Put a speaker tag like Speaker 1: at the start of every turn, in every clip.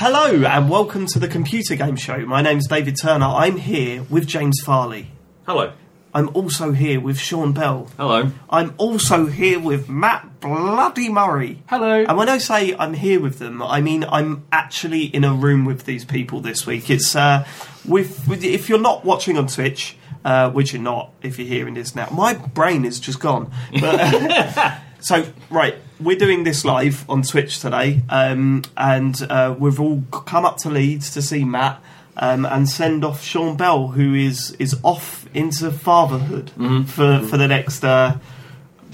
Speaker 1: Hello and welcome to the Computer Game Show. My name's David Turner. I'm here with James Farley.
Speaker 2: Hello.
Speaker 1: I'm also here with Sean Bell.
Speaker 2: Hello.
Speaker 1: I'm also here with Matt Bloody Murray.
Speaker 2: Hello.
Speaker 1: And when I say I'm here with them, I mean I'm actually in a room with these people this week. It's uh, with, with if you're not watching on Twitch, uh, which you're not if you're hearing this now. My brain is just gone. But, so right, we're doing this live on Twitch today, um, and uh, we've all c- come up to Leeds to see Matt. Um, and send off Sean Bell, who is is off into fatherhood
Speaker 3: Mm-hmm.
Speaker 1: for for the next uh,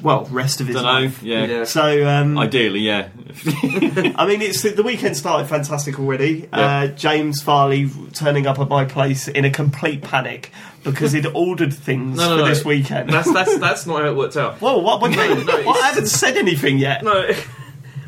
Speaker 1: well rest of his
Speaker 2: Dunno.
Speaker 1: life.
Speaker 2: Yeah.
Speaker 3: Yeah.
Speaker 1: So um,
Speaker 2: Ideally, yeah.
Speaker 1: I mean, it's the weekend started fantastic already. Uh, James Farley turning up at my place in a complete panic because he'd ordered things
Speaker 3: No, no,
Speaker 1: for
Speaker 3: no.
Speaker 1: this weekend.
Speaker 3: That's that's that's not how it worked out.
Speaker 1: Whoa, what? what, what I haven't said anything yet.
Speaker 3: No.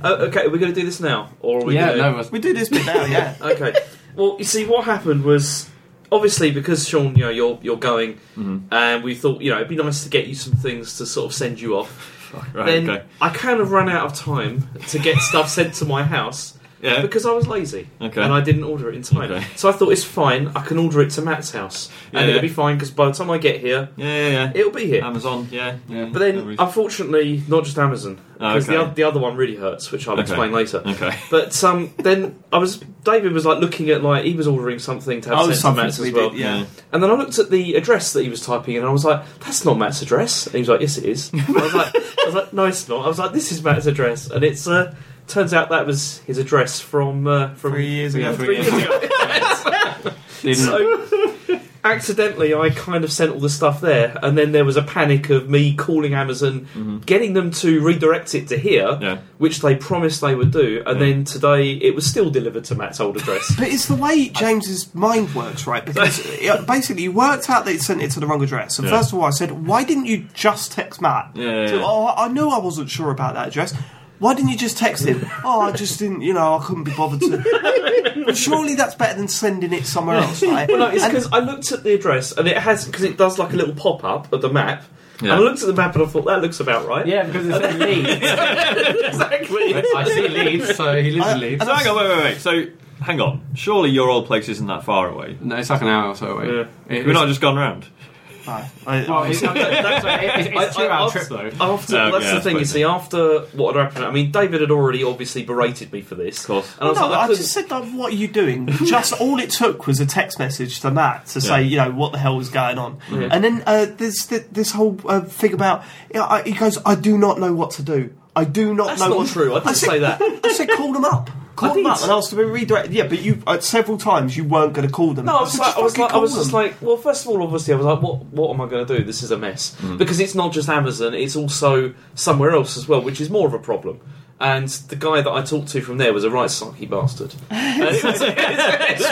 Speaker 3: Oh, okay, we're going to do this now, or are we?
Speaker 4: yeah,
Speaker 3: gonna...
Speaker 4: no, it's-
Speaker 1: We do this bit now, yeah.
Speaker 3: Okay. Well, you see, what happened was obviously because Sean, you know, you're you're going,
Speaker 2: Mm-hmm.
Speaker 3: and we thought, you know, it'd be nice to get you some things to sort of send you off.
Speaker 2: Right,
Speaker 3: then
Speaker 2: okay.
Speaker 3: I kind of ran out of time to get stuff sent to my house
Speaker 2: Yeah.
Speaker 3: because I was lazy
Speaker 2: Okay.
Speaker 3: and I didn't order it in time.
Speaker 2: Okay.
Speaker 3: So I thought it's fine. I can order it to Matt's house, and
Speaker 2: Yeah. Um,
Speaker 3: it'll be fine because by the time I get here,
Speaker 2: yeah, yeah, yeah.
Speaker 3: it'll be here.
Speaker 2: Amazon, yeah. yeah.
Speaker 3: But
Speaker 2: No
Speaker 3: then,
Speaker 2: worries.
Speaker 3: unfortunately, not just Amazon,
Speaker 2: Oh,
Speaker 3: because
Speaker 2: okay.
Speaker 3: the, oth- the other one really hurts, which I'll
Speaker 2: Okay.
Speaker 3: explain later.
Speaker 2: okay.
Speaker 3: But um, then I was David was like looking at like he was ordering something to have
Speaker 1: Oh,
Speaker 3: sent to
Speaker 1: something
Speaker 3: Matt's
Speaker 1: we
Speaker 3: as well,
Speaker 1: did, yeah.
Speaker 3: and then I looked at the address that he was typing in, and I was like, "That's not Matt's address." And he was like, "Yes, it is." I was like, "I was like, no, it's not." I was like, "This is Matt's address," and it's uh, turns out that was his address from uh, from
Speaker 1: Three years ago.
Speaker 3: three years ago.
Speaker 4: didn't-
Speaker 3: So, accidentally, I kind of sent all the stuff there, and then there was a panic of me calling Amazon, getting them to redirect it to here,
Speaker 2: Mm-hmm. Yeah.
Speaker 3: which they promised they would do, and then today it was still delivered to Matt's old address.
Speaker 1: But it's the way James's mind works, right? Because yeah, basically, you worked out that he sent it to the wrong address. And
Speaker 2: Yeah.
Speaker 1: first of all, I said, why didn't you just text Matt?
Speaker 2: Yeah,
Speaker 1: So,
Speaker 2: yeah.
Speaker 1: oh, I knew I wasn't sure about that address. Why didn't you just text him? oh, I just didn't, you know, I couldn't be bothered to. But surely that's better than sending it somewhere else, right?
Speaker 3: well, no, it's
Speaker 1: And-
Speaker 3: because I looked at the address, and it has because it does like a little pop up of the map. And
Speaker 2: Yeah.
Speaker 3: I looked at the map and I thought that looks about right.
Speaker 4: yeah, because it's in Leeds.
Speaker 3: exactly.
Speaker 4: I see Leeds, so he lives in Leeds.
Speaker 2: So hang on, wait, wait, wait. So, hang on. Surely your old place isn't that far away.
Speaker 4: No, it's like an hour or so away.
Speaker 3: Yeah.
Speaker 4: It-
Speaker 2: We've
Speaker 4: it's-
Speaker 2: not just gone round.
Speaker 1: Right, I-
Speaker 4: well,
Speaker 1: I-
Speaker 4: it's, it's,
Speaker 3: I- I-
Speaker 4: it's two hour
Speaker 3: after-
Speaker 4: trip though.
Speaker 3: After that's
Speaker 2: Oh, yeah,
Speaker 3: the
Speaker 2: that's
Speaker 3: thing,
Speaker 2: quite
Speaker 3: you see, after what had happened, I mean, David had already obviously berated me for this, of
Speaker 2: course.
Speaker 3: And I was
Speaker 1: no,
Speaker 3: like, I,
Speaker 1: I
Speaker 3: couldn't-
Speaker 1: just said, like, what are you doing? Just all it took was a text message to Matt to say, you know, what the hell was going on. And then uh, there's th- this whole uh, thing about, you know, I, he goes, I do not know what to do. I do not
Speaker 3: that's
Speaker 1: know
Speaker 3: not
Speaker 1: what
Speaker 3: true. I didn't
Speaker 1: said,
Speaker 3: say that.
Speaker 1: I said, call them up. Call
Speaker 3: I
Speaker 1: them
Speaker 3: did.
Speaker 1: up and asked them to be redirected. Yeah, but you uh, several times you weren't going to call them.
Speaker 3: No, I was,
Speaker 1: said,
Speaker 3: like,
Speaker 1: "Just
Speaker 3: I was
Speaker 1: fucking
Speaker 3: like, I
Speaker 1: call
Speaker 3: was just
Speaker 1: them."
Speaker 3: like, well, first of all, obviously, I was like, what, what am I going to do? This is a mess because it's not just Amazon; it's also somewhere else as well, which is more of a problem. And the guy that I talked to from there was a right sucky bastard. And it was-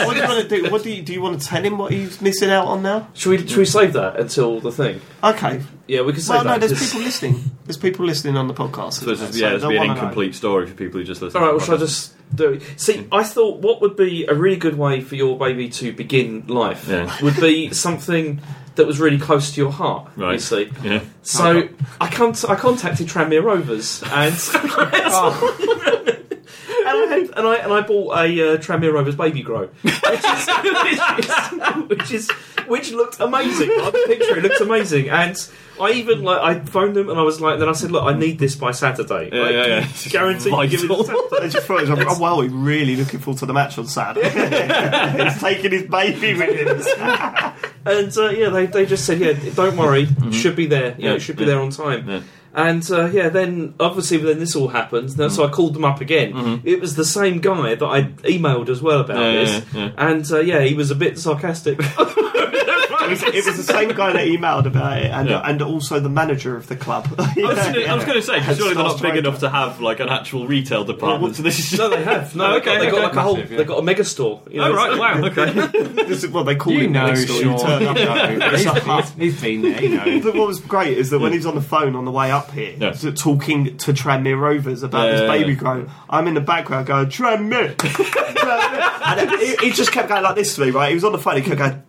Speaker 1: what do you want to do? What do you, do you want to tell him what he's missing out on now?
Speaker 3: should we should we save that until the thing?
Speaker 1: Okay.
Speaker 3: Yeah, we can save
Speaker 1: Well, no,
Speaker 3: that.
Speaker 1: there's
Speaker 3: 'cause-
Speaker 1: people listening. There's people listening on the podcast.
Speaker 2: So, it's just,
Speaker 1: isn't
Speaker 2: yeah,
Speaker 1: there?
Speaker 2: it's
Speaker 1: So
Speaker 2: be an
Speaker 1: they'll wanna know.
Speaker 2: incomplete story for people who just listen.
Speaker 3: All right,
Speaker 2: to
Speaker 3: well,
Speaker 2: the
Speaker 3: shall I
Speaker 2: podcast.
Speaker 3: just do it? See, I thought what would be a really good way for your baby to begin life
Speaker 2: Yeah.
Speaker 3: would be something that was really close to your heart. You
Speaker 2: Right.
Speaker 3: see.
Speaker 2: Yeah.
Speaker 3: So I con- I contacted Tranmere Rovers and Oh. and, I had, and I and I bought a uh, Tranmere Rovers baby grow, which is, which is which is which looked amazing. Like the picture, it looked amazing, and I even like I phoned them and I was like, then I said, look, I need this by Saturday.
Speaker 2: Yeah,
Speaker 3: like,
Speaker 2: yeah, yeah.
Speaker 3: Guarantee you give it to
Speaker 2: Vital.
Speaker 3: Saturday.
Speaker 1: I just thought it was, oh, wow, he's really looking forward to the match on Saturday. he's taking his baby with him.
Speaker 3: And uh, yeah, they, they just said, yeah, don't worry, it should be there. Yeah,
Speaker 2: Mm-hmm. Yeah,
Speaker 3: it should be
Speaker 2: yeah.
Speaker 3: there on time.
Speaker 2: Yeah.
Speaker 3: And uh, yeah, then obviously then this all happened. and
Speaker 2: Mm-hmm.
Speaker 3: So I called them up again. It was the same guy that I emailed as well about
Speaker 2: Yeah, yeah,
Speaker 3: this.
Speaker 2: yeah, yeah.
Speaker 3: And uh, yeah, he was a bit sarcastic.
Speaker 1: It was, it was the same guy that emailed about it, and,
Speaker 2: Yeah. Oh,
Speaker 1: and also the manager of the club.
Speaker 2: I was gonna- I was going to say, 'cause surely they're not
Speaker 1: Starts
Speaker 2: big
Speaker 1: right
Speaker 2: enough to have like an actual retail department. So this is just.
Speaker 3: no, they have. No,
Speaker 2: Okay,
Speaker 3: they got, they got
Speaker 2: okay.
Speaker 3: like a whole.
Speaker 4: Massive, yeah.
Speaker 3: They got a mega store. You know,
Speaker 2: Oh, right,
Speaker 3: so-
Speaker 2: wow, okay.
Speaker 1: this is what they call
Speaker 4: You
Speaker 1: him
Speaker 4: know,
Speaker 1: next door. You
Speaker 4: Sean.
Speaker 1: turn up.
Speaker 4: you know.
Speaker 1: It's a hut.
Speaker 4: He's- he's been there, you know.
Speaker 1: But what was great is that when he was on the phone on the way up here,
Speaker 2: Yeah.
Speaker 1: so- talking to Tranmere Rovers about
Speaker 2: Yeah,
Speaker 1: this
Speaker 2: yeah,
Speaker 1: baby
Speaker 2: yeah.
Speaker 1: grow, I'm in the background going, Tranmere! Tranmere." and he, he just kept going like this to me, right? He was on the phone, he kept going,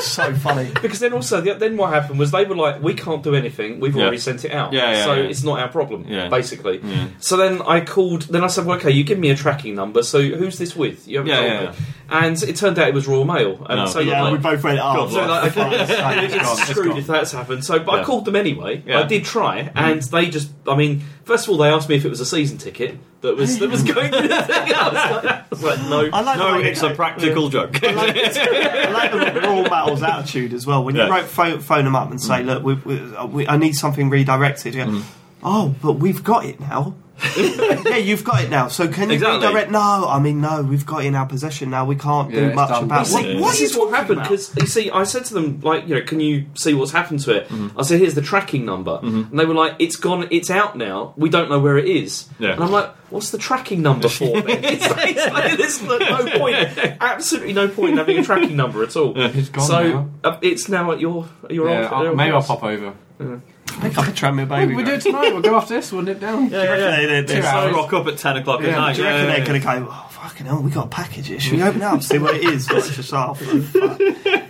Speaker 1: so funny.
Speaker 3: Because then also the- then what happened was they were like, we can't do anything. We've
Speaker 2: Yeah.
Speaker 3: already sent it out,
Speaker 2: Yeah, yeah,
Speaker 3: so
Speaker 2: yeah.
Speaker 3: it's not our problem.
Speaker 2: Yeah.
Speaker 3: Basically.
Speaker 2: Yeah.
Speaker 3: So then I called. Then I said, well, okay, you give me a tracking number. So who's this with? You haven't
Speaker 2: Yeah,
Speaker 3: told
Speaker 2: yeah,
Speaker 3: me.
Speaker 2: yeah.
Speaker 3: And it turned out it was Royal Mail. And
Speaker 2: No.
Speaker 3: so
Speaker 1: Yeah,
Speaker 3: like,
Speaker 1: we both went. Oh,
Speaker 2: God,
Speaker 1: for
Speaker 3: like,
Speaker 1: fuck's sake,
Speaker 3: it's
Speaker 1: God.
Speaker 2: it's
Speaker 3: screwed
Speaker 2: gone.
Speaker 3: if that's happened. So, but I
Speaker 2: Yeah.
Speaker 3: called them anyway.
Speaker 2: Yeah.
Speaker 3: I did try, and they just. I mean, first of all, they asked me if it was a season ticket that was that was going to the thing. I was like, I was like, no.
Speaker 1: I like the
Speaker 2: No,
Speaker 1: way-
Speaker 2: it's a practical joke.
Speaker 1: I like, I like the Royal Matters attitude as well. When you
Speaker 2: Yeah.
Speaker 1: wrote, phone, phone them up and say, "Look, we, we, uh, we, I need something redirected," you go, "Oh, but we've got it now." yeah, you've got it now. So can you
Speaker 2: Exactly.
Speaker 1: redirect? No, I mean no. We've got it in our possession now. We can't
Speaker 4: Yeah,
Speaker 1: do
Speaker 4: it's
Speaker 1: much
Speaker 4: done.
Speaker 1: about
Speaker 4: It's-
Speaker 1: what.
Speaker 3: See,
Speaker 1: what
Speaker 3: this
Speaker 1: are you
Speaker 3: is what
Speaker 1: talking
Speaker 3: happened
Speaker 1: about?
Speaker 3: because you see, I said to them like, you know, can you see what's happened to it? I said, here's the tracking number, and they were like, it's gone, it's out now. We don't know where it is.
Speaker 2: Yeah.
Speaker 3: And I'm like, what's the tracking number for? then?" it's like, it's like, there's no point, absolutely no point in having a tracking number at all.
Speaker 4: It's gone now.
Speaker 3: So uh, it's now at your at your
Speaker 4: Yeah,
Speaker 3: old.
Speaker 4: I'll-
Speaker 3: your
Speaker 4: maybe I'll
Speaker 3: old-
Speaker 4: pop over.
Speaker 1: Pick up a Tramir baby.
Speaker 4: We'll, do it tonight. We'll go after this. We'll nip down.
Speaker 1: Do you reckon they- they- they-
Speaker 4: Two
Speaker 2: I
Speaker 4: hours.
Speaker 2: rock up at 10 o'clock
Speaker 4: Yeah.
Speaker 2: at night.
Speaker 1: do you reckon they're going to go, oh, fucking hell, we got a package here. Should we open it up, see what it is? It's just, oh, fuck.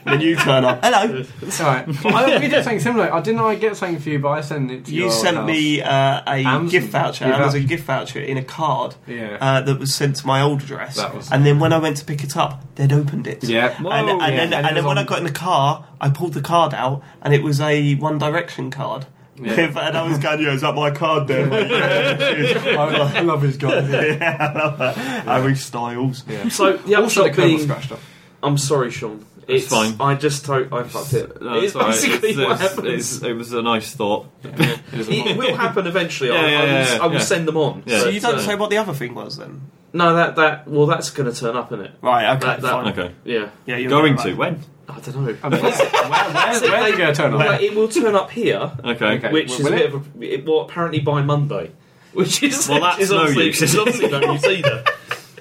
Speaker 1: Then you turn up. Hello.
Speaker 4: It's alright. I, we did something similar. I didn't I get something for you, but I sent it to
Speaker 1: You
Speaker 4: your
Speaker 1: sent
Speaker 4: house.
Speaker 1: me uh, a
Speaker 4: Amazon
Speaker 1: gift voucher,
Speaker 4: gift
Speaker 1: Amazon
Speaker 4: voucher.
Speaker 1: gift voucher in a card
Speaker 4: Yeah.
Speaker 1: uh, that was sent to my old address.
Speaker 4: That was-
Speaker 1: and then when I went to pick it up, they'd opened it.
Speaker 4: Yeah.
Speaker 1: And, and
Speaker 4: Yeah,
Speaker 1: then,
Speaker 4: and
Speaker 1: and then
Speaker 4: it was
Speaker 1: when I
Speaker 4: on-
Speaker 1: got in the car, I pulled the card out, and it was a One Direction card.
Speaker 4: Yeah.
Speaker 1: and I was going, yeah, is that my card then? Like, yeah.
Speaker 4: I, I love his guy. Yeah.
Speaker 1: I love that. Harry Styles.
Speaker 3: So the
Speaker 4: Also, the
Speaker 3: upshot
Speaker 4: kernel
Speaker 3: being,
Speaker 4: scratched up.
Speaker 3: I'm sorry, Sean. It's
Speaker 2: fine.
Speaker 3: I just to- I fucked it.
Speaker 2: No,
Speaker 3: it's
Speaker 2: it's all right.
Speaker 3: basically
Speaker 2: It's-
Speaker 3: what
Speaker 2: it's-
Speaker 3: happens.
Speaker 2: it's- It was a nice thought.
Speaker 4: It is a
Speaker 3: it will happen eventually.
Speaker 2: Yeah,
Speaker 3: I, I
Speaker 2: yeah,
Speaker 3: will,
Speaker 2: yeah,
Speaker 3: I will
Speaker 2: yeah.
Speaker 3: send them on.
Speaker 2: Yeah.
Speaker 1: So
Speaker 3: But,
Speaker 1: you don't
Speaker 3: uh,
Speaker 1: say what the other thing was then?
Speaker 3: No, that that well, that's going to turn up in it.
Speaker 1: Right, okay,
Speaker 3: That- that-
Speaker 1: fine.
Speaker 2: Okay.
Speaker 3: Yeah,
Speaker 1: Yeah, you're
Speaker 2: Going
Speaker 1: right.
Speaker 2: to? When?
Speaker 3: I don't know.
Speaker 4: I mean, where, where's, where's it going to turn
Speaker 3: Like,
Speaker 4: up?
Speaker 3: it will turn up here,
Speaker 2: Okay.
Speaker 4: Okay.
Speaker 3: which is
Speaker 4: Will
Speaker 3: a
Speaker 4: it?
Speaker 3: bit of a, it, well, apparently by Monday, which is
Speaker 2: Well, that's
Speaker 3: which is
Speaker 2: no
Speaker 3: obviously,
Speaker 2: use.
Speaker 3: It's obviously no use either.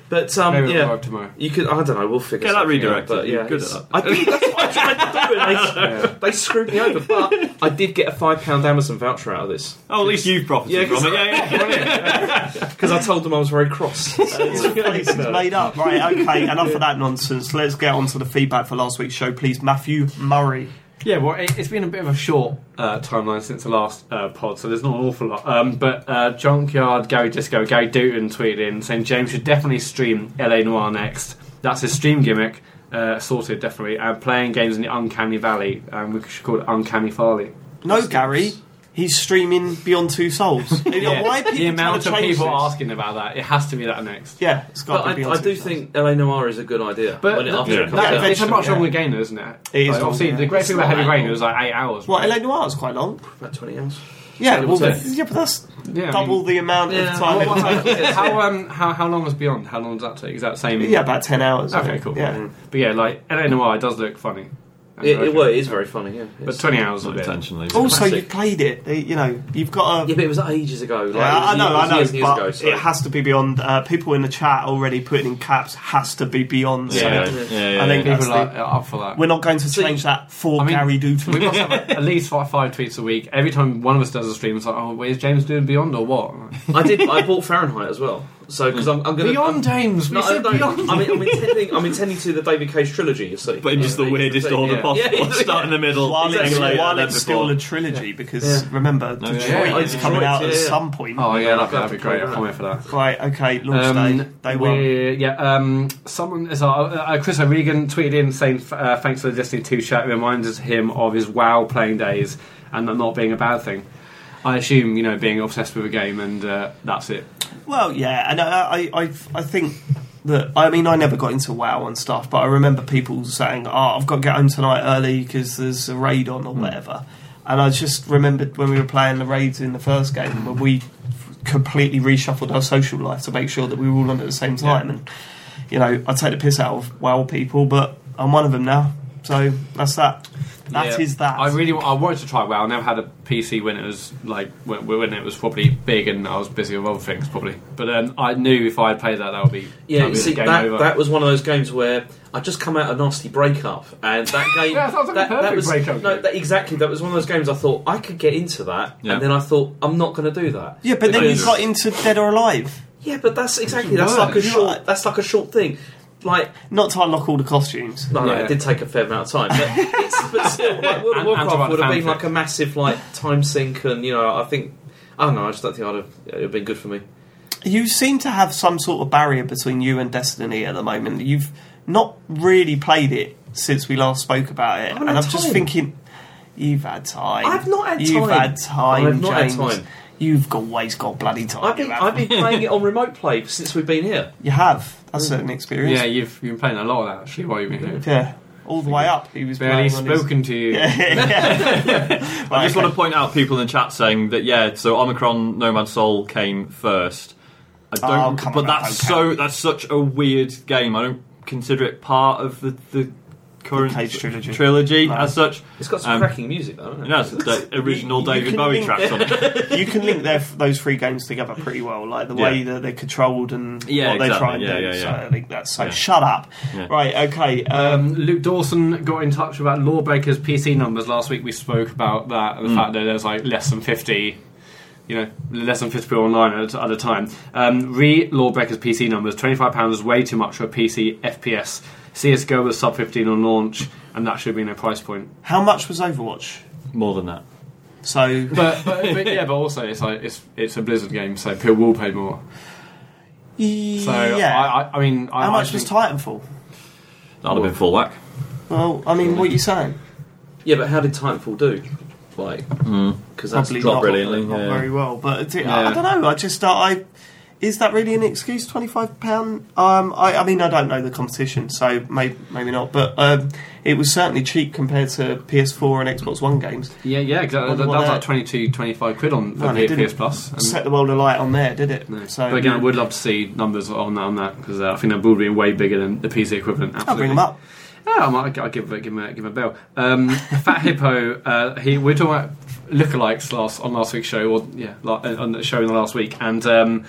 Speaker 3: But um,
Speaker 4: Maybe it'll
Speaker 3: yeah,
Speaker 4: arrive tomorrow.
Speaker 3: you could. I don't know. We'll figure.
Speaker 2: Get that
Speaker 3: something
Speaker 2: redirected.
Speaker 3: Out, but yeah,
Speaker 2: You're good
Speaker 3: it's-
Speaker 2: at
Speaker 3: I think that's what I tried to do, and
Speaker 4: Yeah.
Speaker 3: they, they screwed me over. But I did get a five pound Amazon voucher out of this
Speaker 2: Oh, at least you've
Speaker 3: Yeah,
Speaker 2: profited
Speaker 3: 'cause-
Speaker 2: from it. Yeah, yeah.
Speaker 3: because I told them I was very cross.
Speaker 1: It's made up, right? Okay, enough of that nonsense. Let's get on to the feedback for last week's show, please. Matthew Murray.
Speaker 4: Yeah, well, it, it's been a bit of a short uh, timeline since the last uh, pod, so there's not an awful lot. Um, but uh, Junkyard, Gary Disco, Gary Dooton tweeted in saying James should definitely stream LA Noir next. That's his stream gimmick, uh, sorted definitely. And playing games in the Uncanny Valley, um, and we should call it Uncanny Farley.
Speaker 1: No, Gary, he's streaming Beyond Two Souls. You know, Why are people
Speaker 4: the amount
Speaker 1: trying
Speaker 4: of
Speaker 1: to change
Speaker 4: people
Speaker 1: this?
Speaker 4: asking about that, it has to be that next.
Speaker 1: Yeah, it's got
Speaker 3: But
Speaker 1: to be
Speaker 3: I,
Speaker 1: Beyond
Speaker 3: I
Speaker 1: Two
Speaker 3: do
Speaker 1: Souls.
Speaker 3: think LA Noir is a good idea.
Speaker 4: But
Speaker 3: when it, after
Speaker 2: yeah.
Speaker 3: it comes
Speaker 4: that,
Speaker 3: out.
Speaker 4: it's a
Speaker 1: eventually,
Speaker 4: much
Speaker 1: yeah.
Speaker 4: longer game, though, isn't it?
Speaker 1: It is
Speaker 4: Like,
Speaker 1: long,
Speaker 4: obviously,
Speaker 1: yeah.
Speaker 4: the great
Speaker 3: It's
Speaker 4: thing about
Speaker 3: not
Speaker 4: Heavy
Speaker 3: that
Speaker 4: Rain
Speaker 3: long.
Speaker 4: it was like eight hours.
Speaker 1: Well,
Speaker 4: right?
Speaker 1: L.A. Noir is quite long.
Speaker 3: about twenty hours.
Speaker 1: Yeah,
Speaker 3: Yeah,
Speaker 1: well,
Speaker 3: it was.
Speaker 1: yeah, but that's
Speaker 4: Yeah, I mean-
Speaker 1: double the amount
Speaker 3: Yeah.
Speaker 1: of time.
Speaker 3: Well,
Speaker 1: it-
Speaker 4: how um how how long was Beyond? How long does that take? Is that same?
Speaker 1: yeah, about ten hours. I
Speaker 4: Okay,
Speaker 1: think.
Speaker 4: cool.
Speaker 1: Yeah.
Speaker 4: But yeah, like LA Noir it does look funny. And
Speaker 3: Mm. It,
Speaker 4: okay.
Speaker 3: it, well, it is very funny. Yeah,
Speaker 4: But
Speaker 3: It's-
Speaker 4: twenty hours a
Speaker 2: Not
Speaker 4: bit.
Speaker 2: intentionally. is it?
Speaker 1: Also, you
Speaker 3: classic.
Speaker 1: played it. You know, you've got to.
Speaker 3: Yeah, but it was ages ago. Like,
Speaker 1: Yeah, I
Speaker 3: it was
Speaker 1: know,
Speaker 3: years,
Speaker 1: I know,
Speaker 3: years and years
Speaker 1: but
Speaker 3: ago, so.
Speaker 1: it has to be beyond. Uh, people in the chat already putting in caps has to be beyond. so
Speaker 2: Yeah,
Speaker 3: Yeah.
Speaker 2: yeah, yeah, yeah.
Speaker 1: I think-
Speaker 4: People
Speaker 1: That's
Speaker 4: are are up for that.
Speaker 1: we're not going to
Speaker 3: So-
Speaker 1: change that for
Speaker 4: I mean-
Speaker 1: Gary Doodle.
Speaker 4: we must have at least five, five tweets a week. Every time one of us does a stream, it's like, oh, wait, is James doing Beyond or what? I'm like,
Speaker 3: I did. I bought Fahrenheit as well. So because I'm, I'm going
Speaker 4: Beyond, James. We
Speaker 3: No, I
Speaker 4: said
Speaker 3: don't.
Speaker 4: Beyond.
Speaker 3: I mean, I'm intending. I'm intending to the David Cage trilogy. You see,
Speaker 2: But in just the
Speaker 3: Yeah.
Speaker 2: weirdest
Speaker 3: Yeah.
Speaker 2: order
Speaker 4: yeah.
Speaker 2: possible.
Speaker 3: Yeah.
Speaker 2: Start in the middle.
Speaker 1: While it's,
Speaker 2: then
Speaker 3: Exactly.
Speaker 2: later,
Speaker 1: while
Speaker 2: then
Speaker 1: it's still
Speaker 2: before.
Speaker 1: a trilogy, because remember
Speaker 2: No,
Speaker 1: Detroit
Speaker 4: yeah.
Speaker 1: is
Speaker 3: Yeah.
Speaker 1: coming out at
Speaker 3: Detroit, yeah.
Speaker 1: some point.
Speaker 4: oh Um, yeah, that'd,
Speaker 3: Yeah.
Speaker 4: that'd be great. I'll comment for that.
Speaker 1: Right, okay, launch day. They won.
Speaker 4: we're- Yeah, um, someone is uh, uh, Chris O'Regan tweeted in saying uh, thanks for the Destiny 2 chat. It reminds him of his WoW playing days and that not being a bad thing. I assume you know being obsessed with a game and uh, that's it.
Speaker 1: Well, yeah, and I, I, I, I think that I mean I never got into WoW and stuff, but I remember people saying, "Oh, I've got to get home tonight early because there's a raid on or
Speaker 4: Hmm.
Speaker 1: whatever." And I just remembered when we were playing the raids in the first game, where we completely reshuffled our social life to make sure that we were all on at the same time. And you know, I take the piss out of WoW people, but I'm one of them now, so that's that. That is
Speaker 4: Yeah.
Speaker 1: that.
Speaker 4: I really I wanted to try WoW. I never had a PC when it was like when, when it was probably big and I was busy with other things probably. But um, I knew if I had played that, that would be
Speaker 3: Yeah,
Speaker 4: that'd
Speaker 3: you
Speaker 4: be
Speaker 3: see,
Speaker 4: game over.
Speaker 3: that, that was one of those games where I just come out of a nasty breakup, and that game
Speaker 4: Yeah, that sounds like a perfect
Speaker 3: was
Speaker 4: breakup
Speaker 3: no,
Speaker 4: game.
Speaker 3: that, exactly. That was one of those games I thought I could get into that,
Speaker 2: Yeah.
Speaker 3: and then I thought I'm not going to do that.
Speaker 1: yeah, but then you
Speaker 2: Because-
Speaker 1: got into Dead or Alive.
Speaker 3: Yeah, but that's exactly that's like
Speaker 4: work.
Speaker 3: a
Speaker 1: You know,
Speaker 3: short
Speaker 1: like-
Speaker 3: that's like a short thing. like
Speaker 1: Not to unlock all the costumes.
Speaker 3: no, no,
Speaker 4: Yeah.
Speaker 3: it did take a fair amount of time, but, it's, but still, like, World of
Speaker 4: And- and to
Speaker 3: Warcraft
Speaker 4: write
Speaker 3: would have been
Speaker 4: fanfic.
Speaker 3: like a massive like time sink, and you know, I think I don't know, I just don't think I'd have it would have been good for me.
Speaker 1: You seem to have some sort of barrier between you and Destiny at the moment. You've not really played it since we last spoke about it,
Speaker 3: haven't
Speaker 1: and I'm
Speaker 3: had
Speaker 1: just
Speaker 3: time.
Speaker 1: thinking, you've had time.
Speaker 3: I've not had
Speaker 1: You've
Speaker 3: time.
Speaker 1: had time.
Speaker 3: I've not had
Speaker 1: James.
Speaker 3: time.
Speaker 1: You've always got bloody time.
Speaker 3: I've been
Speaker 1: you, haven't
Speaker 3: I've been playing it on remote play since we've been here.
Speaker 1: you have. That's an experience.
Speaker 4: Yeah, you've been playing a lot of that actually while you've been here.
Speaker 1: Yeah. All the way up, he was
Speaker 4: Barely
Speaker 1: playing on his-
Speaker 4: spoken to you.
Speaker 2: I just want to point out people in the chat saying that yeah, so Omicron Nomad Soul came first. I
Speaker 1: Oh,
Speaker 2: don't,
Speaker 1: come
Speaker 2: but
Speaker 1: on,
Speaker 2: that's
Speaker 1: okay.
Speaker 2: so that's such a weird game. I don't consider it part of the the current
Speaker 1: The Cage trilogy.
Speaker 2: trilogy
Speaker 1: No.
Speaker 2: as such.
Speaker 3: It's got some
Speaker 2: Um,
Speaker 3: cracking music though, hasn't it?
Speaker 2: You know, it's the original
Speaker 1: You- you
Speaker 2: David
Speaker 1: can
Speaker 2: Bowie
Speaker 1: link-
Speaker 2: tracks on it.
Speaker 1: you can link their, those three games together pretty well, like the way that they're controlled and
Speaker 2: Yeah,
Speaker 1: what they
Speaker 2: exactly.
Speaker 1: try and
Speaker 2: Yeah,
Speaker 1: do.
Speaker 2: yeah, yeah.
Speaker 1: So I think that's so.
Speaker 2: Yeah.
Speaker 1: Shut up.
Speaker 2: Yeah.
Speaker 1: Right. Okay. Um,
Speaker 4: Um, Luke Dawson got in touch about Lawbreaker's PC numbers last week. We spoke about that and the fact that there's like less than fifty, you know, less than fifty people online at, at a time. Um, re Lawbreaker's PC numbers: twenty five pounds is way too much for a PC FPS. CS:GO was sub fifteen on launch, and that should have been a price point.
Speaker 1: how much was Overwatch?
Speaker 2: More than that.
Speaker 1: So
Speaker 4: But, but, but yeah, but also it's like it's it's a Blizzard game, so people will pay more. So
Speaker 1: yeah.
Speaker 4: I, I, I mean, I,
Speaker 1: how
Speaker 4: I
Speaker 1: much was
Speaker 4: think-
Speaker 1: Titanfall?
Speaker 2: That'd have been full whack.
Speaker 1: Well, I mean, what are you saying?
Speaker 3: Yeah, but how did Titanfall do? Like, because that's
Speaker 1: Probably
Speaker 2: not
Speaker 1: not,
Speaker 2: brilliantly,
Speaker 1: not
Speaker 2: yeah.
Speaker 1: very well. But it- I,
Speaker 4: Yeah.
Speaker 1: I don't know. I just uh, I is that really an excuse? Twenty five pound. Um, I, I mean, I don't know the competition, so maybe maybe not. But um, it was certainly cheap compared to PS4 and Xbox One games.
Speaker 4: Yeah, yeah, exactly.
Speaker 1: What-
Speaker 4: That, that
Speaker 1: what
Speaker 4: was
Speaker 1: that-
Speaker 4: like 22, 25 quid on for
Speaker 1: No, they didn't.
Speaker 4: PS Plus. and-
Speaker 1: Set the world alight on there, did it?
Speaker 4: No.
Speaker 1: So
Speaker 4: Um, but again, I would love to see numbers on on that because uh, I think that would be way bigger than the PC equivalent. Absolutely.
Speaker 1: I'll bring them up.
Speaker 4: Yeah, I might. I'll give, give him a, give him a bell. Um, Fat Hippo. Uh, he we're talking about lookalikes last on last week's show, or yeah, la- uh, on the show in the last week, and um,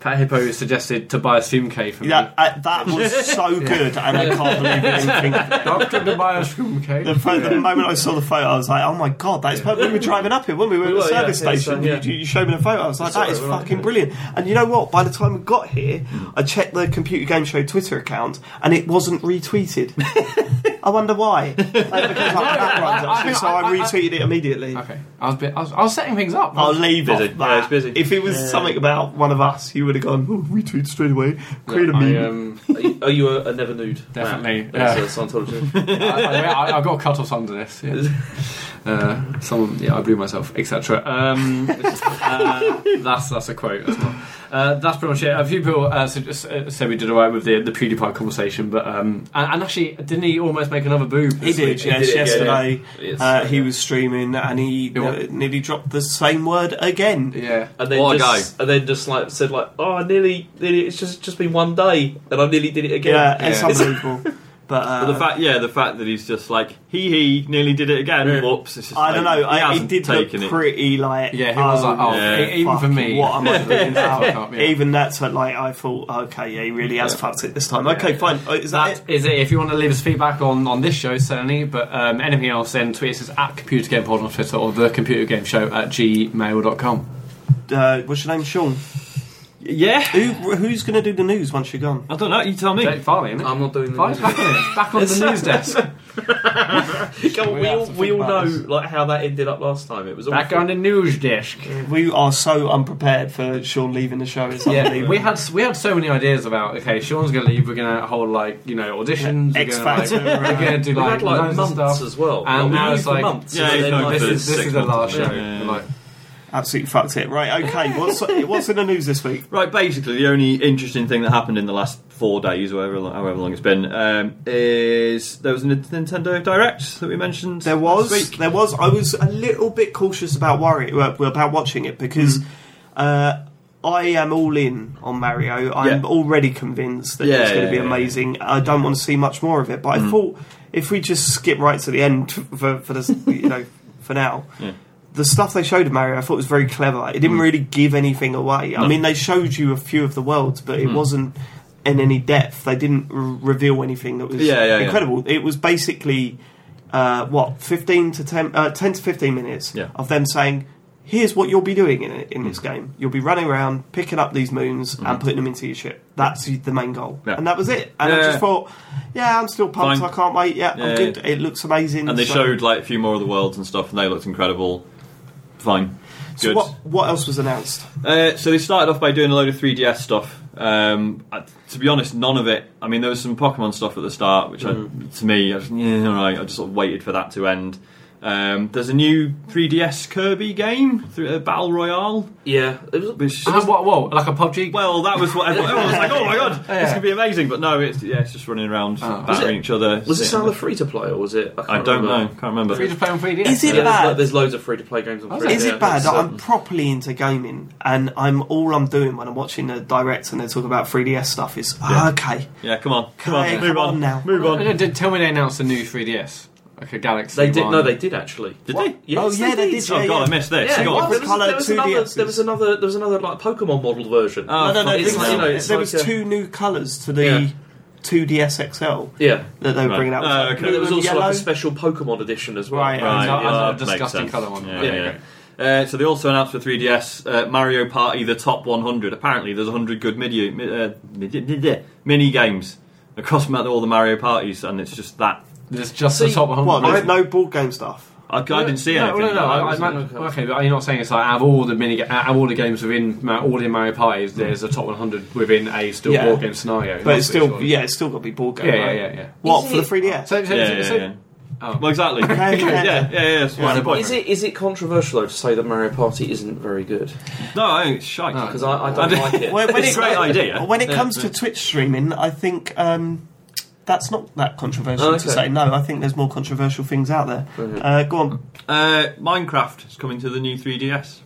Speaker 4: Fat Hippo suggested Tobias Fumke for
Speaker 1: Yeah, uh, that was so good, and I can't believe I didn't think.
Speaker 4: me. Doctor Tobias
Speaker 1: The,
Speaker 4: Fumke.
Speaker 1: pho- the moment I saw the photo, I was like, "Oh my god, that's perfect." We were driving up here, weren't we? We were
Speaker 3: We
Speaker 1: at the
Speaker 3: were, yeah,
Speaker 1: service
Speaker 3: yeah, so,
Speaker 1: station.
Speaker 3: yeah.
Speaker 1: you, you showed me the photo. I was like,
Speaker 3: saw
Speaker 1: "That
Speaker 3: it,
Speaker 1: is
Speaker 3: weren't
Speaker 1: fucking
Speaker 3: we?
Speaker 1: brilliant." And you know what? By the time we got here, I checked the computer game show Twitter account, and it wasn't retweeted. I wonder why. Like, because I'm background, actually, so I retweeted it immediately.
Speaker 4: Okay, I was, a bit, I was I was setting things up.
Speaker 1: I'll leave
Speaker 2: Busy.
Speaker 1: off that.
Speaker 3: Yeah, it's busy.
Speaker 1: If it was something about one of us, you would have gone oh, retweet straight away. Create a meme.
Speaker 4: I, um,
Speaker 3: Are you, are you a, a never nude? man?
Speaker 4: Definitely,
Speaker 3: That's a Scientology.
Speaker 4: I, I, I've got cut off under this. Yeah. Uh, someone, yeah, I blew myself, etc. Um, uh, that's that's a quote. That's not. Uh, that's pretty much it. A few people uh, said, uh, said we did all right with the the PewDiePie conversation, but um, and, and actually, didn't he almost make another boob?
Speaker 1: He
Speaker 4: this
Speaker 1: did,
Speaker 4: week?
Speaker 1: yes,
Speaker 3: did it, yeah,
Speaker 1: yesterday.
Speaker 3: Yes.
Speaker 1: Uh, he was streaming and he
Speaker 4: Yeah.
Speaker 1: uh, nearly dropped the same word again.
Speaker 4: Yeah.
Speaker 3: And then
Speaker 2: What a
Speaker 3: just, And then just like said like, oh, I nearly, nearly, it's just just been one day, and I nearly did it again.
Speaker 1: Yeah, it's
Speaker 4: Yeah.
Speaker 1: unbelievable. But, uh,
Speaker 2: But the fact, yeah, the fact that he's just like he he nearly did it again.
Speaker 3: Yeah.
Speaker 2: Whoops! It's just
Speaker 1: I don't
Speaker 2: like,
Speaker 1: know.
Speaker 2: He
Speaker 1: I, it
Speaker 2: hasn't
Speaker 1: did look
Speaker 2: taken it.
Speaker 1: pretty like. um,
Speaker 4: Yeah, he was like, oh,
Speaker 2: yeah.
Speaker 4: e- even for me,
Speaker 1: What am I doing now?
Speaker 4: Fuck up, yeah.
Speaker 1: Even that's what, like I thought. Okay, yeah, he really has fucked it this time. Okay, fine. Oh, Is that,
Speaker 4: That is it. If you want to leave us feedback on, on this show, certainly, but um, anything else, then tweet us at Computer Game Pod on Twitter or the Computer Game Show at gmail.com.
Speaker 1: it? Uh, what's your name, Sean?
Speaker 2: Yeah,
Speaker 1: Who, who's going to do the news once you're gone?
Speaker 2: I don't know. You tell me.
Speaker 4: Jake Farley, isn't it?
Speaker 3: I'm not doing
Speaker 4: Farley's
Speaker 3: that.
Speaker 4: Um, back on it. Back on the news desk.
Speaker 3: Come on,
Speaker 1: We
Speaker 3: we
Speaker 1: have
Speaker 3: all,
Speaker 1: to
Speaker 3: we
Speaker 1: think
Speaker 3: all
Speaker 1: about
Speaker 3: know
Speaker 1: this.
Speaker 3: like how that ended up last time. It was awful.
Speaker 4: Back on the news desk.
Speaker 2: Mm.
Speaker 1: We are so unprepared for Sean leaving the show. It's
Speaker 4: Yeah,
Speaker 1: unbelievable.
Speaker 4: we had we had so many ideas about. Okay, Sean's gonna leave. We're gonna hold like you know auditions.
Speaker 1: X
Speaker 4: we're gonna, like,
Speaker 1: Factor.
Speaker 4: we're gonna do
Speaker 3: We've
Speaker 4: like,
Speaker 3: had like
Speaker 4: loads of
Speaker 3: months
Speaker 4: stuff.
Speaker 3: as well.
Speaker 4: And
Speaker 3: we
Speaker 4: now
Speaker 3: knew
Speaker 4: it's
Speaker 3: for
Speaker 4: like-
Speaker 3: months,
Speaker 2: Yeah,
Speaker 3: and
Speaker 2: it's
Speaker 3: then,
Speaker 2: like
Speaker 3: like,
Speaker 4: This
Speaker 2: For
Speaker 4: is, this
Speaker 2: six
Speaker 4: is the
Speaker 2: months.
Speaker 4: last show.
Speaker 2: Yeah.
Speaker 4: We're Like,
Speaker 1: Absolutely fucked it. Right. Okay. What's what's in the news this week?
Speaker 2: Right, basically, the only interesting thing that happened in the last four days, or however long, however long it's been, um, is there was a Nintendo Direct that we mentioned.
Speaker 1: There was,
Speaker 2: last week.
Speaker 1: there was. I was a little bit cautious about worry well, about watching it because
Speaker 2: Mm.
Speaker 1: uh, I am all in on Mario. I'm
Speaker 2: Yeah.
Speaker 1: already convinced that
Speaker 2: Yeah,
Speaker 1: it's going to
Speaker 2: yeah,
Speaker 1: be
Speaker 2: yeah, Mm.
Speaker 1: amazing. I don't want to see much more of it, but I thought if we just skip right to the end for, for this, you know, for now.
Speaker 2: Yeah. Mm.
Speaker 1: The stuff they showed of Mario, I thought was very clever. It didn't really give anything away. I
Speaker 2: No. Mm.
Speaker 1: mean, they showed you a few of the worlds, but it wasn't in any depth. They didn't r- reveal anything that was
Speaker 2: Yeah, yeah, yeah.
Speaker 1: incredible. It was basically uh, what 15 to 10, uh, 10 to 15 minutes
Speaker 2: Yeah. Mm.
Speaker 1: of them saying here's what you'll be doing in in this game. You'll be running around picking up these moons and putting them into your ship. That's the main goal,
Speaker 2: Mm-hmm. Yeah.
Speaker 1: and that was it. And I
Speaker 2: Yeah.
Speaker 1: just thought, yeah, I'm still pumped.
Speaker 2: Fine.
Speaker 1: I can't wait. Yeah,
Speaker 2: Yeah.
Speaker 1: I'm good. It looks amazing.
Speaker 2: And they
Speaker 1: So-
Speaker 2: showed like a few more of the worlds and stuff, and they looked incredible. Fine,
Speaker 1: So
Speaker 2: good.
Speaker 1: what what else was announced?
Speaker 2: Uh, so they started off by doing a load of 3DS stuff. Um, I, to be honest, none of it. I mean, there was some Pokemon stuff at the start, which
Speaker 1: Mm.
Speaker 2: I, to me, I was, yeah, all right. I just sort of waited for that to end. Um, there's a new 3DS Kirby game, th- uh, Battle Royale,
Speaker 3: Yeah, it was,
Speaker 2: which
Speaker 1: Ah.
Speaker 4: And what, whoa, like a PUBG?
Speaker 2: well, that was what everyone, everyone was like. Oh my god,
Speaker 4: Yeah.
Speaker 2: this could be amazing! But no, it's yeah, it's just running around
Speaker 1: Ah.
Speaker 4: Oh. Was
Speaker 2: battering each other.
Speaker 3: was this
Speaker 2: sitting-
Speaker 3: on the free to play or was it?
Speaker 2: I
Speaker 3: can't
Speaker 2: don't know.
Speaker 3: remember.
Speaker 2: Can't remember.
Speaker 4: free to play on 3D.
Speaker 1: Is it
Speaker 3: Yeah, there's,
Speaker 1: bad?
Speaker 3: lo- there's loads of free to play games on.
Speaker 4: Is
Speaker 3: free
Speaker 1: Is
Speaker 3: yeah,
Speaker 1: it bad
Speaker 3: it's,
Speaker 1: that
Speaker 3: um,
Speaker 1: I'm properly into gaming and I'm all I'm doing when I'm watching the direct and they talk about 3DS stuff is ah, okay,
Speaker 2: Yeah, come on, come
Speaker 1: Okay,
Speaker 2: on, move
Speaker 1: come
Speaker 2: on,
Speaker 1: on now.
Speaker 2: move on.
Speaker 4: No, did, tell me they announced a new 3DS. Like a Galaxy.
Speaker 3: They did.
Speaker 4: one.
Speaker 3: No, they did actually.
Speaker 2: Did
Speaker 3: What?
Speaker 2: they?
Speaker 3: Yes,
Speaker 1: Oh, yeah, they did.
Speaker 2: Oh
Speaker 1: Yeah,
Speaker 2: god,
Speaker 1: yeah.
Speaker 2: I missed this.
Speaker 3: Yeah,
Speaker 2: Go on.
Speaker 1: what?
Speaker 3: there was,
Speaker 1: Colour
Speaker 3: there was another.
Speaker 1: 2DSs.
Speaker 3: There was another. There was another like Pokemon model version.
Speaker 1: no,
Speaker 2: Oh,
Speaker 1: no, no.
Speaker 2: fuck
Speaker 1: It's,
Speaker 2: it.
Speaker 1: you
Speaker 3: you know,
Speaker 1: know,
Speaker 3: it's
Speaker 1: there
Speaker 3: like
Speaker 2: uh,
Speaker 1: was
Speaker 3: a-
Speaker 1: two new colours to the
Speaker 3: Yeah.
Speaker 1: 2DS XL
Speaker 3: yeah,
Speaker 1: that they were
Speaker 2: Right.
Speaker 1: bringing out.
Speaker 2: Oh,
Speaker 1: Like,
Speaker 2: okay.
Speaker 3: but there was
Speaker 1: blue
Speaker 3: also
Speaker 1: and
Speaker 3: like a
Speaker 1: yellow.
Speaker 3: special Pokemon edition as well.
Speaker 1: Right,
Speaker 2: Right,
Speaker 4: It's not-
Speaker 2: yeah,
Speaker 4: it's not a
Speaker 2: makes
Speaker 4: disgusting
Speaker 2: sense.
Speaker 4: colour one.
Speaker 2: Yeah,
Speaker 4: Okay,
Speaker 2: yeah.
Speaker 4: great.
Speaker 2: Uh, so they also announced for 3DS uh, Mario Party the Top 100. Apparently, there's 100 good midi- mi- uh, midi- midi- mini games across ma- all the Mario parties, and it's just that.
Speaker 4: It's just the
Speaker 3: See,
Speaker 4: top 100.
Speaker 1: What? No, no board game stuff.
Speaker 2: I, I didn't see
Speaker 4: no,
Speaker 2: anything.
Speaker 4: No, no, no.
Speaker 2: I
Speaker 4: I, I,
Speaker 2: was-
Speaker 4: might- okay, but you're not saying it's like out of all the mini, out of all the games within Ma- all the Mario parties, there's a top 100 within a still
Speaker 1: Yeah.
Speaker 4: board game scenario.
Speaker 1: But it's
Speaker 4: That's what
Speaker 1: still, yeah, it's still got to be board game.
Speaker 4: Yeah, yeah,
Speaker 1: right?
Speaker 4: yeah, yeah.
Speaker 1: What
Speaker 3: Is
Speaker 1: for the
Speaker 3: it-
Speaker 1: 3DS?
Speaker 4: So, so,
Speaker 2: yeah,
Speaker 4: so,
Speaker 2: yeah,
Speaker 4: so,
Speaker 2: yeah.
Speaker 4: Oh.
Speaker 2: Well, exactly.
Speaker 1: Okay,
Speaker 2: yeah,
Speaker 1: yeah.
Speaker 2: yeah, yeah. that's
Speaker 4: Yeah,
Speaker 2: my
Speaker 4: but
Speaker 2: point.
Speaker 3: Is it is it controversial though to say that Mario Party isn't very good?
Speaker 2: No, I think it's shite.
Speaker 4: No.
Speaker 3: Because I, I don't like it.
Speaker 1: When- when
Speaker 2: It's a great idea.
Speaker 1: When it
Speaker 3: Yeah.
Speaker 1: comes to Twitch streaming, I think um, that's not that controversial
Speaker 3: Oh, okay.
Speaker 1: to say. No, I think there's more controversial things out there. Uh, go on.
Speaker 2: Uh, Minecraft is coming to the new 3DS,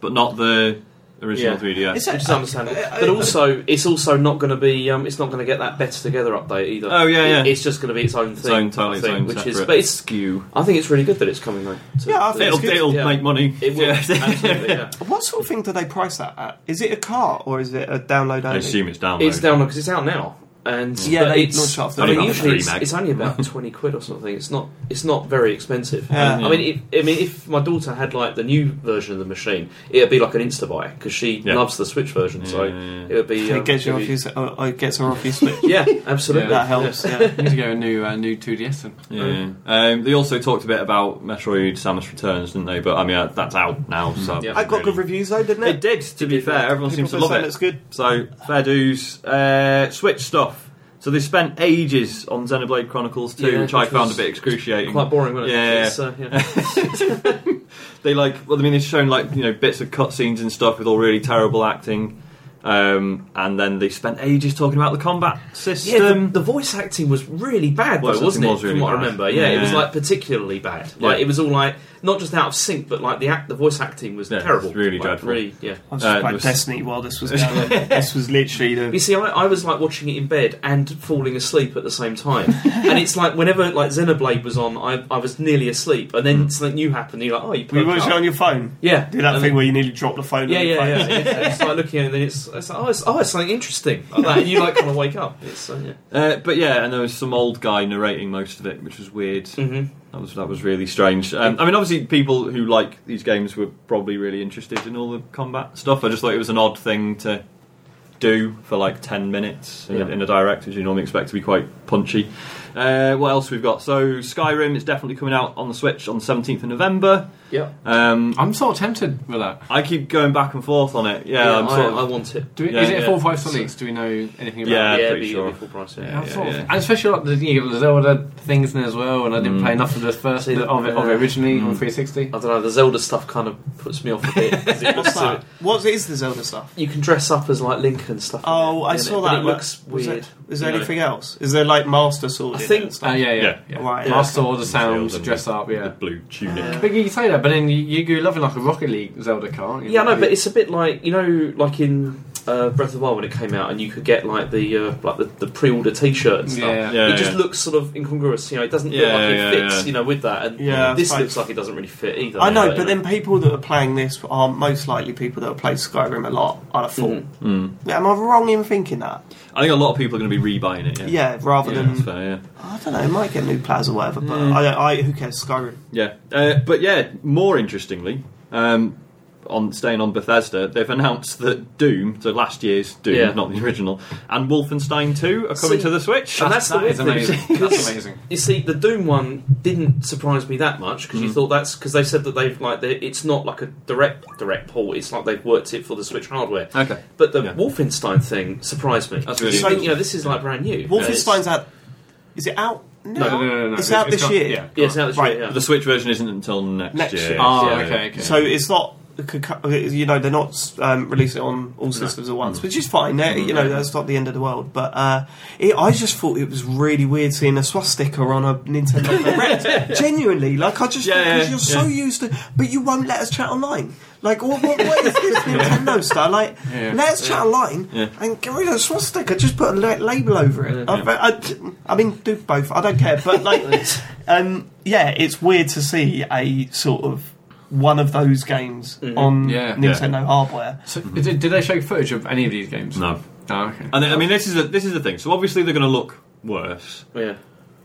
Speaker 2: but not the original
Speaker 3: Yeah.
Speaker 2: 3DS.
Speaker 1: Is
Speaker 3: Which
Speaker 1: it,
Speaker 3: is understandable, but also it's also not going to be. Um, it's not going to get that better together update either.
Speaker 2: Oh, yeah,
Speaker 3: It-
Speaker 2: yeah.
Speaker 3: it's just going to be its own
Speaker 2: Its
Speaker 3: thing.
Speaker 2: own, totally
Speaker 3: I
Speaker 2: its
Speaker 3: think,
Speaker 2: own
Speaker 3: which
Speaker 2: separate
Speaker 3: is, but it's.
Speaker 2: skew.
Speaker 3: I think it's really good that it's coming though. to-
Speaker 1: Yeah, I think
Speaker 2: It'll,
Speaker 1: it's good.
Speaker 2: it'll
Speaker 3: Yeah.
Speaker 2: make money.
Speaker 3: It will, absolutely,
Speaker 2: Yeah.
Speaker 3: yeah.
Speaker 1: what sort of thing do they price that at? Is it a cart or is it a download
Speaker 2: I
Speaker 1: only?
Speaker 2: assume it's download.
Speaker 3: It's down because it's out now. And
Speaker 1: Yeah,
Speaker 3: but
Speaker 1: they
Speaker 3: it's,
Speaker 1: launched it after
Speaker 3: I
Speaker 2: the
Speaker 3: mean,
Speaker 2: launch.
Speaker 3: usually it's,
Speaker 2: Three meg.
Speaker 3: it's only about twenty quid or something. It's not. It's not very expensive.
Speaker 1: Yeah.
Speaker 2: Yeah.
Speaker 3: I mean, if, I mean, if my daughter had like the new version of the machine, it'd be like an insta buy because she
Speaker 2: Yeah.
Speaker 3: loves the Switch version. So
Speaker 2: Yeah, yeah, yeah.
Speaker 3: it would be. um,
Speaker 1: It
Speaker 2: uh,
Speaker 1: gets you
Speaker 3: it'd
Speaker 1: off
Speaker 3: be-
Speaker 1: your, s- or- or it gets her off your Switch.
Speaker 3: Yeah, absolutely.
Speaker 1: That helps. Yeah.
Speaker 4: I need to get a new uh, new 2DS. Then.
Speaker 2: Yeah. Um, they also talked a bit about Metroid Samus Returns, didn't they? But I mean, uh, that's out now. So
Speaker 3: Yeah.
Speaker 1: I got good
Speaker 2: reviews.
Speaker 1: reviews though, didn't
Speaker 2: It
Speaker 1: it?
Speaker 2: did, to be fair. Everyone
Speaker 1: People
Speaker 2: seems to
Speaker 1: were
Speaker 2: love
Speaker 1: saying
Speaker 2: it.
Speaker 1: It's good.
Speaker 2: So fair dues. Uh, Switch stuff. So they spent ages on Xenoblade Chronicles 2,
Speaker 3: Yeah,
Speaker 2: which I
Speaker 3: which
Speaker 2: found a
Speaker 3: was
Speaker 2: bit excruciating.
Speaker 3: Quite boring, wasn't it?
Speaker 2: Yeah.
Speaker 3: It's, uh, yeah.
Speaker 2: They like, well, I mean, they've shown like you know bits of cutscenes and stuff with all really terrible acting, um, and then they spent ages talking about the combat
Speaker 3: Yeah, the,
Speaker 2: system.
Speaker 3: the voice acting was really bad,
Speaker 2: Voice
Speaker 3: though,
Speaker 2: acting
Speaker 3: wasn't it?
Speaker 2: was really
Speaker 3: from what
Speaker 2: bad.
Speaker 3: I remember, yeah, it was
Speaker 2: Yeah.
Speaker 3: like particularly bad. Like
Speaker 2: Yeah.
Speaker 3: it was all like not just out of sync, but like the act, the voice acting was
Speaker 2: Yeah, it's
Speaker 3: terrible,
Speaker 2: really
Speaker 3: Like,
Speaker 2: dreadful.
Speaker 3: Really, yeah.
Speaker 1: I was
Speaker 2: Uh,
Speaker 1: just
Speaker 2: it
Speaker 1: playing
Speaker 2: was-
Speaker 1: Destiny while this was going. on. this was literally
Speaker 3: You
Speaker 1: the.
Speaker 3: see, I, I was like watching it in bed and falling asleep at the same time, and it's like whenever like Xenoblade was on, I, I was nearly asleep, and
Speaker 2: Hmm.
Speaker 3: then something new happened. And you're like, oh, you
Speaker 1: We
Speaker 3: woke
Speaker 1: were
Speaker 3: up.
Speaker 1: watching on your phone.
Speaker 3: yeah,
Speaker 1: Do that
Speaker 3: and
Speaker 1: thing where you nearly drop the phone.
Speaker 3: Yeah,
Speaker 1: on your
Speaker 3: yeah,
Speaker 1: phone.
Speaker 3: yeah. yeah. It's like looking at it, and then it's, it's like, oh, it's, oh, it's something interesting. Like that, and you like kind of wake up. It's, uh, yeah.
Speaker 2: Uh, but yeah, and there was some old guy narrating most of it, which was weird.
Speaker 3: Mm-hmm.
Speaker 2: That was that was really strange. Um, I mean, obviously, people who like these games were probably really interested in all the combat stuff. I just thought it was an odd thing to do for like ten minutes in, a,
Speaker 3: Yeah.
Speaker 2: in a direct, which you normally expect to be quite punchy. Uh, what else we've got? So Skyrim is definitely coming out on the Switch on the seventeenth of November.
Speaker 3: Yeah.
Speaker 2: Um,
Speaker 4: I'm sort of tempted with that.
Speaker 2: I keep going back and forth on it. Yeah,
Speaker 3: Yeah, I,
Speaker 2: I'm sort of.
Speaker 3: I want it.
Speaker 4: Do we,
Speaker 2: Yeah,
Speaker 4: is it
Speaker 2: yeah.
Speaker 4: a four five six? Do we know anything about?
Speaker 2: Yeah,
Speaker 4: it?
Speaker 2: pretty
Speaker 3: it'd be-
Speaker 2: sure.
Speaker 3: it'd be full price, yeah.
Speaker 2: Yeah,
Speaker 4: I thought-
Speaker 2: yeah.
Speaker 4: And especially like the, you know, the Zelda things in as well, and I didn't
Speaker 2: Mm.
Speaker 4: play enough of the first
Speaker 3: See,
Speaker 4: bit of it, of it
Speaker 3: yeah.
Speaker 4: originally on
Speaker 2: Mm.
Speaker 4: 360.
Speaker 3: I don't know. The Zelda stuff kind of puts me off a bit. 'cause
Speaker 1: What's
Speaker 3: it looks
Speaker 1: that? What is the Zelda stuff?
Speaker 3: You can dress up as like Link and stuff.
Speaker 1: Oh,
Speaker 3: in it,
Speaker 1: I
Speaker 3: in
Speaker 1: saw
Speaker 3: it,
Speaker 1: that.
Speaker 3: But it looks
Speaker 1: Was
Speaker 3: weird.
Speaker 1: it- Is there
Speaker 3: you know.
Speaker 1: anything else? Is there like Master Sword?
Speaker 3: I
Speaker 1: in it
Speaker 3: think-
Speaker 1: and stuff?
Speaker 4: Uh, yeah, yeah,
Speaker 2: Yeah.
Speaker 4: yeah.
Speaker 1: Right.
Speaker 4: Master all the
Speaker 2: Fields
Speaker 4: sounds,
Speaker 2: and-
Speaker 4: dress up,
Speaker 2: The
Speaker 4: yeah.
Speaker 2: blue tunic.
Speaker 1: Yeah.
Speaker 4: But you say that, but then you, you go loving like a Rocket League Zelda car. aren't you?
Speaker 3: Yeah, no, but it's a bit like you know, like in uh, Breath of the Wild when it came out, and you could get like the uh, like the, the pre-order T-shirt and stuff.
Speaker 4: yeah.
Speaker 2: Yeah,
Speaker 3: it just
Speaker 2: yeah.
Speaker 3: looks sort of incongruous. You know, it doesn't
Speaker 2: Yeah,
Speaker 3: look like
Speaker 2: yeah,
Speaker 3: it fits.
Speaker 2: yeah.
Speaker 3: You know, with that, and
Speaker 1: Yeah,
Speaker 3: this
Speaker 1: fine.
Speaker 3: looks like it doesn't really fit either.
Speaker 1: I know,
Speaker 3: you
Speaker 1: but then people that are playing this are most likely people that have played Skyrim a lot. I'd have thought.
Speaker 3: Mm-hmm.
Speaker 2: Mm.
Speaker 1: Am I wrong in thinking that?
Speaker 2: I think a lot of people are going to be rebuying it. Yeah,
Speaker 1: Yeah, rather
Speaker 2: Yeah,
Speaker 1: than
Speaker 2: that's fair, yeah.
Speaker 1: I don't know, it might get new players or whatever. But
Speaker 2: Mm.
Speaker 1: I, I, who cares? Skyrim.
Speaker 2: Yeah, uh, but yeah, more interestingly, Um, on staying on Bethesda, they've announced that Doom, so last year's Doom,
Speaker 3: Yeah.
Speaker 2: not the original, and Wolfenstein 2 are coming
Speaker 3: See,
Speaker 2: to the Switch.
Speaker 3: and that's the
Speaker 4: That
Speaker 3: weird
Speaker 4: is
Speaker 3: thing.
Speaker 4: amazing. That's amazing.
Speaker 3: You see, the Doom one didn't surprise me that much because
Speaker 2: Mm.
Speaker 3: you thought that's because they said that they've like they- it's not like a direct direct port. It's like they've worked it for the Switch hardware.
Speaker 2: Okay.
Speaker 3: But the
Speaker 2: Yeah.
Speaker 3: Wolfenstein thing surprised me.
Speaker 2: That's really
Speaker 3: You think,
Speaker 1: interesting.
Speaker 3: you know, this is like brand new.
Speaker 1: Wolfenstein's out. Is it out? No,
Speaker 4: No, no, no, no, no.
Speaker 1: It's out this
Speaker 4: got-
Speaker 1: year.
Speaker 4: Yeah.
Speaker 3: Yeah, it's out this
Speaker 1: Right,
Speaker 3: year, yeah.
Speaker 2: The Switch version isn't until next,
Speaker 1: Next
Speaker 2: year.
Speaker 1: year.
Speaker 4: Oh,
Speaker 2: Yeah.
Speaker 4: okay, okay.
Speaker 1: So it's not. You know they're not um, releasing it on all systems at
Speaker 2: Mm.
Speaker 1: once, which is fine. They're- You know that's not the end of the world. But uh, it, I just thought it was really weird seeing a swastika on a Nintendo Direct. Genuinely, like I just
Speaker 2: Yeah,
Speaker 1: because
Speaker 2: yeah,
Speaker 1: you're so used to, but you won't let us chat online. Like what, what, what is this Nintendo stuff? Like
Speaker 4: Yeah.
Speaker 1: let us chat online
Speaker 2: Yeah.
Speaker 1: and get rid of the swastika. Just put a la- label over it. I, I, I mean, do both. I don't care. But like, um, yeah, it's weird to see a sort of one of those games on
Speaker 4: Yeah.
Speaker 1: Nintendo hardware.
Speaker 4: So, did, did they show footage of any of these games?
Speaker 2: No.
Speaker 4: Oh, okay.
Speaker 2: And I mean, this is, a, this is the thing. So obviously they're going to look worse.
Speaker 3: Oh, Yeah.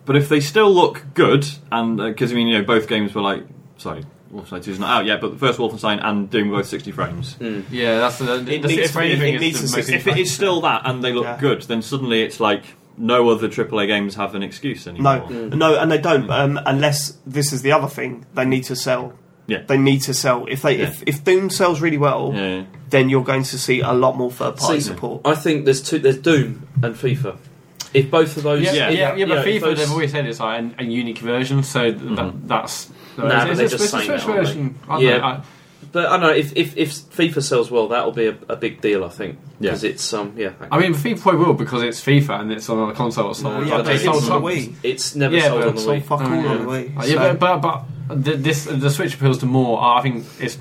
Speaker 2: But if they still look good, and because I mean, you know, both games were like, sorry, Wolfenstein 2's not out yet, but the first Wolfenstein and Doom were both 60 frames.
Speaker 3: Hmm.
Speaker 4: yeah, that's the.
Speaker 1: It
Speaker 4: that's-
Speaker 1: needs
Speaker 4: if
Speaker 1: to be-
Speaker 4: anything,
Speaker 1: it
Speaker 4: it's
Speaker 1: needs
Speaker 4: the
Speaker 1: to
Speaker 4: most
Speaker 1: be-
Speaker 2: If it is still that and they look
Speaker 1: Yeah.
Speaker 2: good, then suddenly it's like no other AAA games have an excuse
Speaker 1: No,
Speaker 2: anymore.
Speaker 1: no, and they don't. Um, unless this is the other thing, they need to sell.
Speaker 2: Yeah.
Speaker 1: They need to sell. If they if, if Doom sells really well,
Speaker 2: Yeah.
Speaker 1: then you're going to see a lot more third party
Speaker 3: See,
Speaker 1: support.
Speaker 3: I think there's two. There's Doom and FIFA. If both of those,
Speaker 4: Yeah, yeah, yeah,
Speaker 3: you know,
Speaker 4: but
Speaker 3: if
Speaker 4: FIFA,
Speaker 3: those-
Speaker 4: they've always said it's like an, a unique version, so th- that, that's.
Speaker 3: Nah, but
Speaker 4: is
Speaker 3: they're
Speaker 4: it
Speaker 3: just
Speaker 4: supposed to
Speaker 3: saying
Speaker 4: switch
Speaker 3: that, aren't they?
Speaker 4: version? I don't
Speaker 3: Yeah.
Speaker 4: know, I-
Speaker 3: But I don't know if, if if FIFA sells well, that'll be a, a big deal. I think
Speaker 2: Yeah.
Speaker 3: because it's um yeah.
Speaker 4: I mean, FIFA probably will because it's FIFA and it's on a console. It's sold.
Speaker 3: No,
Speaker 1: Oh, yeah,
Speaker 4: like,
Speaker 1: but
Speaker 4: they
Speaker 1: it's on
Speaker 4: sold
Speaker 1: the
Speaker 4: some-
Speaker 1: Wii.
Speaker 3: it's never
Speaker 4: Yeah,
Speaker 3: sold
Speaker 4: but
Speaker 3: on the
Speaker 1: It's all
Speaker 3: Wii.
Speaker 1: fuck all
Speaker 4: Oh, yeah.
Speaker 1: on the Wii.
Speaker 4: Uh, yeah,
Speaker 1: so-
Speaker 4: but, but but the, this the Switch appeals to more. I think it's.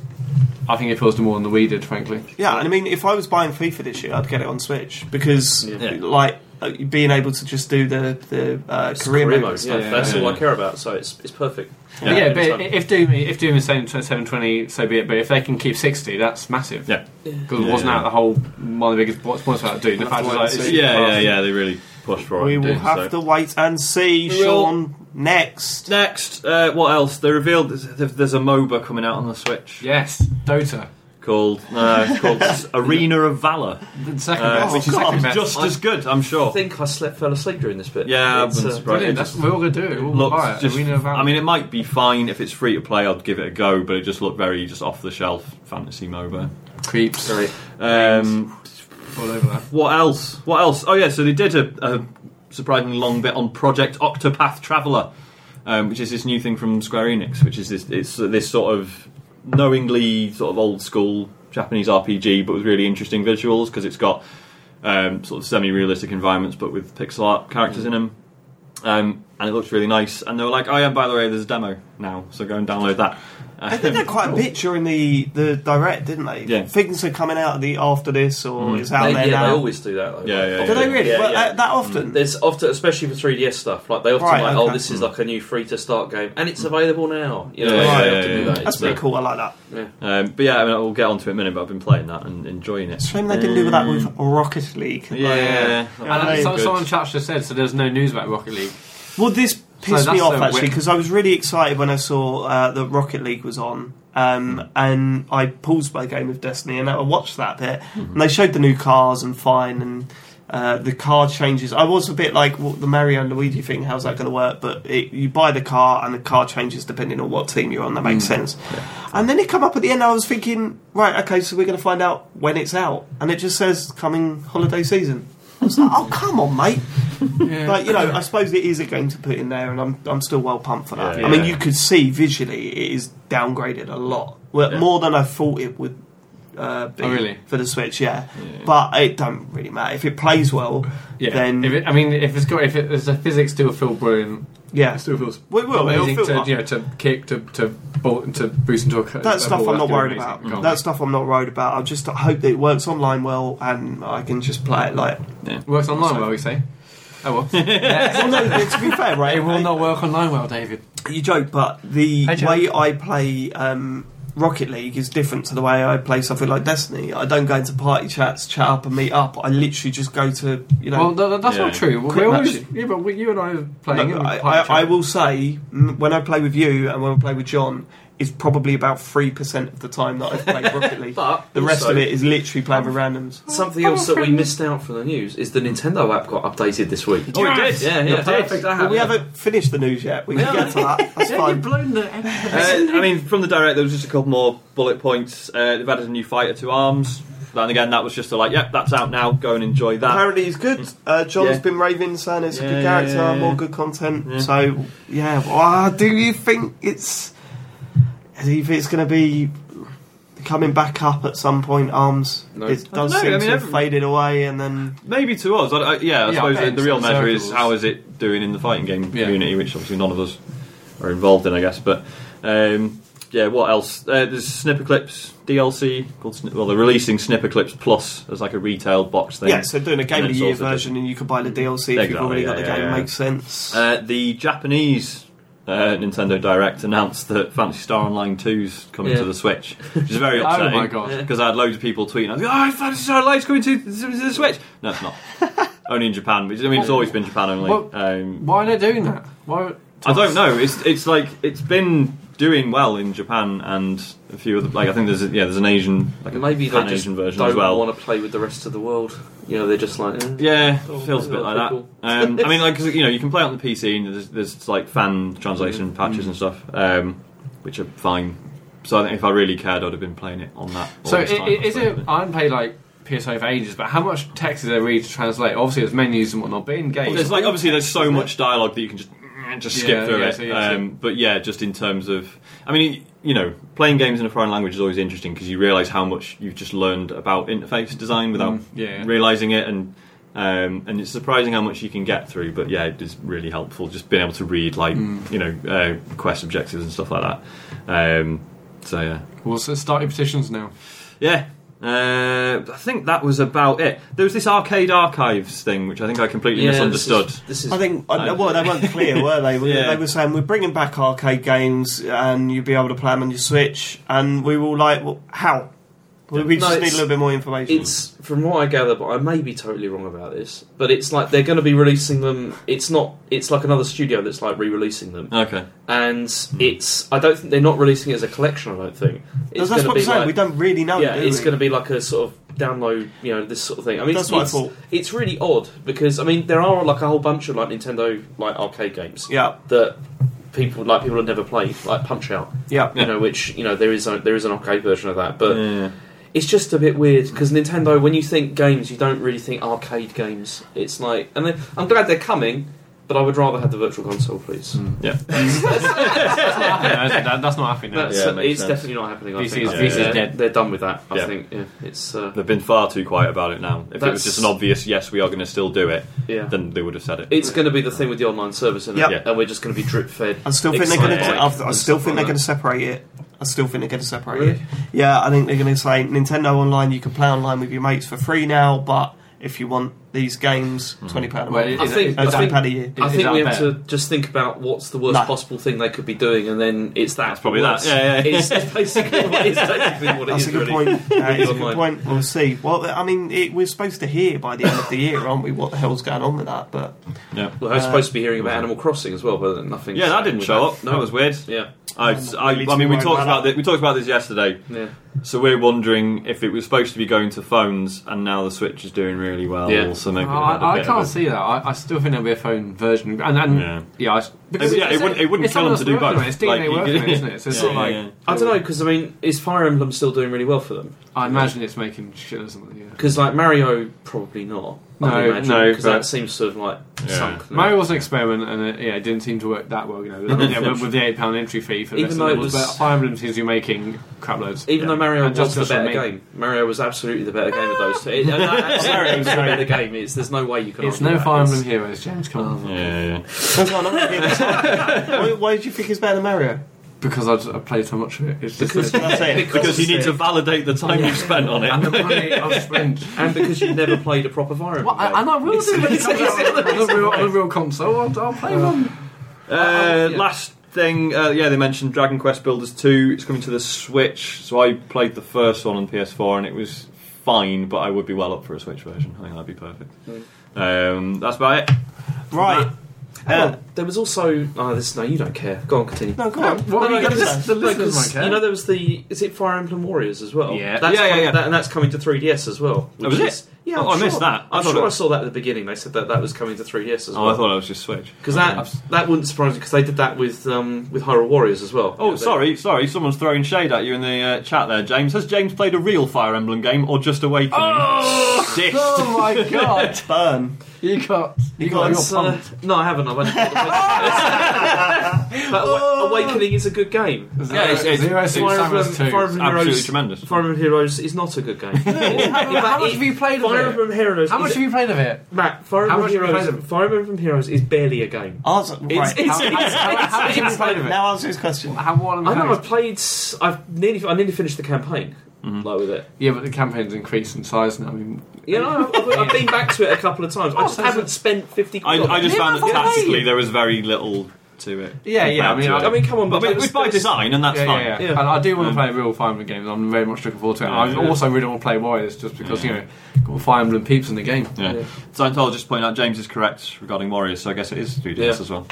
Speaker 4: I think it appeals to more than the Wii did, frankly.
Speaker 1: Yeah, and I mean, if I was buying FIFA this year, I'd get it on Switch because,
Speaker 3: Yeah.
Speaker 2: Yeah.
Speaker 1: like, uh, being able to just do the the uh, career
Speaker 3: Career
Speaker 1: mode.
Speaker 3: mode,
Speaker 4: stuff.
Speaker 3: yeah, that's
Speaker 2: Yeah,
Speaker 3: all
Speaker 2: yeah.
Speaker 3: I care about. So it's it's perfect.
Speaker 4: Yeah,
Speaker 3: Yeah,
Speaker 4: but
Speaker 3: anytime.
Speaker 4: if Doom if Doom is saying seven twenty, so be it. But if they can keep sixty, that's massive.
Speaker 2: Yeah.
Speaker 4: because
Speaker 2: Yeah.
Speaker 4: it wasn't out the whole one of the biggest what's points about Doom. The
Speaker 1: We'll
Speaker 4: fact
Speaker 1: have
Speaker 4: is,
Speaker 1: to
Speaker 4: like,
Speaker 1: wait and
Speaker 4: it's-
Speaker 2: Yeah,
Speaker 1: see.
Speaker 2: yeah, yeah, they really pushed for it.
Speaker 1: We will
Speaker 2: didn't,
Speaker 1: have to
Speaker 2: so.
Speaker 1: wait and see,
Speaker 2: We will.
Speaker 1: Sean. Next,
Speaker 2: Next, uh, what else? They revealed there's there's a MOBA coming out on the Switch
Speaker 4: yes, Dota,
Speaker 2: called uh, it's called Arena of Valor,
Speaker 4: the second
Speaker 2: uh,
Speaker 4: best,
Speaker 2: which is
Speaker 4: second best.
Speaker 2: just as good, I'm
Speaker 3: I
Speaker 2: sure.
Speaker 3: think I slept, fell asleep during this bit.
Speaker 2: Yeah, I
Speaker 3: It's,
Speaker 2: wouldn't
Speaker 3: uh,
Speaker 2: surprise-
Speaker 4: brilliant.
Speaker 2: Right, it
Speaker 4: That's we're all gonna do. it, We'll buy
Speaker 2: Looks
Speaker 4: it.
Speaker 2: just,
Speaker 4: Arena of Valor.
Speaker 2: I mean, it might be fine if it's free to play. I'd give it a go, but it just looked very just off the shelf fantasy MOBA.
Speaker 4: creeps
Speaker 3: sorry.
Speaker 2: Um,
Speaker 4: all over that.
Speaker 2: What else? What else? Oh yeah, so they did a, a surprisingly long bit on Project Octopath Traveler, um, which is this new thing from Square Enix, which is this it's this sort of knowingly sort of old school Japanese RPG, but with really interesting visuals because it's got um, sort of semi-realistic environments, but with pixel art characters
Speaker 1: Mm.
Speaker 2: in them. Um, and it looks really nice. And they were like, "Oh yeah, by the way, there's a demo now, so go and download that." Um,
Speaker 1: I think they had quite a bit during the the direct, didn't they?
Speaker 2: Yeah.
Speaker 1: things are coming out of the after this, or
Speaker 2: Mm.
Speaker 1: it's out
Speaker 3: They,
Speaker 1: there
Speaker 3: yeah,
Speaker 1: now.
Speaker 3: they always do that. Though.
Speaker 2: Yeah, yeah,
Speaker 1: do they really?
Speaker 3: Yeah,
Speaker 1: well, uh,
Speaker 3: yeah.
Speaker 1: That,
Speaker 3: Mm,
Speaker 1: that often.
Speaker 3: There's often, especially for 3DS stuff, like they often
Speaker 1: Right,
Speaker 3: like,
Speaker 1: okay. Hmm.
Speaker 3: oh, this is like a new free to start game, and it's available now. You know,
Speaker 2: Yeah,
Speaker 3: like, they
Speaker 2: yeah,
Speaker 3: have to
Speaker 2: yeah,
Speaker 3: do
Speaker 2: yeah.
Speaker 3: that.
Speaker 1: That's
Speaker 3: It's,
Speaker 1: pretty
Speaker 3: uh,
Speaker 1: cool. I like that.
Speaker 3: yeah.
Speaker 2: Um, but yeah, I mean, we'll get onto it in a minute. But I've been playing that and enjoying it.
Speaker 1: Shame they didn't do that with
Speaker 3: Mm.
Speaker 1: Rocket League.
Speaker 2: Yeah,
Speaker 4: yeah.
Speaker 1: Oh, Yeah,
Speaker 4: And
Speaker 1: they-
Speaker 4: so,
Speaker 2: good.
Speaker 4: someone in chat just said so. There's no news about Rocket League.
Speaker 1: Well, this
Speaker 4: So
Speaker 1: pissed
Speaker 4: that's
Speaker 1: me off
Speaker 4: the
Speaker 1: actually
Speaker 4: win-
Speaker 1: because I was really excited when I saw uh, that Rocket League was on,
Speaker 4: Hmm.
Speaker 1: um, and I paused my game of Destiny and I watched that bit,
Speaker 4: Hmm.
Speaker 1: and they showed the new cars and fine and. Uh, the car changes. I was a bit like well, the Mario and Luigi thing. How's that going to work? But it, you buy the car, and the car changes depending on what team you're on. That makes
Speaker 4: Hmm.
Speaker 1: sense. And then it come up at the end. I was thinking, right, okay, so we're going to find out when it's out, and it just says coming holiday season. I was like, oh come on, mate. But you know, I suppose it is a game to put in there, and I'm I'm still well pumped for that.
Speaker 2: Yeah.
Speaker 1: I mean,
Speaker 2: Yeah.
Speaker 1: you could see visually it is downgraded a lot, well,
Speaker 2: Yeah.
Speaker 1: more than I thought it would. Uh, be
Speaker 4: Oh, really?
Speaker 1: For the Switch, yeah. But it don't really matter if it plays well.
Speaker 4: Yeah.
Speaker 1: Then-
Speaker 4: if it, I mean, if it's got if, it, if the physics still feel brilliant,
Speaker 1: Yeah,
Speaker 4: it still feels
Speaker 1: we will. It'll
Speaker 4: amazing
Speaker 1: feel
Speaker 4: to
Speaker 1: like-
Speaker 4: you know to kick to to bolt to boost into a.
Speaker 1: that stuff I'm not worried about. That stuff I'm not worried about. I just hope that it works online well and I can just play it like.
Speaker 4: works online well. We say. Oh well.
Speaker 1: well, no, to be fair, right?
Speaker 4: it will not work online well, David.
Speaker 1: You joke, but the
Speaker 4: I joke.
Speaker 1: way I play um, Rocket League is different to the way I play something like Destiny. I don't go into party chats, chat up, and meet up. I literally just go to you know.
Speaker 4: Well, th- th- that's
Speaker 2: Yeah.
Speaker 4: not true. We
Speaker 1: Quick
Speaker 4: always,
Speaker 1: match.
Speaker 4: yeah, but we, you and I are playing.
Speaker 1: No,
Speaker 4: it, we
Speaker 1: I,
Speaker 4: play
Speaker 1: I, I
Speaker 4: each
Speaker 1: will say mm, when I play with you and when I play with John, is probably about three percent of the time that I've played Rocket League.
Speaker 3: But
Speaker 1: the rest of
Speaker 3: also-
Speaker 1: it is literally playing with randoms.
Speaker 3: Something else that we missed out from the news is the Nintendo app got updated this week.
Speaker 2: Oh, it did.
Speaker 3: Yeah, yeah,
Speaker 2: It did.
Speaker 3: perfect. That
Speaker 1: Well, we
Speaker 3: happened.
Speaker 1: haven't finished the news yet. We can get to that. That's fine.
Speaker 4: blown the.
Speaker 2: Uh, I mean, from the direct, there was just a couple more bullet points. Uh, they've added a new fighter to arms. And again, that was just a like, yep, that's out now. Go and enjoy that. Mm.
Speaker 1: Apparently he's good. Uh, John's
Speaker 2: Yeah.
Speaker 1: been raving, saying it's a
Speaker 2: Yeah,
Speaker 1: good character,
Speaker 2: yeah, yeah,
Speaker 1: more
Speaker 2: yeah.
Speaker 1: good content.
Speaker 2: Yeah.
Speaker 1: So yeah, well, uh, do you think it's do you think it's going to be coming back up at some point? Arms
Speaker 3: No.
Speaker 1: it
Speaker 2: I don't
Speaker 1: does
Speaker 2: know,
Speaker 1: seem
Speaker 2: I mean,
Speaker 1: to have
Speaker 2: every-
Speaker 1: faded away, and then
Speaker 2: Maybe to us, I, I, yeah. I
Speaker 4: Yeah,
Speaker 2: suppose
Speaker 4: I bet
Speaker 2: the, the real
Speaker 4: it's
Speaker 2: measure is
Speaker 4: circles.
Speaker 2: how is it doing in the fighting game
Speaker 4: Yeah.
Speaker 2: community, which obviously none of us are involved in, I guess. But um, yeah, what else? Uh, there's Snipper Clips DLC called. Snip- Well, they're releasing Snipper Clips Plus as like a retail box thing.
Speaker 1: yeah, so doing a game
Speaker 2: And
Speaker 1: of
Speaker 2: it's
Speaker 1: the year
Speaker 2: also different.
Speaker 1: version, and you can buy the DLC if you've
Speaker 2: Exactly,
Speaker 1: already got
Speaker 2: yeah,
Speaker 1: the
Speaker 2: yeah,
Speaker 1: game.
Speaker 2: yeah.
Speaker 1: Makes sense.
Speaker 2: Uh, the Japanese uh, Nintendo Direct announced that Fantasy Star Online 2's coming
Speaker 3: Yeah.
Speaker 2: to the Switch, which is very
Speaker 4: Oh
Speaker 2: upsetting.
Speaker 4: my god.
Speaker 2: Because I had loads of people tweeting, I was like, oh, Fantasy Star Online's coming to, to the Switch! No, it's not. only in Japan, which I mean, it's always been Japan only.
Speaker 4: Well-
Speaker 2: Um,
Speaker 4: Why are they doing that? Why?
Speaker 2: I don't know, it's, it's like, it's been doing well in Japan and a few other, like, I think there's, a, yeah, there's an Asian, like a
Speaker 3: Maybe they
Speaker 2: Pan
Speaker 3: just
Speaker 2: Asian version
Speaker 3: don't
Speaker 2: as well.
Speaker 3: want to play with the rest of the world. You know, they're just like, eh.
Speaker 2: Yeah,
Speaker 3: Oh,
Speaker 2: feels a bit
Speaker 3: yeah,
Speaker 2: like that.
Speaker 3: cool.
Speaker 2: Um, I mean, like 'cause, you know, you can play it on the PC and there's, there's like fan translation
Speaker 4: Mm.
Speaker 2: patches and stuff, um, which are fine. So I think if I really cared, I'd have been playing it on that. all
Speaker 4: So i
Speaker 2: this time,
Speaker 4: i- is
Speaker 2: I
Speaker 4: it?
Speaker 2: suppose.
Speaker 4: I haven't played like PSO for ages, but how much text is there really to translate? Obviously, there's menus and whatnot, but in games,
Speaker 2: There's like obviously there's so much dialogue that you can just mm, just skip
Speaker 4: Yeah,
Speaker 2: through
Speaker 4: yeah,
Speaker 2: it.
Speaker 4: so yeah,
Speaker 2: um, But yeah, just in terms of, I mean, you know, playing games in a foreign language is always interesting because you realise how much you've just learned about interface design without
Speaker 4: Mm, yeah.
Speaker 2: realizing it and um, and it's surprising how much you can get through but yeah it is really helpful just being able to read like
Speaker 4: Mm.
Speaker 2: you know uh, quest objectives and stuff like that um, so yeah
Speaker 4: Well, so start your petitions now.
Speaker 2: yeah uh, I think that was about it. There was this arcade archives thing, which I think I completely
Speaker 3: Yeah,
Speaker 2: misunderstood.
Speaker 3: This is, this is
Speaker 1: I think I,
Speaker 2: I-
Speaker 1: well they weren't clear, were they? We-
Speaker 2: Yeah.
Speaker 1: They were saying we're bringing back arcade games, and you'll be able to play them on your Switch, and we were all like, well, how? Well, we
Speaker 3: No,
Speaker 1: just need a
Speaker 3: it's-
Speaker 1: little bit more information.
Speaker 3: It's from what I gather, but I may be totally wrong about this. But it's like they're going to be releasing them. It's not. It's like another studio that's like re-releasing them,
Speaker 2: Okay.
Speaker 3: and
Speaker 2: Hmm.
Speaker 3: it's. I don't think they're not releasing it as a collection. I don't think. It's
Speaker 1: that's what
Speaker 3: gonna
Speaker 1: I'm
Speaker 3: be
Speaker 1: saying.
Speaker 3: like-
Speaker 1: we don't really know.
Speaker 3: yeah,
Speaker 1: do
Speaker 3: it's
Speaker 1: we?
Speaker 3: going to be like a sort of download, you know, this sort of thing. I mean,
Speaker 1: That's
Speaker 3: it's,
Speaker 1: what I
Speaker 3: it's,
Speaker 1: thought.
Speaker 3: it's really odd because I mean there are like a whole bunch of like Nintendo like arcade games
Speaker 1: Yeah,
Speaker 3: that people like people have never played, like Punch Out,
Speaker 1: yeah.
Speaker 2: Yeah.
Speaker 3: you know, which you know there is a, there is an arcade version of that, but
Speaker 2: Yeah.
Speaker 3: it's just a bit weird because Nintendo, when you think games, you don't really think arcade games. It's like, and they- I'm glad they're coming, but I would rather have the Virtual Console, please.
Speaker 2: Yeah.
Speaker 4: that's, not happening, that- that's not happening. now.
Speaker 3: That's,
Speaker 2: Yeah, it makes
Speaker 3: it's
Speaker 2: sense.
Speaker 3: definitely not happening. I
Speaker 4: PC
Speaker 3: think.
Speaker 4: is-
Speaker 3: I
Speaker 2: PC
Speaker 3: think
Speaker 2: is
Speaker 3: they're-
Speaker 4: dead.
Speaker 3: They're done with that. I
Speaker 2: Yeah.
Speaker 3: think. Yeah, it's uh,
Speaker 2: They've been far too quiet about it now. If it was
Speaker 3: That's-
Speaker 2: just an obvious yes, we are going to still do it,
Speaker 3: yeah.
Speaker 2: then they would have said it.
Speaker 3: It's going to be the thing with the online service, isn't
Speaker 1: Yep.
Speaker 3: it?
Speaker 2: Yeah.
Speaker 3: And we're just going to be drip fed.
Speaker 1: I still think they're going
Speaker 2: Exciting.
Speaker 1: to. I still think they're
Speaker 3: Like
Speaker 1: going to separate it. I still think they're going to separate
Speaker 3: Really?
Speaker 1: it. Yeah, I think they're going to say Nintendo Online. You can play online with your mates for free now, but if you want these games,
Speaker 3: Mm-hmm.
Speaker 1: twenty pound a
Speaker 4: Well,
Speaker 1: month,
Speaker 4: it-
Speaker 3: I think.
Speaker 1: uh,
Speaker 3: I
Speaker 1: twenty
Speaker 3: think
Speaker 1: pound a year.
Speaker 3: I
Speaker 4: Is
Speaker 3: think
Speaker 4: that
Speaker 3: we have
Speaker 4: better?
Speaker 3: to just think about what's the worst
Speaker 1: No.
Speaker 3: possible thing they could be doing, and then it's that.
Speaker 2: That's probably that.
Speaker 3: worse.
Speaker 2: Yeah, yeah, yeah.
Speaker 3: It's, it's basically what, it's basically what it
Speaker 1: That's
Speaker 3: is,
Speaker 1: a good
Speaker 3: really.
Speaker 1: point. That is a
Speaker 3: Online.
Speaker 1: good point. We'll see. Well, I mean, it, we're supposed to hear by the end of the year, aren't we? What the hell's going on with that? But
Speaker 2: yeah.
Speaker 3: Well, I was
Speaker 1: Uh,
Speaker 3: supposed to be hearing about Animal Crossing as well, but nothing.
Speaker 2: Yeah, that didn't show up. That was weird.
Speaker 3: Yeah,
Speaker 2: I, I, I mean, we talked about this, we talked about this yesterday.
Speaker 3: yeah.
Speaker 2: So we're wondering if it was supposed to be going to phones, and now the Switch is doing really well.
Speaker 3: Yeah.
Speaker 2: So maybe
Speaker 4: I,
Speaker 2: we'll have a
Speaker 4: Oh, I
Speaker 2: bit
Speaker 4: can't
Speaker 2: of
Speaker 4: see that. I, I still think there'll be a phone version, and,
Speaker 2: a-
Speaker 4: and yeah,
Speaker 2: Yeah.
Speaker 4: I,
Speaker 2: yeah, it
Speaker 4: it's-
Speaker 2: wouldn't- it wouldn't
Speaker 4: it's
Speaker 2: kill
Speaker 4: someone
Speaker 2: them to
Speaker 4: that's
Speaker 2: do
Speaker 4: working
Speaker 2: both.
Speaker 4: on it. It's DNA
Speaker 2: Like, you
Speaker 4: working,
Speaker 2: can-
Speaker 4: isn't it? So it's
Speaker 2: Yeah,
Speaker 4: sort of
Speaker 2: yeah,
Speaker 4: like
Speaker 2: yeah.
Speaker 3: I don't know because I mean, is Fire Emblem still doing really well for them?
Speaker 4: I imagine it's making shit or something. Yeah.
Speaker 3: Because like Mario, probably not.
Speaker 4: No,
Speaker 3: I would imagine,
Speaker 4: no,
Speaker 3: because that
Speaker 4: but-
Speaker 3: seems to have like
Speaker 2: Yeah.
Speaker 3: sunk. now.
Speaker 4: Mario was an experiment, and it, yeah, it didn't seem to work that well. You know, with, yeah, with, with the eight pound entry fee for the
Speaker 3: Even
Speaker 4: rest
Speaker 3: though
Speaker 4: of the
Speaker 3: it
Speaker 4: levels,
Speaker 3: was-
Speaker 4: but Fire Emblem seems to be making crap loads.
Speaker 3: Even
Speaker 2: Yeah.
Speaker 3: though Mario
Speaker 4: And
Speaker 3: was
Speaker 4: just
Speaker 3: the better
Speaker 4: me.
Speaker 3: game, Mario was absolutely the better game of those two. It, Mario was the better game. It's, there's no way you can.
Speaker 4: It's
Speaker 3: argue
Speaker 4: no
Speaker 3: that.
Speaker 4: Fire
Speaker 3: It's-
Speaker 4: Emblem Heroes, James. Come on,
Speaker 2: Yeah, yeah, yeah.
Speaker 1: That's what I'm not gonna give it. why, why do you think it's better than Mario?
Speaker 4: because I've, I've played so much of it. It's just
Speaker 3: Because-
Speaker 4: like-
Speaker 1: That's it.
Speaker 2: Because you need to validate the time
Speaker 4: Yeah.
Speaker 2: you've spent on
Speaker 4: and
Speaker 2: it.
Speaker 4: the money I've spent.
Speaker 3: and because you've never played a proper Fire Emblem.
Speaker 4: Well, I, and I will do it.
Speaker 3: It's- it's-
Speaker 4: on, a real, on a real console, I'll, I'll play one. Oh,
Speaker 2: Uh,
Speaker 3: Yeah.
Speaker 2: Last thing, uh, yeah, they mentioned Dragon Quest Builders 2. It's coming to the Switch. So I played the first one on PS4 and it was fine, but I would be
Speaker 4: Hmm.
Speaker 2: well up for a Switch version. I think that'd be perfect. Um, that's about it.
Speaker 1: Right. Uh,
Speaker 3: there was also oh, this. No, you don't care. Go on, continue.
Speaker 1: no, go on.
Speaker 4: What were
Speaker 3: No,
Speaker 4: you
Speaker 3: no,
Speaker 4: gonna
Speaker 3: because-
Speaker 4: say? The
Speaker 3: no,
Speaker 4: listeners
Speaker 3: 'cause,
Speaker 4: might care.
Speaker 3: You know, there was the. Is it Fire Emblem Warriors as well?
Speaker 4: Yeah.
Speaker 3: that's
Speaker 2: Yeah, yeah,
Speaker 3: com-
Speaker 2: yeah.
Speaker 3: That, and that's coming to 3DS as well.
Speaker 2: Oh,
Speaker 3: which
Speaker 2: is it?
Speaker 3: is- Yeah,
Speaker 2: Oh,
Speaker 3: I'm
Speaker 2: I missed
Speaker 3: sure-
Speaker 2: that. I
Speaker 3: I'm
Speaker 2: thought
Speaker 3: sure
Speaker 2: it-
Speaker 3: I saw that at the beginning. They said that that was coming to 3DS as
Speaker 2: Oh, I
Speaker 3: well.
Speaker 2: thought it was just Switch.
Speaker 3: Because that
Speaker 2: I've-
Speaker 3: that wouldn't surprise me because they did that with um, with Hyrule Warriors as well. Yeah,
Speaker 2: Oh,
Speaker 3: they-
Speaker 2: sorry, sorry. Someone's throwing shade at you in the uh, chat there, James. Has James played a real Fire Emblem game or just Awakening? Oh,
Speaker 4: Oh my god!
Speaker 1: Burn.
Speaker 4: You got you
Speaker 1: got
Speaker 4: got your
Speaker 3: That's, uh,
Speaker 4: pump.
Speaker 3: no, I haven't. I've only played Awakening. but
Speaker 2: Oh.
Speaker 3: Awa- Awakening is a good game.
Speaker 2: Yeah, it's, it's,
Speaker 4: Zero
Speaker 2: it's
Speaker 4: Suit
Speaker 3: Fire Emblem,
Speaker 4: Samus 2.
Speaker 3: Fire Emblem
Speaker 2: absolutely
Speaker 3: Heroes.
Speaker 2: tremendous.
Speaker 3: Fire Emblem Heroes is not a good game. In
Speaker 4: How, how
Speaker 3: fact,
Speaker 4: much
Speaker 3: it-
Speaker 4: have you played of
Speaker 3: Fire
Speaker 4: it?
Speaker 3: Emblem Heroes.
Speaker 4: How
Speaker 3: is
Speaker 4: much have you played of it?
Speaker 3: Matt, Fire Emblem
Speaker 4: How much have you played
Speaker 3: Heroes.
Speaker 4: of it?
Speaker 3: Fire Emblem Heroes is barely a game.
Speaker 1: Answer,
Speaker 3: It's-
Speaker 1: right.
Speaker 3: it's-
Speaker 4: How, how, how, how much have you played of it?
Speaker 1: now answer his question.
Speaker 4: How what
Speaker 3: I know.
Speaker 4: have
Speaker 3: I've played. s- I've nearly. I nearly finished the campaign.
Speaker 2: Mm-hmm.
Speaker 3: Like with it.
Speaker 4: Yeah, but the campaign's increased in size now. I mean,
Speaker 3: You know, I've, I've been back to it a couple of times. I just
Speaker 4: Oh, so is
Speaker 3: haven't
Speaker 4: it-
Speaker 3: spent fifty.
Speaker 2: I,
Speaker 3: quid on
Speaker 2: I
Speaker 3: it.
Speaker 2: just
Speaker 4: Yeah,
Speaker 2: found that
Speaker 4: that's what I
Speaker 2: tactically
Speaker 4: mean.
Speaker 2: there was very little to it.
Speaker 4: Yeah, yeah, I
Speaker 2: compared
Speaker 4: mean,
Speaker 2: to
Speaker 4: I-
Speaker 2: it.
Speaker 3: I mean, come on,
Speaker 2: But
Speaker 3: but
Speaker 2: it
Speaker 3: that
Speaker 2: was
Speaker 3: was-
Speaker 2: by
Speaker 3: that was-
Speaker 2: design, and that's
Speaker 4: yeah,
Speaker 2: fine.
Speaker 4: yeah, yeah.
Speaker 3: Yeah.
Speaker 4: And I do want
Speaker 2: Yeah.
Speaker 4: to play a real Fire Emblem game, and I'm very much looking forward to it.
Speaker 2: Yeah,
Speaker 4: I
Speaker 2: yeah.
Speaker 4: also really want to play Warriors just because you know got Fire Emblem peeps in the game.
Speaker 2: Yeah.
Speaker 3: Yeah.
Speaker 2: So I'm told, just point out James is correct regarding Warriors, so I guess it is 3DS
Speaker 3: Yeah.
Speaker 2: as well.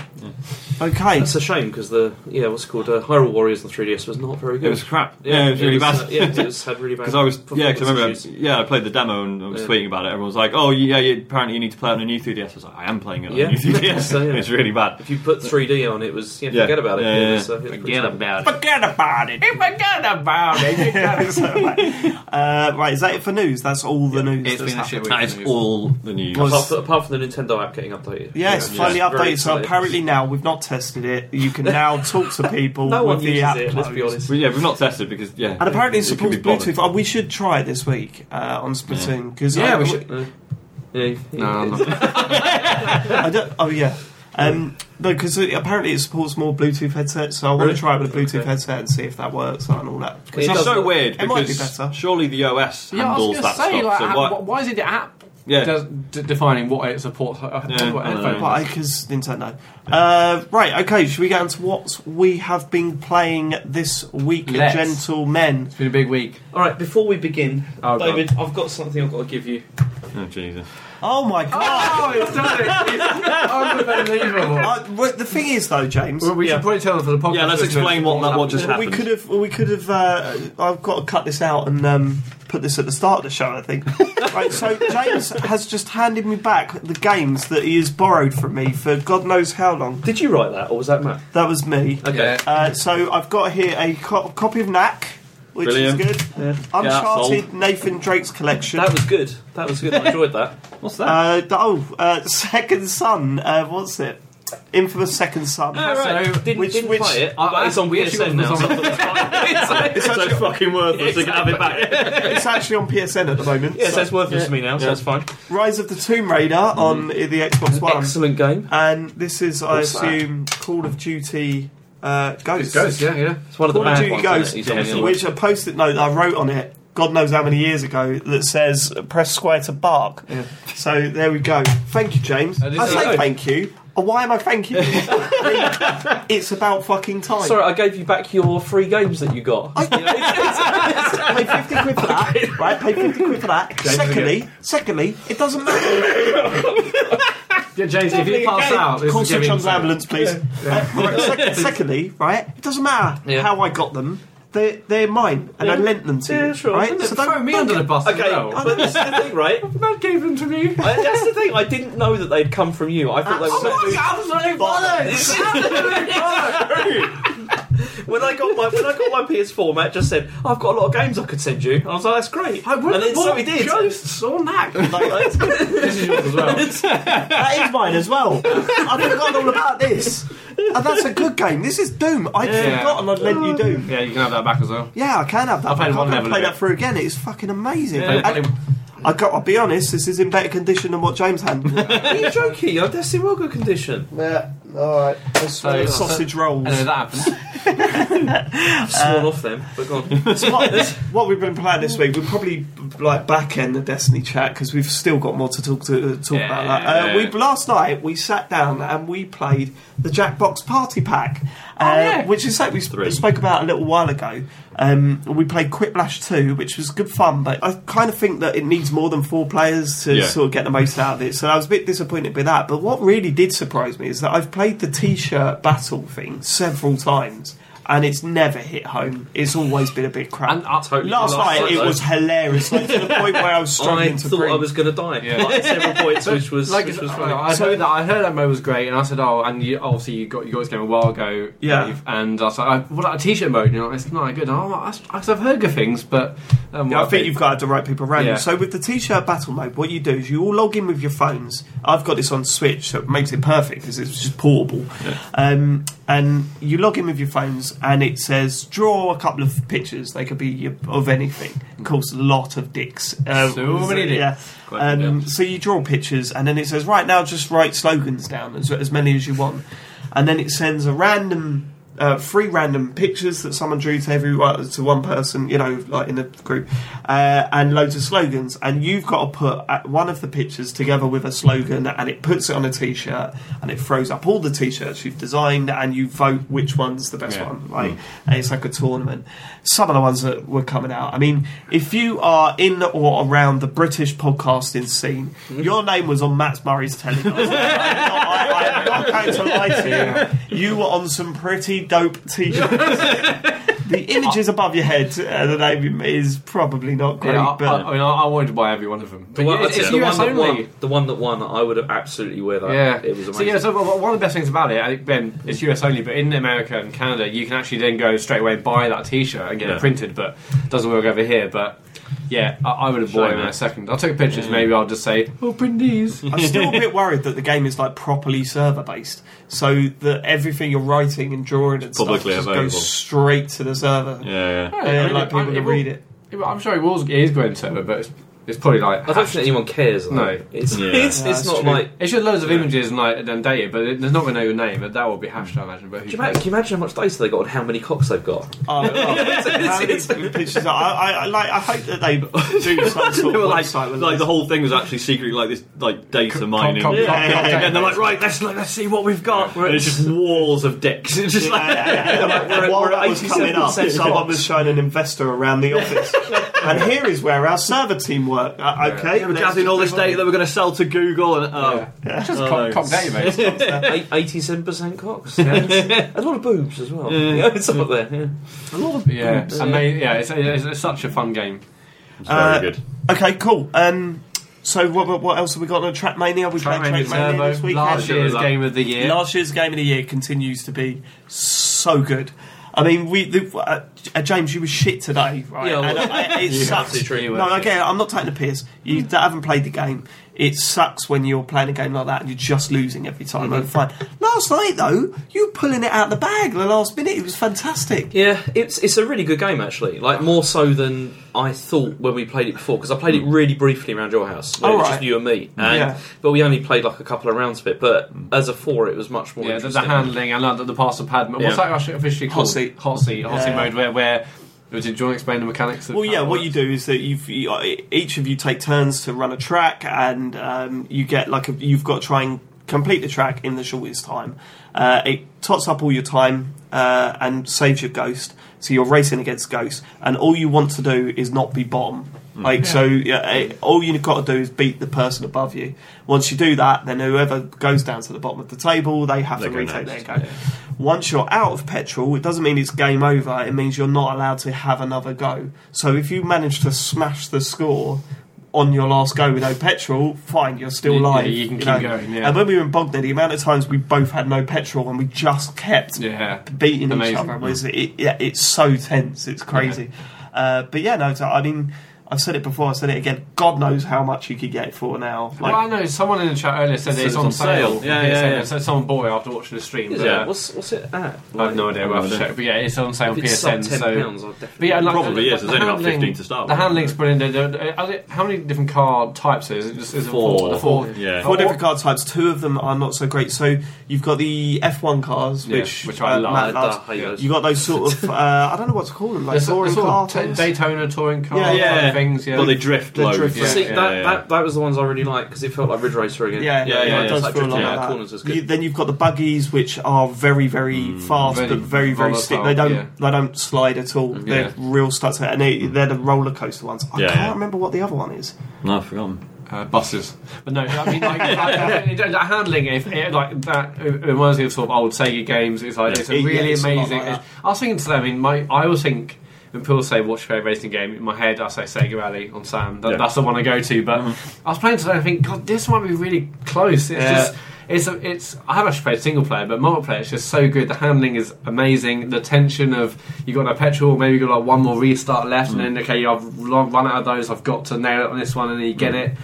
Speaker 1: Okay.
Speaker 3: That's a shame because the yeah, what's it called uh, Hyrule Warriors on 3DS was not very
Speaker 2: It
Speaker 3: good.
Speaker 2: was crap. Yeah, it was really
Speaker 3: uh,
Speaker 2: bad.
Speaker 3: yeah, it was, had really bad.
Speaker 2: Because I was, yeah, because I remember,
Speaker 3: performance issues.
Speaker 2: yeah, I played the demo and I was
Speaker 3: Yeah.
Speaker 2: tweeting about it. Everyone was like, "Oh, yeah, you, apparently you need to play it on a new 3DS." I was like, "I am playing it on
Speaker 3: Yeah.
Speaker 2: a new 3DS.
Speaker 3: So, yeah.
Speaker 2: It's really bad."
Speaker 3: If you put 3D on it, was yeah,
Speaker 2: Yeah.
Speaker 3: forget about it.
Speaker 2: Yeah, yeah,
Speaker 3: It was, uh, it was pretty terrible.
Speaker 4: about
Speaker 1: Forget about it.
Speaker 4: Forget about it.
Speaker 1: So, right. Uh, right, is that it for news? That's all the news.
Speaker 4: It's
Speaker 1: that's
Speaker 4: been a shit
Speaker 1: happened.
Speaker 4: week.
Speaker 2: That is all the news.
Speaker 1: Was-
Speaker 3: Apart, from, apart from the Nintendo app getting updated.
Speaker 1: Yes,
Speaker 3: Yeah.
Speaker 1: finally
Speaker 3: Yeah. Very
Speaker 1: updated. So
Speaker 3: exciting.
Speaker 1: apparently now we've not tested it. You can now talk to people
Speaker 3: no
Speaker 1: with
Speaker 3: one
Speaker 1: the
Speaker 3: uses
Speaker 1: app.
Speaker 3: it. Let's be
Speaker 1: closed.
Speaker 3: honest.
Speaker 2: Well, yeah, we've not tested because yeah,
Speaker 1: And apparently it
Speaker 2: it can
Speaker 1: supports
Speaker 2: be bothered.
Speaker 1: Bluetooth. Oh, we should try it this week uh, on Splatoon because
Speaker 4: Yeah,
Speaker 1: I,
Speaker 4: we should.
Speaker 3: Uh, yeah,
Speaker 4: No, I'm
Speaker 3: yeah.
Speaker 4: not.
Speaker 1: I don't, oh yeah, um, no, because apparently it supports more Bluetooth headsets. So I want
Speaker 3: Really?
Speaker 1: to try it with a Bluetooth
Speaker 3: Okay.
Speaker 1: headset and see if that works and all that.
Speaker 3: It
Speaker 2: It's
Speaker 3: does
Speaker 2: so
Speaker 3: look-
Speaker 2: weird
Speaker 1: it might be
Speaker 2: because
Speaker 1: better.
Speaker 2: surely the OS
Speaker 4: Yeah, I was
Speaker 2: handles
Speaker 4: going
Speaker 2: that
Speaker 4: to say,
Speaker 2: stuff.
Speaker 4: like,
Speaker 2: so
Speaker 4: how-
Speaker 2: why?
Speaker 4: why, is it the app
Speaker 2: yeah,
Speaker 4: does, d- defining what it supports? I-
Speaker 2: Yeah,
Speaker 4: what
Speaker 2: I
Speaker 4: it-
Speaker 2: know.
Speaker 1: But because Nintendo. Uh, right, okay, should we get on to what we have been playing this week,
Speaker 4: Let's.
Speaker 1: gentlemen?
Speaker 4: It's been a big week.
Speaker 3: All right, before we begin,
Speaker 4: Oh, God.
Speaker 3: David, I've got something I've got to give you.
Speaker 2: oh Jesus,
Speaker 1: Oh my god!
Speaker 4: Oh, it's done it! unbelievable.
Speaker 1: Uh, well, the thing is, though, James.
Speaker 4: we
Speaker 3: Yeah.
Speaker 4: should probably tell them for the podcast.
Speaker 2: Yeah, let's
Speaker 4: listeners
Speaker 2: explain what that- what just
Speaker 1: We
Speaker 2: happened.
Speaker 1: could have, we could have. Uh, I've got to cut this out and um, put this at the start of the show. I think. right. So James has just handed me back the games that he has borrowed from me for God knows how long.
Speaker 3: Did you write that, or was that Matt?
Speaker 1: That was me.
Speaker 3: Okay.
Speaker 4: Yeah.
Speaker 1: Uh, so I've got here a co- copy of Knack, which
Speaker 2: Brilliant.
Speaker 1: is good.
Speaker 3: Yeah.
Speaker 1: Uncharted Nathan Drake's collection.
Speaker 3: That was good. That was good. I enjoyed that.
Speaker 2: what's that?
Speaker 1: Uh, th- oh, uh, Second Son. Uh, what's it? Infamous Second Son.
Speaker 3: All Ah, right.
Speaker 4: So,
Speaker 3: didn't,
Speaker 1: which-
Speaker 3: didn't
Speaker 1: which-
Speaker 3: play it,
Speaker 4: I-
Speaker 3: but it's on
Speaker 4: we actually
Speaker 3: PSN
Speaker 4: got
Speaker 3: now.
Speaker 4: this
Speaker 3: so
Speaker 4: on-
Speaker 3: it's fine. It's-
Speaker 2: so fucking worthless. They can have it back.
Speaker 1: it's actually on PSN at the moment.
Speaker 3: Yes,
Speaker 1: So-
Speaker 3: that's worthless to me now, so that's fine.
Speaker 1: Rise of the Tomb Raider
Speaker 3: Hmm.
Speaker 1: on i- the Xbox One.
Speaker 3: Excellent game.
Speaker 1: And this is, I
Speaker 3: What's that?
Speaker 1: assume, Call of Duty uh, Ghosts.
Speaker 4: yeah, yeah.
Speaker 3: It's one of the
Speaker 1: Call of
Speaker 3: bad
Speaker 1: Duty
Speaker 3: ones.
Speaker 1: Ghosts,
Speaker 3: isn't it? He's on the other
Speaker 1: which a post-it note that I wrote on it, God knows how many years ago, that says press square to bark.
Speaker 3: Yeah. Oh,
Speaker 1: So there we go. Thank you, James.
Speaker 4: Uh, this
Speaker 1: I
Speaker 4: is-
Speaker 1: say thank you. Uh, Why am I thanking you? it's about fucking time.
Speaker 3: one. Sorry, I gave you back your free games that you got.
Speaker 1: pay fifty quid for that, right? Pay fifty quid for that.
Speaker 4: is
Speaker 1: secondly, secondly, it doesn't matter.
Speaker 4: Yeah, James, if you pass out, this
Speaker 1: Call
Speaker 4: is gonna be
Speaker 1: Sunshine
Speaker 4: insane.
Speaker 1: Ambulance, please. Uh, right, sec- secondly, right, it doesn't matter
Speaker 3: Yeah.
Speaker 1: how I got them. They're, they're mine, and I
Speaker 3: Yeah.
Speaker 1: lent them to
Speaker 3: Yeah,
Speaker 1: you.
Speaker 3: sure,
Speaker 1: Right?
Speaker 3: isn't it?
Speaker 1: So
Speaker 4: Throw
Speaker 1: don't,
Speaker 4: me under the bus as
Speaker 3: okay,
Speaker 4: well.
Speaker 3: but that's the thing, right?
Speaker 4: That gave them to me.
Speaker 3: I, that's the thing. I didn't know that they'd come from you. I thought they were.
Speaker 4: Oh, absolute bollocks! Absolute bollocks!
Speaker 3: When I got my when I got my PS4, Matt just said, "I've got a lot of games I could send you." I was like, "That's great."
Speaker 4: I
Speaker 3: and
Speaker 4: wouldn't
Speaker 3: then
Speaker 4: have
Speaker 3: so
Speaker 4: bought
Speaker 3: he did.
Speaker 4: ghosts or knack.
Speaker 3: this is yours as well.
Speaker 1: that is mine as well. I've forgotten all about this. And that's a good game. This is Doom. I'd
Speaker 4: Yeah.
Speaker 1: forgotten I'd lent you Doom.
Speaker 4: Yeah, you can have that back as well.
Speaker 1: Yeah, I can have that.
Speaker 4: I played
Speaker 1: back.
Speaker 4: one
Speaker 1: I'm gonna
Speaker 4: level
Speaker 1: play
Speaker 4: of it.
Speaker 1: that through again. It's fucking amazing.
Speaker 4: Yeah,
Speaker 1: And- I got. I'll be honest. This is in better condition than what James had.
Speaker 3: Are you joking? I'm that's in well good condition.
Speaker 1: yeah. All right.
Speaker 4: So-
Speaker 1: sausage rolls.
Speaker 4: And then that happened.
Speaker 3: I've sworn off them, but go on.
Speaker 1: So what, what we've been playing this week, we'll probably like back end the Destiny chat because we've still got more to talk to talk
Speaker 4: Yeah.
Speaker 1: about. That. Uh, we last night we sat down and we played the Jackbox Party Pack, uh,
Speaker 4: Oh, yeah.
Speaker 1: which is something we sp-
Speaker 2: Three.
Speaker 1: spoke about a little while ago. Um, we played Quiplash 2, which was good fun, but I kind of think that it needs more than four players to
Speaker 2: Yeah.
Speaker 1: sort of get the most out of it. So I was a bit disappointed by that. But what really did surprise me is that I've played the t shirt battle thing several times. And it's never hit home. It's always been a bit crap.
Speaker 4: And uh, I totally
Speaker 1: last
Speaker 3: last
Speaker 1: night
Speaker 3: night,
Speaker 1: it
Speaker 3: though.
Speaker 1: was hilarious, like, to the point where I was struggling
Speaker 3: I
Speaker 1: to
Speaker 3: thought
Speaker 1: breathe.
Speaker 3: I was going to die
Speaker 4: Yeah.
Speaker 3: like, at several points, which was
Speaker 4: like
Speaker 3: which was
Speaker 4: I-
Speaker 3: funny.
Speaker 4: I heard that I heard that mode was great, and I said, "Oh, and you, obviously you got you got this game a while ago,
Speaker 1: Yeah.
Speaker 4: Dave, and I was like, I, "What about a t-shirt mode?" You know, it's not good. Oh, I, I've heard good things, but um,
Speaker 1: Yeah, I think you've got to have the right people around
Speaker 4: Yeah.
Speaker 1: you. So with the t-shirt battle mode, what you do is you all log in with your phones. I've got this on Switch, so it makes it perfect because it's just portable. Um, and you log in with your phones, and it says draw a couple of pictures. They could be your, of anything. Of course, a lot of dicks. Uh,
Speaker 4: So many dicks.
Speaker 1: Yeah.
Speaker 2: Quite a bit,
Speaker 1: Um,
Speaker 2: yeah.
Speaker 1: so you draw pictures, and then it says right now just write slogans down as as many as you want, and then it sends a random. Uh, three random pictures that someone drew to every uh, to one person, you know, like in the group, uh, and loads of slogans. And you've got to put uh, one of the pictures together with a slogan, and it puts it on a T-shirt, and it throws up all the T-shirts you've designed, and you vote which one's the best
Speaker 2: Yeah.
Speaker 1: one. Like, and it's like a tournament. Some of the ones that were coming out. I mean, if you are in or around the British podcasting scene, your name was on Matt Murray's telly. I'm not, I, I'm not going to lie to you. You were on some pretty dope t-shirts. the images above your head, uh, the name is probably not great,
Speaker 4: Yeah, I,
Speaker 1: but.
Speaker 4: I mean, I, I wanted to buy every one of them.
Speaker 3: The one,
Speaker 4: it's,
Speaker 3: that's
Speaker 4: it's
Speaker 3: it, the
Speaker 4: US
Speaker 3: one that
Speaker 4: only.
Speaker 3: won, the one that won, I would have absolutely wear that.
Speaker 4: Yeah,
Speaker 3: it was amazing.
Speaker 4: So yeah, so one one of the best things about it, I think, Ben, it's US only, but in America and Canada, you can actually then go straight away and buy that T-shirt and get
Speaker 2: Yeah.
Speaker 4: it printed, but it doesn't work over here. But yeah, I, I would have bought
Speaker 2: Shame,
Speaker 4: it in
Speaker 2: eh?
Speaker 4: a second. I took pictures. Maybe I'll just say, "Oh, print these."
Speaker 1: I'm still a bit worried that the game is like properly server based, so that everything you're writing and drawing and
Speaker 2: Publicly
Speaker 1: stuff just
Speaker 2: available.
Speaker 1: goes straight to the server.
Speaker 2: Yeah, yeah.
Speaker 1: Uh, like people
Speaker 4: it
Speaker 1: to
Speaker 4: will-
Speaker 1: read it.
Speaker 4: Yeah, but I'm sure it was. It is going to, but it's, it's probably like.
Speaker 3: I don't think anyone cares. though.
Speaker 4: No.
Speaker 3: it's
Speaker 2: Yeah.
Speaker 3: it's,
Speaker 1: Yeah,
Speaker 3: it's
Speaker 1: that's
Speaker 3: not
Speaker 1: true.
Speaker 3: like.
Speaker 4: It's just loads of images and like and dated, but it, there's not going to know your name, but that will be hashed, I imagine. But
Speaker 3: Can
Speaker 4: who
Speaker 3: you,
Speaker 4: cares?
Speaker 3: imagine, can you imagine how much data they got and how many cocks they've got?
Speaker 1: Oh, How many pictures are- um, I, I, I like. I hope that they do some sort
Speaker 2: They
Speaker 1: of
Speaker 2: were like,
Speaker 1: website with
Speaker 2: like the
Speaker 1: this.
Speaker 2: whole thing was actually secretly like this, like data mining.
Speaker 4: com-
Speaker 1: com-
Speaker 2: And
Speaker 1: com-
Speaker 2: then they're like, right, let's like, let's see what we've got. And it's just walls of dicks. It's just
Speaker 1: Yeah, yeah, yeah.
Speaker 2: like
Speaker 3: we're at-
Speaker 1: While
Speaker 3: we're at
Speaker 1: that was coming up,
Speaker 3: 87%
Speaker 1: someone was showing an investor around the office, and here is where our server team work. Uh, okay,
Speaker 2: we're
Speaker 1: let's
Speaker 2: gathering all this
Speaker 1: do it.
Speaker 2: data that we're going to sell to Google. And oh,
Speaker 4: Yeah. It's just
Speaker 2: Oh,
Speaker 4: cock,
Speaker 2: no.
Speaker 4: cock database.
Speaker 3: Eighty-seven percent cocks. Yeah. a lot of boobs as well. Yeah, it's up there. yeah.
Speaker 4: a lot of yeah,
Speaker 3: Yeah.
Speaker 4: amazing. Yeah, it's, it's, it's such a fun game.
Speaker 2: it's very
Speaker 1: Uh,
Speaker 2: good.
Speaker 1: Okay, cool. Um, so what, what, what else have we got on Trackmania? We played
Speaker 4: Trackmania
Speaker 1: Trackmania this
Speaker 4: Turbo,
Speaker 1: weekend.
Speaker 4: last year's
Speaker 2: Yeah.
Speaker 4: game of the year.
Speaker 1: Last year's game of the year continues to be so good. I mean, we the, uh, uh, James, you were shit today, right?
Speaker 3: Yeah, well,
Speaker 1: And, uh, it sucks.
Speaker 3: absolutely treated
Speaker 1: No,
Speaker 3: well. Mm.
Speaker 1: again, I'm not taking the piss. You d- haven't played the game. It sucks when you're playing a game like that and you're just losing every time.
Speaker 3: Mm-hmm.
Speaker 1: But Fine. Last night though, you were pulling it out the bag the last minute. It was fantastic.
Speaker 3: Yeah, it's it's a really good game actually. Like more so than I thought when we played it before because I played it really briefly around your house. Where it was
Speaker 1: Alright.
Speaker 3: just you and me, and
Speaker 1: Yeah.
Speaker 3: but we only played like a couple of rounds of it. But as a four, it was much more.
Speaker 4: Yeah, the, the
Speaker 3: interesting.
Speaker 4: handling and like, the, the parcel pad. What's
Speaker 3: Yeah.
Speaker 4: that actually officially called?
Speaker 1: Hot seat.
Speaker 4: Hot seat. Hot seat
Speaker 1: Yeah.
Speaker 4: mode where where. Did you want to explain the mechanics? of
Speaker 1: Well,
Speaker 4: how
Speaker 1: yeah.
Speaker 4: it
Speaker 1: What
Speaker 4: works?
Speaker 1: you do is that you've, you uh, each of you take turns to run a track, and um, you get like a, you've got to try and complete the track in the shortest time. Uh, it tots up all your time uh, and saves your ghost, so you're racing against ghosts, and all you want to do is not be bottom. Like so, yeah, it, all you've got to do is beat the person above you. Once you do that, then whoever goes down to the bottom of the table, they have
Speaker 2: They
Speaker 1: to
Speaker 2: go
Speaker 1: retake their
Speaker 2: next.
Speaker 1: go. Once you're out of petrol, it doesn't mean it's game over. It means you're not allowed to have another go. So if you manage to smash the score on your last go with no petrol, fine, you're still
Speaker 4: You- yeah,
Speaker 1: live. Um,
Speaker 4: you can keep going, yeah.
Speaker 1: And when we were in Bognor, the amount of times we both had no petrol and we just kept
Speaker 4: Yeah.
Speaker 1: beating
Speaker 4: Amazing.
Speaker 1: each other was it, yeah, it's so tense, it's crazy. Uh, but yeah, no, so, I mean, I've said it before, I said it again. God knows how much you could get it for now. Like,
Speaker 4: well, I know someone in the chat earlier said that
Speaker 2: Said
Speaker 4: it's
Speaker 2: it's
Speaker 4: on,
Speaker 2: on
Speaker 4: sale.
Speaker 2: sale. Yeah,
Speaker 4: It's
Speaker 2: yeah,
Speaker 4: on-
Speaker 2: yeah.
Speaker 4: So someone bought it after watching the stream.
Speaker 3: Is
Speaker 4: but,
Speaker 3: it?
Speaker 4: uh,
Speaker 3: What's what's it at?
Speaker 2: Oh,
Speaker 4: I have no idea. We'll have to
Speaker 2: No idea.
Speaker 4: check. But yeah, it's on sale on
Speaker 3: If it's sub
Speaker 4: PSN.
Speaker 3: ten
Speaker 4: So
Speaker 3: pounds, I'll definitely.
Speaker 4: But yeah, like,
Speaker 2: Probably
Speaker 4: the-
Speaker 2: is.
Speaker 4: the
Speaker 2: There's only about
Speaker 4: handling-
Speaker 2: 15 to start
Speaker 4: The
Speaker 2: with.
Speaker 4: handling's brilliant. The- the- are there- How many different card types is it? Just, is it
Speaker 2: Four.
Speaker 4: The four.
Speaker 2: Yeah.
Speaker 1: Four different card types. Two of them are not so great. So you've got the F1 cars,
Speaker 4: Yeah,
Speaker 1: which
Speaker 4: which I
Speaker 1: uh,
Speaker 4: love.
Speaker 1: Matt
Speaker 3: I
Speaker 1: loves.
Speaker 3: hate those.
Speaker 1: You got those sort of uh, I don't know what to call them, like
Speaker 4: There's
Speaker 1: touring
Speaker 4: sort
Speaker 1: car
Speaker 4: of
Speaker 1: things.
Speaker 4: Daytona touring car.
Speaker 1: Yeah,
Speaker 2: yeah,
Speaker 4: things. Yeah,
Speaker 2: Well, they drift
Speaker 1: They
Speaker 2: loads.
Speaker 1: drift,
Speaker 2: yeah.
Speaker 1: yeah.
Speaker 3: See,
Speaker 2: yeah,
Speaker 3: that,
Speaker 2: yeah.
Speaker 3: that that was the ones I really liked because it felt like Ridge Racer again.
Speaker 1: Yeah,
Speaker 2: Yeah, yeah, yeah.
Speaker 1: it
Speaker 2: It's
Speaker 1: does
Speaker 3: like
Speaker 1: feel
Speaker 3: drifting
Speaker 1: like
Speaker 3: out
Speaker 1: that.
Speaker 3: corners is good.
Speaker 1: You- then you've got the buggies, which are very, very fast,
Speaker 4: Very
Speaker 1: but very, very stiff. They
Speaker 4: volatile,
Speaker 1: don't,
Speaker 4: yeah.
Speaker 1: they don't slide at all.
Speaker 4: Yeah.
Speaker 1: They're real studs, and they, they're the roller coaster ones. I
Speaker 2: Yeah,
Speaker 1: can't
Speaker 2: yeah.
Speaker 1: remember what the other one is.
Speaker 2: No, I've forgotten.
Speaker 4: uh, buses. But no, I mean, like, like, like, handling it, it, like that it reminds me of sort of old Sega games. It's like
Speaker 2: Yeah.
Speaker 4: it's a
Speaker 1: Yeah,
Speaker 4: really
Speaker 1: it's a lot
Speaker 4: amazing.
Speaker 1: like that.
Speaker 4: I was thinking to them. I mean, my I always think when people say watch your favorite racing game, in my head I say Sega Rally on Sam. That,
Speaker 2: Yeah.
Speaker 4: That's the one I go to. But I was playing today. and I think God, this might be really close. It's
Speaker 1: Mm-hmm. Yeah.
Speaker 4: just. It's, a, it's I have actually played single player, but multiplayer it's just so good. The handling is amazing. The tension of you got no petrol, maybe you got like one more restart
Speaker 1: Mm.
Speaker 4: left, and then okay, I've lo- run out of those. I've got to nail it on this one, and then you
Speaker 1: Mm.
Speaker 4: get it.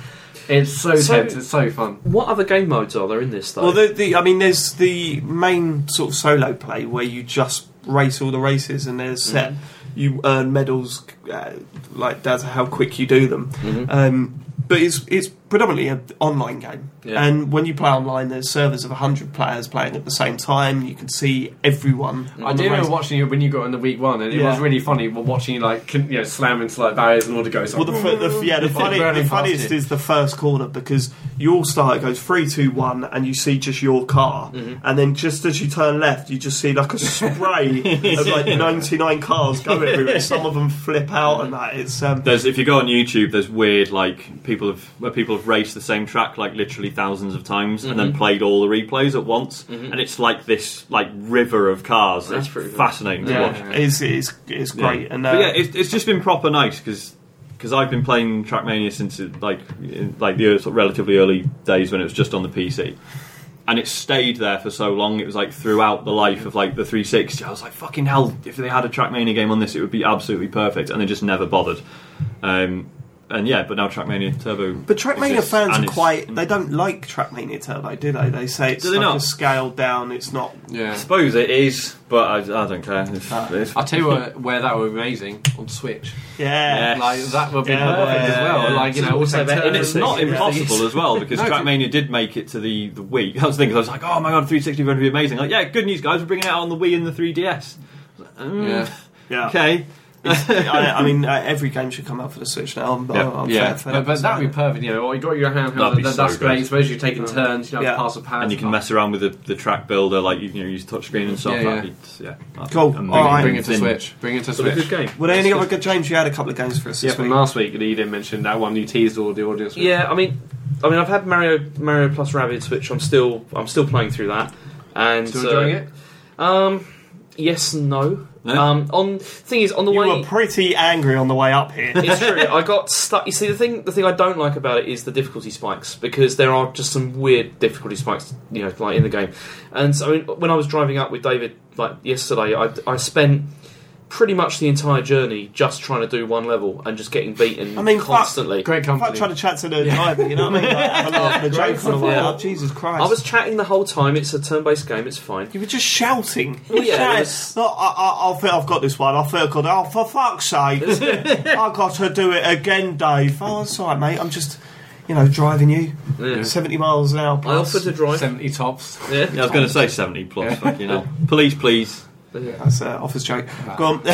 Speaker 4: It's so,
Speaker 3: So-
Speaker 4: tense. It's so fun.
Speaker 3: What other game modes are there in this though?
Speaker 1: Well, the, the, I mean, there's the main sort of solo play where you just race all the races, and there's set. You earn medals, uh, like that's how quick you do them.
Speaker 4: Mm-hmm.
Speaker 3: Uh,
Speaker 1: Um, but it's it's predominantly an online game,
Speaker 3: Yeah.
Speaker 1: and when you play online, there's servers of hundred players playing at the same time. You can see everyone.
Speaker 4: I
Speaker 1: on the
Speaker 4: do remember
Speaker 1: race.
Speaker 4: watching you when you got in the week one, and it
Speaker 1: Yeah.
Speaker 4: was really funny. wa- Watching you like con- you know slam into like barriers and all the goes.
Speaker 1: Well,
Speaker 4: Like,
Speaker 1: the, fir- the, yeah, the,
Speaker 4: It's
Speaker 1: funny,
Speaker 4: burning
Speaker 1: the
Speaker 4: past
Speaker 1: funniest
Speaker 4: you.
Speaker 1: is the first corner because you all start, it goes three, two, one, and you see just your car.
Speaker 2: Mm-hmm.
Speaker 1: And then just as you turn left, you just see like a spray of like 99 cars go everywhere. Some of them flip out and that. It's, um,
Speaker 2: There's if you go on YouTube, there's weird like people have where people have raced the same track like literally thousands of times and
Speaker 4: Mm-hmm.
Speaker 2: then played all the replays at once, and it's like this like river of cars.
Speaker 3: That's
Speaker 2: it's
Speaker 3: pretty cool.
Speaker 2: fascinating to watch.
Speaker 1: yeah, it's, it's, it's great. And uh,
Speaker 2: but yeah, it's, it's just been proper nice because I've been playing Trackmania since it, like in, like the sort of relatively early days when it was just on the PC, and it stayed there for so long. It was like throughout the life of like the 360. I was like, fucking hell! If they had a Trackmania game on this, it would be absolutely perfect, and they just never bothered. Um, and yeah, but now Trackmania Turbo.
Speaker 1: but Trackmania
Speaker 2: exists,
Speaker 1: fans are
Speaker 2: and it's- Mm-hmm.
Speaker 1: quite. They don't like Trackmania Turbo, do they? They say it's
Speaker 2: Do they
Speaker 1: like
Speaker 2: not?
Speaker 1: a scaled down, it's not.
Speaker 2: I
Speaker 4: yeah.
Speaker 2: suppose it is, but I, I don't care. It's,
Speaker 1: Uh,
Speaker 2: it's-
Speaker 4: I'll tell you where, where that would be amazing on Switch.
Speaker 1: Yeah.
Speaker 2: Yes.
Speaker 4: Like that would be
Speaker 1: Yeah,
Speaker 4: perfect as well.
Speaker 2: yeah.
Speaker 4: Like you know, also
Speaker 3: And
Speaker 2: And it's
Speaker 3: Yeah.
Speaker 2: not
Speaker 3: Yeah.
Speaker 2: impossible as well because
Speaker 4: No, it's-
Speaker 2: Trackmania did make it to the, the Wii. I was thinking, I was like, oh my god, 360 is going to be amazing. Like, yeah, good news, guys, we're bringing it out on the Wii and the 3DS. Mm,
Speaker 4: Yeah.
Speaker 1: Yeah.
Speaker 2: Okay.
Speaker 1: I, I mean, uh, every game should come out for the Switch now. I'm,
Speaker 2: Yeah.
Speaker 1: I'm
Speaker 4: yeah,
Speaker 1: fair for
Speaker 4: but, but
Speaker 1: so.
Speaker 4: that'd be perfect. You know, or you got your handheld.
Speaker 2: That'd be
Speaker 4: that-
Speaker 2: so
Speaker 4: that's great.
Speaker 2: good.
Speaker 4: Suppose you're taking turns. You know,
Speaker 1: Yeah.
Speaker 4: pass a pass.
Speaker 2: And you can mess around with the, the track builder, like you, you know, use touchscreen and stuff.
Speaker 4: Yeah, yeah.
Speaker 2: That'd be- Yeah, that'd
Speaker 1: Cool.
Speaker 2: be amazing
Speaker 1: All right.
Speaker 4: Bring it to
Speaker 2: thing.
Speaker 4: Switch. Bring it to
Speaker 3: But a good
Speaker 4: Switch.
Speaker 3: game.
Speaker 1: Were there any other good James? You had a couple of games for us
Speaker 4: Yeah,
Speaker 1: this
Speaker 4: from
Speaker 1: week.
Speaker 4: last week, you didn't mention that one. You teased all the audience. with.
Speaker 3: Yeah, I mean, I mean, I've had Mario Mario Plus Rabbids, which I'm still I'm still playing through that, and
Speaker 4: still enjoying
Speaker 3: uh,
Speaker 4: it.
Speaker 3: Um, yes, and no.
Speaker 2: No?
Speaker 3: Um, on thing is on the
Speaker 1: You
Speaker 3: way.
Speaker 1: were pretty angry on the way up here.
Speaker 3: it's true. I got stuck. You see, the thing the thing I don't like about it is the difficulty spikes because there are just some weird difficulty spikes, you know, like in the game. And so, I mean, when I was driving up with David like yesterday, I I spent pretty much the entire journey just trying to do one level and just getting beaten.
Speaker 1: I mean, fuck.
Speaker 3: constantly.
Speaker 4: Great
Speaker 1: If I
Speaker 4: company.
Speaker 1: try to chat to the driver, you know what I mean? Like, have a laugh and a joke on the way
Speaker 3: Yeah.
Speaker 1: up. Jesus Christ.
Speaker 3: I was chatting the whole time. It's a turn-based game. It's fine.
Speaker 1: You were just shouting.
Speaker 3: Well, Oh, yeah,
Speaker 1: Shouting.
Speaker 3: it was-
Speaker 1: No, I, I, I think I've got this one. I think I've got Oh, for fuck's sake. I've got to do it again, Dave. Oh, it's alright, mate. I'm just, you know, driving you.
Speaker 3: Yeah.
Speaker 1: 70 miles an hour
Speaker 3: I
Speaker 1: plus.
Speaker 3: offered to drive.
Speaker 4: Seventy tops.
Speaker 3: Yeah.
Speaker 2: Yeah, I was going to say 70 plus, fucking hell. Please, please.
Speaker 1: That's an office joke. Go on.
Speaker 3: but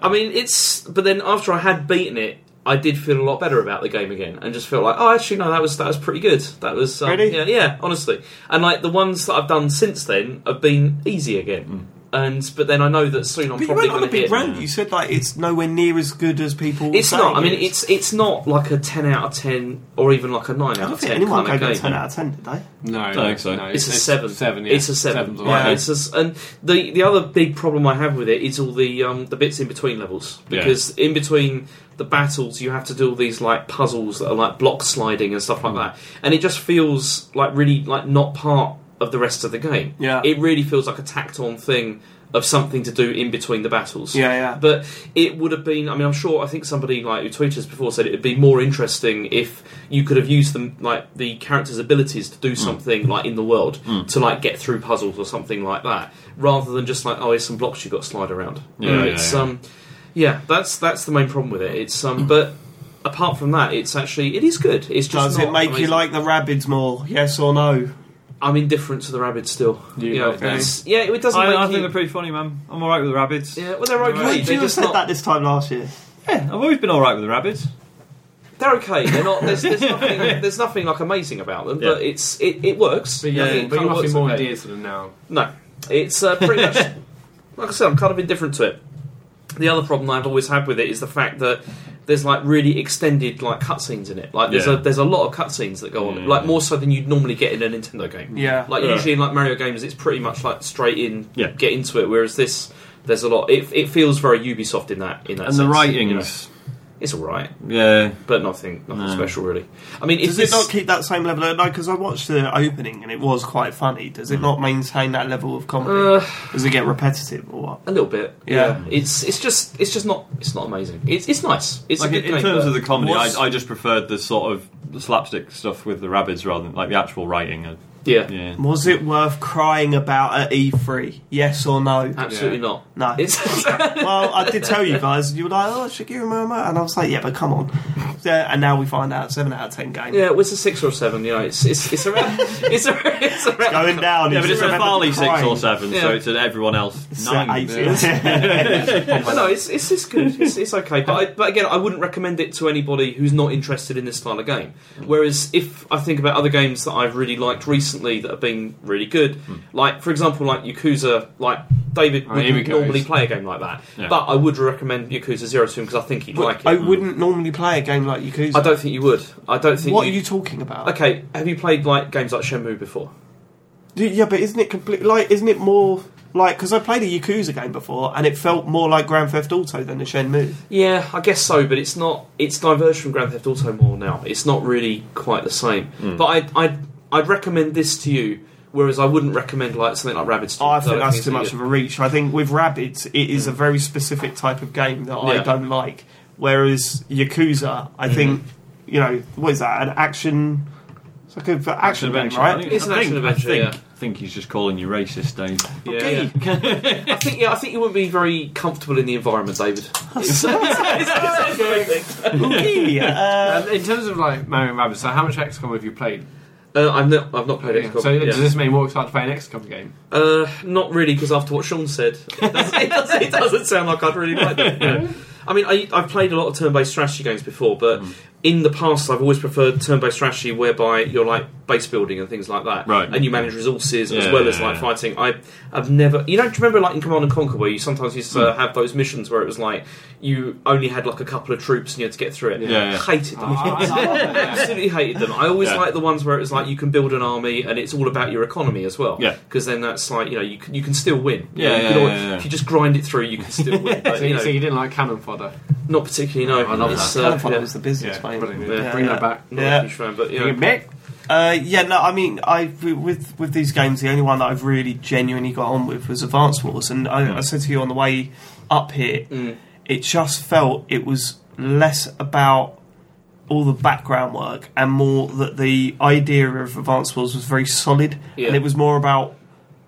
Speaker 3: I mean, it's. But then after I had beaten it, I did feel a lot better about the game again, and just felt like, oh, actually, no, that was that was pretty good. That was um,
Speaker 1: Really?
Speaker 3: yeah, yeah, honestly. And like the ones that I've done since then have been easy again. And but then I know that soon I'm
Speaker 1: but you
Speaker 3: probably
Speaker 1: went on
Speaker 3: going
Speaker 1: a
Speaker 3: to
Speaker 1: big
Speaker 3: hit.
Speaker 1: rant. You said, like, it's nowhere near as good as people
Speaker 3: It's
Speaker 1: say
Speaker 3: not. I
Speaker 1: it
Speaker 3: mean,
Speaker 1: is.
Speaker 3: it's it's not like a ten out of ten, or even like a nine
Speaker 1: I
Speaker 3: out
Speaker 1: don't
Speaker 3: of
Speaker 1: think
Speaker 3: ten.
Speaker 1: anyone
Speaker 3: kind
Speaker 1: gave
Speaker 3: of
Speaker 1: it a 10
Speaker 3: game.
Speaker 1: out of 10, did they?
Speaker 4: No,
Speaker 2: Don't think so.
Speaker 4: no,
Speaker 3: It's, a seven.
Speaker 4: Seven. Yeah.
Speaker 3: It's a seven.
Speaker 4: Seven's all
Speaker 3: Yeah.
Speaker 4: right.
Speaker 3: It's a s and the the other big problem I have with it is all the um, the bits in between levels
Speaker 2: Yeah.
Speaker 3: because in between the battles you have to do all these like puzzles that are like block sliding and stuff like that, and it just feels like really like not part of the rest of the game.
Speaker 1: Yeah.
Speaker 3: It really feels like a tacked on thing of something to do in between the battles.
Speaker 1: Yeah, yeah.
Speaker 3: But it would have been. I mean, I'm sure. I think somebody like who tweeted us before said it would be more interesting if you could have used them like the characters' abilities to do something like in the world to like get through puzzles or something like that, rather than just like oh, here's some blocks you have got to slide around. You
Speaker 2: Yeah,
Speaker 3: know,
Speaker 2: yeah,
Speaker 3: it's
Speaker 2: yeah.
Speaker 3: um, yeah. That's that's the main problem with it. It's um, but apart from that, it's actually it is good. It's just
Speaker 1: Does
Speaker 3: not
Speaker 1: it make you
Speaker 3: amazing.
Speaker 1: like the rabbits more? Yes or no?
Speaker 3: I'm indifferent to the rabbit still.
Speaker 4: You
Speaker 3: You know,
Speaker 4: like them.
Speaker 3: it's- yeah, it doesn't
Speaker 2: I,
Speaker 3: make
Speaker 2: I think
Speaker 3: you.
Speaker 2: they're pretty funny, man. I'm alright with the rabbits.
Speaker 3: yeah, well, they're okay.
Speaker 1: Would
Speaker 3: They're
Speaker 1: you have
Speaker 3: just
Speaker 1: said
Speaker 3: not.
Speaker 1: that this time last year?
Speaker 2: Yeah, I've always been all right with the rabbits.
Speaker 3: They're okay. They're not. There's, there's nothing. There's nothing like amazing about them, but
Speaker 2: Yeah.
Speaker 3: it's it, it works.
Speaker 4: But yeah,
Speaker 3: I think it
Speaker 4: but
Speaker 3: kinda
Speaker 4: you're
Speaker 3: works
Speaker 4: obviously more
Speaker 3: okay.
Speaker 4: endeared to them now.
Speaker 3: No, it's uh, pretty much like I said. I'm kind of indifferent to it. The other problem I've always had with it is the fact that there's like really extended like cutscenes in it. Like there's
Speaker 2: Yeah.
Speaker 3: a there's a lot of cutscenes that go on,
Speaker 2: Mm.
Speaker 3: like more so than you'd normally get in a Nintendo game.
Speaker 1: Yeah.
Speaker 3: Like
Speaker 2: Yeah.
Speaker 3: usually in like Mario games, it's pretty much like straight in,
Speaker 2: Yeah.
Speaker 3: get into it. Whereas this, there's a lot. It, it feels very Ubisoft in that in that.
Speaker 2: And the
Speaker 3: sense, you know.
Speaker 2: writings,
Speaker 3: it's all right,
Speaker 2: yeah,
Speaker 3: but nothing nothing
Speaker 2: No.
Speaker 3: special really. I mean,
Speaker 1: Does it
Speaker 3: if this,
Speaker 1: not keep that same level? of- Like, because I watched the opening and it was quite funny. Does
Speaker 3: Mm.
Speaker 1: it not maintain that level of comedy?
Speaker 3: Uh,
Speaker 1: Does it get repetitive or what?
Speaker 3: a little bit,
Speaker 1: Yeah.
Speaker 3: It's it's just it's just not it's not amazing. It's it's nice. It's
Speaker 2: like
Speaker 3: a
Speaker 2: in
Speaker 3: good game,
Speaker 2: terms
Speaker 3: but-
Speaker 2: of the comedy, I,
Speaker 1: was-
Speaker 2: I just preferred the sort of slapstick stuff with the rabbits rather than like the actual writing. I-
Speaker 3: yeah.
Speaker 2: Yeah,
Speaker 1: Was it worth crying about at E3? Yes or no?
Speaker 3: Absolutely not.
Speaker 1: No.
Speaker 3: It's
Speaker 1: well, I did tell you guys. You were like, "Oh, Shigeru Miyamoto," and I was like, "Yeah, but come on." Yeah, and now we find out seven out of ten game
Speaker 3: yeah, it was a six or seven. You know, it's it's it's around it's around, it's around
Speaker 1: going down.
Speaker 2: yeah, but
Speaker 1: You
Speaker 2: it's a
Speaker 1: remember
Speaker 2: Farley six
Speaker 1: crying.
Speaker 2: or seven,
Speaker 3: Yeah.
Speaker 2: so it's an everyone else
Speaker 1: It's, uh,
Speaker 2: nine.
Speaker 1: eight.
Speaker 3: But no, it's it's, it's good. It's, it's okay. But I, but again, I wouldn't recommend it to anybody who's not interested in this style of game. Whereas if I think about other games that I've really liked recently that have been really good, like for example, like Yakuza, like David
Speaker 4: Oh,
Speaker 3: would
Speaker 4: here we
Speaker 3: would
Speaker 4: go.
Speaker 3: normally play a game like that.
Speaker 2: Yeah.
Speaker 3: But I would recommend Yakuza Zero to him because I think he'd like
Speaker 1: I
Speaker 3: it.
Speaker 1: wouldn't normally play a game like Yakuza.
Speaker 3: I don't think you would. I don't think.
Speaker 1: what are
Speaker 3: you,
Speaker 1: you talking about?
Speaker 3: Okay, have you played like games like Shenmue before?
Speaker 1: D- Yeah, but isn't it complete? Like, isn't it more like? Because I played a Yakuza game before, and it felt more like Grand Theft Auto than a Shenmue.
Speaker 3: Yeah, I guess so, but it's not. It's diverged from Grand Theft Auto more now. It's not really quite the same. But I'd, I'd I'd recommend this to you, whereas I wouldn't recommend like something like Rabbids. to you,
Speaker 1: I
Speaker 3: because
Speaker 1: think
Speaker 3: don't
Speaker 1: that's
Speaker 3: it's
Speaker 1: too
Speaker 3: any
Speaker 1: much
Speaker 3: good.
Speaker 1: of a reach. I think with Rabbids, it is a very specific type of game that I
Speaker 3: Yeah. Mm-hmm.
Speaker 1: don't like. Whereas Yakuza, I think, you know, what is that? An action. It's like an action, game,
Speaker 2: adventure. I
Speaker 1: right?
Speaker 2: think-
Speaker 3: It's an
Speaker 2: I
Speaker 3: action
Speaker 2: think-
Speaker 3: adventure,
Speaker 2: I think,
Speaker 3: yeah.
Speaker 2: I think he's just calling you racist, Dave.
Speaker 3: Yeah, yeah. I think yeah, I think you wouldn't be very comfortable in the environment, David.
Speaker 1: Okay, uh,
Speaker 4: Um, in terms of like Mario and Rabbit, so how much XCOM have you played?
Speaker 3: Uh, I've not I've not played
Speaker 4: Yeah.
Speaker 3: XCOM.
Speaker 4: So
Speaker 3: yeah.
Speaker 4: does this mean more excited to play an XCOM game?
Speaker 3: Uh, not really, because after what Sean said, it doesn't, it doesn't, it doesn't sound like I'd really like that. I mean, I, I've played a lot of turn-based strategy games before, but
Speaker 2: Hmm.
Speaker 3: in the past, I've always preferred turn-based strategy, whereby you're like base building and things like that,
Speaker 2: Right.
Speaker 3: And you manage resources as
Speaker 2: Yeah,
Speaker 3: well
Speaker 2: yeah,
Speaker 3: as like
Speaker 2: yeah.
Speaker 3: fighting. I, I've never, you know, do you remember like in Command and Conquer, where you sometimes used to
Speaker 2: Hmm.
Speaker 3: have those missions where it was like you only had like a couple of troops and you had to get through it.
Speaker 2: Yeah, yeah.
Speaker 3: hated them. Absolutely hated them. I always
Speaker 2: Yeah.
Speaker 3: like the ones where it was like you can build an army and it's all about your economy as well.
Speaker 2: Yeah.
Speaker 3: Because then that's like you know you can, you can still win. You
Speaker 2: Yeah,
Speaker 3: know, you
Speaker 2: yeah,
Speaker 3: can
Speaker 2: yeah,
Speaker 3: always-
Speaker 2: yeah, yeah.
Speaker 3: If you just grind it through, you can still win. But,
Speaker 4: So
Speaker 3: Uh, you
Speaker 4: you,
Speaker 3: know,
Speaker 4: so you didn't like cannon fodder?
Speaker 3: not particularly. No.
Speaker 4: I love
Speaker 3: It's,
Speaker 1: I
Speaker 3: uh,
Speaker 1: don't think
Speaker 3: yeah,
Speaker 1: it was the business,
Speaker 4: Yeah,
Speaker 1: mate.
Speaker 4: brilliant.
Speaker 3: Yeah,
Speaker 4: Bring
Speaker 3: yeah.
Speaker 4: that back.
Speaker 3: Not
Speaker 1: Yeah.
Speaker 3: a huge fan, but you know.
Speaker 4: Bring it back.
Speaker 1: Uh, yeah, no, I mean, I with with these games, the only one that I've really genuinely got on with was Advance Wars, and I, I said to you on the way up here,
Speaker 3: Mm.
Speaker 1: it just felt it was less about all the background work and more that the idea of Advance Wars was very solid,
Speaker 3: Yeah.
Speaker 1: and it was more about.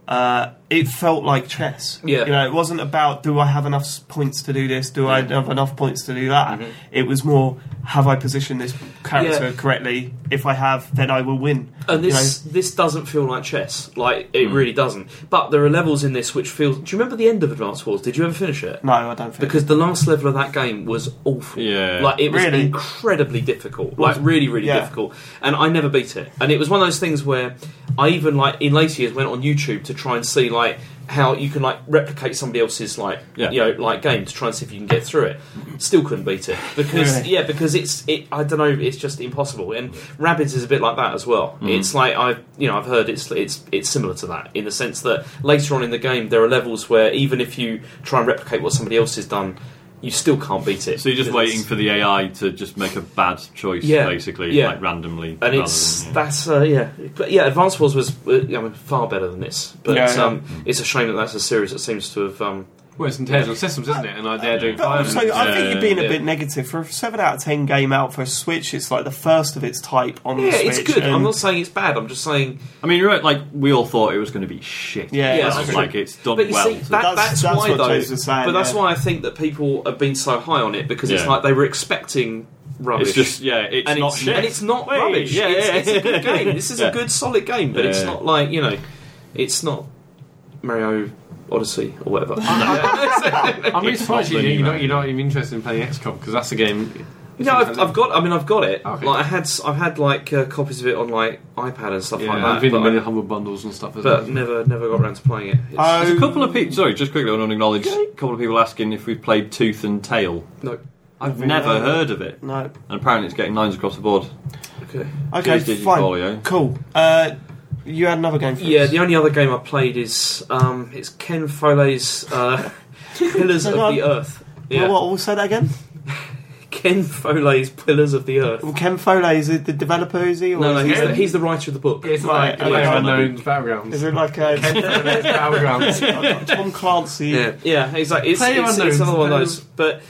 Speaker 1: Uh, it felt like chess.
Speaker 3: Yeah.
Speaker 1: You know, it wasn't about do I have enough s- points to do this? Do I
Speaker 3: Yeah.
Speaker 1: have enough points to do that?
Speaker 3: Mm-hmm.
Speaker 1: It was more have I positioned this character correctly? If I have, then I will win.
Speaker 3: And this this doesn't feel like chess. Like it really doesn't. But there are levels in this which feel. Do you remember the end of Advanced Wars? Did you ever finish it?
Speaker 1: No, I don't think.
Speaker 3: Because the last level of that game was awful.
Speaker 2: Yeah.
Speaker 3: Like it was
Speaker 1: Really?
Speaker 3: incredibly difficult. Like really, really
Speaker 1: Yeah.
Speaker 3: difficult. And I never beat it. And it was one of those things where I even like in later years went on YouTube to try and see like how you can like replicate somebody else's like
Speaker 2: Yeah.
Speaker 3: you know like game to try and see if you can get through it. Still couldn't beat it because
Speaker 1: Really?
Speaker 3: yeah because it's it I don't know it's just impossible. And Rabbids is a bit like that as well. It's like I you know I've heard it's it's it's similar to that in the sense that later on in the game there are levels where even if you try and replicate what somebody else has done. You still can't beat it.
Speaker 2: So you're just
Speaker 3: because
Speaker 2: waiting for the AI to just make a bad choice,
Speaker 3: Yeah.
Speaker 2: basically,
Speaker 3: Yeah.
Speaker 2: like randomly.
Speaker 3: and
Speaker 2: rather
Speaker 3: it's
Speaker 2: than-
Speaker 3: that's uh, yeah, but yeah, Advanced Wars was uh, I mean, far better than this, but
Speaker 1: Yeah, yeah.
Speaker 3: Um, it's a shame that that's a series that seems to have um,
Speaker 4: Well, it's intentional systems, isn't it? And like they're doing
Speaker 1: But
Speaker 4: fine.
Speaker 1: also, I think you're being a
Speaker 3: yeah.
Speaker 1: bit negative for a seven out of ten game out for a Switch. It's like the first of its type on
Speaker 3: yeah,
Speaker 1: the Switch.
Speaker 3: it's good. I'm
Speaker 1: and-
Speaker 3: not saying it's bad. I'm just saying
Speaker 2: I mean, you're right. Like we all thought it was going to be shit.
Speaker 1: Yeah,
Speaker 3: Yeah,
Speaker 2: It's
Speaker 3: that's
Speaker 2: like it's done
Speaker 3: But you
Speaker 2: well.
Speaker 3: see, that,
Speaker 2: So-
Speaker 1: That's-
Speaker 3: that's,
Speaker 1: that's
Speaker 3: why
Speaker 1: what
Speaker 3: though.
Speaker 1: James was saying,
Speaker 3: but that's
Speaker 1: yeah.
Speaker 3: why I think that people have been so high on it because it's
Speaker 2: Yeah.
Speaker 3: like they were expecting rubbish.
Speaker 2: it's just yeah, it's
Speaker 3: and
Speaker 2: not
Speaker 3: it's,
Speaker 2: shit.
Speaker 3: and it's not
Speaker 2: Wait,
Speaker 3: rubbish.
Speaker 2: yeah,
Speaker 3: it's,
Speaker 2: yeah.
Speaker 3: it's a good game. This is
Speaker 2: Yeah.
Speaker 3: a good, solid game, but it's
Speaker 2: Yeah.
Speaker 3: not like you know, it's not Mario Odyssey or whatever.
Speaker 4: I'm really
Speaker 2: It's
Speaker 4: surprised
Speaker 2: not
Speaker 4: you,
Speaker 2: the
Speaker 4: you're,
Speaker 2: new
Speaker 4: not,
Speaker 2: one.
Speaker 4: you're not even interested in playing XCOM because that's a game.
Speaker 3: No, I've, I've got. I mean, I've got it.
Speaker 4: Okay.
Speaker 3: Like I had, s- I've had like uh, copies of it on like iPad and stuff
Speaker 4: Yeah,
Speaker 3: like
Speaker 4: I've been
Speaker 3: that. But,
Speaker 4: many
Speaker 3: I,
Speaker 4: humble bundles and stuff. As
Speaker 3: but
Speaker 4: well.
Speaker 3: never, never got around to playing it. It's,
Speaker 1: Uh,
Speaker 2: There's a couple of people. Sorry, just quickly, I want to acknowledge a couple of people asking if we've played Tooth and Tail.
Speaker 3: no,
Speaker 2: I've
Speaker 1: Really?
Speaker 2: never heard of it,
Speaker 1: No.
Speaker 2: and apparently it's getting nines across the board.
Speaker 3: okay.
Speaker 1: Okay,
Speaker 2: Tuesday, you
Speaker 1: fine.
Speaker 2: folio.
Speaker 1: Cool. Uh, you had another game for
Speaker 3: Yeah,
Speaker 1: us.
Speaker 3: the only other game I played is um, it's Ken Foley's uh, Pillars of
Speaker 1: Hang on.
Speaker 3: the Earth. Yeah,
Speaker 1: Well, what, we'll say that again?
Speaker 3: Ken Foley's Pillars of the Earth.
Speaker 1: Well, Ken Foley, is it the developer, is he? Or
Speaker 3: No, no,
Speaker 1: is,
Speaker 3: he's
Speaker 1: it,
Speaker 3: the, he's the writer of the book.
Speaker 4: it's
Speaker 1: Right,
Speaker 4: like a player
Speaker 1: okay.
Speaker 4: unknown's battlegrounds.
Speaker 1: is it like a
Speaker 4: battlegrounds.
Speaker 1: Tom Clancy?
Speaker 3: Yeah, yeah, it's like it's,
Speaker 4: Player
Speaker 3: it's, it's
Speaker 4: Unknown's
Speaker 3: another one of
Speaker 4: Player-
Speaker 3: those. But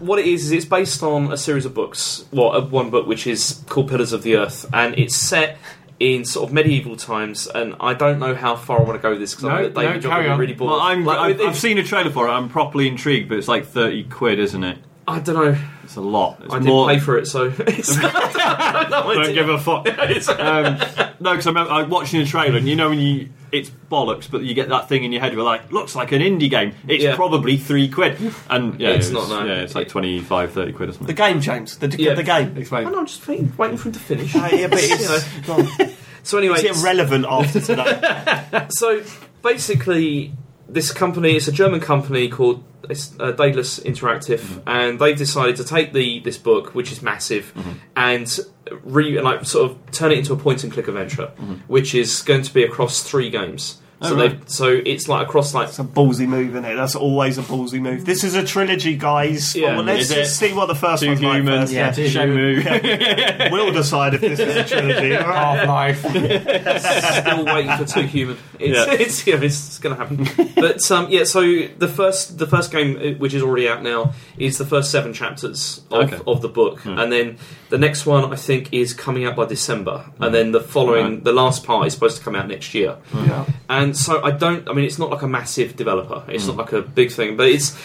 Speaker 3: what it is is it's based on a series of books. Well, uh, one book which is called Pillars of the Earth, and it's set in sort of medieval times. And I don't know how far I want to go with this because
Speaker 4: No,
Speaker 3: I'm at the
Speaker 4: no,
Speaker 3: David John
Speaker 4: carry
Speaker 3: will be
Speaker 4: on.
Speaker 3: really bored.
Speaker 2: Well, I'm,
Speaker 3: Like,
Speaker 2: I've,
Speaker 3: it-
Speaker 2: I've seen a trailer for it. I'm properly intrigued, but it's like thirty quid, isn't it?
Speaker 3: I don't know.
Speaker 2: It's a lot. It's
Speaker 3: I didn't
Speaker 2: more.
Speaker 3: pay for it, so it's, I don't know, I
Speaker 2: don't
Speaker 3: didn't-
Speaker 2: give a fuck.
Speaker 3: it's-
Speaker 2: um, no, because I remember I was watching a trailer, and you know when you it's bollocks, but you get that thing in your head. You're like, looks like an indie game. It's
Speaker 3: Yeah.
Speaker 2: probably three quid, and yeah,
Speaker 3: It's
Speaker 2: it was-
Speaker 3: not, no.
Speaker 2: Yeah, it's like
Speaker 3: It-
Speaker 2: 25, 30 quid or
Speaker 1: The
Speaker 2: something.
Speaker 1: game, James. The,
Speaker 3: Yeah.
Speaker 1: the game.
Speaker 3: I
Speaker 4: Explain.
Speaker 3: know, I'm just waiting, waiting for him to finish.
Speaker 1: Uh, yeah, but it's,
Speaker 3: You know.
Speaker 1: go on.
Speaker 3: so anyway,
Speaker 1: Is it
Speaker 3: it's-
Speaker 1: relevant after today?
Speaker 3: so basically, this company it's a German company called it's, uh, Daedalus Interactive, and they've decided to take the this book, which is massive, and re and like sort of turn it into a point and click adventure, which is going to be across three games.
Speaker 2: Oh,
Speaker 3: so
Speaker 2: right.
Speaker 3: they've so it's like across like
Speaker 1: It's a ballsy move, isn't it? That's always a ballsy move. This is a trilogy, guys.
Speaker 3: Yeah.
Speaker 1: well, let's
Speaker 2: Is it
Speaker 1: just see what the first
Speaker 2: Two
Speaker 1: one's like
Speaker 2: humans,
Speaker 1: first.
Speaker 4: yeah.
Speaker 1: Yeah.
Speaker 2: Shamu.
Speaker 1: We'll decide if this is a trilogy. all right?
Speaker 4: Half life.
Speaker 3: still waiting for two human. It's
Speaker 2: Yeah.
Speaker 3: it's, yeah, it's going to happen. But um, yeah, so the first the first game uh, which is already out now is the first seven chapters of,
Speaker 2: Okay. Hmm.
Speaker 3: of the book, and then the next one I think is coming out by December, and then the following
Speaker 2: Right. Hmm.
Speaker 3: the last part is supposed to come out next year.
Speaker 1: Yeah.
Speaker 3: And so I don't. I mean, it's not like a massive developer. It's
Speaker 2: Hmm.
Speaker 3: not like a big thing, but it's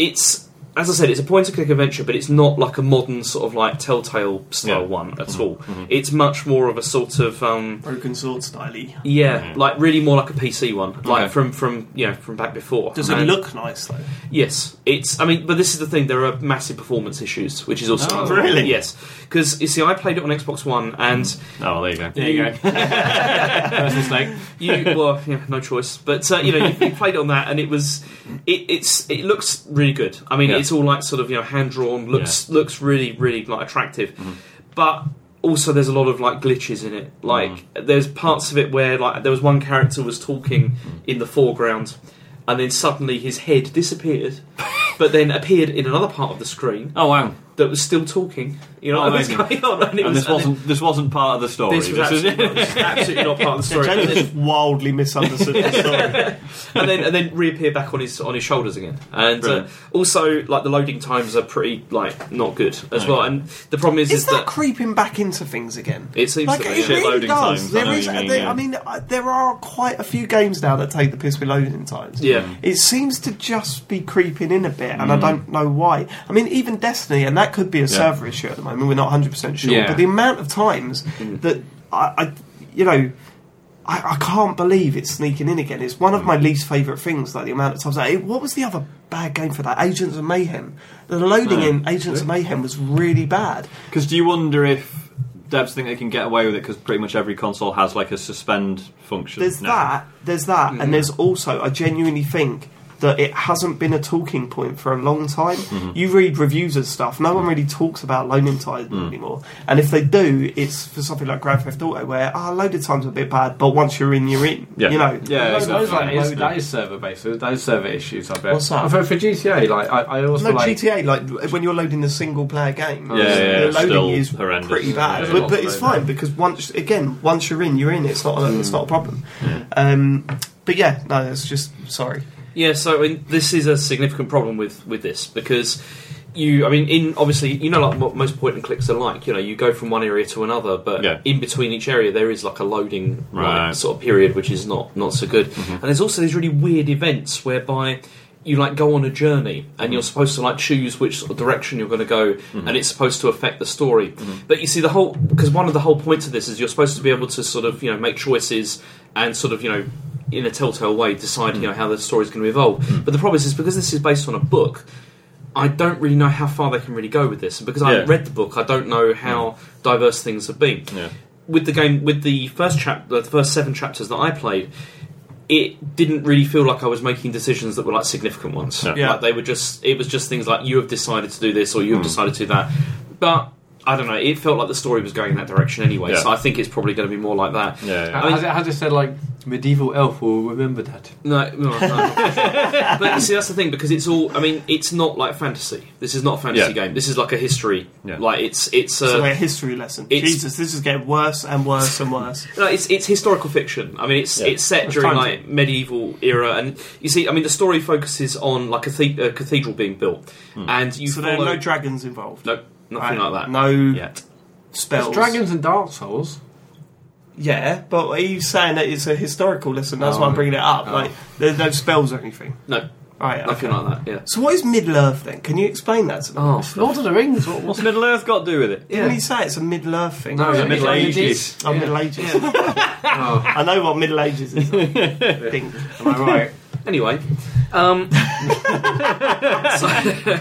Speaker 3: it's. As I said, it's a point-and-click adventure, but it's not like a modern sort of like Telltale style
Speaker 2: Yeah. Hmm.
Speaker 3: one at all. It's much more of a sort of um,
Speaker 1: Broken sword styley.
Speaker 3: yeah,
Speaker 2: Yeah.
Speaker 3: like really more like a PC one, like
Speaker 2: Okay.
Speaker 3: from from you know from back before.
Speaker 1: Does it
Speaker 3: And-
Speaker 1: look nice though?
Speaker 3: Yes, it's. I mean, but this is the thing. There are massive performance issues, which is also
Speaker 2: Oh,
Speaker 1: really?
Speaker 3: yes. Because you see, I played it on Xbox One, and
Speaker 2: Oh, well, there you go.
Speaker 4: There you go. Personal snake.
Speaker 3: you well, yeah, no choice. But uh, you know, you, you played it on that, and it was it, it's it looks really good. I mean,
Speaker 2: Yeah.
Speaker 3: it's all like sort of you know hand drawn, looks looks really really like attractive,
Speaker 2: Mm-hmm.
Speaker 3: but. Also, there's a lot of like glitches in it. Like,
Speaker 2: Mm-hmm.
Speaker 3: there's parts of it where like there was one character was talking
Speaker 2: Mm-hmm.
Speaker 3: in the foreground, and then suddenly his head disappeared, but then appeared in another part of the screen
Speaker 2: Oh wow!
Speaker 3: that was still talking. You know,
Speaker 2: Oh,
Speaker 3: what was
Speaker 2: amazing.
Speaker 3: going on, and it
Speaker 2: and
Speaker 3: was
Speaker 2: this wasn't this wasn't part of the story.
Speaker 3: This was absolutely, not, this was absolutely not part of the
Speaker 1: Yeah,
Speaker 3: story.
Speaker 1: James just wildly misunderstood the story.
Speaker 3: and then and then reappear back on his on his shoulders again. And uh,
Speaker 2: Brilliant.
Speaker 3: also, like the loading times are pretty like not good as well. And the problem is, is,
Speaker 1: Is that
Speaker 3: that,
Speaker 1: creeping back into things again?
Speaker 3: it seems
Speaker 1: Like
Speaker 3: to
Speaker 1: it
Speaker 3: be. yeah.
Speaker 2: Shit
Speaker 1: really
Speaker 2: loading
Speaker 1: does.
Speaker 2: times, I know
Speaker 1: There
Speaker 2: what
Speaker 1: is,
Speaker 2: you mean,
Speaker 1: there-
Speaker 2: yeah.
Speaker 1: I mean, uh, there are quite a few games now that take the piss with loading times.
Speaker 3: Yeah. Mm.
Speaker 1: It seems to just be creeping in a bit, and I don't know why. I mean, even Destiny, and that could be a server issue at the moment. We're not hundred percent sure,
Speaker 4: Yeah.
Speaker 1: but the amount of times
Speaker 3: Mm.
Speaker 1: that I, I you know. I, I can't believe it's sneaking in again. It's one
Speaker 3: Mm.
Speaker 1: of my least favourite things. Like the amount of times. Like, what was the other bad game for that? Agents of Mayhem. The loading
Speaker 3: Mm.
Speaker 2: Yeah.
Speaker 1: in Agents of Mayhem was really bad.
Speaker 2: Because do you wonder if devs think they can get away with it? Because pretty much every console has like a suspend function.
Speaker 1: There's
Speaker 2: now.
Speaker 1: that. There's that, and there's also I genuinely think that it hasn't been a talking point for a long time.
Speaker 2: Mm-hmm.
Speaker 1: You read reviews and stuff. No one really talks about loading time
Speaker 2: Mm.
Speaker 1: anymore. And if they do, it's for something like Grand Theft Auto, where ah, loaded time's a bit bad, but once you're in, you're in.
Speaker 2: Yeah.
Speaker 1: You know.
Speaker 2: Yeah,
Speaker 4: Those-
Speaker 2: exactly.
Speaker 4: those, like, is- that is server based. That is server issues. I bet.
Speaker 1: What's that?
Speaker 4: For, for GTA, like I, I also
Speaker 1: No
Speaker 4: like.
Speaker 1: GTA, like when you're loading a single player game,
Speaker 4: Yeah, yeah,
Speaker 1: the
Speaker 2: it's
Speaker 1: loading
Speaker 2: still
Speaker 1: is
Speaker 2: horrendous.
Speaker 1: pretty bad.
Speaker 2: Yeah.
Speaker 1: but but it's fine because once again, once you're in, you're in. It's not a, it's not a problem. Um, but yeah, no, it's just sorry.
Speaker 3: Yeah, so I mean, this is a significant problem with with this because you, I mean, in obviously you know like what most point and clicks are like. You know, you go from one area to another, but
Speaker 2: Yeah.
Speaker 3: in between each area there is like a loading like,
Speaker 2: Right. Mm-hmm.
Speaker 3: sort of period, which is not not so good. And there's also these really weird events whereby. You like go on a journey, and
Speaker 2: Mm.
Speaker 3: you're supposed to like choose which sort of direction you're going to go,
Speaker 2: Mm-hmm.
Speaker 3: and it's supposed to affect the story. But you see the whole because one of the whole points of this is you're supposed to be able to sort of you know make choices and sort of you know in a telltale way decide
Speaker 2: Mm.
Speaker 3: you know how the story's going to evolve. But the problem is, is because this is based on a book, I don't really know how far they can really go with this. And because I haven't
Speaker 2: Yeah. Mm.
Speaker 3: read the book, I don't know how diverse things have been
Speaker 2: Yeah.
Speaker 3: with the game with the first chap the first seven chapters that I played it didn't really feel like I was making decisions that were like significant ones
Speaker 2: No.
Speaker 1: Yeah.
Speaker 3: like they were just it was just things like you have decided to do this or you
Speaker 2: Hmm.
Speaker 3: have decided to do that but I don't know it felt like the story was going in that direction anyway
Speaker 2: Yeah.
Speaker 3: so I think it's probably going to be more like that
Speaker 2: Yeah, yeah.
Speaker 3: I mean-
Speaker 4: Has it, has it said like medieval elf will remember that?
Speaker 3: no, no, no. but you see that's the thing because it's all I mean it's not like fantasy this is not a fantasy
Speaker 2: Yeah.
Speaker 3: game this is like a history
Speaker 2: Yeah.
Speaker 3: like it's it's uh,
Speaker 1: So a history lesson.
Speaker 3: it's-
Speaker 1: Jesus, this is getting worse and worse and worse.
Speaker 3: No, it's it's historical fiction. I mean, it's
Speaker 2: Yeah.
Speaker 3: it's set
Speaker 1: It's
Speaker 3: during
Speaker 1: time
Speaker 3: like medieval era, and you see, I mean, the story focuses on like a, cathe- a cathedral being built,
Speaker 2: Hmm.
Speaker 3: and you
Speaker 1: so there
Speaker 3: follow
Speaker 1: are no dragons involved.
Speaker 3: no nothing
Speaker 1: Right.
Speaker 3: like that.
Speaker 1: No
Speaker 3: yet.
Speaker 1: spells.
Speaker 4: It's dragons and Dark Souls.
Speaker 1: Yeah, but are you saying that it's a historical lesson? That's
Speaker 4: Oh.
Speaker 1: why I'm bringing it up.
Speaker 4: Oh.
Speaker 1: Like there's no spells or anything.
Speaker 3: no,
Speaker 1: Right. okay.
Speaker 3: nothing like that. Yeah.
Speaker 1: So what is Middle Earth then? Can you explain that to me?
Speaker 3: Oh,
Speaker 4: Lord of the Rings. What, what's
Speaker 2: What's Middle Earth got to do with it?
Speaker 1: Didn't he say it's a Middle Earth thing?
Speaker 4: No,
Speaker 2: The
Speaker 4: Yeah.
Speaker 2: Middle
Speaker 4: Yeah.
Speaker 2: Ages.
Speaker 1: Oh,
Speaker 4: Yeah.
Speaker 1: Middle Ages.
Speaker 4: oh,
Speaker 1: I know what Middle Ages is. I think.
Speaker 4: am I right?
Speaker 3: anyway, um, so,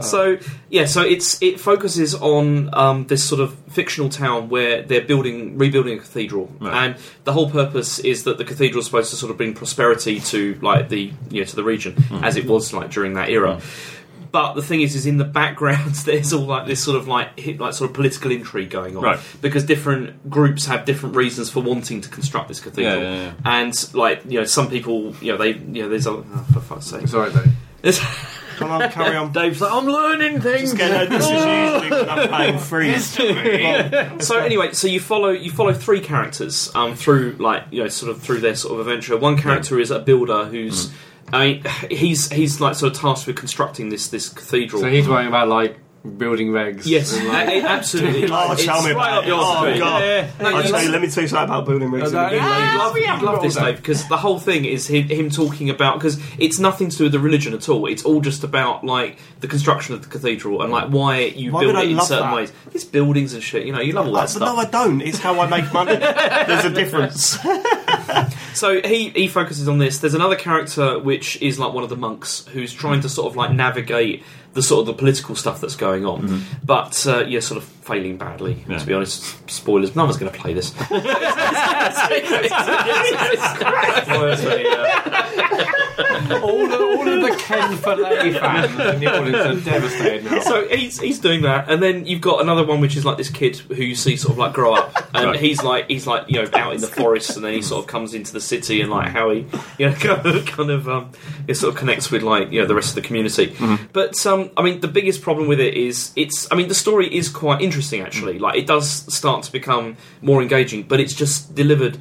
Speaker 3: so, yeah, so it's it focuses on um, this sort of fictional town where they're building rebuilding a cathedral,
Speaker 2: Right.
Speaker 3: and the whole purpose is that the cathedral is supposed to sort of bring prosperity to like the you know to the region
Speaker 2: Mm.
Speaker 3: as it was like during that era. But the thing is, is in the background there's all like this sort of like hit, like sort of political intrigue going on
Speaker 2: Right.
Speaker 3: because different groups have different reasons for wanting to construct this cathedral
Speaker 2: Yeah, yeah, yeah.
Speaker 3: and like you know some people you know they you know there's other oh, for fuck's sake
Speaker 4: Sorry, though.
Speaker 3: There's-
Speaker 1: Come on, carry on.
Speaker 2: Dave's like, I'm learning things.
Speaker 1: Just get over this is usually when I'm playing freeze.
Speaker 3: oh, so anyway so you follow you follow three characters um through like you know sort of through their sort of adventure one character is a builder who's
Speaker 1: Mm.
Speaker 3: I mean, he's he's like sort of tasked with constructing this this cathedral.
Speaker 4: So he's worrying about like building regs.
Speaker 3: yes,
Speaker 4: and,
Speaker 3: a- a- absolutely.
Speaker 1: Oh,
Speaker 3: It's
Speaker 1: tell me
Speaker 3: right
Speaker 1: about
Speaker 3: up
Speaker 1: it.
Speaker 3: your
Speaker 1: Oh,
Speaker 3: street.
Speaker 1: God.
Speaker 2: Yeah.
Speaker 3: No,
Speaker 1: I'll
Speaker 3: you-
Speaker 1: tell you, let me tell you something about building rigs.
Speaker 4: Okay.
Speaker 1: in the
Speaker 4: Yeah.
Speaker 1: game.
Speaker 3: You'd love,
Speaker 4: we
Speaker 3: you'd
Speaker 4: haven't
Speaker 3: love
Speaker 4: got
Speaker 3: this,
Speaker 4: that.
Speaker 3: Dave, because the whole thing is him, him talking about because it's nothing to do with the religion at all. It's all just about like the construction of the cathedral and like why you
Speaker 1: Why
Speaker 3: build
Speaker 1: would I
Speaker 3: it in
Speaker 1: love
Speaker 3: certain
Speaker 1: that?
Speaker 3: ways. It's buildings and shit. You know, you love all that
Speaker 1: Uh, but no,
Speaker 3: stuff.
Speaker 1: I don't. It's how I make money. There's a difference.
Speaker 3: So he he focuses on this. There's another character which is like one of the monks who's trying to sort of like navigate the sort of the political stuff that's going on,
Speaker 1: Mm-hmm.
Speaker 3: but uh, yeah, sort of failing badly.
Speaker 2: Yeah.
Speaker 3: To be honest, spoilers. No one's going to play this.
Speaker 4: all, of, all of the Ken Follett fans in the audience are devastated now.
Speaker 3: so he's he's doing that, and then you've got another one which is like this kid who you see sort of like grow up, and
Speaker 2: Right.
Speaker 3: he's like he's like you know out in the forest, and then he sort of comes into the city, and like how he you know kind of, kind of um it sort of connects with like you know the rest of the community.
Speaker 2: Mm-hmm.
Speaker 3: But um, I mean, the biggest problem with it is it's I mean the story is quite interesting
Speaker 2: Mm.
Speaker 3: actually. Like it does start to become more engaging, but it's just delivered.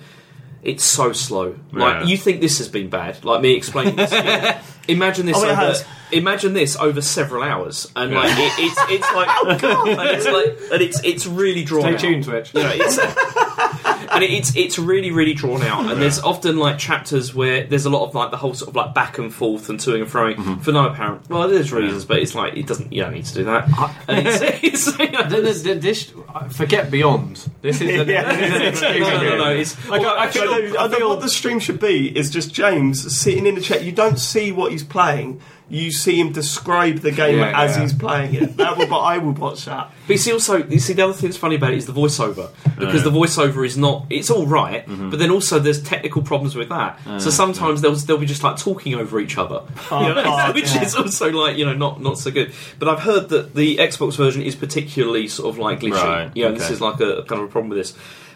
Speaker 3: It's so slow. Like
Speaker 2: Yeah.
Speaker 3: you think this has been bad. Like me explaining this. to you. Imagine this
Speaker 1: Oh, it
Speaker 3: over
Speaker 1: has.
Speaker 3: imagine this over several hours, and
Speaker 2: Yeah.
Speaker 3: like it, it's it's like oh god, and it's like and it's it's really drawn.
Speaker 4: Stay
Speaker 3: out.
Speaker 4: tuned, Twitch.
Speaker 3: You know, it's and it, it's it's really really drawn out, and there's often like chapters where there's a lot of like the whole sort of like back and forth and toing and throwing
Speaker 4: Mm-hmm.
Speaker 3: for no apparent. Well, there's reasons, but it's like it doesn't. You don't need to do that. And it's, it's, you know,
Speaker 4: Th- th- th- this, forget Beyond. This is an,
Speaker 1: Yeah.
Speaker 4: this is an excuse.
Speaker 3: no, no, no, no.
Speaker 4: here.
Speaker 3: It's,
Speaker 4: Like, I- I
Speaker 1: I
Speaker 4: feel-
Speaker 1: know, I know what the stream should be is just James sitting in a chair. You don't see what he's playing. You see him describe the game
Speaker 4: Yeah,
Speaker 1: as
Speaker 4: yeah.
Speaker 1: he's playing it. That would, but I would watch that.
Speaker 3: But you see, also, you see, the other thing that's funny about it is the voiceover because the voiceover is not. It's all right,
Speaker 2: Mm-hmm.
Speaker 3: but then also there's technical problems with that. so sometimes they'll they'll be just like talking over each other,
Speaker 1: Oh,
Speaker 3: you know,
Speaker 1: God,
Speaker 3: which
Speaker 1: yeah.
Speaker 3: is also like you know not not so good. But I've heard that the Xbox version is particularly sort of like glitchy.
Speaker 2: Right,
Speaker 3: You know, this
Speaker 2: okay.
Speaker 3: is like a kind of a problem with this.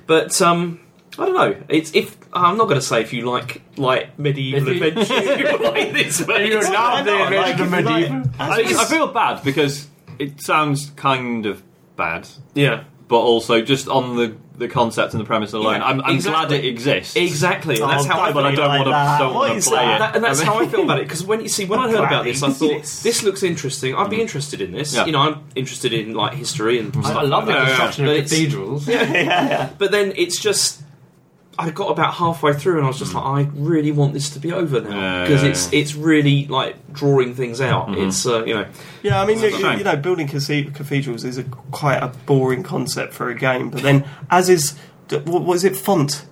Speaker 3: But um, I don't know. It's if I'm not going to say if you like like medieval
Speaker 4: If you-
Speaker 3: adventures you like this, but
Speaker 4: You're
Speaker 3: it's-
Speaker 4: not
Speaker 1: Why
Speaker 4: the
Speaker 1: not? Like,
Speaker 4: original
Speaker 1: if you like-
Speaker 4: medieval.
Speaker 1: as
Speaker 2: I,
Speaker 1: it's-
Speaker 2: I feel bad because it sounds kind of bad,
Speaker 3: yeah,
Speaker 2: but also just on the, the concept and the premise alone,
Speaker 3: Yeah,
Speaker 2: I'm, I'm
Speaker 3: exactly.
Speaker 2: glad it exists.
Speaker 3: exactly. And
Speaker 1: Oh,
Speaker 3: that's how I
Speaker 1: don't
Speaker 2: but I
Speaker 1: be
Speaker 2: don't
Speaker 1: like
Speaker 2: wanna-
Speaker 1: that.
Speaker 2: don't
Speaker 1: What
Speaker 2: wanna
Speaker 1: is
Speaker 2: play
Speaker 1: that?
Speaker 2: it.
Speaker 3: That- and that's
Speaker 2: Oh, I
Speaker 3: how I
Speaker 2: mean-
Speaker 3: feel about it. Because when you see, when I heard about this, I thought
Speaker 1: Yes.
Speaker 3: this looks interesting. I'd be interested in this.
Speaker 2: Mm. Yeah.
Speaker 3: You know, I'm interested in like history and
Speaker 4: I
Speaker 3: stuff.
Speaker 4: love the
Speaker 2: Yeah, yeah,
Speaker 4: construction
Speaker 3: yeah. But
Speaker 4: of
Speaker 3: it's-
Speaker 4: cathedrals.
Speaker 3: But then it's just, I got about halfway through and I was just like, I really want this to be over now
Speaker 2: Yeah,
Speaker 3: because
Speaker 2: Mm. yeah, Mm-hmm.
Speaker 3: it's
Speaker 2: yeah.
Speaker 3: it's really like drawing things out. It's uh, you know,
Speaker 1: Yeah, I mean, you,
Speaker 2: It's a shame.
Speaker 1: you know, building cathe- cathedrals is a quite a boring concept for a game. But then, as is, d- what was it? Font.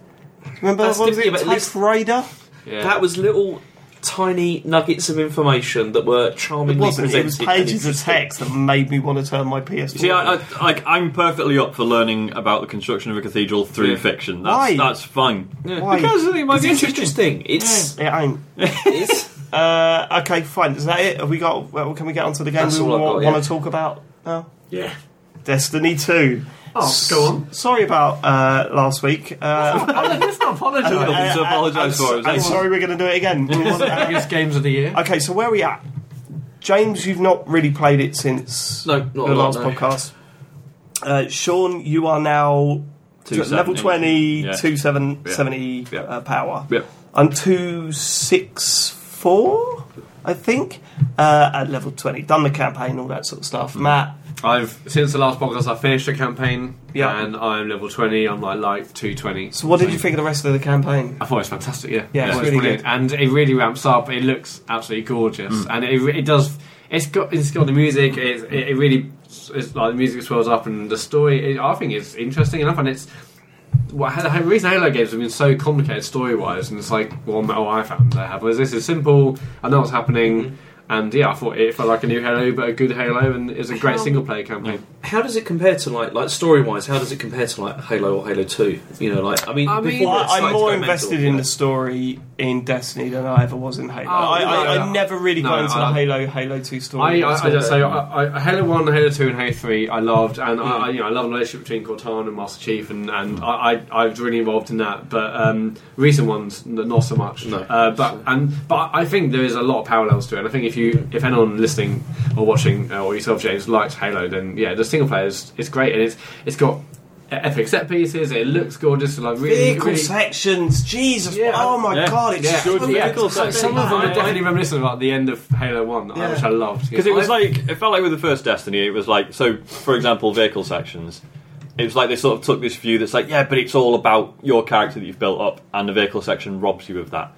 Speaker 1: Remember
Speaker 3: That's
Speaker 1: what was it?
Speaker 3: different, but at least-
Speaker 1: Typewriter?
Speaker 4: Yeah.
Speaker 3: That was little tiny nuggets of information that were
Speaker 1: It
Speaker 3: charmingly
Speaker 1: wasn't.
Speaker 3: presented.
Speaker 1: It was
Speaker 3: and
Speaker 1: pages of
Speaker 3: interesting.
Speaker 1: text that made me want to turn my PS4.
Speaker 2: You see, I, I, like, I'm perfectly up for learning about the construction of a cathedral through
Speaker 4: Yeah.
Speaker 2: fiction. That's,
Speaker 1: Why?
Speaker 2: That's fine.
Speaker 3: Yeah.
Speaker 1: Why?
Speaker 2: Because I think it
Speaker 3: It's
Speaker 2: might be interesting.
Speaker 3: interesting. It's,
Speaker 1: it ain't.
Speaker 3: it's
Speaker 1: Uh, okay, fine. Is that it? Have we got? Well, can we get onto the game
Speaker 3: That's
Speaker 1: we
Speaker 3: all I've got, yeah.
Speaker 1: want to talk about? now?
Speaker 3: yeah.
Speaker 1: Destiny Two.
Speaker 3: Oh, go on.
Speaker 1: S- Sorry about uh, last week. Uh,
Speaker 4: Let's not apologise.
Speaker 2: I don't think so. Apologise
Speaker 1: I'm-
Speaker 2: for it.
Speaker 1: I'm sorry, we're going to do it again. Uh,
Speaker 4: Biggest games of the year.
Speaker 1: okay, so where are we at? James, you've not really played it since
Speaker 3: No, not
Speaker 1: the
Speaker 3: a lot,
Speaker 1: last
Speaker 3: no.
Speaker 1: podcast. Uh, Sean, you are now
Speaker 2: Two
Speaker 1: tw- level 20,
Speaker 2: seventy. Yeah.
Speaker 1: 2770
Speaker 2: Yeah.
Speaker 1: Uh, power.
Speaker 2: Yep.
Speaker 1: I'm 264, I think, uh, at level 20. Done the campaign, all that sort of stuff. Matt,
Speaker 4: I've since the last podcast I finished the campaign.
Speaker 1: Yeah.
Speaker 4: And I'm level twenty. I'm like like two twenty.
Speaker 1: so what did you think of the rest of the campaign?
Speaker 4: I thought it was fantastic. Yeah,
Speaker 1: Yeah,
Speaker 4: I
Speaker 1: it's
Speaker 4: thought
Speaker 1: really
Speaker 4: brilliant.
Speaker 1: good.
Speaker 4: and it really ramps up. It looks absolutely gorgeous, and it re- it does. It's got it's got the music. It it, it really it's like the music swells up, and the story. It, I think it's interesting enough, and it's. Well, the reason Halo games have been so complicated story wise, and it's like one well, I found they have was this is simple. I know what's happening, and yeah, I thought it felt like a new Halo, but a good Halo, and it's a great
Speaker 3: How-
Speaker 4: single player campaign.
Speaker 3: How does it compare to like like story wise? How does it compare to like Halo or Halo Two? You know, like I mean,
Speaker 4: I mean,
Speaker 3: before
Speaker 1: Well,
Speaker 3: it started
Speaker 1: I'm
Speaker 3: to
Speaker 1: more
Speaker 3: go mental,
Speaker 1: invested
Speaker 3: you
Speaker 1: in
Speaker 3: know.
Speaker 1: the story in Destiny than I ever was in Halo.
Speaker 4: Oh,
Speaker 1: I,
Speaker 4: no,
Speaker 1: I,
Speaker 4: no.
Speaker 1: I never really got
Speaker 4: No,
Speaker 1: into
Speaker 4: I-
Speaker 1: the Halo Halo 2
Speaker 4: I,
Speaker 1: story.
Speaker 4: I, I
Speaker 1: at all.
Speaker 4: just say I, I, Halo One, Halo Two, and Halo Three. I loved, and I I, you know I love the relationship between Cortana and Master Chief, and, and I, I I was really involved in that. But um, recent ones, n- not so much.
Speaker 3: No.
Speaker 4: Uh, but and but I think there is a lot of parallels to it. And I think if you if anyone listening or watching uh, or yourself James likes Halo, then yeah, the single player is it's great, and it's it's got epic set pieces. It looks gorgeous, like really
Speaker 1: Vehicle
Speaker 4: really-
Speaker 1: sections, Jesus!
Speaker 4: Yeah.
Speaker 1: oh my
Speaker 2: Yeah.
Speaker 1: God, it's
Speaker 4: yeah,
Speaker 1: so
Speaker 4: yeah.
Speaker 1: difficult.
Speaker 4: Some of them are definitely reminiscent about the end of Halo One,
Speaker 1: Yeah.
Speaker 4: which I loved
Speaker 2: Because it was like it felt like with the first Destiny, it was like so. For example, vehicle sections. It was like they sort of took this view that's like, yeah, but it's all about your character that you've built up, and the vehicle section robs you of that.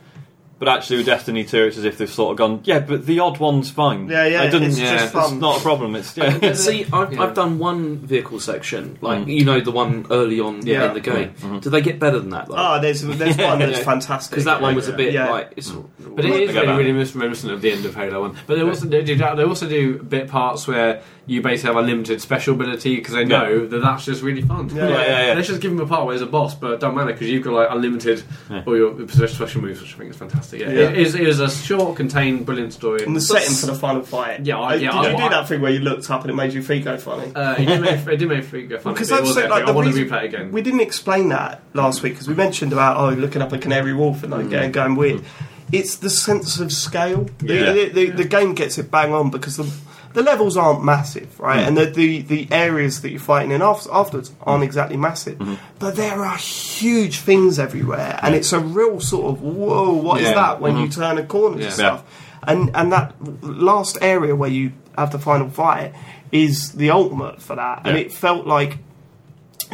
Speaker 2: But actually, with Destiny Two, it's as if they've sort of gone, yeah, but the odd one's fine.
Speaker 1: Yeah, yeah,
Speaker 2: It doesn't-
Speaker 1: it's
Speaker 4: just
Speaker 1: fun.
Speaker 2: not a problem. It's yeah.
Speaker 3: But See, I've,
Speaker 4: Yeah.
Speaker 3: I've done one vehicle section, like
Speaker 2: Mm.
Speaker 3: you know the one early on
Speaker 4: Yeah.
Speaker 3: in the game. Do they get better than that?
Speaker 1: Ah, there's there's one that's
Speaker 3: Yeah.
Speaker 1: fantastic.
Speaker 3: Because that one was a bit
Speaker 1: Yeah.
Speaker 3: like it's.
Speaker 4: But it is
Speaker 2: Think
Speaker 4: really,
Speaker 2: about
Speaker 4: really mis- reminiscent of the end of Halo One. But they also they do that. They also do bit parts where you basically have unlimited special ability because they know that that's just really fun.
Speaker 1: Yeah, yeah,
Speaker 2: yeah, yeah.
Speaker 4: Let's just give him a part where there's a boss, but it don't matter because you've got like unlimited
Speaker 2: Yeah.
Speaker 4: all your special special moves, which I think is fantastic. Yeah,
Speaker 1: Yeah.
Speaker 4: It, is, it is a short, contained, brilliant story.
Speaker 1: And the setting for the final fight.
Speaker 4: Yeah, I-
Speaker 1: Uh,
Speaker 4: yeah,
Speaker 1: Did
Speaker 4: I-
Speaker 1: you do
Speaker 4: I-
Speaker 1: that thing where you looked up and it made your feet go funny?
Speaker 4: uh, it did make it did make free go fun.
Speaker 1: Because
Speaker 4: but it
Speaker 1: I've
Speaker 4: was
Speaker 1: said,
Speaker 4: epic.
Speaker 1: like,
Speaker 4: I
Speaker 1: the
Speaker 4: want to
Speaker 1: reason-
Speaker 4: replay it again.
Speaker 1: We didn't explain that last week because we mentioned about oh looking up a canary wolf and like going, going weird.
Speaker 4: Mm-hmm.
Speaker 1: It's the sense of scale. The,
Speaker 2: Yeah.
Speaker 1: the, the, the game gets it bang on because the the levels aren't massive, right?
Speaker 4: Mm.
Speaker 1: And the, the the areas that you're fighting in after, afterwards aren't exactly massive,
Speaker 4: Mm-hmm.
Speaker 1: but there are huge things everywhere, and it's a real sort of whoa, what is
Speaker 4: Yeah. Mm-hmm.
Speaker 1: that when you turn a corner
Speaker 4: Yeah.
Speaker 1: to stuff? And and that last area where you have the final fight is the ultimate for that, and
Speaker 2: Yeah.
Speaker 1: it felt like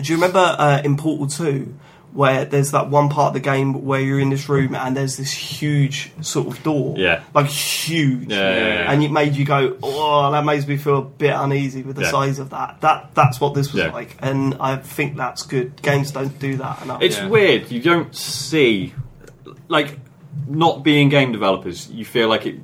Speaker 1: do you remember uh, in Portal 2 where there's that one part of the game where you're in this room and there's this huge sort of door?
Speaker 2: Yeah.
Speaker 1: Like huge.
Speaker 2: Yeah, yeah, yeah.
Speaker 1: And it made you go, oh, that makes me feel a bit uneasy with the
Speaker 2: Yeah.
Speaker 1: size of that. That That's what this was
Speaker 2: Yeah.
Speaker 1: like. And I think that's good. Games don't do that enough.
Speaker 2: It's
Speaker 4: Yeah.
Speaker 2: weird. You don't see, like, not being game developers. You feel like it.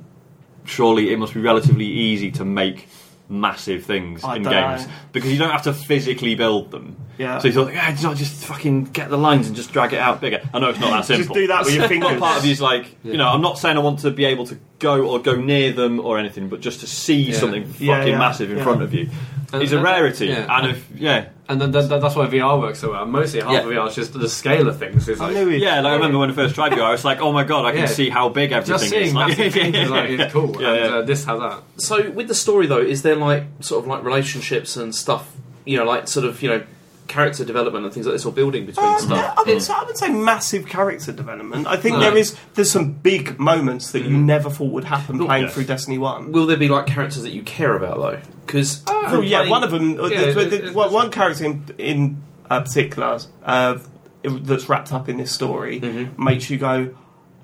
Speaker 2: Surely it must be relatively easy to make massive things
Speaker 1: I
Speaker 2: in
Speaker 1: dunno.
Speaker 2: games because you don't have to physically build them.
Speaker 1: Yeah.
Speaker 2: So you thought, yeah, it's not just fucking get the lines and just drag it out bigger. I know it's not that
Speaker 1: Just
Speaker 2: simple.
Speaker 1: do that with your fingers.
Speaker 2: Part of you's like, you know, I'm not saying I want to be able to go or go near them or anything, but just to see
Speaker 4: Yeah.
Speaker 2: something fucking
Speaker 1: Yeah, yeah,
Speaker 2: massive in
Speaker 1: yeah.
Speaker 2: front of you
Speaker 4: And-
Speaker 2: is a
Speaker 4: and-
Speaker 2: rarity.
Speaker 4: yeah.
Speaker 2: And if yeah,
Speaker 4: and th- th- that's why VR works so well. Mostly half
Speaker 2: Yeah.
Speaker 4: of VR is just the scale of things. Is
Speaker 1: I
Speaker 4: like,
Speaker 1: knew it.
Speaker 2: yeah, like I remember when I first tried VR, I was like, oh my god, I can
Speaker 4: Yeah.
Speaker 2: see how big everything
Speaker 4: just seeing
Speaker 2: is. Like,
Speaker 4: massive things is, like, is cool.
Speaker 2: Yeah,
Speaker 4: and,
Speaker 2: yeah.
Speaker 4: Uh, this has that.
Speaker 3: So with the story though, is there like sort of like relationships and stuff? You know, like sort of you know character development and things like this, or building between
Speaker 1: Uh,
Speaker 3: stuff.
Speaker 1: I,
Speaker 2: Mm.
Speaker 1: would say, I would say massive character development. I think
Speaker 3: No.
Speaker 1: there is there's some big moments that you
Speaker 2: Mm.
Speaker 1: never thought would happen playing
Speaker 2: yeah.
Speaker 1: through Destiny One.
Speaker 3: Will there be like characters that you care about though? Because
Speaker 1: Oh, yeah, one of them. uh,
Speaker 4: Yeah,
Speaker 1: there's-
Speaker 4: it-
Speaker 1: there's
Speaker 4: it-
Speaker 1: one, one character in, in uh, particular uh, that's wrapped up in this story
Speaker 2: Mm-hmm.
Speaker 1: makes you go.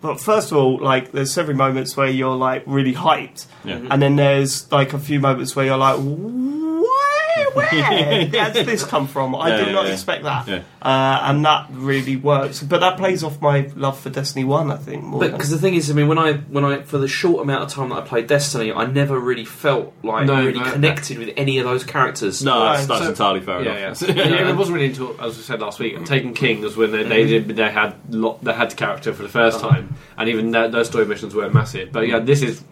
Speaker 1: But first of all, like there's several moments where you're like really hyped,
Speaker 2: Yeah.
Speaker 1: and then there's like a few moments where you're like, why? where has this come from? I
Speaker 2: Yeah,
Speaker 1: did
Speaker 2: yeah,
Speaker 1: not
Speaker 2: yeah.
Speaker 1: expect that.
Speaker 2: Yeah.
Speaker 1: Uh, and that really works. But that plays off my love for Destiny 1, I think. More
Speaker 3: But
Speaker 1: than-
Speaker 3: because the thing is, I mean, when I when I for the short amount of time that I played Destiny, I never really felt like
Speaker 4: No,
Speaker 3: really
Speaker 4: no.
Speaker 3: connected with any of those characters.
Speaker 2: No, that's,
Speaker 1: Right,
Speaker 2: that's
Speaker 4: so-
Speaker 2: entirely fair
Speaker 4: Yeah,
Speaker 2: enough.
Speaker 4: yeah. yeah. It wasn't really until, as I said last week, Taken King was when they they, did, they had lot, they had character for the 1st
Speaker 3: Uh-huh.
Speaker 4: time, and even that, those story missions weren't massive. But yeah, this is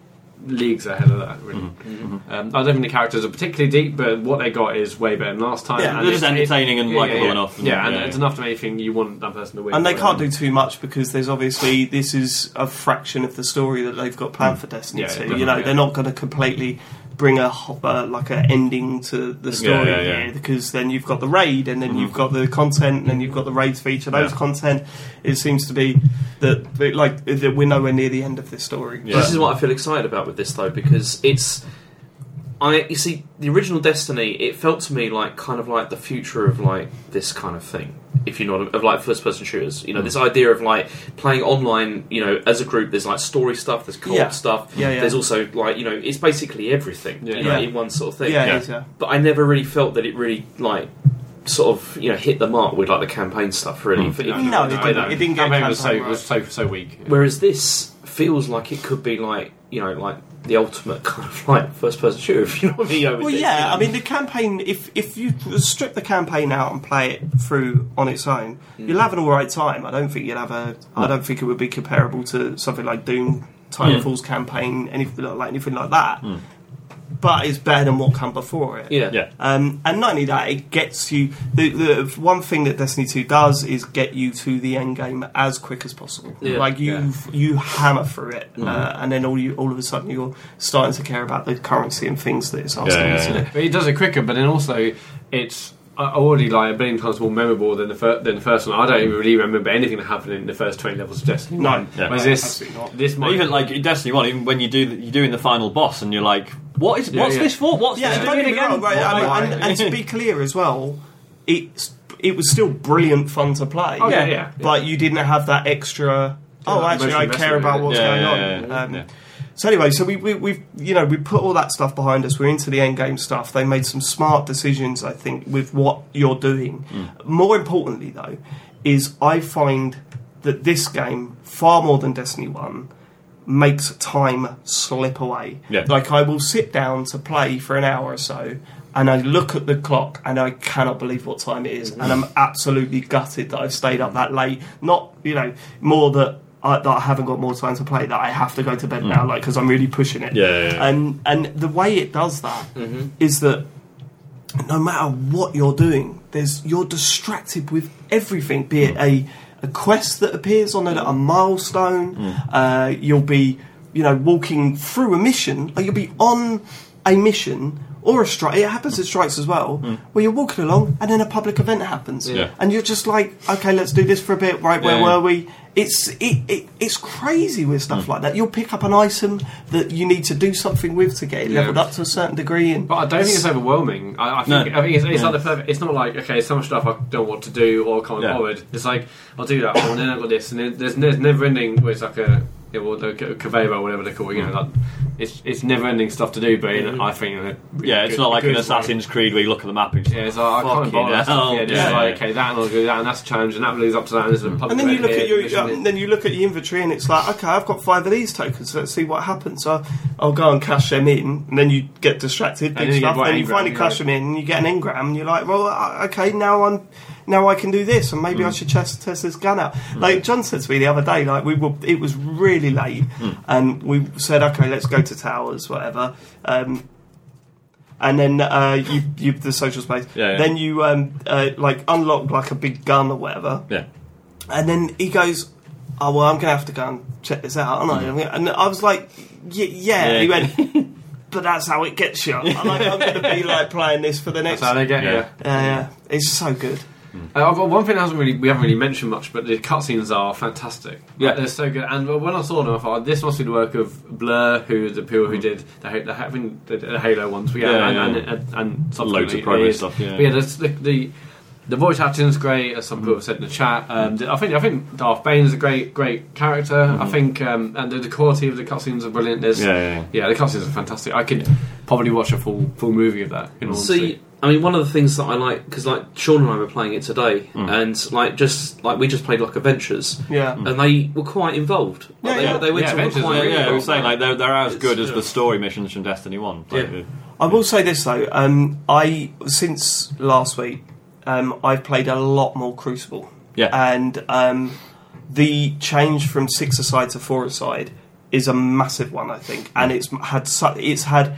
Speaker 4: leagues ahead of that. Really, um, I don't think the characters are particularly deep, but what they got is way better than last time.
Speaker 1: Yeah,
Speaker 4: and
Speaker 2: They're just
Speaker 4: it's-
Speaker 2: entertaining and
Speaker 4: yeah,
Speaker 2: likable
Speaker 4: yeah, yeah.
Speaker 2: enough. and-
Speaker 4: yeah, and it's enough to make you think you want that person to win.
Speaker 1: and they can't
Speaker 4: Yeah.
Speaker 1: do too much because there's obviously this is a fraction of the story that they've got
Speaker 2: Hmm.
Speaker 1: planned for Destiny
Speaker 4: Yeah, yeah,
Speaker 1: 2. You know,
Speaker 4: definitely,
Speaker 1: they're not going to completely bring a ho- uh, like an ending to the story
Speaker 2: yeah, yeah.
Speaker 1: here because then you've got the raid and then
Speaker 2: Mhm.
Speaker 1: you've got the content and then you've got the raids feature. Those
Speaker 2: Yeah.
Speaker 1: content, it seems to be that that, like that we're nowhere near the end of this story.
Speaker 2: Yeah.
Speaker 1: But-
Speaker 3: This is what I feel excited about with this though, because it's I you see the original Destiny. It felt to me like kind of like the future of like this kind of thing. If you know, what I- of like first-person shooters, you know, this idea of like playing online, you know, as a group. There's like story stuff, there's co-op
Speaker 1: Yeah.
Speaker 3: stuff.
Speaker 1: Yeah, yeah.
Speaker 3: There's also like you know, it's basically everything
Speaker 4: Yeah.
Speaker 3: you know,
Speaker 1: Yeah.
Speaker 3: in one sort of
Speaker 1: yeah,
Speaker 3: thing.
Speaker 1: it
Speaker 2: Yeah.
Speaker 1: is, yeah.
Speaker 3: But I never really felt that it really like sort of you know hit the mark with like the campaign stuff really.
Speaker 2: Hmm.
Speaker 3: If- if you
Speaker 1: No,
Speaker 3: know
Speaker 1: they
Speaker 3: what I
Speaker 1: didn't.
Speaker 3: mean.
Speaker 1: It didn't get
Speaker 4: Campaign was
Speaker 1: campaign
Speaker 4: so was so so weak.
Speaker 3: Whereas this feels like it could be like you know like the ultimate kind of like first person shooter. If you know what I mean? over
Speaker 1: Well,
Speaker 3: this, you
Speaker 1: yeah.
Speaker 3: know.
Speaker 1: I mean, the campaign. If if you strip the campaign out and play it through on its own, you'll have an all right time. I don't think you'll have a. I don't think it would be comparable to something like Doom, Titanfall's campaign, anything like, like anything like that. But it's better than what come before it.
Speaker 3: yeah,
Speaker 2: Yeah.
Speaker 1: Um, and not only that, it gets you. The, the one thing that Destiny Two does is get you to the end game as quick as possible.
Speaker 3: Yeah.
Speaker 1: Like you,
Speaker 3: Yeah.
Speaker 1: you hammer through it,
Speaker 2: Mm-hmm.
Speaker 1: uh, and then all you, all of a sudden, you're starting to care about the currency and things that it's asking
Speaker 2: Yeah, yeah,
Speaker 1: you to
Speaker 2: yeah.
Speaker 1: do.
Speaker 4: But it does it quicker, but then also it's already like a billion times more memorable than the fir- than the first one. I don't even really remember anything that happened in the first twenty levels of Destiny.
Speaker 1: No,
Speaker 2: Yeah.
Speaker 4: Whereas this,
Speaker 1: absolutely not.
Speaker 4: this
Speaker 2: But
Speaker 4: might
Speaker 2: even like in Destiny One, even when you do the, you're doing the final boss, and you're like, "What is?
Speaker 4: Yeah,
Speaker 2: what's
Speaker 4: yeah.
Speaker 2: this for? What's
Speaker 1: Yeah,
Speaker 2: this
Speaker 1: don't
Speaker 2: doing
Speaker 1: get me
Speaker 2: again?"
Speaker 1: wrong, right? I mean,
Speaker 4: Why?
Speaker 1: and, and to be clear as well, it's it was still brilliant fun to play.
Speaker 4: Oh, yeah, yeah.
Speaker 1: But you didn't have that extra. Oh,
Speaker 4: that
Speaker 1: actually,
Speaker 4: emotional
Speaker 1: I care
Speaker 4: investment,
Speaker 1: about
Speaker 4: yeah.
Speaker 1: what's
Speaker 2: Yeah,
Speaker 1: going
Speaker 2: yeah,
Speaker 1: on.
Speaker 2: yeah, yeah.
Speaker 1: Um,
Speaker 2: Yeah.
Speaker 1: So anyway, so we, we we've you know we put all that stuff behind us. We're into the end game stuff. They made some smart decisions, I think, with what you're doing.
Speaker 4: Mm.
Speaker 1: More importantly, though, is I find that this game far more than Destiny One makes time slip away.
Speaker 2: Yeah.
Speaker 1: Like I will sit down to play for an hour or so, and I look at the clock and I cannot believe what time it is, and I'm absolutely gutted that I've stayed up that late. Not you know more that I, that I haven't got more time to play. That I have to go to bed now, like because I'm really pushing it.
Speaker 2: Mm. Yeah, yeah, Mm-hmm. yeah.
Speaker 1: And and the way it does that is that no matter what you're doing, there's you're distracted with everything, be it a, a quest that appears on it, a milestone.
Speaker 2: Mm.
Speaker 1: Uh, you'll be, you know, walking through a mission, or you'll be on a mission or a strike. It happens at strikes as well, where you're walking along and then a public event happens,
Speaker 2: Mm. Yeah.
Speaker 1: and you're just like, okay, let's do this for a bit. Right, where
Speaker 2: Yeah.
Speaker 1: were we? It's it, it it's crazy with
Speaker 2: Mm.
Speaker 1: stuff like that. You'll pick up an item that you need to do something with to get it
Speaker 4: Yeah.
Speaker 1: leveled up to a certain degree, and
Speaker 4: But I don't think it's overwhelming. I, I think,
Speaker 2: No.
Speaker 4: I think it's, it's
Speaker 2: Yeah.
Speaker 4: like the perfect. It's not like okay, so much stuff I don't want to do or can't
Speaker 2: Yeah.
Speaker 4: bother. It's like I'll do that, oh, and then I've got this, and then there's, there's never ending. Where it's like a yeah, well, the co- conveyor belt, whatever they call it. You know, like,
Speaker 2: Mm.
Speaker 4: it's it's never ending stuff to do. But in, I think in a really
Speaker 2: yeah, it's
Speaker 4: good-
Speaker 2: not like an
Speaker 4: good way.
Speaker 2: Assassin's Creed where you look at the map and just,
Speaker 4: Yeah, it's like, I
Speaker 2: Fucking
Speaker 4: can't bother. that stuff.
Speaker 2: hell.
Speaker 4: Yeah, just
Speaker 2: Yeah.
Speaker 4: like okay, that and I'll do that, and that's a challenge, and that leads up to that, and there's a public
Speaker 1: And then you
Speaker 4: event
Speaker 1: look at
Speaker 4: here,
Speaker 1: your
Speaker 4: this
Speaker 1: um,
Speaker 4: and this.
Speaker 1: then you look at your inventory and it's like, okay, I've got five of these tokens. so Let's see what happens. So I'll go and cash them in, and then you get distracted,
Speaker 4: then
Speaker 1: big
Speaker 4: you
Speaker 1: stuff.
Speaker 4: write
Speaker 1: Then you
Speaker 4: engram,
Speaker 1: finally
Speaker 4: yeah.
Speaker 1: cash them in, and you get an ingram, and you're like, well, uh, okay, now I'm now I can do this, and maybe I
Speaker 4: Mm.
Speaker 1: should test, test this gun out. Like John said to me the other day, like we were, it was really late,
Speaker 4: Mm.
Speaker 1: and we said, okay, let's go to towers, whatever. Um, and then uh, you, you the social space.
Speaker 2: Yeah, yeah.
Speaker 1: Then you um, uh, like unlock like a big gun or whatever.
Speaker 2: yeah,
Speaker 1: And then he goes, "Oh well, I'm gonna have to go and check this out, aren't I?"
Speaker 4: Mm.
Speaker 1: And I was like, "Y- "Yeah."
Speaker 2: Yeah.
Speaker 1: He went, "But that's how it gets you." I'm like, "I'm gonna be like playing this for the next."
Speaker 4: That's how they get
Speaker 2: Yeah.
Speaker 4: yeah.
Speaker 1: yeah, yeah, it's so good.
Speaker 4: Uh, I've got one thing that hasn't really, we haven't really mentioned much, but the cutscenes are fantastic.
Speaker 2: Yeah.
Speaker 4: Like, they're so good. And uh, when I saw them, I thought this must be the work of Blur, who the people who did the, Ha- the, Ha- I think the, the Halo ones. Yeah,
Speaker 2: Mm. Yeah,
Speaker 4: and,
Speaker 2: yeah,
Speaker 4: and, and, and
Speaker 2: loads of
Speaker 4: subsequently it
Speaker 2: promo
Speaker 4: is.
Speaker 2: stuff. Yeah,
Speaker 4: But yeah, there's the, the the voice acting is great, as some
Speaker 2: Mm.
Speaker 4: people have said in the chat. Um, I think I think Darth Bane is a great great character. I think um, and the, the quality of the cutscenes are brilliant. There's,
Speaker 2: Mm. yeah, yeah.
Speaker 4: yeah, the cutscenes are fantastic. I could probably watch a full full movie of that. In all
Speaker 3: See, I mean, one of the things that I like because like Sean and I were playing it today,
Speaker 4: Hmm.
Speaker 3: and like just like we just played like adventures,
Speaker 1: Yeah.
Speaker 4: Mm.
Speaker 3: and they were quite involved. Like,
Speaker 1: Yeah,
Speaker 3: they,
Speaker 1: yeah.
Speaker 3: they went
Speaker 4: Yeah,
Speaker 3: to
Speaker 4: Adventures
Speaker 3: a
Speaker 4: were-
Speaker 3: quite
Speaker 2: yeah, I was
Speaker 3: involved-
Speaker 2: saying like they're, they're as
Speaker 3: It's-
Speaker 2: good as
Speaker 3: yeah.
Speaker 2: the story missions from Destiny One. Like,
Speaker 3: Yeah.
Speaker 1: I will say this though. Um, I since last week, um, I've played a lot more Crucible.
Speaker 2: Yeah.
Speaker 1: And um, the change from six aside to four aside is a massive one, I think, and it's had su- it's had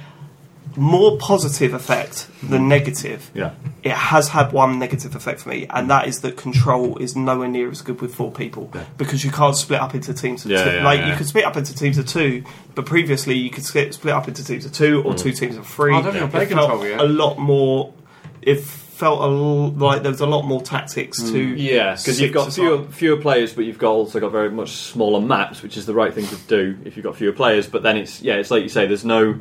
Speaker 1: more positive effect than negative.
Speaker 2: yeah.
Speaker 1: It has had one negative effect for me, and that is that control is nowhere near as good with four people
Speaker 2: Yeah.
Speaker 1: because you can't split up into teams of
Speaker 2: Yeah,
Speaker 1: two.
Speaker 2: yeah,
Speaker 1: like
Speaker 2: yeah.
Speaker 1: you could split up into teams of two, but previously you could split split up into teams of two
Speaker 2: Mm.
Speaker 1: or two teams of three.
Speaker 4: I don't think I've played
Speaker 1: It felt
Speaker 4: Control yet.
Speaker 1: A lot more. It felt a l- like there was a lot more tactics to.
Speaker 2: Yeah, because
Speaker 1: Six
Speaker 2: you've got
Speaker 1: aside.
Speaker 2: fewer fewer players, but you've got also got very much smaller maps, which is the right thing to do if you've got fewer players. But then it's yeah, it's like you say, there's no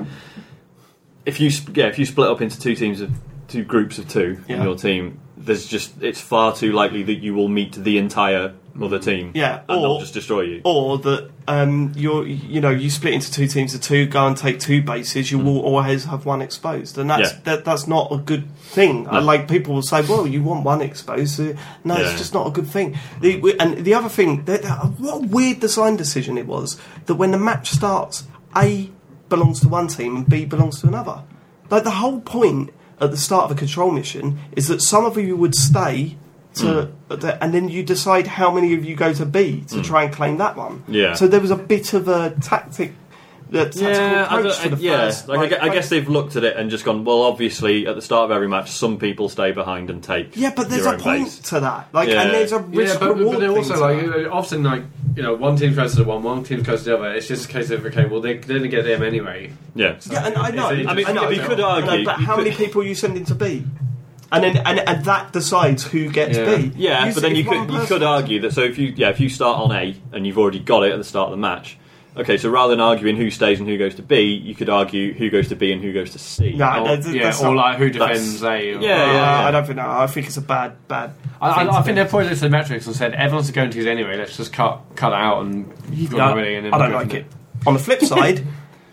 Speaker 2: if you sp- yeah if you split up into two teams of two groups of two in
Speaker 1: Yeah.
Speaker 2: your team, there's just it's far too likely that you will meet the entire other team.
Speaker 1: Yeah,
Speaker 2: and
Speaker 1: or-
Speaker 2: they'll just destroy you.
Speaker 1: Or that um, you're you know you split into two teams of two, go and take two bases. You will always have one exposed, and that's
Speaker 2: Mm. Yeah.
Speaker 1: that, that's not a good thing. I
Speaker 2: No.
Speaker 1: Like people will say, well, you want one exposed. uh, No,
Speaker 2: Yeah.
Speaker 1: it's just not a good thing. The, we- and the other thing, that, that- what a weird design decision it was that when the match starts, A belongs to one team and B belongs to another. Like the whole point at the start of a control mission is that some of you would stay
Speaker 2: Mm.
Speaker 1: to, the- and then you decide how many of you go to B to try and claim that one.
Speaker 2: Yeah.
Speaker 1: So there was a bit of a tactic, the tactical
Speaker 2: I
Speaker 1: approach
Speaker 2: don't-
Speaker 1: for the
Speaker 2: yeah.
Speaker 1: first.
Speaker 2: Like, I
Speaker 1: like,
Speaker 2: gue- I, guess they've looked at it and just gone. Well, obviously, at the start of every match, some people stay behind and take.
Speaker 1: Yeah, but there's
Speaker 2: your
Speaker 1: a
Speaker 2: own
Speaker 1: point
Speaker 2: base.
Speaker 1: to that. Like,
Speaker 2: Yeah.
Speaker 1: and there's a
Speaker 4: Yeah,
Speaker 1: risk
Speaker 4: but,
Speaker 1: reward
Speaker 4: but they're
Speaker 1: thing
Speaker 4: also
Speaker 1: to
Speaker 4: like
Speaker 1: that.
Speaker 4: uh, often like you know one team goes to the one, one team goes to the other. It's just a case of okay, well they they're gonna get them anyway.
Speaker 2: Yeah,
Speaker 1: Yeah, and I know.
Speaker 4: It's- it's-
Speaker 2: I mean,
Speaker 1: I know,
Speaker 2: you could argue-
Speaker 1: I know, but
Speaker 2: you
Speaker 1: how
Speaker 2: could-
Speaker 1: many people you send in to B, and then and, and that decides who gets
Speaker 4: Yeah.
Speaker 1: B.
Speaker 2: Yeah,
Speaker 1: see,
Speaker 2: but then
Speaker 1: if
Speaker 2: you
Speaker 1: one
Speaker 2: could you
Speaker 1: person-
Speaker 2: could argue that so if you yeah if you start on A and you've already got it at the start of the match, okay. So rather than arguing who stays and who goes to B, you could argue who goes to B and who goes to C.
Speaker 1: Nah,
Speaker 4: Or,
Speaker 1: Uh, that's-
Speaker 4: yeah,
Speaker 1: that's
Speaker 4: or
Speaker 1: not-
Speaker 4: like who
Speaker 2: that's-
Speaker 4: defends a. Or,
Speaker 2: Yeah, yeah, yeah.
Speaker 1: Uh, I don't think. No, I think it's a bad, bad.
Speaker 4: I,
Speaker 1: thing
Speaker 4: I, I
Speaker 1: to
Speaker 4: think
Speaker 1: do.
Speaker 4: they're probably looked at the metrics and said everyone's going to use anyway. Let's just cut cut it out and
Speaker 1: You
Speaker 4: got
Speaker 1: know,
Speaker 4: everything and then
Speaker 1: I don't
Speaker 4: go
Speaker 1: like
Speaker 4: from
Speaker 1: it. On the flip side,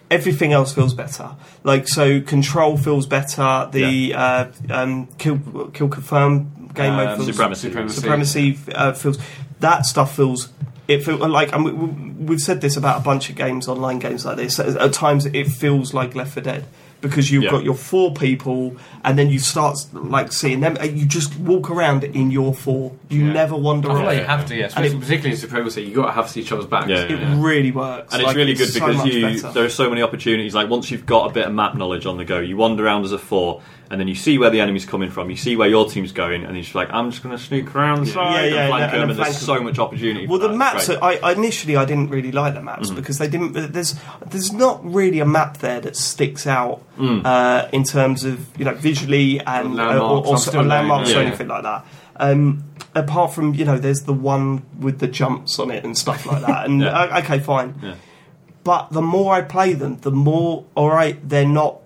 Speaker 1: everything else feels better. Like so, control feels better. The uh, um, kill, kill confirm game mode
Speaker 4: Um,
Speaker 1: feels
Speaker 2: Supremacy.
Speaker 4: Supremacy.
Speaker 1: supremacy uh, feels that stuff feels it feels like and we- we, we've said this about a bunch of games online games like this at at times it feels like left for dead because you've
Speaker 2: Yeah.
Speaker 1: got your four people and then you start like seeing them and you just walk around in your four you
Speaker 4: Yeah.
Speaker 1: never wander
Speaker 4: I feel
Speaker 1: off
Speaker 4: like you have to, yeah. Especially, particularly in supremacy, you got to have each other's backs.
Speaker 2: Yeah, yeah.
Speaker 1: it really works
Speaker 2: And
Speaker 1: Like,
Speaker 2: it's really good
Speaker 1: so
Speaker 2: because
Speaker 1: much
Speaker 2: you
Speaker 1: better.
Speaker 2: there are so many opportunities. Like once you've got a bit of map knowledge on the go, you wander around as a four, and then you see where the enemy's coming from, you see where your team's going, and you're just like, I'm just going to sneak around the
Speaker 4: Yeah.
Speaker 2: side
Speaker 1: Yeah, yeah,
Speaker 2: and flank
Speaker 1: and- and
Speaker 2: them. And there's
Speaker 1: flank
Speaker 2: so much opportunity.
Speaker 1: Well,
Speaker 2: for
Speaker 1: the
Speaker 2: that.
Speaker 1: maps.
Speaker 2: Great.
Speaker 1: Are, I I- initially I didn't really like the
Speaker 2: Mm.
Speaker 1: maps because they didn't. There's there's not really a map there that sticks out
Speaker 2: Mm.
Speaker 1: uh, in terms of you know visually and uh, or,
Speaker 4: Landmarks, I'm
Speaker 1: or, so-
Speaker 4: still
Speaker 1: or landmarks
Speaker 2: learning
Speaker 1: or
Speaker 2: that.
Speaker 1: anything like that. Um, apart from you know, there's the one with the jumps on it and stuff like that. And
Speaker 2: Yeah.
Speaker 1: uh, okay, fine.
Speaker 2: Yeah.
Speaker 1: But the more I play them, the more all right they're not.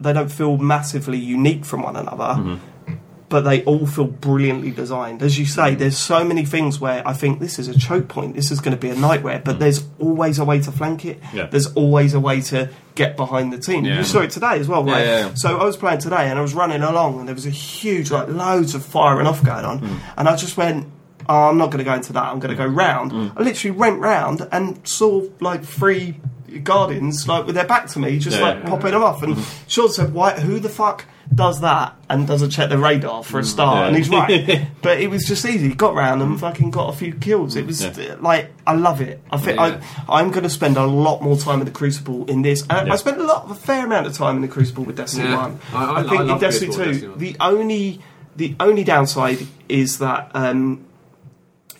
Speaker 1: They don't feel massively unique from one another
Speaker 2: Mm-hmm.
Speaker 1: but they all feel brilliantly designed. As you say, there's so many things where I think this is a choke point, this is going to be a nightmare, but there's always a way to flank it.
Speaker 2: Mm. Yeah.
Speaker 1: There's always a way to get behind the team.
Speaker 4: Yeah.
Speaker 1: You saw it today as well,
Speaker 2: Yeah,
Speaker 1: right?
Speaker 2: yeah, yeah.
Speaker 1: So I was playing today and I was running along and there was a huge, like, loads of firing off going on,
Speaker 2: Mm.
Speaker 1: and I just went. Oh, I'm not going to go into that. I'm going to go round.
Speaker 2: Mm.
Speaker 1: I literally went round and saw like three guardians, like with their back to me, just
Speaker 2: Yeah, Mm-hmm.
Speaker 1: like
Speaker 2: yeah.
Speaker 1: popping them off. And Sean said, "Why? Who the fuck does that and doesn't check the radar for a start?"
Speaker 2: Mm, Yeah. Mm.
Speaker 1: And he's right. but it was just easy. Got round and fucking got a few kills. It was
Speaker 2: Yeah.
Speaker 1: uh, like I love it. I think
Speaker 4: Yeah.
Speaker 1: I, I'm going to spend a lot more time in the Crucible in this. And
Speaker 2: Yeah.
Speaker 1: I spent a lot, a fair amount of time in the Crucible with Destiny
Speaker 4: Yeah.
Speaker 1: One.
Speaker 4: I- I- I
Speaker 1: think in
Speaker 4: love
Speaker 1: Destiny
Speaker 4: Crucible,
Speaker 1: Two,
Speaker 4: Destiny one.
Speaker 1: the only the only downside is that. Um,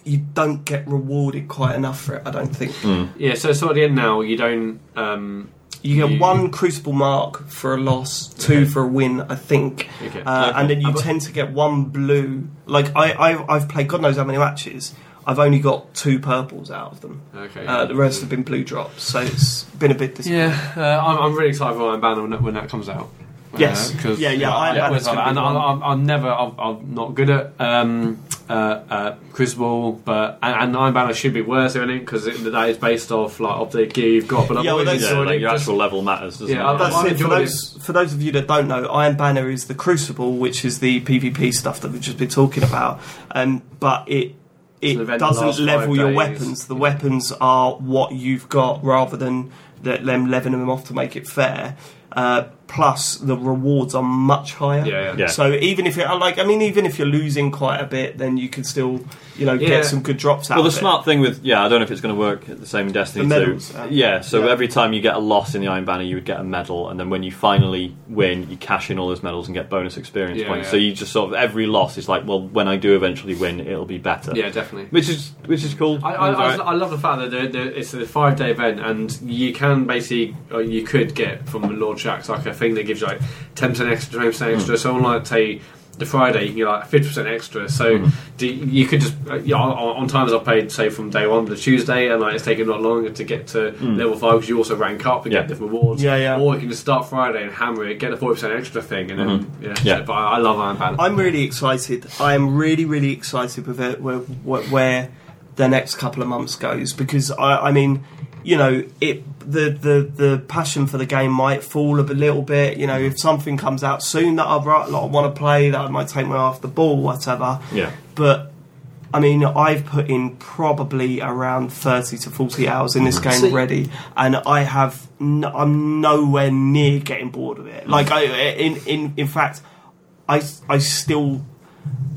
Speaker 1: you don't get rewarded quite enough for it, I don't think.
Speaker 2: Mm.
Speaker 4: Yeah, so, so at the end now, you don't. Um,
Speaker 1: You get
Speaker 4: You-
Speaker 1: one crucible mark for a loss, two
Speaker 4: Okay.
Speaker 1: for a win, I think,
Speaker 4: Okay.
Speaker 1: uh, and then you
Speaker 4: Okay.
Speaker 1: tend to get one blue. Like I, I, I've played God knows how many matches. I've only got two purples out of them.
Speaker 4: okay.
Speaker 1: Uh, the rest have been blue drops, so it's been a bit. Dis-
Speaker 4: Yeah, uh, I'm, I'm really excited for Iron Banner when that, when that comes out.
Speaker 1: Yes.
Speaker 4: because
Speaker 1: Yeah, yeah, I- I- it's
Speaker 4: and
Speaker 1: gonna be
Speaker 4: I'll,
Speaker 1: one.
Speaker 4: I'll, I'll never. I'll, I'm not good at um, uh, uh, Crucible, but and, and Iron Banner should be worse than it because that is based off like of the gear you've got. But I've
Speaker 1: Yeah, well,
Speaker 4: always
Speaker 1: that's-
Speaker 2: Yeah,
Speaker 4: enjoyed
Speaker 2: like
Speaker 4: it
Speaker 2: your
Speaker 4: just-
Speaker 2: actual level matters, doesn't
Speaker 4: Yeah,
Speaker 2: it?
Speaker 4: that's-
Speaker 1: That's
Speaker 4: I
Speaker 1: it. For
Speaker 4: enjoyed it.
Speaker 1: those, for those of you that don't know, Iron Banner is the Crucible, which is the PvP stuff that we've just been talking about. Um, but it
Speaker 4: It's
Speaker 1: it
Speaker 4: an event that lasts
Speaker 1: doesn't
Speaker 4: five
Speaker 1: level your
Speaker 4: days.
Speaker 1: weapons. The weapons are what you've got, rather than the, them leveling them off to make it fair. Uh, plus, the rewards are much higher.
Speaker 4: Yeah, yeah.
Speaker 2: Yeah.
Speaker 1: So even if you're like, I mean, even if you're losing quite a bit, then you can still, you know,
Speaker 4: Yeah.
Speaker 1: get some good drops out.
Speaker 2: Well, the
Speaker 1: of it.
Speaker 2: smart thing with yeah, I don't know if it's going to work at the same in Destiny
Speaker 1: The
Speaker 2: too.
Speaker 1: medals, uh,
Speaker 2: yeah, so
Speaker 1: yeah.
Speaker 2: every time you get a loss in the Iron Banner, you would get a medal, and then when you finally win, you cash in all those medals and get bonus experience
Speaker 4: Yeah,
Speaker 2: points.
Speaker 4: yeah.
Speaker 2: So you just sort of every loss is like, well, when I do eventually win, it'll be better.
Speaker 4: yeah, definitely.
Speaker 2: which is which is cool.
Speaker 4: I, I, I,
Speaker 2: Right.
Speaker 4: I love the fact that they're, they're, it's a five day event, and you can basically, or you could get from the launch acts like a thing that gives you like ten percent extra, twenty
Speaker 2: Hmm.
Speaker 4: percent extra. So on like say the Friday, you can get like fifty percent extra. So
Speaker 2: Hmm.
Speaker 4: do, you could just uh, yeah, on, on times I paid say from day one to Tuesday, and like it's taken a lot longer to get to level five because you also rank up
Speaker 2: Hmm.
Speaker 4: and
Speaker 2: Yeah.
Speaker 4: get different rewards.
Speaker 1: Yeah, yeah.
Speaker 4: Or you can just start Friday and hammer it, get the forty percent extra thing, and then yeah.
Speaker 2: Hmm. Yeah.
Speaker 4: But I, I love Iron Man.
Speaker 1: I'm really excited. I am really, really excited with it, where, where, where the next couple of months goes because I, I mean, you know, it the, the the passion for the game might fall a bit- little bit. You know, if something comes out soon that I right, like, I want to play, that I might take my eye off the ball, whatever.
Speaker 2: yeah,
Speaker 1: But I mean, I've put in probably around thirty to forty hours in this game
Speaker 4: See-
Speaker 1: already, and I have no, I'm nowhere near getting bored of
Speaker 2: Mm.
Speaker 1: it. Like, I, in in in fact, I I still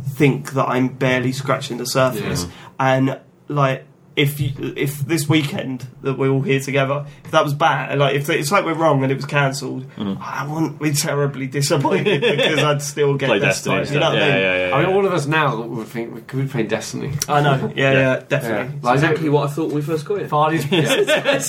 Speaker 1: think that I'm barely scratching the surface, and like. If you, if this weekend that we're all here together, if that was bad, like if it's like we're wrong and it was cancelled,
Speaker 2: Mm.
Speaker 1: I wouldn't be terribly disappointed because I'd still get
Speaker 2: play
Speaker 1: this
Speaker 2: Destiny.
Speaker 1: time.
Speaker 2: instead.
Speaker 1: You know what
Speaker 2: yeah,
Speaker 1: I mean?
Speaker 2: yeah, yeah,
Speaker 4: I mean,
Speaker 2: yeah.
Speaker 4: all of us now would think we could be playing Destiny.
Speaker 1: I know. Yeah,
Speaker 2: Yeah.
Speaker 1: yeah, definitely.
Speaker 4: Yeah. Like,
Speaker 3: exactly what I thought when we first got it.
Speaker 4: Farley's,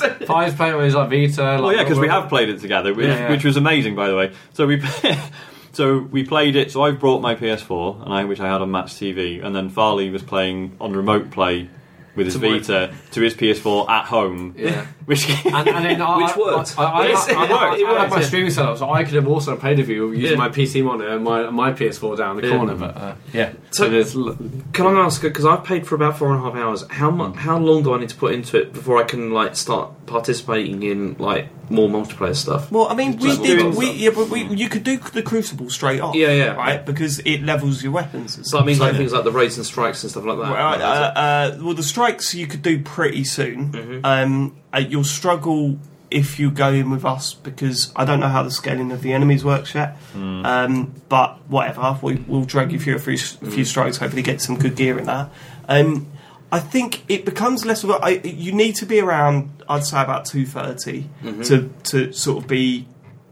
Speaker 4: Farley's playing with his like Vita. Like,
Speaker 2: Well, yeah, because we have played it together, which,
Speaker 4: Yeah, yeah.
Speaker 2: which was amazing, by the way. So we, so we played it. So I've brought my PS4, and I which I had on Match TV, and then Farley was playing on remote play with his
Speaker 4: To my-
Speaker 2: Vita to his PS4 at home,
Speaker 4: Yeah.
Speaker 2: which
Speaker 4: And, and then I,
Speaker 3: Which worked.
Speaker 4: I, I, I,
Speaker 3: Yes,
Speaker 4: I,
Speaker 3: it
Speaker 4: I,
Speaker 3: worked, it
Speaker 4: I had
Speaker 3: worked,
Speaker 4: my
Speaker 3: yeah.
Speaker 4: streaming setup, so I could have also played with you using
Speaker 3: Yeah.
Speaker 4: my PC monitor and my, my PS4 down the
Speaker 3: Yeah.
Speaker 4: corner. But uh, yeah,
Speaker 3: So-
Speaker 4: so there's l-
Speaker 3: Can I ask? Because I've paid for about four and a half hours. How mu- How long do I need to put into it before I can like start participating in like more multiplayer stuff?
Speaker 1: Well, I mean, we
Speaker 3: Like
Speaker 1: did.
Speaker 3: doing
Speaker 1: We,
Speaker 3: stuff.
Speaker 1: yeah, but we, you could do the Crucible straight off.
Speaker 3: Yeah, yeah.
Speaker 1: Right, because it levels your weapons. and
Speaker 3: So I mean,
Speaker 1: stuff.
Speaker 3: like things like the raids and strikes and stuff like that.
Speaker 1: Well, uh, uh, well, the strikes you could do pretty soon.
Speaker 3: Mm-hmm.
Speaker 1: Um, uh, you'll struggle if you go in with us because I don't know how the scaling of the enemies works yet.
Speaker 3: Mm.
Speaker 1: Um, but whatever, we, we'll drag you through a few, a
Speaker 3: Mm.
Speaker 1: few strikes. Hopefully, get some good gear in that. Um, I think it becomes less of a. I, you need to be around. I'd say about two
Speaker 3: Mm-hmm.
Speaker 1: to to sort of be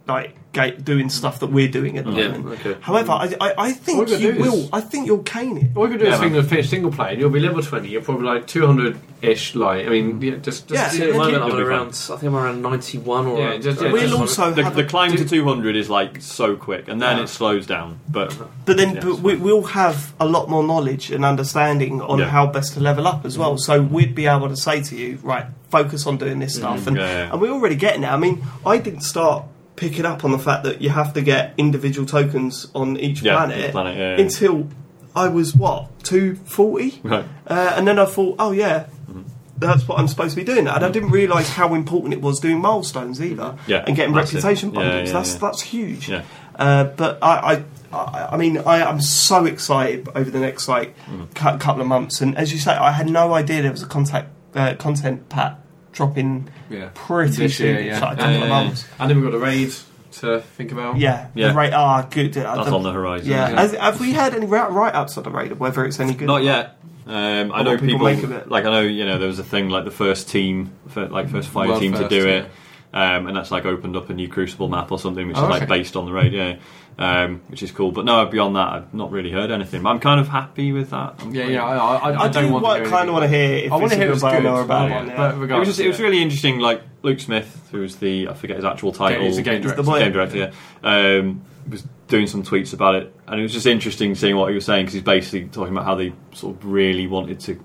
Speaker 1: like ga- doing stuff that we're doing at the
Speaker 3: Yeah,
Speaker 1: moment.
Speaker 3: okay.
Speaker 1: However, I, I, I think
Speaker 4: What we're
Speaker 1: you
Speaker 4: gonna do
Speaker 1: will.
Speaker 4: is-
Speaker 1: I think you'll cane it.
Speaker 4: all we could do
Speaker 2: Yeah,
Speaker 4: is think of finish single player, and you'll be level twenty. You're probably like two hundred ish. Like I mean, yeah, just,
Speaker 1: Yeah,
Speaker 4: just
Speaker 3: See, at the
Speaker 1: yeah,
Speaker 3: moment,
Speaker 1: yeah.
Speaker 3: I'm
Speaker 2: It'll be
Speaker 3: around. I think I'm around 91 or.
Speaker 4: Yeah, just- yeah,
Speaker 1: We'll
Speaker 4: just-
Speaker 1: also
Speaker 2: the,
Speaker 1: have
Speaker 2: the
Speaker 1: a-
Speaker 2: climb to
Speaker 4: do-
Speaker 2: 200 is like so quick, and then
Speaker 4: Yeah.
Speaker 2: it slows down. But
Speaker 1: But then
Speaker 2: Yeah,
Speaker 1: but
Speaker 2: it's
Speaker 1: we,
Speaker 2: fine.
Speaker 1: we'll have a lot more knowledge and understanding on
Speaker 2: Yeah. Mm.
Speaker 1: how best to level up as well. So we'd be able to say to you, right, focus on doing this stuff. And,
Speaker 2: Yeah, yeah.
Speaker 1: and we're already getting it. I mean, I didn't start picking up on the fact that you have to get individual tokens on each
Speaker 2: yeah,
Speaker 1: planet,
Speaker 2: planet yeah, yeah.
Speaker 1: until I was, what, 240?
Speaker 2: Right.
Speaker 1: Uh, and then I thought, oh yeah,
Speaker 2: Mm-hmm.
Speaker 1: that's what I'm supposed to be doing. And I didn't realise how important it was doing milestones either,
Speaker 2: Mm. Yeah,
Speaker 1: and getting
Speaker 2: that's it.
Speaker 1: reputation
Speaker 2: Yeah,
Speaker 1: bundles.
Speaker 2: yeah,
Speaker 1: that's
Speaker 2: yeah.
Speaker 1: that's huge.
Speaker 2: Yeah.
Speaker 1: Uh, but I, I, I, I mean, I, I'm so excited over the next like
Speaker 4: Mm.
Speaker 1: cou- couple of months. And as you say, I had no idea there was a contact uh, content pack dropping
Speaker 4: yeah.
Speaker 1: pretty
Speaker 4: This
Speaker 1: soon,
Speaker 4: year, yeah.
Speaker 1: it's like a
Speaker 4: Yeah,
Speaker 1: couple
Speaker 4: yeah,
Speaker 1: of
Speaker 4: yeah.
Speaker 1: months.
Speaker 4: And then we've got a raid to think about.
Speaker 1: Yeah,
Speaker 2: Yeah.
Speaker 1: the rate. Ah, good.
Speaker 2: that's on the horizon.
Speaker 1: Yeah,
Speaker 4: Yeah.
Speaker 1: Has- have we had any write ups on the radar? Whether it's any good?
Speaker 2: Not yet. Um, I
Speaker 1: Or
Speaker 2: know
Speaker 1: what people
Speaker 2: people,
Speaker 1: make of it.
Speaker 2: like I know you know there was a thing like the first team, fir- like first fire
Speaker 4: World
Speaker 2: team to
Speaker 4: first,
Speaker 2: do
Speaker 4: yeah.
Speaker 2: it, um, and that's like opened up a new Crucible map or something, which
Speaker 4: Oh,
Speaker 2: is like
Speaker 4: okay.
Speaker 2: based on the raid, yeah, um, which is cool. But no, beyond that, I've not really heard anything. I'm kind of happy with that. I'm
Speaker 4: yeah,
Speaker 2: quite-
Speaker 4: yeah. I, I, I,
Speaker 1: I,
Speaker 4: don't
Speaker 1: do
Speaker 4: want to do
Speaker 1: kind
Speaker 4: anything.
Speaker 1: of want to hear if
Speaker 4: I want
Speaker 1: it's
Speaker 4: to
Speaker 1: a
Speaker 4: hear
Speaker 1: good
Speaker 4: it's good,
Speaker 1: one or a bad
Speaker 4: yeah,
Speaker 1: one. yeah.
Speaker 4: but
Speaker 2: It was,
Speaker 4: regardless,
Speaker 2: just, it was
Speaker 4: yeah.
Speaker 2: really interesting. Like Luke Smith, who's the I forget his actual title,
Speaker 4: he's a game
Speaker 1: He's the
Speaker 4: director.
Speaker 1: boy.
Speaker 2: game director, yeah, um, was doing some tweets about it, and it was just interesting seeing what he was saying because he's basically talking about how they sort of really wanted to,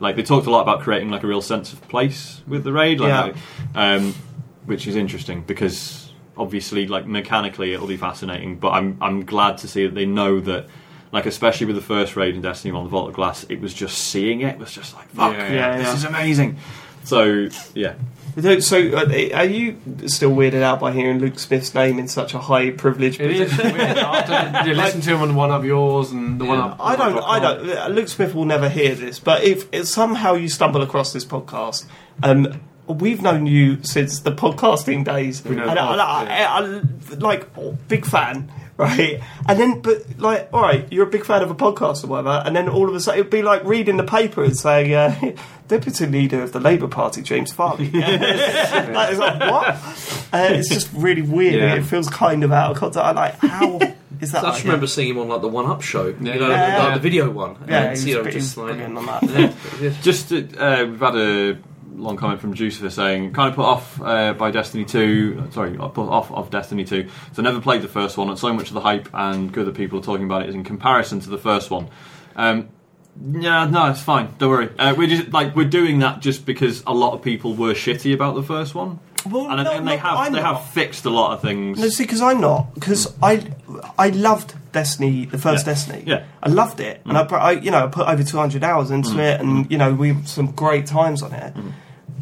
Speaker 2: like they talked a lot about creating like a real sense of place with the raid, like,
Speaker 1: Yeah.
Speaker 2: um, which is interesting because obviously, like mechanically, it'll be fascinating. But I'm I'm glad to see that they know that, like especially with the first raid in Destiny One, the Vault of Glass, it was just seeing it was just like fuck,
Speaker 4: Yeah,
Speaker 1: yeah,
Speaker 2: this
Speaker 1: yeah.
Speaker 2: is amazing. So yeah,
Speaker 1: So, so uh, are you still weirded out by hearing Luke Smith's name in such a high privileged
Speaker 4: It
Speaker 1: position?
Speaker 4: is weird. After you listen to him on one of yours and the one up.
Speaker 1: I don't. I don't. uh, Luke Smith will never hear this, but if, if somehow you stumble across this podcast, um, we've known you since the podcasting days,
Speaker 4: We know
Speaker 1: and I,
Speaker 4: the pod,
Speaker 1: I- I- I- like oh, big fan, right? And then, but like, all right, you're a big fan of a podcast or whatever, and then all of a sudden it'd be like reading the paper and saying, uh, "Deputy Leader of the Labour Party, James Farley." like, it's like what? Uh, it's just really weird.
Speaker 4: Yeah.
Speaker 1: It feels kind of out of context. I like how is that?
Speaker 3: I just
Speaker 1: like-
Speaker 3: remember seeing him on like the One Up show,
Speaker 4: Yeah.
Speaker 3: you know,
Speaker 1: Yeah.
Speaker 3: like, the video one.
Speaker 1: Yeah,
Speaker 3: and,
Speaker 1: he's
Speaker 3: you know,
Speaker 1: pretty
Speaker 3: just like
Speaker 1: brilliant on that.
Speaker 3: yeah, yeah.
Speaker 2: just uh, uh, we've had a long comment from Jucifer saying kind of put off uh, by Destiny Two. Sorry, uh, put off of Destiny Two. So never played the first one, and so much of the hype and good that people are talking about it is in comparison to the first one. Um, yeah, no, it's fine. Don't worry. Uh, we're just like we're doing that just because a lot of people were shitty about the first one,
Speaker 1: Well,
Speaker 2: and I
Speaker 1: no,
Speaker 2: think they
Speaker 1: no,
Speaker 2: have
Speaker 1: I'm
Speaker 2: they
Speaker 1: not.
Speaker 2: have fixed a lot of things.
Speaker 1: No, see, because I'm not. Because I, I loved Destiny, the first
Speaker 2: Yeah.
Speaker 1: Destiny.
Speaker 2: Yeah. Mm.
Speaker 1: I loved it, and I, put, I, you know, I put over 200 hours into it, and you know, we had some great times on it.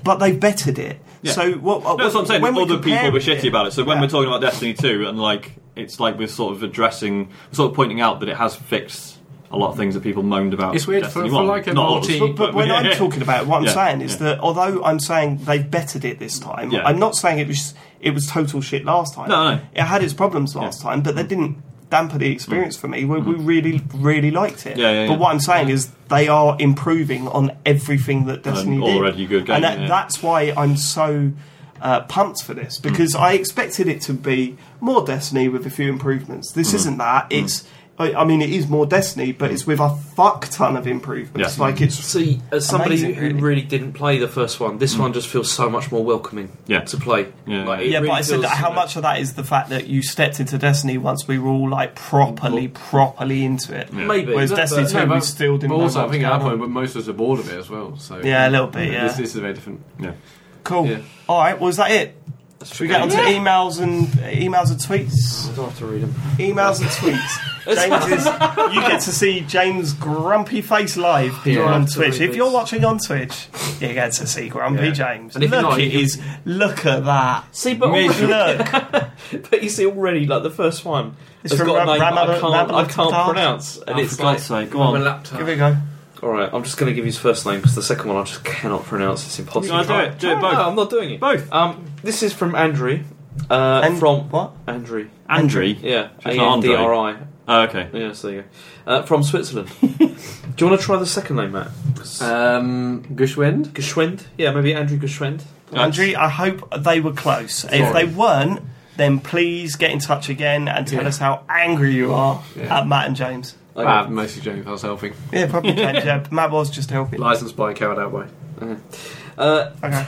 Speaker 1: But they bettered it.
Speaker 2: Mm. Yeah.
Speaker 1: So what?
Speaker 2: No, that's what I'm saying.
Speaker 1: When we
Speaker 2: Other people
Speaker 1: compare
Speaker 2: were shitty about it. So when
Speaker 1: Yeah.
Speaker 2: we're talking about Destiny 2, and like it's like we're sort of addressing, sort of pointing out that it has fixed a lot of things that people moaned about.
Speaker 4: It's weird, for-
Speaker 2: Destiny
Speaker 4: for
Speaker 2: 1.
Speaker 4: like a
Speaker 2: Not all
Speaker 4: multi-
Speaker 2: of us,
Speaker 1: But, but when I'm
Speaker 2: yeah.
Speaker 1: talking about it, what I'm
Speaker 2: Yeah,
Speaker 1: saying is
Speaker 2: yeah.
Speaker 1: that although I'm saying they've bettered it this time,
Speaker 2: Yeah.
Speaker 1: I'm not saying it was it was total shit last time.
Speaker 2: No, no.
Speaker 1: It had its problems last time, but they didn't dampen the experience for me. We, we really, really liked it.
Speaker 2: Mm. Yeah, yeah,
Speaker 1: but
Speaker 2: yeah.
Speaker 1: what I'm saying is they are improving on everything that Destiny
Speaker 2: An
Speaker 1: did.
Speaker 2: already good game,
Speaker 1: and that,
Speaker 2: yeah. Mm.
Speaker 1: that's why I'm so. Uh, pumped for this because I expected it to be more Destiny with a few improvements. This
Speaker 2: Mm.
Speaker 1: isn't that. It's, I, I mean, it is more Destiny, but it's with a fuck ton of improvements.
Speaker 2: Yeah. Mm.
Speaker 1: Like it's
Speaker 3: See, as somebody
Speaker 1: Amazing,
Speaker 3: who
Speaker 1: really.
Speaker 3: really didn't play the first one, this one just feels so much more welcoming
Speaker 2: Yeah.
Speaker 3: to play.
Speaker 2: Yeah.
Speaker 3: Like, it
Speaker 1: yeah,
Speaker 3: really
Speaker 1: but I said
Speaker 3: feels,
Speaker 1: that how
Speaker 3: uh,
Speaker 1: much of that is the fact that you stepped into Destiny once we were all like properly, properly into it.
Speaker 2: Yeah.
Speaker 3: Maybe.
Speaker 1: Whereas
Speaker 3: but-
Speaker 1: Destiny
Speaker 3: but-
Speaker 1: two- we still didn't
Speaker 4: But
Speaker 1: know
Speaker 4: also,
Speaker 1: what
Speaker 4: I think at
Speaker 1: was
Speaker 4: that
Speaker 1: going
Speaker 4: point, but most of us are bored of it as well. So
Speaker 1: Yeah, a little bit, yeah.
Speaker 4: this, this is very different.
Speaker 1: Cool.
Speaker 4: Yeah.
Speaker 1: All right. Well, is that it? Should we get onto
Speaker 3: Yeah.
Speaker 1: emails and emails and tweets?
Speaker 3: I don't have to read them.
Speaker 1: Emails and tweets. James is, you get to see James' grumpy face live here
Speaker 4: Yeah.
Speaker 1: on Twitch. If
Speaker 3: Absolutely.
Speaker 1: you're watching on Twitch, you get to see grumpy
Speaker 4: Yeah.
Speaker 1: James.
Speaker 3: And if
Speaker 1: look,
Speaker 3: you're not,
Speaker 1: it
Speaker 3: you-
Speaker 1: is. Look at that.
Speaker 3: See, but, already,
Speaker 1: Look.
Speaker 3: but you see already, like the first one
Speaker 1: It's
Speaker 3: has
Speaker 1: from
Speaker 3: got a name
Speaker 1: Ram-
Speaker 3: that I
Speaker 1: Ram-
Speaker 3: can't,
Speaker 1: Ram-
Speaker 3: I can't
Speaker 1: Ram-
Speaker 3: pronounce, and
Speaker 2: Oh,
Speaker 3: it's
Speaker 2: for
Speaker 3: like.
Speaker 2: God's sake, go on.
Speaker 1: Here we go.
Speaker 3: All right, I'm just going to give you his first name because the second one I just cannot pronounce. It's impossible.
Speaker 2: No, do it, do it,
Speaker 3: No,
Speaker 2: both.
Speaker 3: No, I'm not doing it.
Speaker 2: Both.
Speaker 3: Um, this is from Andrew. Uh,
Speaker 1: And
Speaker 3: from
Speaker 1: what?
Speaker 3: Andrew.
Speaker 2: Andri.
Speaker 3: Yeah, A
Speaker 2: So it's not
Speaker 3: N
Speaker 2: Andre.
Speaker 3: D R I.
Speaker 2: Oh, okay.
Speaker 3: Yeah, so there you go. Uh, from Switzerland. Do you want to try the second name, Matt?
Speaker 4: Um, Gushwind.
Speaker 3: Geschwend? Yeah, maybe Andrew Geschwend.
Speaker 1: Andrew, I hope they were close. If they weren't, then please get in touch again and tell
Speaker 4: Yeah.
Speaker 1: us how angry you are
Speaker 4: Yeah.
Speaker 1: at Matt and James.
Speaker 3: Okay.
Speaker 4: Ah, mostly James. I was helping.
Speaker 1: Yeah, probably James. yeah, Matt was just helping.
Speaker 4: Licensed by Code Outway.
Speaker 3: Uh,
Speaker 1: Okay.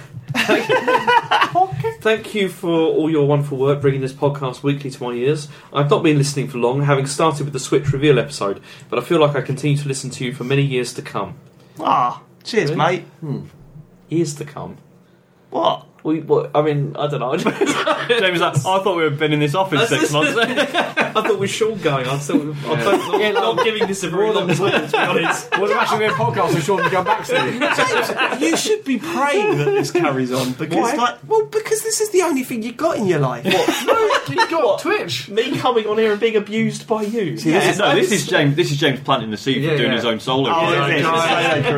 Speaker 3: thank you for all your wonderful work bringing this podcast weekly to my ears. I've not been listening for long, having started with the Switch reveal episode, but I feel like I continue to listen to you for many years to come.
Speaker 1: Ah, cheers,
Speaker 3: Really?
Speaker 1: mate.
Speaker 3: Years to come?
Speaker 1: What?
Speaker 3: We, what, I mean, I don't know.
Speaker 2: James, was like, I thought we had been in this office six months.
Speaker 3: I thought we were all going. I'm still I'm not, not giving this a very long time, to be honest.
Speaker 4: Well, there actually be a podcast with Sean to come back to.
Speaker 1: you should be praying that this carries on because,
Speaker 4: Why?
Speaker 1: like, well, because this is the only thing you got in your life.
Speaker 4: You've got Twitch.
Speaker 3: Me coming on here and being abused by you.
Speaker 1: See, this is-
Speaker 2: no, this is James. This is James planting the seed for
Speaker 4: Yeah,
Speaker 2: doing
Speaker 4: yeah.
Speaker 2: his own solo.
Speaker 1: Oh,
Speaker 2: project.
Speaker 1: is it?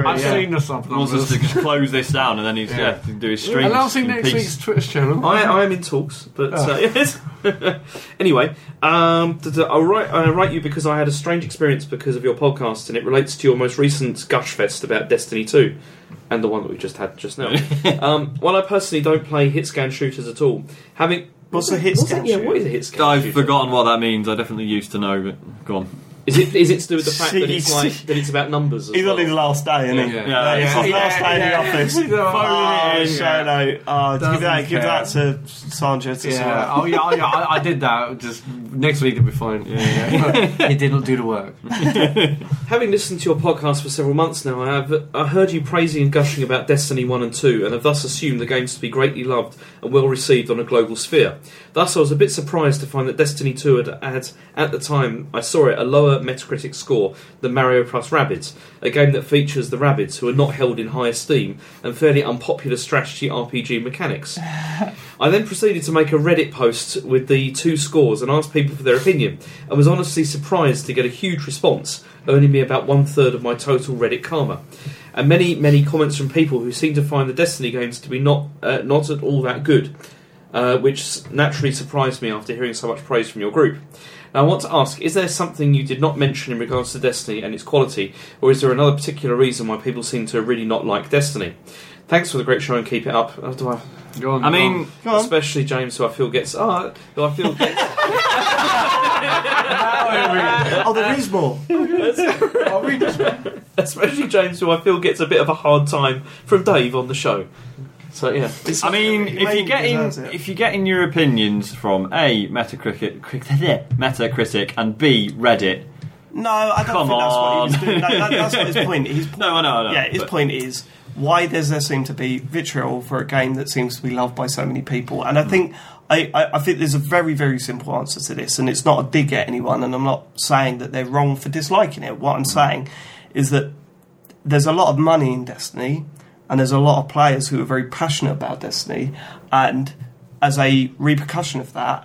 Speaker 4: I've
Speaker 1: Yeah.
Speaker 4: seen this up.
Speaker 2: He wants us to just close this down and then he's
Speaker 4: Yeah.
Speaker 2: yeah. to do his stream.
Speaker 4: Announcing next week's Twitch channel.
Speaker 3: I, I am in talks, but
Speaker 1: Ah.
Speaker 3: uh, yes. anyway, um, th- th- I write I write you because I had a strange experience because of your podcast, and it relates to your most recent gush fest about Destiny Two, and the one that we just had just now. um, while I personally don't play hit scan shooters at all, having
Speaker 1: What's a hit
Speaker 3: what's
Speaker 1: scan
Speaker 3: that? Yeah,
Speaker 1: shooter?
Speaker 3: what is a hit scan?
Speaker 2: I've
Speaker 3: shooter?
Speaker 2: forgotten what that means. I definitely used to know, but go on.
Speaker 3: Is it is it to do with the fact that
Speaker 1: Jeez.
Speaker 3: it's like that it's about numbers? As
Speaker 1: He's
Speaker 3: well?
Speaker 1: on his last day, isn't he?
Speaker 4: Yeah.
Speaker 2: Yeah,
Speaker 1: it's his
Speaker 2: yeah,
Speaker 1: last day in the office. Oh, show no. Oh, give
Speaker 4: Doesn't
Speaker 1: that, give
Speaker 4: care.
Speaker 1: that to Sandra to sort
Speaker 4: Yeah.
Speaker 1: out.
Speaker 4: Oh yeah. Oh yeah. I, I did that. Just next week it'll be fine. it didn't do the work.
Speaker 3: Having listened to your podcast for several months now, I have I heard you praising and gushing about Destiny 1 and 2, and have thus assumed the games to be greatly loved and well received on a global sphere. Thus, I was a bit surprised to find that Destiny 2 had, had at the time I saw it, a lower Metacritic score than Mario Plus Rabbids, a game that features the Rabbids, who are not held in high esteem, and fairly unpopular strategy RPG mechanics. I then proceeded to make a Reddit post with the two scores and asked people for their opinion, and was honestly surprised to get a huge response, earning me about one third of my total Reddit karma. And many, many comments from people who seem to find the Destiny games to be not uh, not at all that good, uh, which s- naturally surprised me after hearing so much praise from your group. Now, I want to ask: Is there something you did not mention in regards to Destiny and its quality, or is there another particular reason why people seem to really not like Destiny? Thanks for the great show and keep it up. Oh, do I
Speaker 4: Um, Go on.
Speaker 2: I mean,
Speaker 1: Go on.
Speaker 3: Especially James, who I feel gets. Oh, who I feel gets.
Speaker 1: Oh, there is more.
Speaker 3: especially James, who I feel gets a bit of a hard time from Dave on the show. So yeah,
Speaker 1: It's-
Speaker 2: I mean,
Speaker 1: it
Speaker 2: if
Speaker 1: mainly
Speaker 2: you're getting
Speaker 1: deserves it.
Speaker 2: if you're getting your opinions from a Metacritic, Metacritic, and b Reddit,
Speaker 1: No, I don't
Speaker 2: Come
Speaker 1: think that's what he was
Speaker 2: on.
Speaker 1: doing. No, that, that's not his point. His point
Speaker 2: no, I know, I know.
Speaker 1: yeah, his
Speaker 2: but-
Speaker 1: point is why does there seem to be vitriol for a game that seems to be loved by so many people? And I think I, I, I think there's a very very simple answer to this, and it's not a dig at anyone, and I'm not saying that they're wrong for disliking it. What I'm saying is that there's a lot of money in Destiny, and there's a lot of players who are very passionate about Destiny, and as a repercussion of that.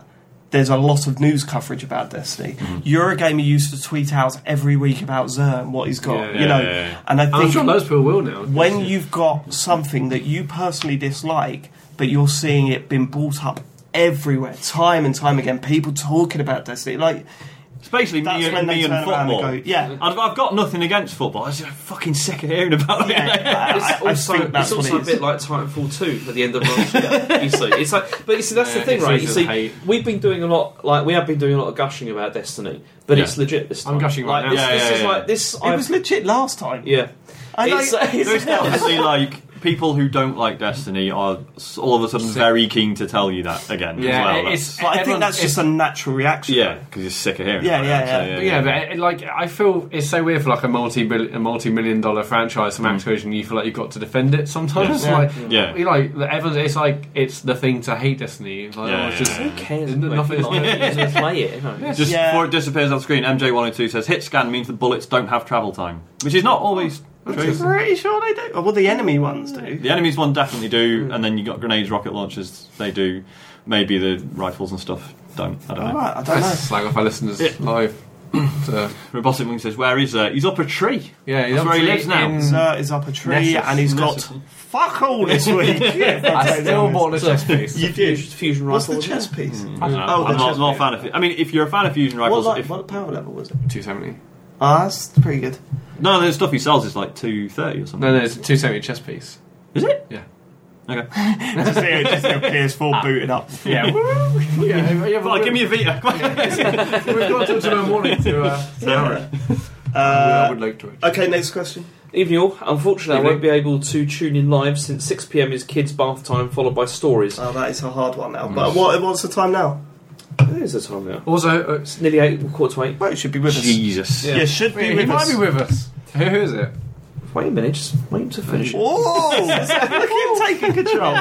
Speaker 1: There's a lot of news coverage about Destiny. Eurogamer used to tweet out every week about Zern, what he's got,
Speaker 4: Yeah,
Speaker 1: you know.
Speaker 2: yeah, yeah, yeah.
Speaker 1: And I think
Speaker 4: I'm sure most people will now.
Speaker 1: when you've got something that you personally dislike, but you're seeing it being brought up everywhere, time and time again, people talking about Destiny, like
Speaker 2: It's basically me,
Speaker 1: that's when
Speaker 2: and,
Speaker 1: they
Speaker 2: me and
Speaker 1: turn around and
Speaker 2: football.
Speaker 1: go, yeah.
Speaker 2: I've, I've got nothing against football. I'm just fucking sick of hearing about it.
Speaker 1: Yeah,
Speaker 3: it's
Speaker 1: I, I, I
Speaker 3: also,
Speaker 1: think that's
Speaker 3: it's also
Speaker 1: what
Speaker 3: a
Speaker 1: it
Speaker 3: bit
Speaker 1: is.
Speaker 3: like Titanfall two at the end of last year. you see, it's like, but you see, that's
Speaker 4: Yeah,
Speaker 3: the thing,
Speaker 4: it's
Speaker 3: right? You
Speaker 4: season
Speaker 3: see,
Speaker 4: of hate.
Speaker 3: we've been doing a lot, like we have been doing a lot of gushing about Destiny, but
Speaker 2: Yeah.
Speaker 3: it's legit this time.
Speaker 4: I'm gushing
Speaker 3: like,
Speaker 4: right now.
Speaker 3: This,
Speaker 2: Yeah,
Speaker 3: this
Speaker 2: yeah,
Speaker 3: is
Speaker 2: yeah.
Speaker 3: like this.
Speaker 1: It
Speaker 3: I've-
Speaker 1: was legit last time.
Speaker 3: yeah.
Speaker 1: I like,
Speaker 3: It's- it's-
Speaker 2: There's obviously like people who don't like Destiny are s- all of a sudden very keen to tell you that again.
Speaker 4: Yeah,
Speaker 2: as well.
Speaker 4: it's-
Speaker 1: but I think
Speaker 4: everyone-
Speaker 1: that's just a natural reaction.
Speaker 2: yeah, because you're sick of hearing.
Speaker 1: Yeah,
Speaker 2: about
Speaker 1: yeah,
Speaker 2: it, so,
Speaker 1: yeah.
Speaker 4: But yeah, but it, like I feel it's so weird for like a multi a multi million dollar franchise from Activision. You feel like you've got to defend it sometimes.
Speaker 1: Yes. Yeah.
Speaker 4: Like,
Speaker 2: Hmm. Yeah.
Speaker 4: you know, like the- everyone's it's like it's the thing to hate Destiny. It's Like,
Speaker 2: Yeah,
Speaker 4: oh, it's just
Speaker 2: yeah,
Speaker 3: Who cares?
Speaker 4: Isn't it
Speaker 3: mate?
Speaker 4: nothing-
Speaker 3: Like, you just play it. You know?
Speaker 2: Just
Speaker 1: Yeah.
Speaker 2: before it disappears off screen, MJ102 says hit scan means the bullets don't have travel time, which is not always
Speaker 1: Oh,
Speaker 2: true.
Speaker 1: Pretty sure they do. Well, the enemy ones do.
Speaker 2: The enemies one definitely
Speaker 1: Hmm.
Speaker 2: do, and then you got grenades, rocket launchers, they do. Maybe the rifles and stuff don't. I don't know.
Speaker 1: Oh, Right, I don't know.
Speaker 4: that's slag off our listeners
Speaker 2: Yeah.
Speaker 4: live. So,
Speaker 2: Robotic Wing says, "Where is uh, he's up a tree?
Speaker 4: yeah,
Speaker 2: That's where he lives now.
Speaker 4: in-
Speaker 1: Zert is up a tree
Speaker 4: Nessus.
Speaker 1: and he's got
Speaker 2: Nessus.
Speaker 1: fuck all this week.
Speaker 4: I still bought the chess piece.
Speaker 1: You did.
Speaker 3: Fusion- fusion
Speaker 1: What's
Speaker 3: rifle.
Speaker 1: the
Speaker 3: wasn't it?
Speaker 1: chess piece?
Speaker 2: I don't know.
Speaker 1: Oh,
Speaker 2: I'm
Speaker 1: the
Speaker 2: not,
Speaker 1: chest
Speaker 2: not a
Speaker 1: piece.
Speaker 2: fan of. I mean, if you're a fan of fusion
Speaker 1: What,
Speaker 2: rifles,
Speaker 1: like,
Speaker 2: if,
Speaker 1: what power level was it?
Speaker 4: Two seventy.
Speaker 1: Ah, that's pretty good.
Speaker 2: none of the stuff he sells is like two thirty or something.
Speaker 4: No, no, it's a two seventy chess piece.
Speaker 2: Is it?
Speaker 4: Yeah.
Speaker 2: Okay.
Speaker 1: just hear, just hear PS4 booting up.
Speaker 2: Yeah.
Speaker 4: yeah, yeah,
Speaker 2: well, give me a Vita. Come on.
Speaker 4: We've got till tomorrow morning to. Uh, I
Speaker 1: Uh,
Speaker 4: would like to. It.
Speaker 1: okay, next question.
Speaker 3: Evening all. Unfortunately, I
Speaker 4: Evening.
Speaker 3: won't be able to tune in live since 6 pm is kids' bath time, followed by stories.
Speaker 1: Oh, that is a hard one now. But what, what's the time now?
Speaker 3: There's a time now.
Speaker 4: Also, uh,
Speaker 3: It's nearly eight, quarter to eight.
Speaker 1: Well, it should be with us.
Speaker 2: Jesus.
Speaker 1: Yeah, it should be
Speaker 4: he
Speaker 1: with
Speaker 4: might
Speaker 1: us.
Speaker 4: be with us. Who is it?
Speaker 3: Wait a minute, just wait to finish. it.
Speaker 1: Oh, look at him taking control.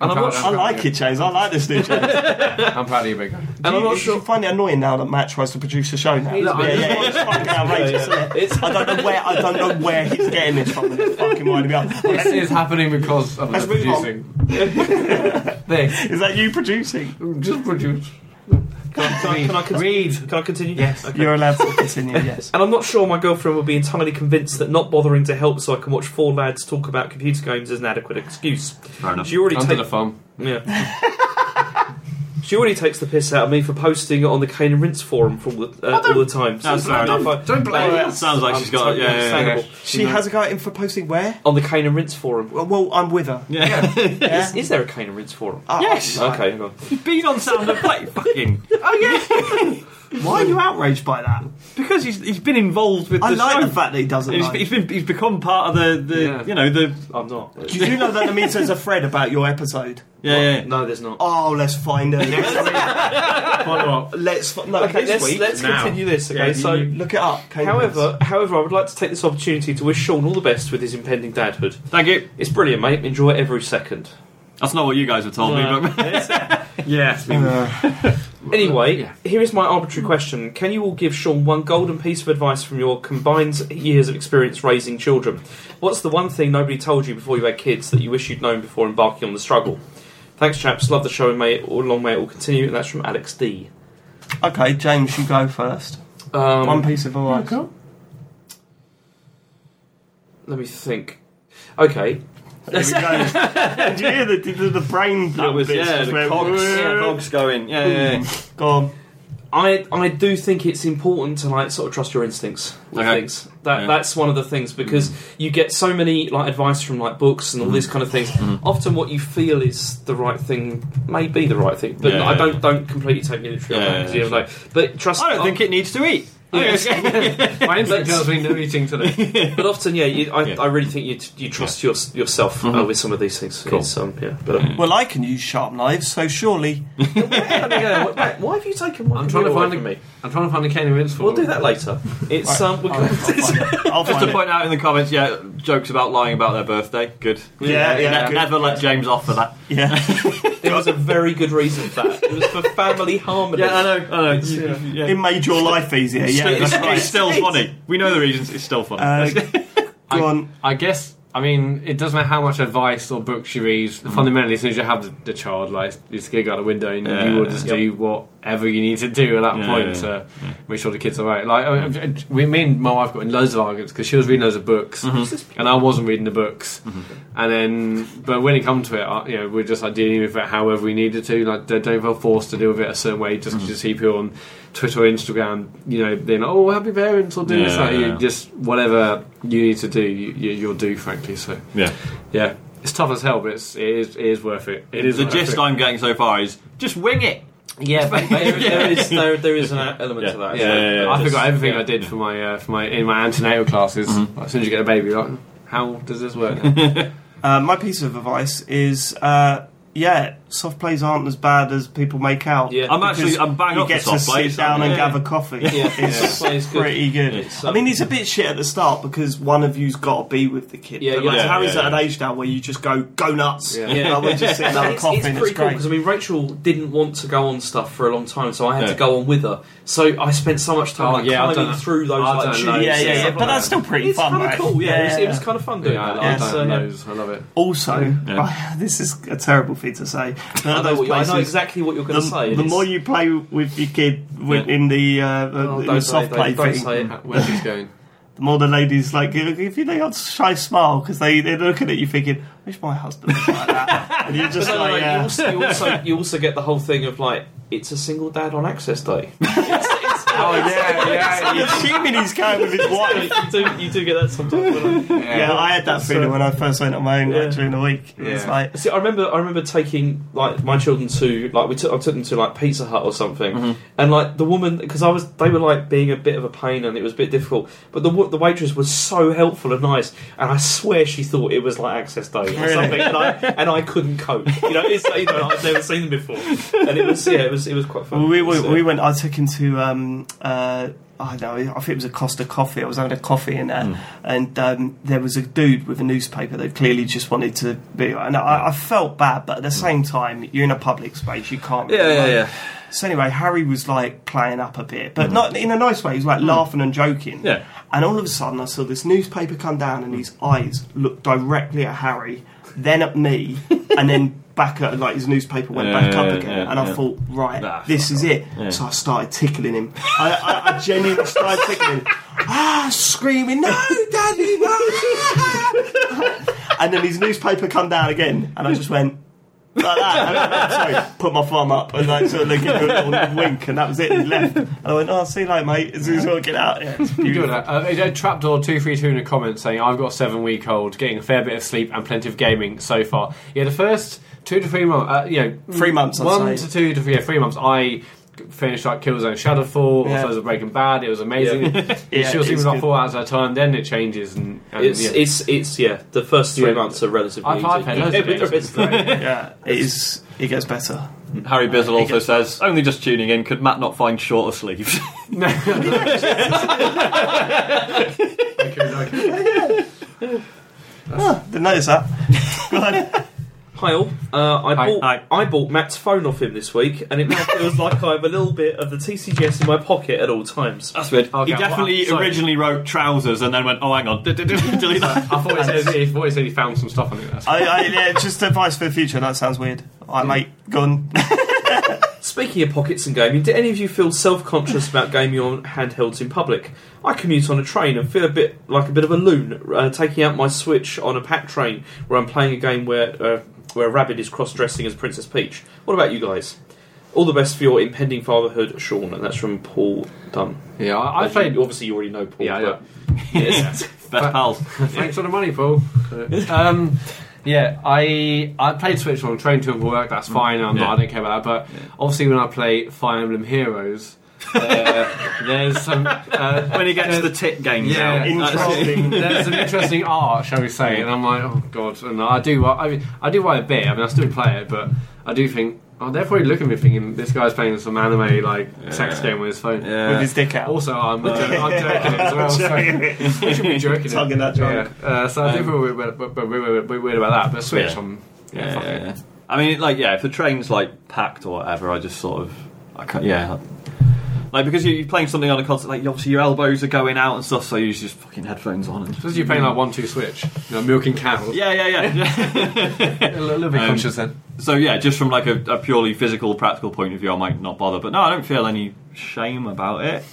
Speaker 4: I'm, proud,
Speaker 1: I like it, James. I like this new James. And
Speaker 4: I'm proud of you, big guy.
Speaker 3: And I'm not
Speaker 1: You
Speaker 3: sure.
Speaker 1: find it annoying now that Matt tries to produce a show now.
Speaker 4: Look,
Speaker 1: yeah,
Speaker 4: I
Speaker 1: yeah,
Speaker 4: just
Speaker 1: yeah,
Speaker 4: want-
Speaker 1: it's fucking outrageous. isn't it?
Speaker 3: It's
Speaker 1: I don't know where I don't know where he's getting this from. It's fucking winding me up.
Speaker 4: This is happening because of the
Speaker 1: Let's move on.
Speaker 4: producing. this.
Speaker 1: Is that you producing?
Speaker 4: Just produce.
Speaker 3: can, I- can I con-
Speaker 4: Read.
Speaker 3: can I continue?
Speaker 4: Yes.
Speaker 3: Okay.
Speaker 1: You're allowed to continue. Yes.
Speaker 3: And I'm not sure my girlfriend will be entirely convinced that not bothering to help so I can watch four lads talk about computer games is an adequate excuse.
Speaker 2: Fair enough.
Speaker 3: She already
Speaker 4: Under
Speaker 3: takes
Speaker 4: the farm.
Speaker 3: Yeah. she already takes the piss out of me for posting on the Cane and Rinse forum for all the, uh, all the time. So
Speaker 2: That's fair
Speaker 3: it's-
Speaker 2: enough.
Speaker 4: Don't
Speaker 1: blame
Speaker 4: blame
Speaker 1: us.
Speaker 4: us.
Speaker 2: Sounds like
Speaker 3: I'm
Speaker 2: she's got.
Speaker 3: totally
Speaker 2: Yeah, yeah, yeah.
Speaker 3: understandable.
Speaker 1: She has a go at him for posting where?
Speaker 3: On the Cane and Rinse forum.
Speaker 1: Well, well I'm with her.
Speaker 2: Yeah.
Speaker 1: Yeah.
Speaker 3: Is, is there a Cane and Rinse forum?
Speaker 1: Oh,
Speaker 2: Yes.
Speaker 1: right.
Speaker 3: Okay, hang on.
Speaker 2: You've been on sound of play, fucking.
Speaker 4: Oh,
Speaker 1: Why are you outraged by that?
Speaker 2: because he's he's been involved with.
Speaker 1: I
Speaker 2: the
Speaker 1: like
Speaker 2: show.
Speaker 1: the fact that he doesn't.
Speaker 2: He's,
Speaker 1: like
Speaker 2: he's been he's become part of the, the
Speaker 4: Yeah.
Speaker 2: you know the
Speaker 3: I'm not.
Speaker 1: Did you know that there means there's a thread about your episode?
Speaker 2: yeah yeah.
Speaker 3: No, there's not.
Speaker 1: Oh, let's find her next week.
Speaker 4: Follow up.
Speaker 1: Let's fi- no,
Speaker 3: Oh, Okay,
Speaker 1: this
Speaker 3: let's,
Speaker 1: week.
Speaker 3: let's
Speaker 4: now.
Speaker 3: continue this. Okay,
Speaker 4: Yeah,
Speaker 3: so
Speaker 4: you-
Speaker 1: look it up. Kane Woods.
Speaker 3: however, however, I would like to take this opportunity to wish Sean all the best with his impending dadhood.
Speaker 2: Thank you.
Speaker 3: It's brilliant, mate. Enjoy every second. Uh,
Speaker 2: That's not what you guys have told me, but
Speaker 4: Yeah, it's been-
Speaker 1: Uh,
Speaker 3: Anyway,
Speaker 4: Yeah.
Speaker 3: here is my arbitrary question. Can you all give Sean one golden piece of advice from your combined years of experience raising children? What's the one thing nobody told you before you had kids that you wish you'd known before embarking on the struggle? Thanks, chaps. Love the show and may it all long may it all continue. And that's from Alex D.
Speaker 1: okay, James, you go first.
Speaker 3: Um,
Speaker 1: One piece of advice.
Speaker 3: Let me think. Okay.
Speaker 1: Here we go. Did you hear the, the, the brain?
Speaker 2: that was
Speaker 1: bits
Speaker 2: yeah
Speaker 1: just
Speaker 2: the
Speaker 1: went,
Speaker 2: cogs,
Speaker 1: "Whoa."
Speaker 2: cogs going yeah yeah. yeah.
Speaker 1: Go on.
Speaker 3: I I do think it's important to like sort of trust your instincts with
Speaker 2: Okay.
Speaker 3: things. That
Speaker 2: Yeah. Mm.
Speaker 3: that's one of the things because you get so many like advice from like books and all these kind of things.
Speaker 2: Mm.
Speaker 3: Often what you feel is the right thing may be the right thing, but
Speaker 2: Yeah,
Speaker 3: I
Speaker 2: yeah,
Speaker 3: don't
Speaker 2: yeah.
Speaker 3: don't completely take me literally.
Speaker 2: Yeah,
Speaker 3: on that, 'cause
Speaker 2: yeah,
Speaker 3: you're like, but trust.
Speaker 2: I don't think it needs to eat.
Speaker 4: My
Speaker 3: instinct
Speaker 4: instinct
Speaker 3: tells
Speaker 4: has been no eating today.
Speaker 3: But often, yeah, you, I,
Speaker 2: Yeah.
Speaker 3: I really think you t- you trust your, yourself uh,
Speaker 2: Mhm.
Speaker 3: with some of these things.
Speaker 2: Cool.
Speaker 3: It's, um, yeah, but, um,
Speaker 1: Well, I can use sharp knives, so surely.
Speaker 3: Let me go. Wait, why have you taken my?
Speaker 4: I'm trying to
Speaker 3: computer
Speaker 4: find
Speaker 3: away
Speaker 4: a-
Speaker 3: from me.
Speaker 4: I'm trying to find a cane rinse for
Speaker 3: We'll do that later. It's um, we're
Speaker 1: I'll, I'll find it. I'll
Speaker 2: Just
Speaker 1: find
Speaker 2: to
Speaker 1: it.
Speaker 2: point out in the comments, yeah, jokes about lying about their birthday. Good.
Speaker 1: Yeah, yeah,
Speaker 2: Ne-
Speaker 1: good.
Speaker 2: Never let James off for that.
Speaker 1: Yeah.
Speaker 3: There was a very good reason for that. It was for family harmony.
Speaker 2: Yeah, I know. I know. You-
Speaker 3: Yeah.
Speaker 2: yeah.
Speaker 1: it made your life easier. Yeah,
Speaker 2: it's,
Speaker 1: that's
Speaker 2: it's
Speaker 1: right.
Speaker 2: still funny. We know the reasons. It's still funny.
Speaker 1: Uh,
Speaker 2: That's-
Speaker 1: go on.
Speaker 4: I guess. I mean, it doesn't matter how much advice or books you read.
Speaker 2: Mm-hmm.
Speaker 4: Fundamentally, as soon as you have the, the child, like you just go out the window, and
Speaker 2: Yeah.
Speaker 4: you will just
Speaker 2: Yep.
Speaker 4: do whatever you need to do at that
Speaker 2: Yeah,
Speaker 4: point
Speaker 2: yeah,
Speaker 4: to make sure the kids are right. Like I- I- we, me and my wife got in loads of arguments because she was reading loads of books,
Speaker 2: Mm-hmm.
Speaker 4: and I wasn't reading the books. And then, but when it come to it, I, you know, we're just like dealing with it however we needed to. Like don't, don't feel forced to deal with it a certain way just 'cause you see people on Twitter or Instagram. You know, being like, oh, happy parents or do this.
Speaker 2: Yeah,
Speaker 4: Like, you
Speaker 2: yeah.
Speaker 4: just whatever you need to do, you, you, you'll do. Frankly, so
Speaker 2: yeah.
Speaker 4: yeah, it's tough as hell, but it's, it, is, it is worth it. It is
Speaker 2: The
Speaker 4: worth
Speaker 2: gist
Speaker 4: it.
Speaker 2: I'm getting so far is just wing it.
Speaker 3: Yeah, but there, there is there, there is an element
Speaker 2: Yeah.
Speaker 3: to that.
Speaker 2: Yeah,
Speaker 3: so-
Speaker 2: yeah, yeah.
Speaker 4: I
Speaker 3: Just-
Speaker 4: forgot everything
Speaker 3: yeah.
Speaker 4: I did for my uh, for my in my antenatal classes. Like, as soon as you get a baby, you're like, how does this work?
Speaker 1: Uh, my piece of advice is, uh, yeah, soft plays aren't as bad as people make out.
Speaker 3: Yeah.
Speaker 2: I'm
Speaker 1: Because
Speaker 2: actually I'm bang
Speaker 1: you
Speaker 2: up
Speaker 1: get
Speaker 2: for soft
Speaker 1: to
Speaker 2: plays.
Speaker 1: sit down and
Speaker 2: Yeah.
Speaker 1: gather coffee.
Speaker 3: Yeah,
Speaker 1: It's
Speaker 3: yeah. It's good.
Speaker 1: pretty good.
Speaker 2: It's,
Speaker 1: I mean, it's a bit shit at the start because one of you's got to be with the kid.
Speaker 3: Yeah,
Speaker 1: but
Speaker 3: yeah,
Speaker 1: like,
Speaker 2: yeah,
Speaker 1: Harry's
Speaker 2: yeah,
Speaker 1: at
Speaker 2: yeah.
Speaker 1: an age now where you just go go nuts.
Speaker 4: Yeah.
Speaker 1: And I would just sit down and
Speaker 3: It's,
Speaker 1: cough
Speaker 3: it's
Speaker 1: in.
Speaker 3: pretty
Speaker 1: It's
Speaker 3: cool
Speaker 1: great.
Speaker 3: because I mean Rachel didn't want to go on stuff for a long time, so I had
Speaker 2: Yeah.
Speaker 3: to go on with her. So I spent so much time
Speaker 4: Oh,
Speaker 3: like,
Speaker 4: yeah, I've
Speaker 3: climbing
Speaker 4: done that.
Speaker 3: through those
Speaker 4: I've
Speaker 3: like
Speaker 4: done
Speaker 3: tubes.
Speaker 4: loads,
Speaker 1: yeah,
Speaker 3: and
Speaker 1: yeah,
Speaker 4: it's
Speaker 1: yeah.
Speaker 3: stuff
Speaker 1: But
Speaker 3: like
Speaker 1: that's
Speaker 3: that.
Speaker 1: still pretty
Speaker 3: it's
Speaker 1: fun,
Speaker 3: kind of
Speaker 1: right?
Speaker 3: cool. Yeah, It, was, it was kind of fun doing
Speaker 4: yeah, I,
Speaker 3: that. uh,
Speaker 4: I,
Speaker 1: Yeah,
Speaker 4: don't
Speaker 3: so, yeah.
Speaker 4: know. I love it.
Speaker 1: Also,
Speaker 2: Yeah.
Speaker 1: this is a terrible thing to say. but
Speaker 3: I know,
Speaker 1: those
Speaker 3: what you- I know
Speaker 1: places-
Speaker 3: exactly what you're
Speaker 1: the,
Speaker 3: going to say.
Speaker 1: the
Speaker 3: It's-
Speaker 1: more you play with your kid with,
Speaker 2: Yeah.
Speaker 1: in the, uh,
Speaker 3: Oh,
Speaker 1: in
Speaker 3: don't
Speaker 1: the
Speaker 3: say
Speaker 1: soft
Speaker 3: it,
Speaker 1: play
Speaker 3: don't- don't
Speaker 1: thing,
Speaker 3: say it.
Speaker 4: Where's this going?
Speaker 1: the more the ladies like give you they got shy smile because they they're looking at you thinking, "I wish my husband was like that," and you're
Speaker 3: But
Speaker 1: just
Speaker 3: no, no, no,
Speaker 1: like,
Speaker 3: you,
Speaker 1: uh,
Speaker 3: also, you, also, you also get the whole thing of like it's a single dad on Access Day.
Speaker 4: Oh yeah, yeah,
Speaker 1: "I'm
Speaker 4: yeah.
Speaker 1: assuming he's going with his wife."
Speaker 3: you do you do get that sometimes. don't you?
Speaker 1: Yeah, I had that feeling when I first went on my own
Speaker 3: Yeah.
Speaker 1: like, during the week. It was
Speaker 4: Yeah.
Speaker 1: like,
Speaker 3: See, I remember, I remember taking like my children to like we took, I took them to like Pizza Hut or something,
Speaker 4: Mm-hmm.
Speaker 3: and like the woman because I was they were like being a bit of a pain and it was a bit difficult, but the wa- the waitress was so helpful and nice, and I swear she thought it was like Access Day or
Speaker 1: Really?
Speaker 3: something, and I and I couldn't cope. You know, it's you know I've never seen them before, and it was yeah, it was it was quite fun.
Speaker 1: Well, we, we,
Speaker 3: So-
Speaker 1: we went. I took him to. Um, uh, I don't know. I think it was a Costa coffee. I was having a coffee in there, and um, there was a dude with a newspaper that clearly just wanted to be. And I, I felt bad, but at the same time, you're in a public space. You can't.
Speaker 2: Yeah,
Speaker 1: really,
Speaker 2: yeah,
Speaker 1: like-
Speaker 2: yeah.
Speaker 1: So anyway, Harry was like playing up a bit, but not in a nice way. He was like laughing and joking.
Speaker 2: Mm. Yeah.
Speaker 1: And all of a sudden, I saw this newspaper come down, and his eyes looked directly at Harry, then at me, and then back at like his newspaper went
Speaker 2: Yeah,
Speaker 1: back up
Speaker 2: yeah,
Speaker 1: again.
Speaker 2: yeah,
Speaker 1: and I
Speaker 2: yeah.
Speaker 1: thought, right,
Speaker 2: Nah,
Speaker 1: this
Speaker 2: fuck
Speaker 1: is it.
Speaker 2: Yeah.
Speaker 1: So I started tickling him. I, I, I genuinely started tickling him. Ah, screaming, no, daddy, no! and then his newspaper come down again, and I just went like that. And I went, sorry, put my thumb up and like sort of like, give him a little wink, and that was it. And he left. And I went, oh, see you later, mate. As soon as I get out, yeah, it's
Speaker 4: You
Speaker 1: beautiful.
Speaker 4: got that. Uh, a trapdoor two three two in a comment saying I've got a seven week old, getting a fair bit of sleep and plenty of gaming so far. Yeah, the first two to three months, uh, you know,
Speaker 1: Three months, I'd
Speaker 4: one
Speaker 1: say.
Speaker 4: to two to three, yeah, three months. I finished like Killzone Shadowfall,
Speaker 1: Yeah.
Speaker 4: also as a Breaking Bad. It was amazing. it
Speaker 1: Yeah,
Speaker 4: still
Speaker 1: it's
Speaker 4: seems like
Speaker 1: good.
Speaker 4: four hours at a time. Then it changes, and, and
Speaker 3: It's
Speaker 4: yeah.
Speaker 3: it's it's yeah. The first three
Speaker 4: Yeah.
Speaker 3: months are relatively
Speaker 4: I've,
Speaker 3: easy.
Speaker 4: I've had loads of
Speaker 3: Compared with the
Speaker 4: games.
Speaker 3: rest of it.
Speaker 1: yeah, it is. It gets better.
Speaker 2: Harry Bizzle
Speaker 1: I
Speaker 2: also
Speaker 1: guess-
Speaker 2: says, only just tuning in, could Matt not find shorter sleeves?
Speaker 1: Huh, didn't notice that. Go on.
Speaker 3: Hi all. Uh, I
Speaker 4: Hi.
Speaker 3: bought
Speaker 2: Hi.
Speaker 3: I bought Matt's phone off him this week, and it now feels like I have a little bit of the TCGS in my pocket at all times.
Speaker 2: That's weird.
Speaker 4: Okay,
Speaker 2: he definitely
Speaker 4: well, uh, sorry.
Speaker 2: originally wrote trousers and then went, oh, hang on, delete that.
Speaker 4: I thought it said, I thought it said he found some stuff on it. That's
Speaker 1: I, I, yeah, just advice for the future. That sounds weird. I might go on.
Speaker 3: Speaking of pockets and gaming, do any of you feel self-conscious about gaming on handhelds in public? I commute on a train and feel a bit like a bit of a loon uh, taking out my Switch on a packed train where I'm playing a game where uh, where a rabbit is cross-dressing as Princess Peach. What about you guys? All the best for your impending fatherhood, Sean, and that's from Paul Dunn.
Speaker 4: yeah, I, I
Speaker 3: As you-
Speaker 4: played.
Speaker 3: Obviously, you already know Paul.
Speaker 4: Yeah,
Speaker 3: but-
Speaker 2: Best pals.
Speaker 4: Thanks for the money, Paul. um, yeah, I I played Switch on train to and from work. That's fine. I'm
Speaker 2: Mm. Yeah.
Speaker 4: not, I don't care about that. But obviously, when I play Fire Emblem Heroes, uh, there's some uh,
Speaker 2: When he gets the tit games
Speaker 4: Yeah.
Speaker 2: out.
Speaker 1: Interesting.
Speaker 4: there's some interesting art, shall we say? And I'm like, oh god. And I do, I mean, I do write a bit. I mean, I still play it, but I do think, oh, they're probably looking at me thinking this guy's playing some anime like sex
Speaker 2: Yeah.
Speaker 4: game with his phone.
Speaker 1: with
Speaker 2: Yeah.
Speaker 1: his dick out.
Speaker 4: Also, I'm, uh, I'm jerking it as well. So. We should be jerking it.
Speaker 1: Tugging that junk.
Speaker 4: Yeah, uh, so I think
Speaker 2: Um,
Speaker 4: we're weird, we're, we're, we're weird about that, but Switch
Speaker 2: Yeah.
Speaker 4: on. Yeah,
Speaker 2: Yeah,
Speaker 4: fuck
Speaker 2: yeah,
Speaker 4: it.
Speaker 2: yeah. I mean, like, yeah, if the train's like packed or whatever, I just sort of, I can't, yeah. Like, because you- you're playing something on a concert, like, obviously your elbows are going out and stuff, so you just fucking headphones on. And,
Speaker 4: Especially you're playing like 1 2 Switch, you know, milking cows.
Speaker 2: yeah, yeah, yeah.
Speaker 4: A little, little bit
Speaker 2: Um,
Speaker 4: conscious then.
Speaker 2: So yeah, just from like a, a purely physical, practical point of view, I might not bother. But no, I don't feel any shame about it.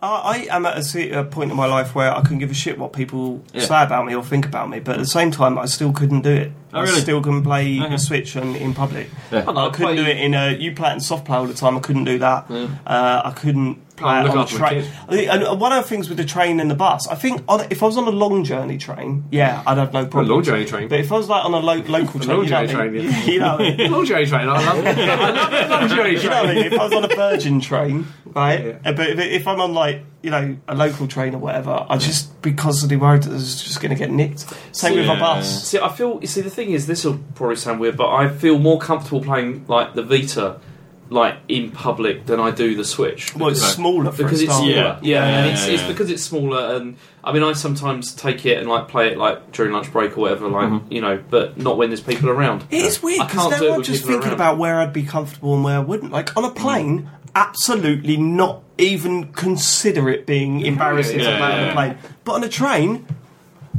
Speaker 1: I, I am at a, se- a point in my life where I couldn't give a shit what people
Speaker 2: Yeah.
Speaker 1: say about me or think about me, but at the same time, I still couldn't do it.
Speaker 2: Oh,
Speaker 1: I
Speaker 2: really?
Speaker 1: still couldn't play
Speaker 2: Okay.
Speaker 1: Switch and, in public.
Speaker 2: Yeah.
Speaker 1: I couldn't do it in a. You play it in soft play all the time. I couldn't do that. Uh, I couldn't play
Speaker 4: Oh,
Speaker 1: it
Speaker 4: look
Speaker 1: on a
Speaker 4: after a
Speaker 1: train.
Speaker 4: kid.
Speaker 1: And uh, one of the things with the train and the bus, I think on, if I was on a long journey train, yeah, I'd have no
Speaker 4: A
Speaker 1: problem.
Speaker 4: long journey train.
Speaker 1: But if I was like on a lo- local train,
Speaker 4: long
Speaker 1: you know
Speaker 4: journey
Speaker 1: what I mean?
Speaker 4: train, yeah.
Speaker 1: you know what I mean?
Speaker 4: long journey train, I love, I love long journey
Speaker 1: You know what I
Speaker 4: train.
Speaker 1: mean? If I was on a Virgin train, right?
Speaker 4: Yeah.
Speaker 1: Uh, But if, if I'm on like you know a local train or whatever, I just be constantly worried that it's just going to get nicked. Same with
Speaker 2: Yeah.
Speaker 1: a bus.
Speaker 3: See, I feel. You see, the thing is, this will probably sound weird, but I feel more comfortable playing like the Vita, like in public, than I do the Switch.
Speaker 1: Well, it's
Speaker 2: Right.
Speaker 1: smaller for
Speaker 3: because
Speaker 1: a
Speaker 3: it's
Speaker 1: start.
Speaker 3: smaller.
Speaker 2: Yeah.
Speaker 3: Yeah,
Speaker 2: Yeah,
Speaker 3: and
Speaker 2: yeah,
Speaker 3: it's,
Speaker 2: yeah,
Speaker 3: it's
Speaker 2: yeah.
Speaker 3: because it's smaller. And I mean, I sometimes take it and like play it like during lunch break or whatever, like
Speaker 2: Mhm.
Speaker 3: you know, but not when there's people around.
Speaker 1: It is weird
Speaker 3: I
Speaker 1: because
Speaker 3: can't
Speaker 1: then
Speaker 3: do it
Speaker 1: I'm
Speaker 3: with
Speaker 1: just
Speaker 3: people
Speaker 1: thinking
Speaker 3: around. Mm.
Speaker 1: about where I'd be comfortable and where I wouldn't. Like on a plane, absolutely not even consider it being embarrassing
Speaker 2: Yeah,
Speaker 1: to play on
Speaker 2: yeah.
Speaker 1: a plane. But on a train,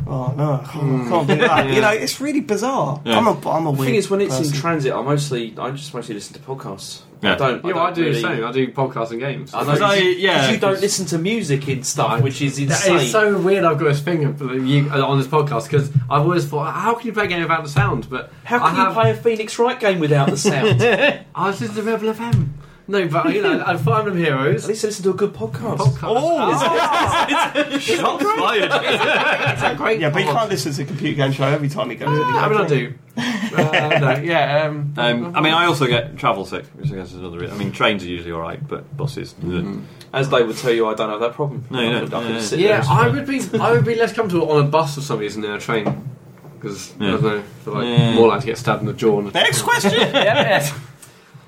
Speaker 1: oh no, I can't, can't do that. You know, it's really bizarre.
Speaker 2: Yeah.
Speaker 1: I'm a, I'm a
Speaker 3: The
Speaker 1: weird
Speaker 3: thing is, when it's
Speaker 1: person.
Speaker 3: in transit, I mostly, I just mostly listen to podcasts.
Speaker 2: Yeah.
Speaker 3: I don't.
Speaker 4: Yeah,
Speaker 3: I don't
Speaker 4: well, I do the
Speaker 3: really,
Speaker 4: same. I do podcasts and games.
Speaker 3: I
Speaker 2: Because
Speaker 3: know,
Speaker 2: I-
Speaker 3: you- 'cause
Speaker 2: yeah,
Speaker 3: you don't
Speaker 2: 'cause-
Speaker 3: listen to music in stuff,
Speaker 4: I-
Speaker 3: which is
Speaker 4: That
Speaker 3: insane.
Speaker 4: is so weird. I've got this finger for the- you, uh, on this podcast because I've always thought, how can you play a game without the sound? But
Speaker 3: How
Speaker 4: I
Speaker 3: can you
Speaker 4: have-
Speaker 3: play a Phoenix Wright game without the sound? At
Speaker 4: I was just a Rebel FM. No, but you know, and Fire Emblem Heroes.
Speaker 3: least listen to a good podcast.
Speaker 4: Podcast.
Speaker 2: Oh.
Speaker 4: Oh.
Speaker 2: Shots fired.
Speaker 4: it's a great.
Speaker 1: yeah, but you
Speaker 4: pod.
Speaker 1: can't listen to the computer game show every time it goes. in.
Speaker 4: I mean, I do. Uh, no, yeah. Um,
Speaker 2: Um, I mean, I also get travel sick, which I guess is another. reason. I mean, trains are usually all right, but buses. bleh.
Speaker 1: Mm-hmm.
Speaker 3: As they would tell you, I don't have that problem.
Speaker 2: No, you
Speaker 3: I
Speaker 2: don't.
Speaker 3: could- I could
Speaker 2: Yeah,
Speaker 3: just
Speaker 2: yeah.
Speaker 3: sit there
Speaker 4: yeah,
Speaker 3: and-
Speaker 4: I would be. I would be less comfortable on a bus for some reason than a train because I don't know. I feel like
Speaker 2: Yeah.
Speaker 4: more likely to get stabbed in the jaw. And
Speaker 1: Next question.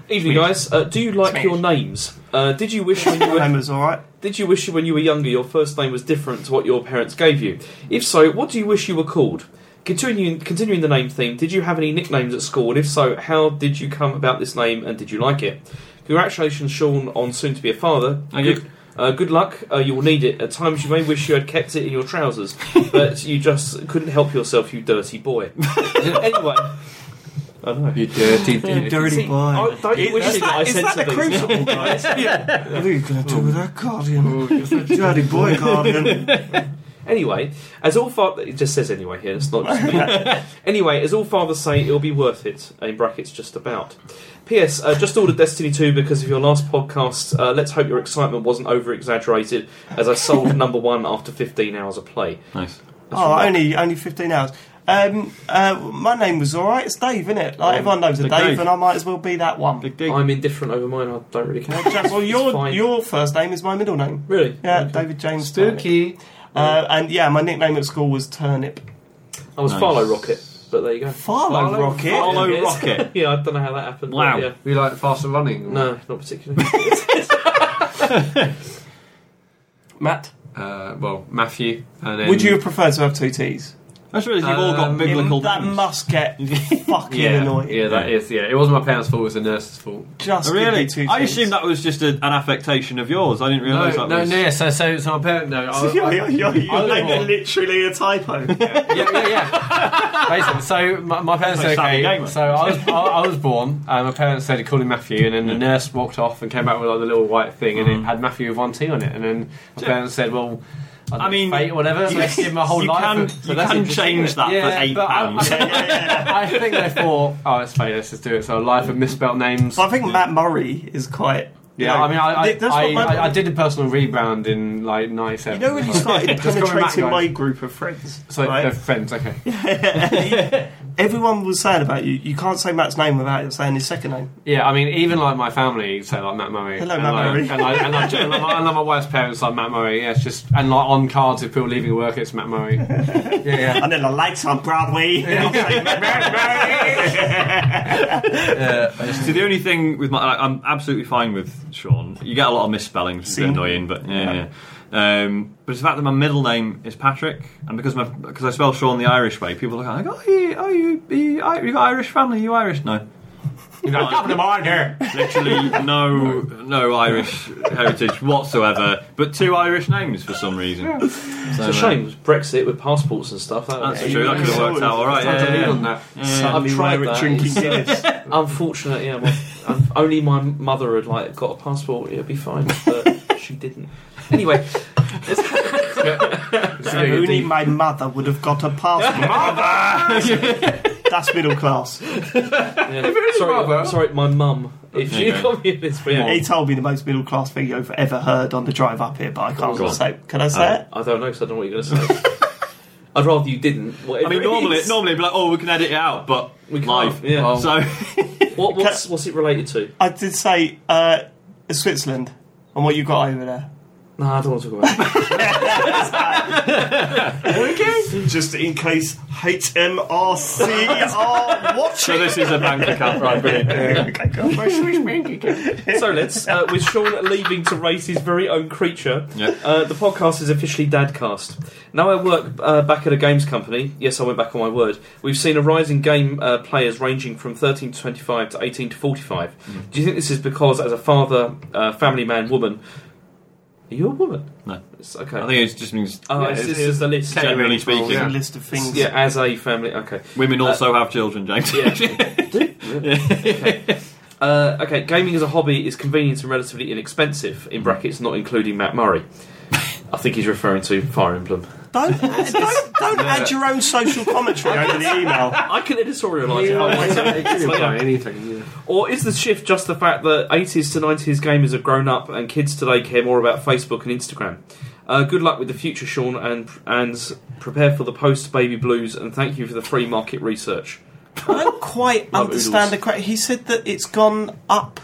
Speaker 3: Evening, guys. Uh, do you like
Speaker 1: Smash.
Speaker 3: your names? Uh, did you wish when you were
Speaker 1: Emma's all right.
Speaker 3: did you wish when you were younger your first name was different to what your parents gave you? If so, what do you wish you were called? Continuing continuing the name theme, did you have any nicknames at school? And if so, how did you come about this name and did you like it? Congratulations, Sean, on soon to be a father.
Speaker 2: Thank you.
Speaker 3: Good- Uh, good luck. Uh, you will need it. At times, you may wish you had kept it in your trousers, but you just couldn't help yourself, you dirty boy. anyway, I know.
Speaker 4: you dirty, dirty.
Speaker 1: Dirty
Speaker 3: See, I- don't you wish
Speaker 1: is
Speaker 3: that I
Speaker 1: that, is
Speaker 3: said
Speaker 1: that
Speaker 3: to
Speaker 1: the
Speaker 3: these?
Speaker 1: crucible, guys? What are you going to do with that guardian? Dirty boy guardian.
Speaker 3: Anyway, as all father it just says anyway here, it's not just me. anyway, as all fathers say, it'll be worth it. In brackets, just about. P.S. Uh, just ordered Destiny 2 because of your last podcast. Uh, let's hope your excitement wasn't over exaggerated as I sold number one after 15 hours of play.
Speaker 2: Nice.
Speaker 1: Oh, only only fifteen hours. Um, uh, my name was all right. It's Dave, isn't it? Like
Speaker 2: Um,
Speaker 1: everyone knows a
Speaker 2: Big
Speaker 1: Dave,
Speaker 2: Dave.
Speaker 1: and I might as well be that one.
Speaker 2: Big dig.
Speaker 3: I'm indifferent over mine. I don't really care.
Speaker 1: Jack, well,
Speaker 3: It's
Speaker 1: your
Speaker 3: fine.
Speaker 1: your first name is my middle name.
Speaker 3: really?
Speaker 1: Yeah,
Speaker 3: Okay.
Speaker 1: David James Turnip.
Speaker 4: Spooky.
Speaker 1: Uh, and yeah, my nickname at school was Turnip.
Speaker 3: I was
Speaker 2: Nice.
Speaker 3: Farlow Rocket, but there you go.
Speaker 1: Farlow, Rocket.
Speaker 2: Farlow
Speaker 3: Yeah, it's-
Speaker 2: Rocket.
Speaker 3: yeah, I don't know how that happened. but
Speaker 2: Wow.
Speaker 3: Yeah.
Speaker 4: We like faster running.
Speaker 3: No, not particularly.
Speaker 1: Matt,
Speaker 4: Uh, well, Matthew. And then
Speaker 1: would you have preferred to have two T's?
Speaker 2: I just realised you've all got
Speaker 4: Um,
Speaker 2: biblical
Speaker 1: that
Speaker 2: names.
Speaker 1: must get fucking
Speaker 4: Yeah,
Speaker 1: annoying.
Speaker 4: yeah, that
Speaker 2: Yeah.
Speaker 4: is. Yeah, it wasn't my parents' fault. It was the nurse's fault.
Speaker 1: Just
Speaker 2: Oh,
Speaker 1: give me
Speaker 2: really?
Speaker 1: two
Speaker 2: I
Speaker 1: T's.
Speaker 2: assumed that was just a, an affectation of yours. I didn't
Speaker 4: No,
Speaker 2: realise
Speaker 4: no,
Speaker 2: that
Speaker 4: no,
Speaker 2: was.
Speaker 4: yeah. So, so, so my parents. No, I,
Speaker 1: Yo,
Speaker 4: I-
Speaker 1: yo, yo, you
Speaker 4: I was
Speaker 1: like
Speaker 4: born-
Speaker 1: literally a typo.
Speaker 4: yeah, yeah, yeah. Basically, so my, my parents
Speaker 2: Like
Speaker 4: said,
Speaker 2: Sammy
Speaker 4: okay.
Speaker 2: Gamer.
Speaker 4: So I was, I, I was born, and my parents said, call him Matthew, and then the nurse walked off and came back with like the little white thing,
Speaker 1: Mm-hmm.
Speaker 4: and it had Matthew with one T on it, and then my parents said, well, I,
Speaker 2: I mean,
Speaker 4: mean, fate or whatever. So they gave my whole
Speaker 2: you
Speaker 4: life.
Speaker 2: can,
Speaker 4: a- so
Speaker 2: you
Speaker 4: that's
Speaker 2: can
Speaker 4: interesting,
Speaker 2: change
Speaker 4: isn't it?
Speaker 2: that for eight
Speaker 4: but I-
Speaker 2: pounds.
Speaker 4: I, I think they thought, oh, it's fate. Let's just do it. So a life of misspelled names.
Speaker 1: so I think Matt Murray is quite.
Speaker 4: Yeah, I mean, I,
Speaker 1: That's
Speaker 4: I,
Speaker 1: what my-
Speaker 4: I, I, I did a personal rebrand in like '97.
Speaker 1: You know when you started
Speaker 4: Just coming back,
Speaker 1: penetrating
Speaker 4: guys.
Speaker 1: my group of friends,
Speaker 4: so
Speaker 1: right?
Speaker 4: they're friends, okay?
Speaker 1: Everyone was saying about you. You can't say Matt's name without saying his second name.
Speaker 4: Yeah, I mean, even like my family, say like Matt Murray.
Speaker 1: Hello,
Speaker 4: and,
Speaker 1: Matt
Speaker 4: like,
Speaker 1: Murray.
Speaker 4: And, like, and, like, and, like, my- and like my wife's parents, like Matt Murray. Yeah, it's just and like on cards if people leaving work, it's Matt Murray. Yeah, yeah.
Speaker 1: And then the lights on Broadway.
Speaker 2: See, the only thing with my, I- I'm absolutely fine with Sean. You get a lot of misspellings, it's a
Speaker 1: See?
Speaker 2: bit annoying, but yeah. yeah. Um, but it's the fact that my middle name is Patrick, and because my because I spell Sean the Irish way, people are like, "Oh, you, oh, you, you, I- you got Irish family? You Irish? No,
Speaker 4: You know, come to mind here.
Speaker 2: literally no, no Irish heritage whatsoever. But two Irish names for some reason.
Speaker 3: it's a shame. Brexit with passports and stuff. That
Speaker 2: That's
Speaker 3: was-
Speaker 2: true. That could have worked out all right.
Speaker 4: Time to
Speaker 2: uh, yeah, yeah,
Speaker 4: lead
Speaker 2: yeah.
Speaker 4: on
Speaker 1: Suddenly
Speaker 4: that.
Speaker 3: tried
Speaker 1: we're
Speaker 3: that.
Speaker 1: drinking
Speaker 3: It's-
Speaker 1: Guinness.
Speaker 3: Unfortunately, yeah. My, um, only my mother had like got a passport. It'd be fine, but she didn't. Anyway,
Speaker 4: It's a bit
Speaker 1: Only
Speaker 4: deep.
Speaker 1: my mother would have got a passport. mother! That's middle class.
Speaker 3: yeah.
Speaker 4: is
Speaker 3: sorry,
Speaker 4: mother-
Speaker 3: sorry, my mum. If
Speaker 2: There
Speaker 3: she
Speaker 2: you go.
Speaker 3: got me in this, but yeah.
Speaker 1: He told me the most middle class thing you've ever heard on the drive up here, but I
Speaker 2: Go
Speaker 1: can't
Speaker 2: on.
Speaker 1: say. Can I say it?
Speaker 3: I don't know because I don't know what you're going to say. I'd rather you didn't.
Speaker 2: I
Speaker 3: whatever
Speaker 2: mean,
Speaker 3: it
Speaker 2: normally,
Speaker 3: is.
Speaker 2: normally, it'd be like, "Oh, we can edit it out," but
Speaker 3: We can't,
Speaker 2: live.
Speaker 3: yeah.
Speaker 4: Oh.
Speaker 2: So
Speaker 3: What, what's what's it related to?
Speaker 1: I did say uh, Switzerland and what you got over there.
Speaker 3: No, I don't want to talk about. it.
Speaker 1: Just in case HMRC are watching.
Speaker 2: So this is a bank account, right? Brilliant.
Speaker 1: Okay, go on.
Speaker 3: so let's uh, with Sean leaving to raise his very own creature.
Speaker 2: Yeah.
Speaker 3: Uh, the podcast is officially Dadcast. Now I work uh, back at a games company. Yes, I went back on my word. We've seen a rise in game uh, players ranging from 13 to 25 to 18 to 45.
Speaker 2: Hmm.
Speaker 3: Do you think this is because, as a father, uh, family man, woman, are you a woman?
Speaker 2: No.
Speaker 3: It's okay.
Speaker 2: I think it just means
Speaker 3: Oh,
Speaker 4: Yeah,
Speaker 3: it's,
Speaker 4: it's-
Speaker 3: it's just the list.
Speaker 2: generally
Speaker 4: really
Speaker 2: speaking, Uh,
Speaker 4: cool, yeah.
Speaker 1: A list of things.
Speaker 3: Yeah, as a family. Okay.
Speaker 2: women also have children, James.
Speaker 3: Uh, okay, gaming as a hobby is convenient and relatively inexpensive, in brackets not including Matt Murray. I think he's referring to Fire Emblem.
Speaker 1: Don't, don't, don't add your own social commentary over the email.
Speaker 3: I can editorialise if I want to.
Speaker 4: anything.
Speaker 3: Or is the shift just the fact that 80s to 90s gamers have grown up and kids today care more about Facebook and Instagram? Uh, good luck with the future, Sean, and and prepare for the post baby blues. And thank you for the free market research.
Speaker 1: I don't quite
Speaker 3: Like
Speaker 1: understand
Speaker 3: oodles.
Speaker 1: the question. He said that it's gone up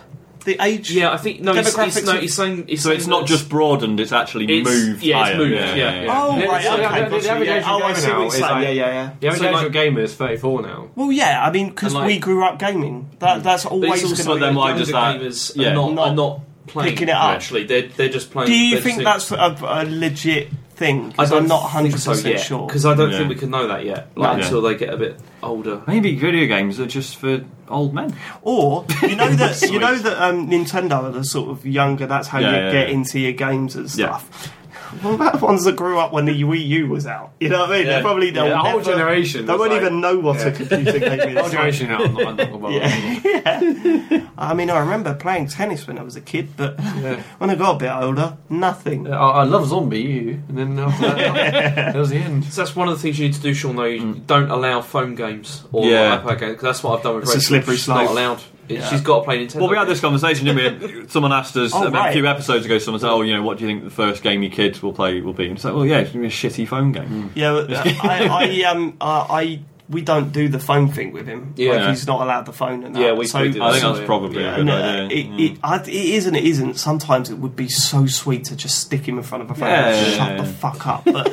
Speaker 1: the age.
Speaker 3: Yeah, I think no, he's, he's,
Speaker 1: Demographics
Speaker 3: no,
Speaker 1: of-
Speaker 3: he's saying he's
Speaker 2: So it's
Speaker 3: saying
Speaker 2: not
Speaker 3: that
Speaker 2: just broadened; it's actually
Speaker 3: It's-
Speaker 2: moved.
Speaker 3: yeah, it's
Speaker 2: higher.
Speaker 3: moved, yeah.
Speaker 1: Oh,
Speaker 4: Yeah,
Speaker 1: right,
Speaker 4: so
Speaker 1: okay.
Speaker 4: the- the- the
Speaker 1: gotcha,
Speaker 4: average
Speaker 1: yeah.
Speaker 4: age
Speaker 1: oh, I
Speaker 4: gamer
Speaker 1: see what
Speaker 4: now
Speaker 1: you're
Speaker 4: is
Speaker 1: saying.
Speaker 4: like-
Speaker 1: yeah, yeah, yeah.
Speaker 4: The average
Speaker 3: So,
Speaker 4: age
Speaker 3: like-
Speaker 4: of gamer is 34 now.
Speaker 1: Well, yeah, I mean, because
Speaker 3: And, like-
Speaker 1: we grew up gaming. That, that's
Speaker 3: But it's
Speaker 1: always
Speaker 3: also
Speaker 1: going to
Speaker 2: then
Speaker 1: be.
Speaker 2: why
Speaker 3: younger
Speaker 2: does that-
Speaker 3: gamers
Speaker 2: yeah.
Speaker 3: are not,
Speaker 1: Not
Speaker 3: are not playing
Speaker 1: picking it up.
Speaker 3: Actually, they're they're just playing.
Speaker 1: Do you
Speaker 3: they're
Speaker 1: think
Speaker 3: just
Speaker 1: that's a, a legit thing? 'Cause I'm not 100% sure.
Speaker 3: because I don't
Speaker 2: Yeah.
Speaker 3: think we can know that yet. Like
Speaker 2: No.
Speaker 3: until they get a bit older.
Speaker 2: Maybe video games are just for old men.
Speaker 1: Or you know that you
Speaker 2: Sweet.
Speaker 1: know that um, Nintendo are the sort of younger. That's how
Speaker 2: Yeah,
Speaker 1: you
Speaker 2: yeah,
Speaker 1: get
Speaker 2: yeah.
Speaker 1: into your games and stuff. What about the ones that grew up when the Wii U was out? You know what I mean? They're
Speaker 2: Yeah.
Speaker 1: probably they'll
Speaker 4: the whole
Speaker 1: never-
Speaker 4: generation.
Speaker 1: They
Speaker 4: is
Speaker 1: won't
Speaker 4: like-
Speaker 1: even know what a
Speaker 4: Yeah.
Speaker 1: computer game
Speaker 4: The whole
Speaker 1: is.
Speaker 4: generation now. I'm not, I'm not gonna bother.
Speaker 1: Yeah. I mean, I remember playing tennis when I was a kid, but
Speaker 4: Yeah.
Speaker 1: when I got a bit older, nothing.
Speaker 4: I, I love Zombie U, and then after that, that was the end.
Speaker 3: So that's one of the things you need to do, Sean. Though you don't allow phone games or
Speaker 2: Mm. Yeah.
Speaker 3: iPad games. 'cause that's what I've done with.
Speaker 1: It's a
Speaker 3: Rachel.
Speaker 1: slippery
Speaker 3: She's
Speaker 1: slope.
Speaker 3: Not allowed. It-
Speaker 1: Yeah.
Speaker 3: She's got to play Nintendo.
Speaker 2: Well, we had this conversation, didn't we? Someone asked us
Speaker 1: Oh,
Speaker 2: about
Speaker 1: right.
Speaker 2: a few episodes ago. Someone said, "Oh, you know, what do you think the first game your kids will play will be?" And it's like, "Well, yeah, it's gonna be a shitty phone game."
Speaker 1: Yeah, but, uh, I, I um, uh, I we don't do the phone thing with him. Like
Speaker 2: Yeah.
Speaker 1: he's not allowed the phone and that.
Speaker 3: Yeah, we-
Speaker 1: so,
Speaker 3: we do
Speaker 2: I think
Speaker 3: that.
Speaker 2: that's probably
Speaker 3: Yeah.
Speaker 2: a
Speaker 1: and,
Speaker 2: good
Speaker 1: uh,
Speaker 2: idea. Mm.
Speaker 1: it, it, I, it is and it isn't. Sometimes it would be so sweet to just stick him in front of a phone and
Speaker 2: Yeah.
Speaker 1: shut the fuck up. But,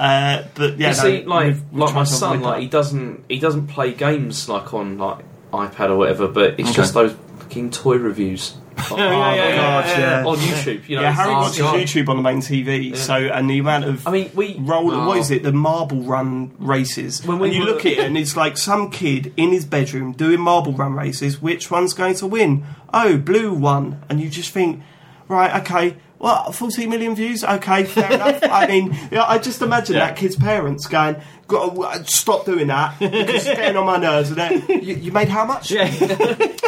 Speaker 1: uh, but yeah, no,
Speaker 3: you see, like
Speaker 1: we've- we've
Speaker 3: like my
Speaker 1: tried to
Speaker 3: son,
Speaker 1: avoid
Speaker 3: like he doesn't he doesn't play games like on like iPad or whatever, but it's
Speaker 2: Okay.
Speaker 3: just those fucking toy reviews
Speaker 1: that. Oh,
Speaker 2: yeah, yeah,
Speaker 1: my
Speaker 2: yeah,
Speaker 1: gosh,
Speaker 2: yeah.
Speaker 1: yeah.
Speaker 3: on YouTube. You know,
Speaker 1: yeah, Harry
Speaker 3: it's-
Speaker 4: oh,
Speaker 1: watches
Speaker 4: God.
Speaker 1: YouTube on the main TV.
Speaker 3: Yeah.
Speaker 1: So, and the amount of
Speaker 3: I mean, we
Speaker 1: roller,
Speaker 4: Oh.
Speaker 1: what is it? The marble run races.
Speaker 3: When
Speaker 1: When and
Speaker 3: we
Speaker 1: you
Speaker 3: were-
Speaker 1: look at it, and it's like some kid in his bedroom doing marble run races. Which one's going to win? Oh, blue one. And you just think, right, okay. Well, 14 million views? Okay, fair enough. I mean, yeah, I just imagine
Speaker 2: Yeah.
Speaker 1: that kid's parents going, Got to, stop doing that because it's getting on my nerves. And then, you, you made how much?
Speaker 2: yeah.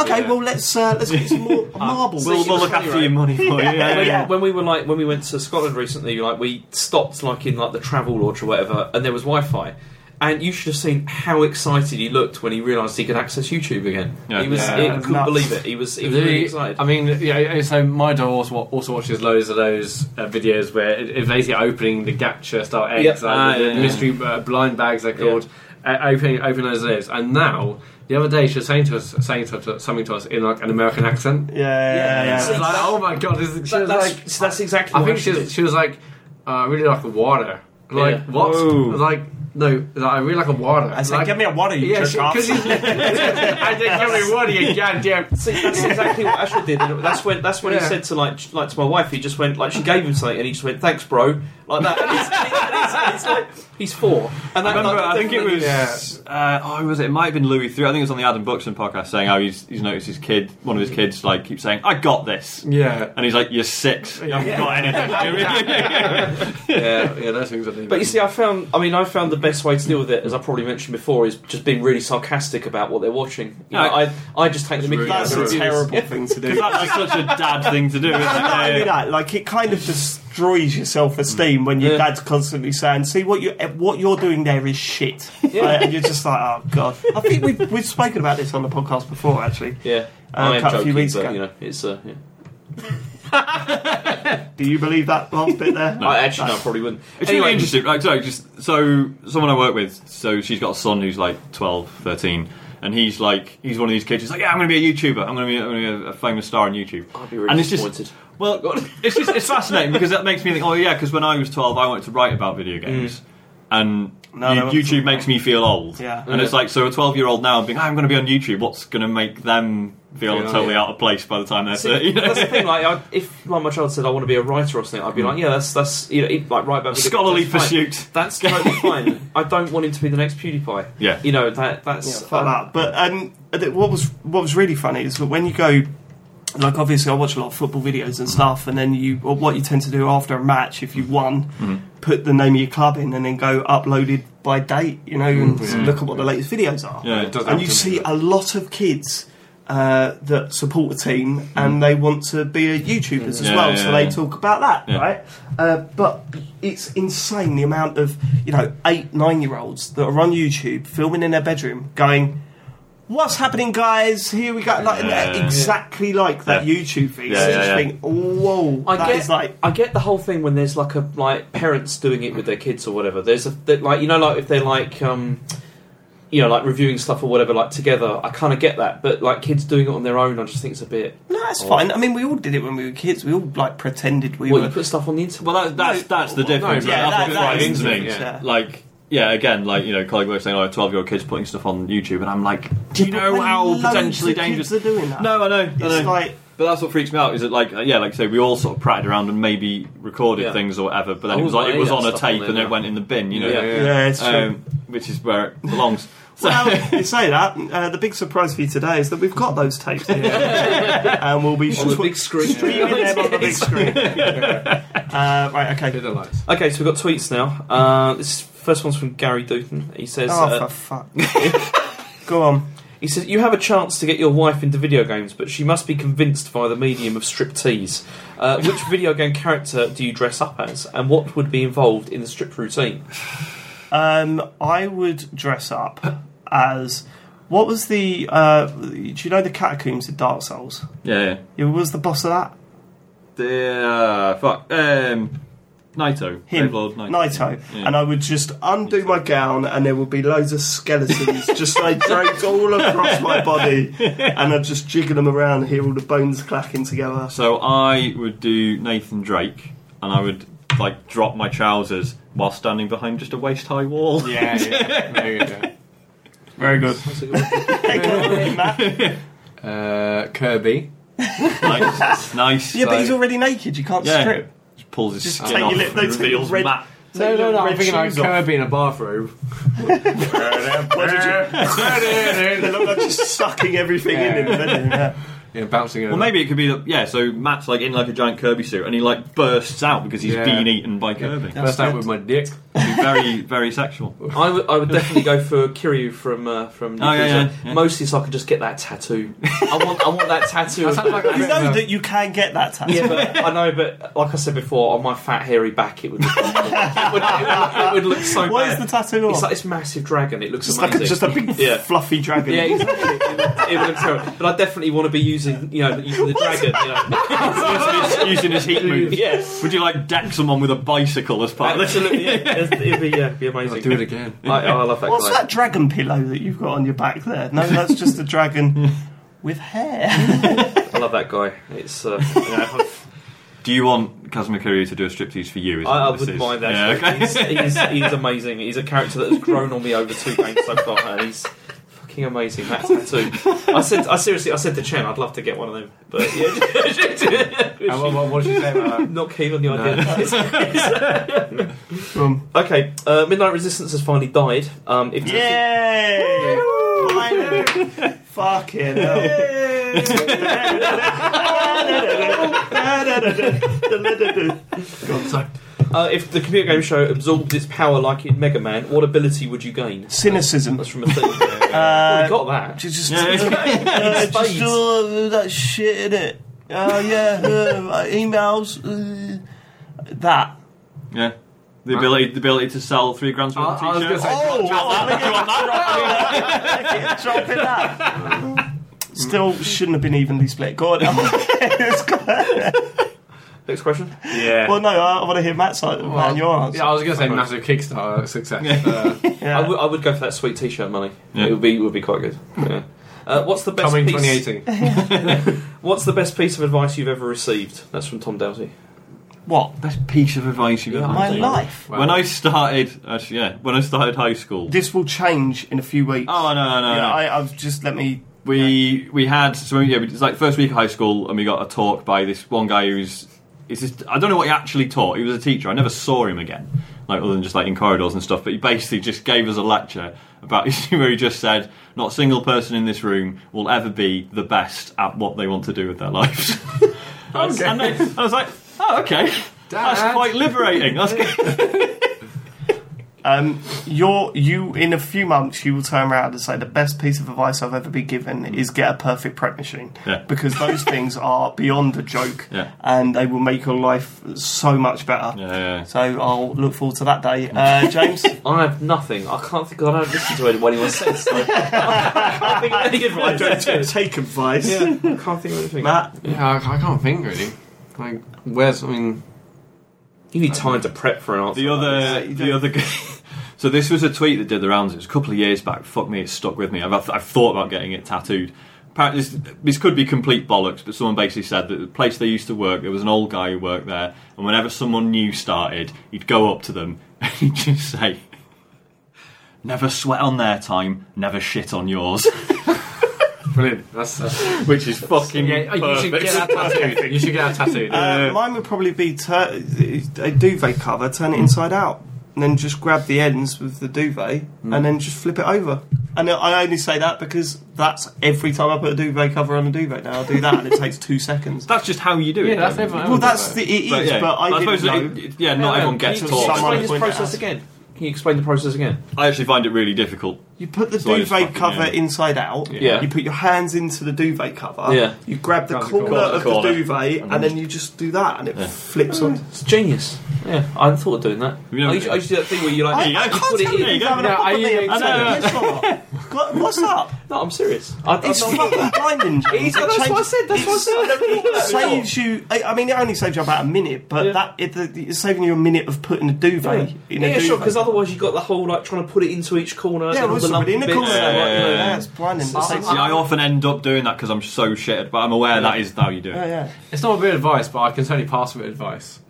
Speaker 1: Okay,
Speaker 3: Yeah.
Speaker 1: well, let's uh, let's get some more marble.
Speaker 2: we'll, we'll look after your money for you.
Speaker 3: when,
Speaker 2: Yeah,
Speaker 3: we-
Speaker 1: yeah.
Speaker 3: when we were like when we went to Scotland recently, like we stopped like in like the travel lodge or whatever, and there was Wi-Fi. And you should have seen how excited he looked when he realised he could access YouTube again.
Speaker 2: Yeah.
Speaker 3: He was
Speaker 1: Yeah,
Speaker 3: he
Speaker 1: it was
Speaker 3: couldn't
Speaker 1: nuts.
Speaker 3: believe it. He was he was
Speaker 4: The-
Speaker 3: really excited.
Speaker 4: I mean, yeah. So my dog also, wa- also watches loads of those uh, videos where it, it's basically opening the Gatcha style eggs,
Speaker 3: Yep.
Speaker 4: like
Speaker 2: Ah,
Speaker 4: the,
Speaker 2: yeah,
Speaker 4: the mystery uh, blind bags they're
Speaker 3: Yeah.
Speaker 4: called. Uh, opening, opening those lids, and now the other day she was saying to us, saying to us, something to us in like an American accent.
Speaker 1: Yeah, yeah,
Speaker 4: And
Speaker 1: yeah.
Speaker 4: it's
Speaker 3: Yeah.
Speaker 4: like, oh my god, this is, she
Speaker 3: That-
Speaker 4: was
Speaker 3: that's,
Speaker 4: like,
Speaker 3: so that's exactly.
Speaker 4: I
Speaker 3: what
Speaker 4: think she was, she was like, uh, I really like a water. Like
Speaker 3: Yeah.
Speaker 4: what?
Speaker 2: Whoa.
Speaker 4: Like no, like, I really like a water.
Speaker 1: I said,
Speaker 4: like,
Speaker 1: give me a water, you
Speaker 4: yeah,
Speaker 1: jerk off.
Speaker 4: because she's. I said, give me water, you goddamn
Speaker 3: See, that's exactly what Ashley did. And that's when that's when he
Speaker 4: Yeah.
Speaker 3: said to like like to my wife, he just went like she gave him something, and he just went thanks, bro, like that. And it's, and it's, and it's like he's four, and
Speaker 2: I
Speaker 3: that,
Speaker 2: remember.
Speaker 3: that
Speaker 2: I think it
Speaker 3: definitely-
Speaker 2: was. Uh, oh, who was it? It might have been Louis Three. I think it was on the Adam Buxton podcast saying how he's, he's noticed his kid, one of his kids, like keeps saying, "I got this,"
Speaker 4: Yeah.
Speaker 2: and he's like, "You're six. You haven't got anything."
Speaker 4: yeah, yeah, those things are
Speaker 3: But you see, I found. I mean, I found the best way to deal with it, as I probably mentioned before, is just being really sarcastic about what they're watching. You know,
Speaker 2: No.
Speaker 3: I I just take the Mickey. out
Speaker 1: That's
Speaker 3: of the
Speaker 1: a
Speaker 3: reviews.
Speaker 1: terrible thing to do.
Speaker 2: Because that's just such a dad thing to do. Isn't it?
Speaker 1: And not only that, like it kind of destroys your self esteem when your
Speaker 3: Yeah.
Speaker 1: dad's constantly saying, "See what you what you're doing there is shit," Like, and you're just like, "Oh god." I think we've we've spoken about this on the podcast before, actually.
Speaker 3: Yeah,
Speaker 1: Uh,
Speaker 3: I am
Speaker 1: cut a few
Speaker 3: joking,
Speaker 1: weeks
Speaker 3: but
Speaker 1: ago.
Speaker 3: you know, it's uh, yeah.
Speaker 1: Do you believe that last bit there?
Speaker 3: I actually no, I probably wouldn't.
Speaker 2: It's
Speaker 3: Anyway,
Speaker 2: really interesting. Right, so just so someone I work with, so she's got a son who's like 12, 13, and he's like he's one of these kids. He's like, yeah, I'm going to be a YouTuber. I'm going to be, I'm gonna be a, a famous star on YouTube.
Speaker 3: I'd be really
Speaker 2: and it's just-
Speaker 3: disappointed.
Speaker 2: Well, it's just it's fascinating because that makes me think. Oh yeah, because when I was 12, I wanted to write about video games, and
Speaker 1: No,
Speaker 2: you-
Speaker 1: no,
Speaker 2: YouTube makes me feel old.
Speaker 1: Yeah.
Speaker 2: and it's like so a 12 year old now being, I'm going to be on YouTube. What's going to make them feel
Speaker 4: Yeah.
Speaker 2: totally out of place by the time they're
Speaker 3: See,
Speaker 2: 30? you know?
Speaker 3: that's the thing. Like, I, if like, my child said, "I want to be a writer or something," I'd be like, "Yeah, that's that's you know, it- like right back."
Speaker 2: Scholarly
Speaker 3: that's fine.
Speaker 2: pursuit.
Speaker 3: That's totally fine. I don't want him to be the next PewDiePie.
Speaker 2: Yeah.
Speaker 3: you know that
Speaker 1: Yeah,
Speaker 3: that's
Speaker 1: fuck that. But um, th- what was what was really funny is that when you go, like obviously I watch a lot of football videos and stuff, and then you or what you tend to do after a match if you won, put the name of your club in, and then go uploaded by date, you know, and look at what the latest videos are.
Speaker 2: Yeah, it does
Speaker 1: and you see a lot of kids. Uh, that support a team and they want to be a YouTubers as
Speaker 2: Hmm. Yeah,
Speaker 1: well,
Speaker 2: yeah,
Speaker 1: so
Speaker 2: yeah,
Speaker 1: they
Speaker 2: yeah.
Speaker 1: talk about that,
Speaker 2: Yeah.
Speaker 1: right? Uh, but it's insane the amount of you know eight, nine year olds that are on YouTube filming in their bedroom, going, "What's happening, guys? Here we go!" Like
Speaker 2: Yeah.
Speaker 1: exactly like that YouTube thing.
Speaker 2: Yeah,
Speaker 1: so you
Speaker 2: yeah,
Speaker 1: just
Speaker 2: yeah.
Speaker 1: think, "Whoa,
Speaker 3: I
Speaker 1: that
Speaker 3: get-
Speaker 1: is like."
Speaker 3: I get the whole thing when there's like a like parents doing it with their kids or whatever. There's a that, like you know like if they're like um you know like reviewing stuff or whatever like together. I kind of get that, but like kids doing it on their own, I just think it's a bit.
Speaker 1: No, that's
Speaker 3: Oh.
Speaker 1: fine. I mean, we all did it when we were kids. We all like pretended we
Speaker 3: well,
Speaker 1: were.
Speaker 3: you put stuff on the internet.
Speaker 2: Well, that, that's that's the
Speaker 1: no,
Speaker 2: difference.
Speaker 1: yeah,
Speaker 2: That's
Speaker 1: that-
Speaker 2: what
Speaker 1: that
Speaker 2: frightens
Speaker 1: is the
Speaker 2: me.
Speaker 1: difference, yeah.
Speaker 2: Like, yeah, again, like you know, colleague works saying, "Oh, twelve-year-old kids putting stuff on YouTube," and I'm like, "Do you
Speaker 1: But
Speaker 2: know
Speaker 1: when
Speaker 2: how
Speaker 1: loads
Speaker 2: potentially
Speaker 1: of kids
Speaker 2: dangerous?"
Speaker 1: are doing that.
Speaker 2: No, I know, I
Speaker 1: it's
Speaker 2: know.
Speaker 1: like
Speaker 2: but that's what freaks me out. Is it like, uh, yeah, like you say, we all sort of pratted around and maybe recorded
Speaker 3: Yeah.
Speaker 2: things or whatever, but then
Speaker 3: I
Speaker 2: it was
Speaker 3: wouldn't
Speaker 2: like it was
Speaker 3: want
Speaker 2: on
Speaker 3: any of
Speaker 2: a
Speaker 3: that stuff on
Speaker 2: tape
Speaker 3: there,
Speaker 2: and
Speaker 3: no.
Speaker 2: it went in the bin, you know,
Speaker 3: Yeah, yeah.
Speaker 1: yeah, it's true.
Speaker 2: Um, which is where it belongs. So,
Speaker 1: well, you say that. Uh, the big surprise for you today is that we've got those tapes here, and we'll be
Speaker 3: on the big screen.
Speaker 1: streaming them on the big screen. uh, right, okay.
Speaker 4: the lights.
Speaker 3: Okay, so we've got tweets now. Uh, this first one's from Gary Dutton. He says,
Speaker 1: Oh,
Speaker 3: uh,
Speaker 1: for fuck. Go on.
Speaker 3: He says, You have a chance to get your wife into video games, but she must be convinced via the medium of striptease. Uh, which video game character do you dress up as, and what would be involved in the strip routine?
Speaker 1: Um, I would dress up as. What was the. Uh, do you know the catacombs in Dark Souls?
Speaker 2: yeah, yeah.
Speaker 1: Who was the boss of that?
Speaker 2: The, uh, fuck. Um, Naito.
Speaker 1: him,
Speaker 2: Brave Lord Naito. Yeah.
Speaker 1: and I would just undo my gown, and there would be loads of skeletons just like draped all across my body, and I'd just jiggle them around, hear all the bones clacking together.
Speaker 2: So I would do Nathan Drake, and I would like drop my trousers while standing behind just a waist high wall.
Speaker 4: Yeah, yeah. There you go.
Speaker 1: Very good.
Speaker 3: That's a good one.
Speaker 4: Uh, Kirby.
Speaker 2: nice, nice.
Speaker 1: Yeah,
Speaker 2: so-
Speaker 1: but he's already naked. You can't
Speaker 2: Yeah.
Speaker 1: strip.
Speaker 2: Just pulls his
Speaker 1: Just
Speaker 2: skin
Speaker 1: take your
Speaker 2: off
Speaker 1: lip-
Speaker 2: and
Speaker 1: those
Speaker 2: reveals
Speaker 1: red-
Speaker 2: Matt.
Speaker 4: No,
Speaker 1: Take
Speaker 4: no,
Speaker 1: your
Speaker 4: no. I'm
Speaker 1: red
Speaker 4: thinking about
Speaker 1: shoes off.
Speaker 4: Kirby in a bathroom.
Speaker 1: They look like just sucking everything in him. don't they? Yeah.
Speaker 4: yeah, bouncing over.
Speaker 2: Well, maybe it could be that. Yeah, so Matt's like in like a giant Kirby suit, and he like bursts out because he's
Speaker 4: Yeah.
Speaker 2: been eaten by Kirby.
Speaker 4: Yeah. Burst out with my dick.
Speaker 2: It'd be very, very sexual.
Speaker 3: I would, I would definitely go for Kiryu from uh, from.
Speaker 2: Oh, yeah,
Speaker 3: Yakuza.
Speaker 2: yeah, yeah.
Speaker 3: Mostly so I could just get that tattoo. I want I want that tattoo.
Speaker 4: That
Speaker 3: of-
Speaker 4: sounds like a
Speaker 1: You
Speaker 4: bit of
Speaker 1: know
Speaker 4: a-
Speaker 1: that you can get that tattoo.
Speaker 3: yeah, but I know, but like I said before, on my fat hairy back, it would look, it would, it would look so
Speaker 1: What is the
Speaker 3: bad.
Speaker 1: tattoo on?
Speaker 3: It's like this massive dragon. It looks
Speaker 1: just like
Speaker 3: amazing.
Speaker 1: a, just a big
Speaker 3: Yeah.
Speaker 1: fluffy dragon.
Speaker 3: yeah, exactly. It would- It would look terrible. But I definitely want to be using, you know, using the dragon. You know.
Speaker 2: Using his- using his heat move.
Speaker 3: Yes,
Speaker 2: Would you like deck someone with a bicycle as part? of this?
Speaker 3: absolutely. Yeah. It'd be, yeah, it'd be
Speaker 4: I'll
Speaker 3: amazing.
Speaker 4: do it again.
Speaker 3: I, I love that
Speaker 1: What's
Speaker 3: guy.
Speaker 1: that dragon pillow that you've got on your back there? No, that's just a dragon with hair.
Speaker 3: I love that guy. It's uh, yeah,
Speaker 2: Do you want Kazuma Kiryu to do a striptease for you? Is
Speaker 3: I, I
Speaker 2: that what this
Speaker 3: wouldn't
Speaker 2: is?
Speaker 3: mind that.
Speaker 2: Yeah, okay.
Speaker 3: he's, he's, he's amazing. He's a character that has grown on me over two games so far, and he's fucking amazing. That tattoo. I said, I seriously, I said to Chen, I'd love to get one of them, but
Speaker 4: And
Speaker 3: yeah,
Speaker 4: what, what, what did you say about that?
Speaker 3: not keen on the idea.
Speaker 1: Um,
Speaker 3: okay, uh, Midnight Resistance has finally died. Um, if
Speaker 1: Yay! Finally. Fucking hell.
Speaker 3: uh, if the computer game show absorbed its power like in Mega Man, what ability would you gain?
Speaker 1: Cynicism.
Speaker 3: That's from a thing.
Speaker 1: Uh,
Speaker 3: Already got that.
Speaker 1: Just, just,
Speaker 2: Yeah,
Speaker 1: uh, just
Speaker 3: spades.
Speaker 1: all that shit in it. Oh, yeah, uh, emails. Uh, that.
Speaker 2: Yeah. The ability, the ability to sell three grand's worth of
Speaker 4: I- I was
Speaker 2: t-shirts.
Speaker 4: gonna say-
Speaker 1: Oh, dropping that. Still shouldn't have been evenly split. Go on.
Speaker 3: Next question.
Speaker 2: yeah.
Speaker 1: well, no, I, I want to hear Matt's like, Matt, your answer.
Speaker 4: Yeah, I was going to say massive Kickstarter success. Uh,
Speaker 1: Yeah.
Speaker 3: I would- I would go for that sweet T-shirt money.
Speaker 2: Yeah.
Speaker 3: It would be would be quite good. Yeah. Uh, what's the best
Speaker 4: coming
Speaker 3: piece?
Speaker 4: 2018.
Speaker 3: What's the best piece of advice you've ever received? That's from Tom Dowsey.
Speaker 1: what?
Speaker 2: Best piece of advice you've
Speaker 3: Yeah,
Speaker 2: ever
Speaker 1: My
Speaker 2: had.
Speaker 1: life.
Speaker 2: When I started, actually, yeah, when I started high school.
Speaker 1: This will change in a few weeks.
Speaker 2: oh no, no, no!
Speaker 1: Yeah,
Speaker 2: no.
Speaker 1: I, I've just let me.
Speaker 2: we we had so yeah, it's like first week of high school, and we got a talk by this one guy who's it's just, I don't know what he actually taught. He was a teacher. I never saw him again, like other than just like in corridors and stuff. But he basically just gave us a lecture about where he just said, not a single person in this room will ever be the best at what they want to do with their lives. I, was, and I, I was like, oh okay, that's
Speaker 4: Dad.
Speaker 2: quite liberating. That's good.
Speaker 1: Um, you're, you, in a few months, you will turn around and say, the best piece of advice I've ever been given is get a perfect prep machine.
Speaker 2: Yeah.
Speaker 1: Because those things are beyond a joke
Speaker 2: Yeah.
Speaker 1: and they will make your life so much better.
Speaker 2: Yeah, yeah.
Speaker 1: So I'll look forward to that day. Uh, James?
Speaker 3: I have nothing. I can't think. I don't listen to what anyone says. So. I think of any advice.
Speaker 1: take advice.
Speaker 3: Yeah, I can't think of anything.
Speaker 1: Matt?
Speaker 4: Yeah, I, I can't think really. Like, where's I mean,
Speaker 3: You need time to prep for an answer.
Speaker 2: The other,
Speaker 1: you
Speaker 2: the
Speaker 1: don't-
Speaker 2: other. g- so this was a tweet that did the rounds. It was a couple of years back. Fuck me, it stuck with me. I've, I've thought about getting it tattooed. Apparently, this, this could be complete bollocks, but someone basically said that the place they used to work, there was an old guy who worked there, and whenever someone new started, he'd go up to them and he'd just say, "Never sweat on their time, never shit on yours,"
Speaker 4: brilliant. That's uh,
Speaker 2: which is fucking
Speaker 4: yeah. oh, You should
Speaker 2: perfect.
Speaker 4: get that tattooed. You should get that tattooed.
Speaker 1: Uh, mine would probably be tur- a duvet cover, turn it inside out, and then just grab the ends with the duvet, and then just flip it over. And I only say that because that's every time I put a duvet cover on a duvet. Now I do that, and it takes two seconds.
Speaker 2: That's just how you do
Speaker 4: yeah,
Speaker 2: it.
Speaker 4: that's
Speaker 2: don't you?
Speaker 4: everyone.
Speaker 1: Well, that's the it is,
Speaker 2: But,
Speaker 1: but,
Speaker 2: yeah,
Speaker 1: I,
Speaker 2: suppose
Speaker 1: didn't know.
Speaker 2: it- it- yeah, not everyone gets
Speaker 3: Can you
Speaker 2: taught.
Speaker 1: Someone
Speaker 3: explain this
Speaker 1: point it
Speaker 3: process
Speaker 1: out.
Speaker 3: again? Can you explain the process again?
Speaker 2: I actually find it really difficult.
Speaker 1: you put the
Speaker 2: So I just
Speaker 1: duvet
Speaker 2: fucking,
Speaker 1: cover
Speaker 2: yeah.
Speaker 1: inside out.
Speaker 3: Yeah.
Speaker 1: You put your hands into the duvet cover.
Speaker 3: Yeah.
Speaker 1: You grab the
Speaker 4: Grab the
Speaker 1: corner
Speaker 4: corner.
Speaker 1: of the
Speaker 2: Corner.
Speaker 1: duvet, and then you just do that, and it
Speaker 2: Yeah.
Speaker 1: flips on.
Speaker 3: It's genius. Yeah, I thought of doing that.
Speaker 2: You know-
Speaker 3: I, used, I used to do that thing where you like.
Speaker 2: I- I
Speaker 3: you
Speaker 2: can't
Speaker 3: put it
Speaker 2: tell
Speaker 3: in-
Speaker 2: you.
Speaker 1: Having a
Speaker 4: Yeah,
Speaker 1: proper
Speaker 4: I-
Speaker 1: meal,
Speaker 4: I
Speaker 1: so
Speaker 2: know.
Speaker 1: guess what? What, what's up?
Speaker 3: No, I'm serious. I, I'm
Speaker 1: It's
Speaker 3: not-
Speaker 1: fucking blinding. John.
Speaker 3: It's- that's what I said. That's what I said. I never thought
Speaker 1: It
Speaker 3: about it before.
Speaker 1: saves you. I, I mean, it only saves you about a minute, but
Speaker 3: Yeah.
Speaker 1: that it, the- it's saving you a minute of putting a duvet in a
Speaker 3: yeah,
Speaker 1: duvet.
Speaker 3: sure. Because otherwise, you have got the whole like trying to put it into each corner.
Speaker 1: yeah,
Speaker 3: and all
Speaker 1: well,
Speaker 3: the
Speaker 1: somebody in the
Speaker 3: lump
Speaker 1: corner.
Speaker 3: bits.
Speaker 2: Yeah,
Speaker 1: like,
Speaker 2: yeah,
Speaker 1: no,
Speaker 2: yeah.
Speaker 1: that's blinding.
Speaker 4: So-
Speaker 1: Saves
Speaker 2: See, I often end up doing that because I'm so shitted, but I'm aware that is how you do it.
Speaker 1: you. Yeah, yeah.
Speaker 4: It's not a bit of advice, but I can certainly pass a bit of advice.